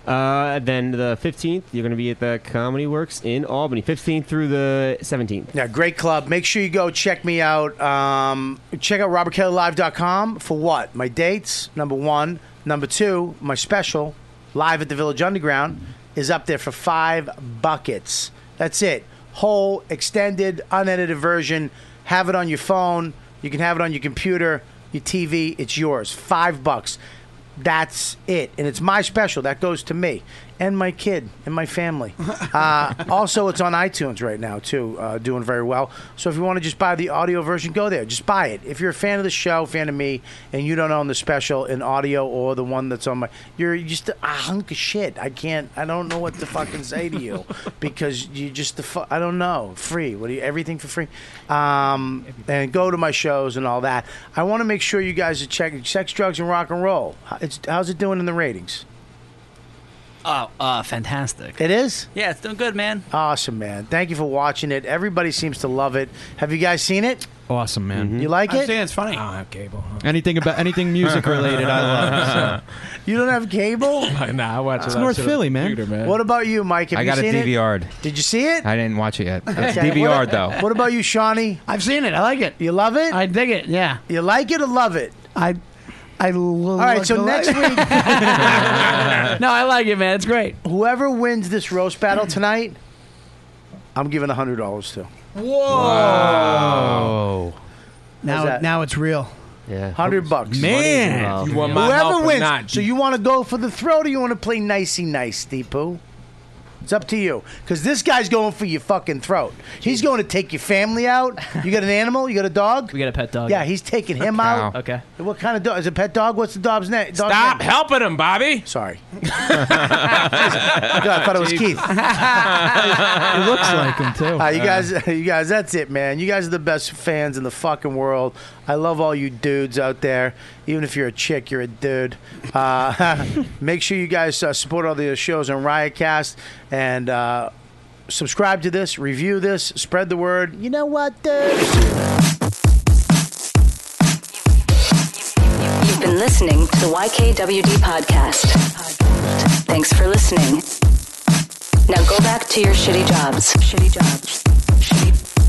Speaker 9: Uh, then the 15th, you're going to be at the Comedy Works in Albany. 15th through the 17th.
Speaker 4: Yeah, great club. Make sure you go check me out. Um, check out robertkellylive.com for what? My dates, number one. Number two, my special, Live at the Village Underground, is up there for five buckets. That's it. Whole, extended, unedited version. Have it on your phone. You can have it on your computer, your TV. It's yours. Five bucks. That's it. And it's my special. That goes to me and my kid and my family. Uh, also, it's on iTunes right now, too, uh, doing very well. So if you want to just buy the audio version, go there. Just buy it. If you're a fan of the show, fan of me, and you don't own the special in audio or the one that's on my. You're just a hunk of shit. I can't. I don't know what to fucking say to you because you just. The fu- I don't know. Free. What do you. Everything for free? Um, and go to my shows and all that. I want to make sure you guys are checking sex, drugs, and rock and roll. How- It's, how's it doing in the ratings?
Speaker 11: Oh, uh, fantastic.
Speaker 4: It is?
Speaker 11: Yeah, it's doing good, man.
Speaker 4: Awesome, man. Thank you for watching it. Everybody seems to love it. Have you guys seen it?
Speaker 10: Awesome, man.
Speaker 4: You like it?
Speaker 8: it's funny.
Speaker 12: I have cable.
Speaker 10: Anything about anything music related, I love.
Speaker 4: You don't have cable?
Speaker 12: nah, I watch it.
Speaker 10: It's
Speaker 12: on
Speaker 10: North
Speaker 12: shit on
Speaker 10: Philly,
Speaker 12: the
Speaker 10: man.
Speaker 12: computer, man.
Speaker 4: What about you, Mike? Have
Speaker 2: I
Speaker 4: you
Speaker 2: got it
Speaker 4: seen it?
Speaker 2: DVR'd.
Speaker 4: Did you see it?
Speaker 2: I didn't watch it yet. It's
Speaker 4: Okay,
Speaker 2: DVR'd
Speaker 4: what-
Speaker 2: though.
Speaker 4: What about you, Shawnee?
Speaker 8: I've seen it. I like it.
Speaker 4: You love it?
Speaker 8: I dig it. Yeah.
Speaker 4: You like it or love it?
Speaker 8: I, I. All
Speaker 4: All right, so next week,
Speaker 8: no, I like it, man. It's great.
Speaker 4: Whoever wins this roast battle tonight, I'm giving hundred dollars to.
Speaker 8: Whoa.
Speaker 4: How's
Speaker 8: Now,
Speaker 4: that?
Speaker 8: now it's real.
Speaker 9: Yeah.
Speaker 4: Hundred bucks,
Speaker 8: Man. Money's
Speaker 12: You want my help
Speaker 4: Whoever
Speaker 12: or
Speaker 4: wins.
Speaker 12: not?
Speaker 4: So you want to go for the throat, or you want to play nicey nice, Deepu? It's up to you. Because this guy's going for your fucking throat. He's going to take your family out. You got an animal? You got a dog?
Speaker 18: We got a pet dog.
Speaker 4: Yeah, he's taking him out.
Speaker 18: Okay.
Speaker 4: What kind of dog? Is it a pet dog? What's the dog's na- dog's name?
Speaker 12: Stop helping him, Bobby.
Speaker 4: Sorry. I thought it was Keith.
Speaker 10: it looks like him too.
Speaker 4: Uh, you guys, you guys, that's it, man. You guys are the best fans in the fucking world. I love all you dudes out there. Even if you're a chick, you're a dude. Uh, make sure you guys uh, support all the shows on Riotcast and uh, subscribe to this, review this, spread the word. You know what, dude?
Speaker 21: You've been listening to the YKWD podcast. Thanks for listening. Now go back to your shitty jobs. Shitty jobs. Shitty,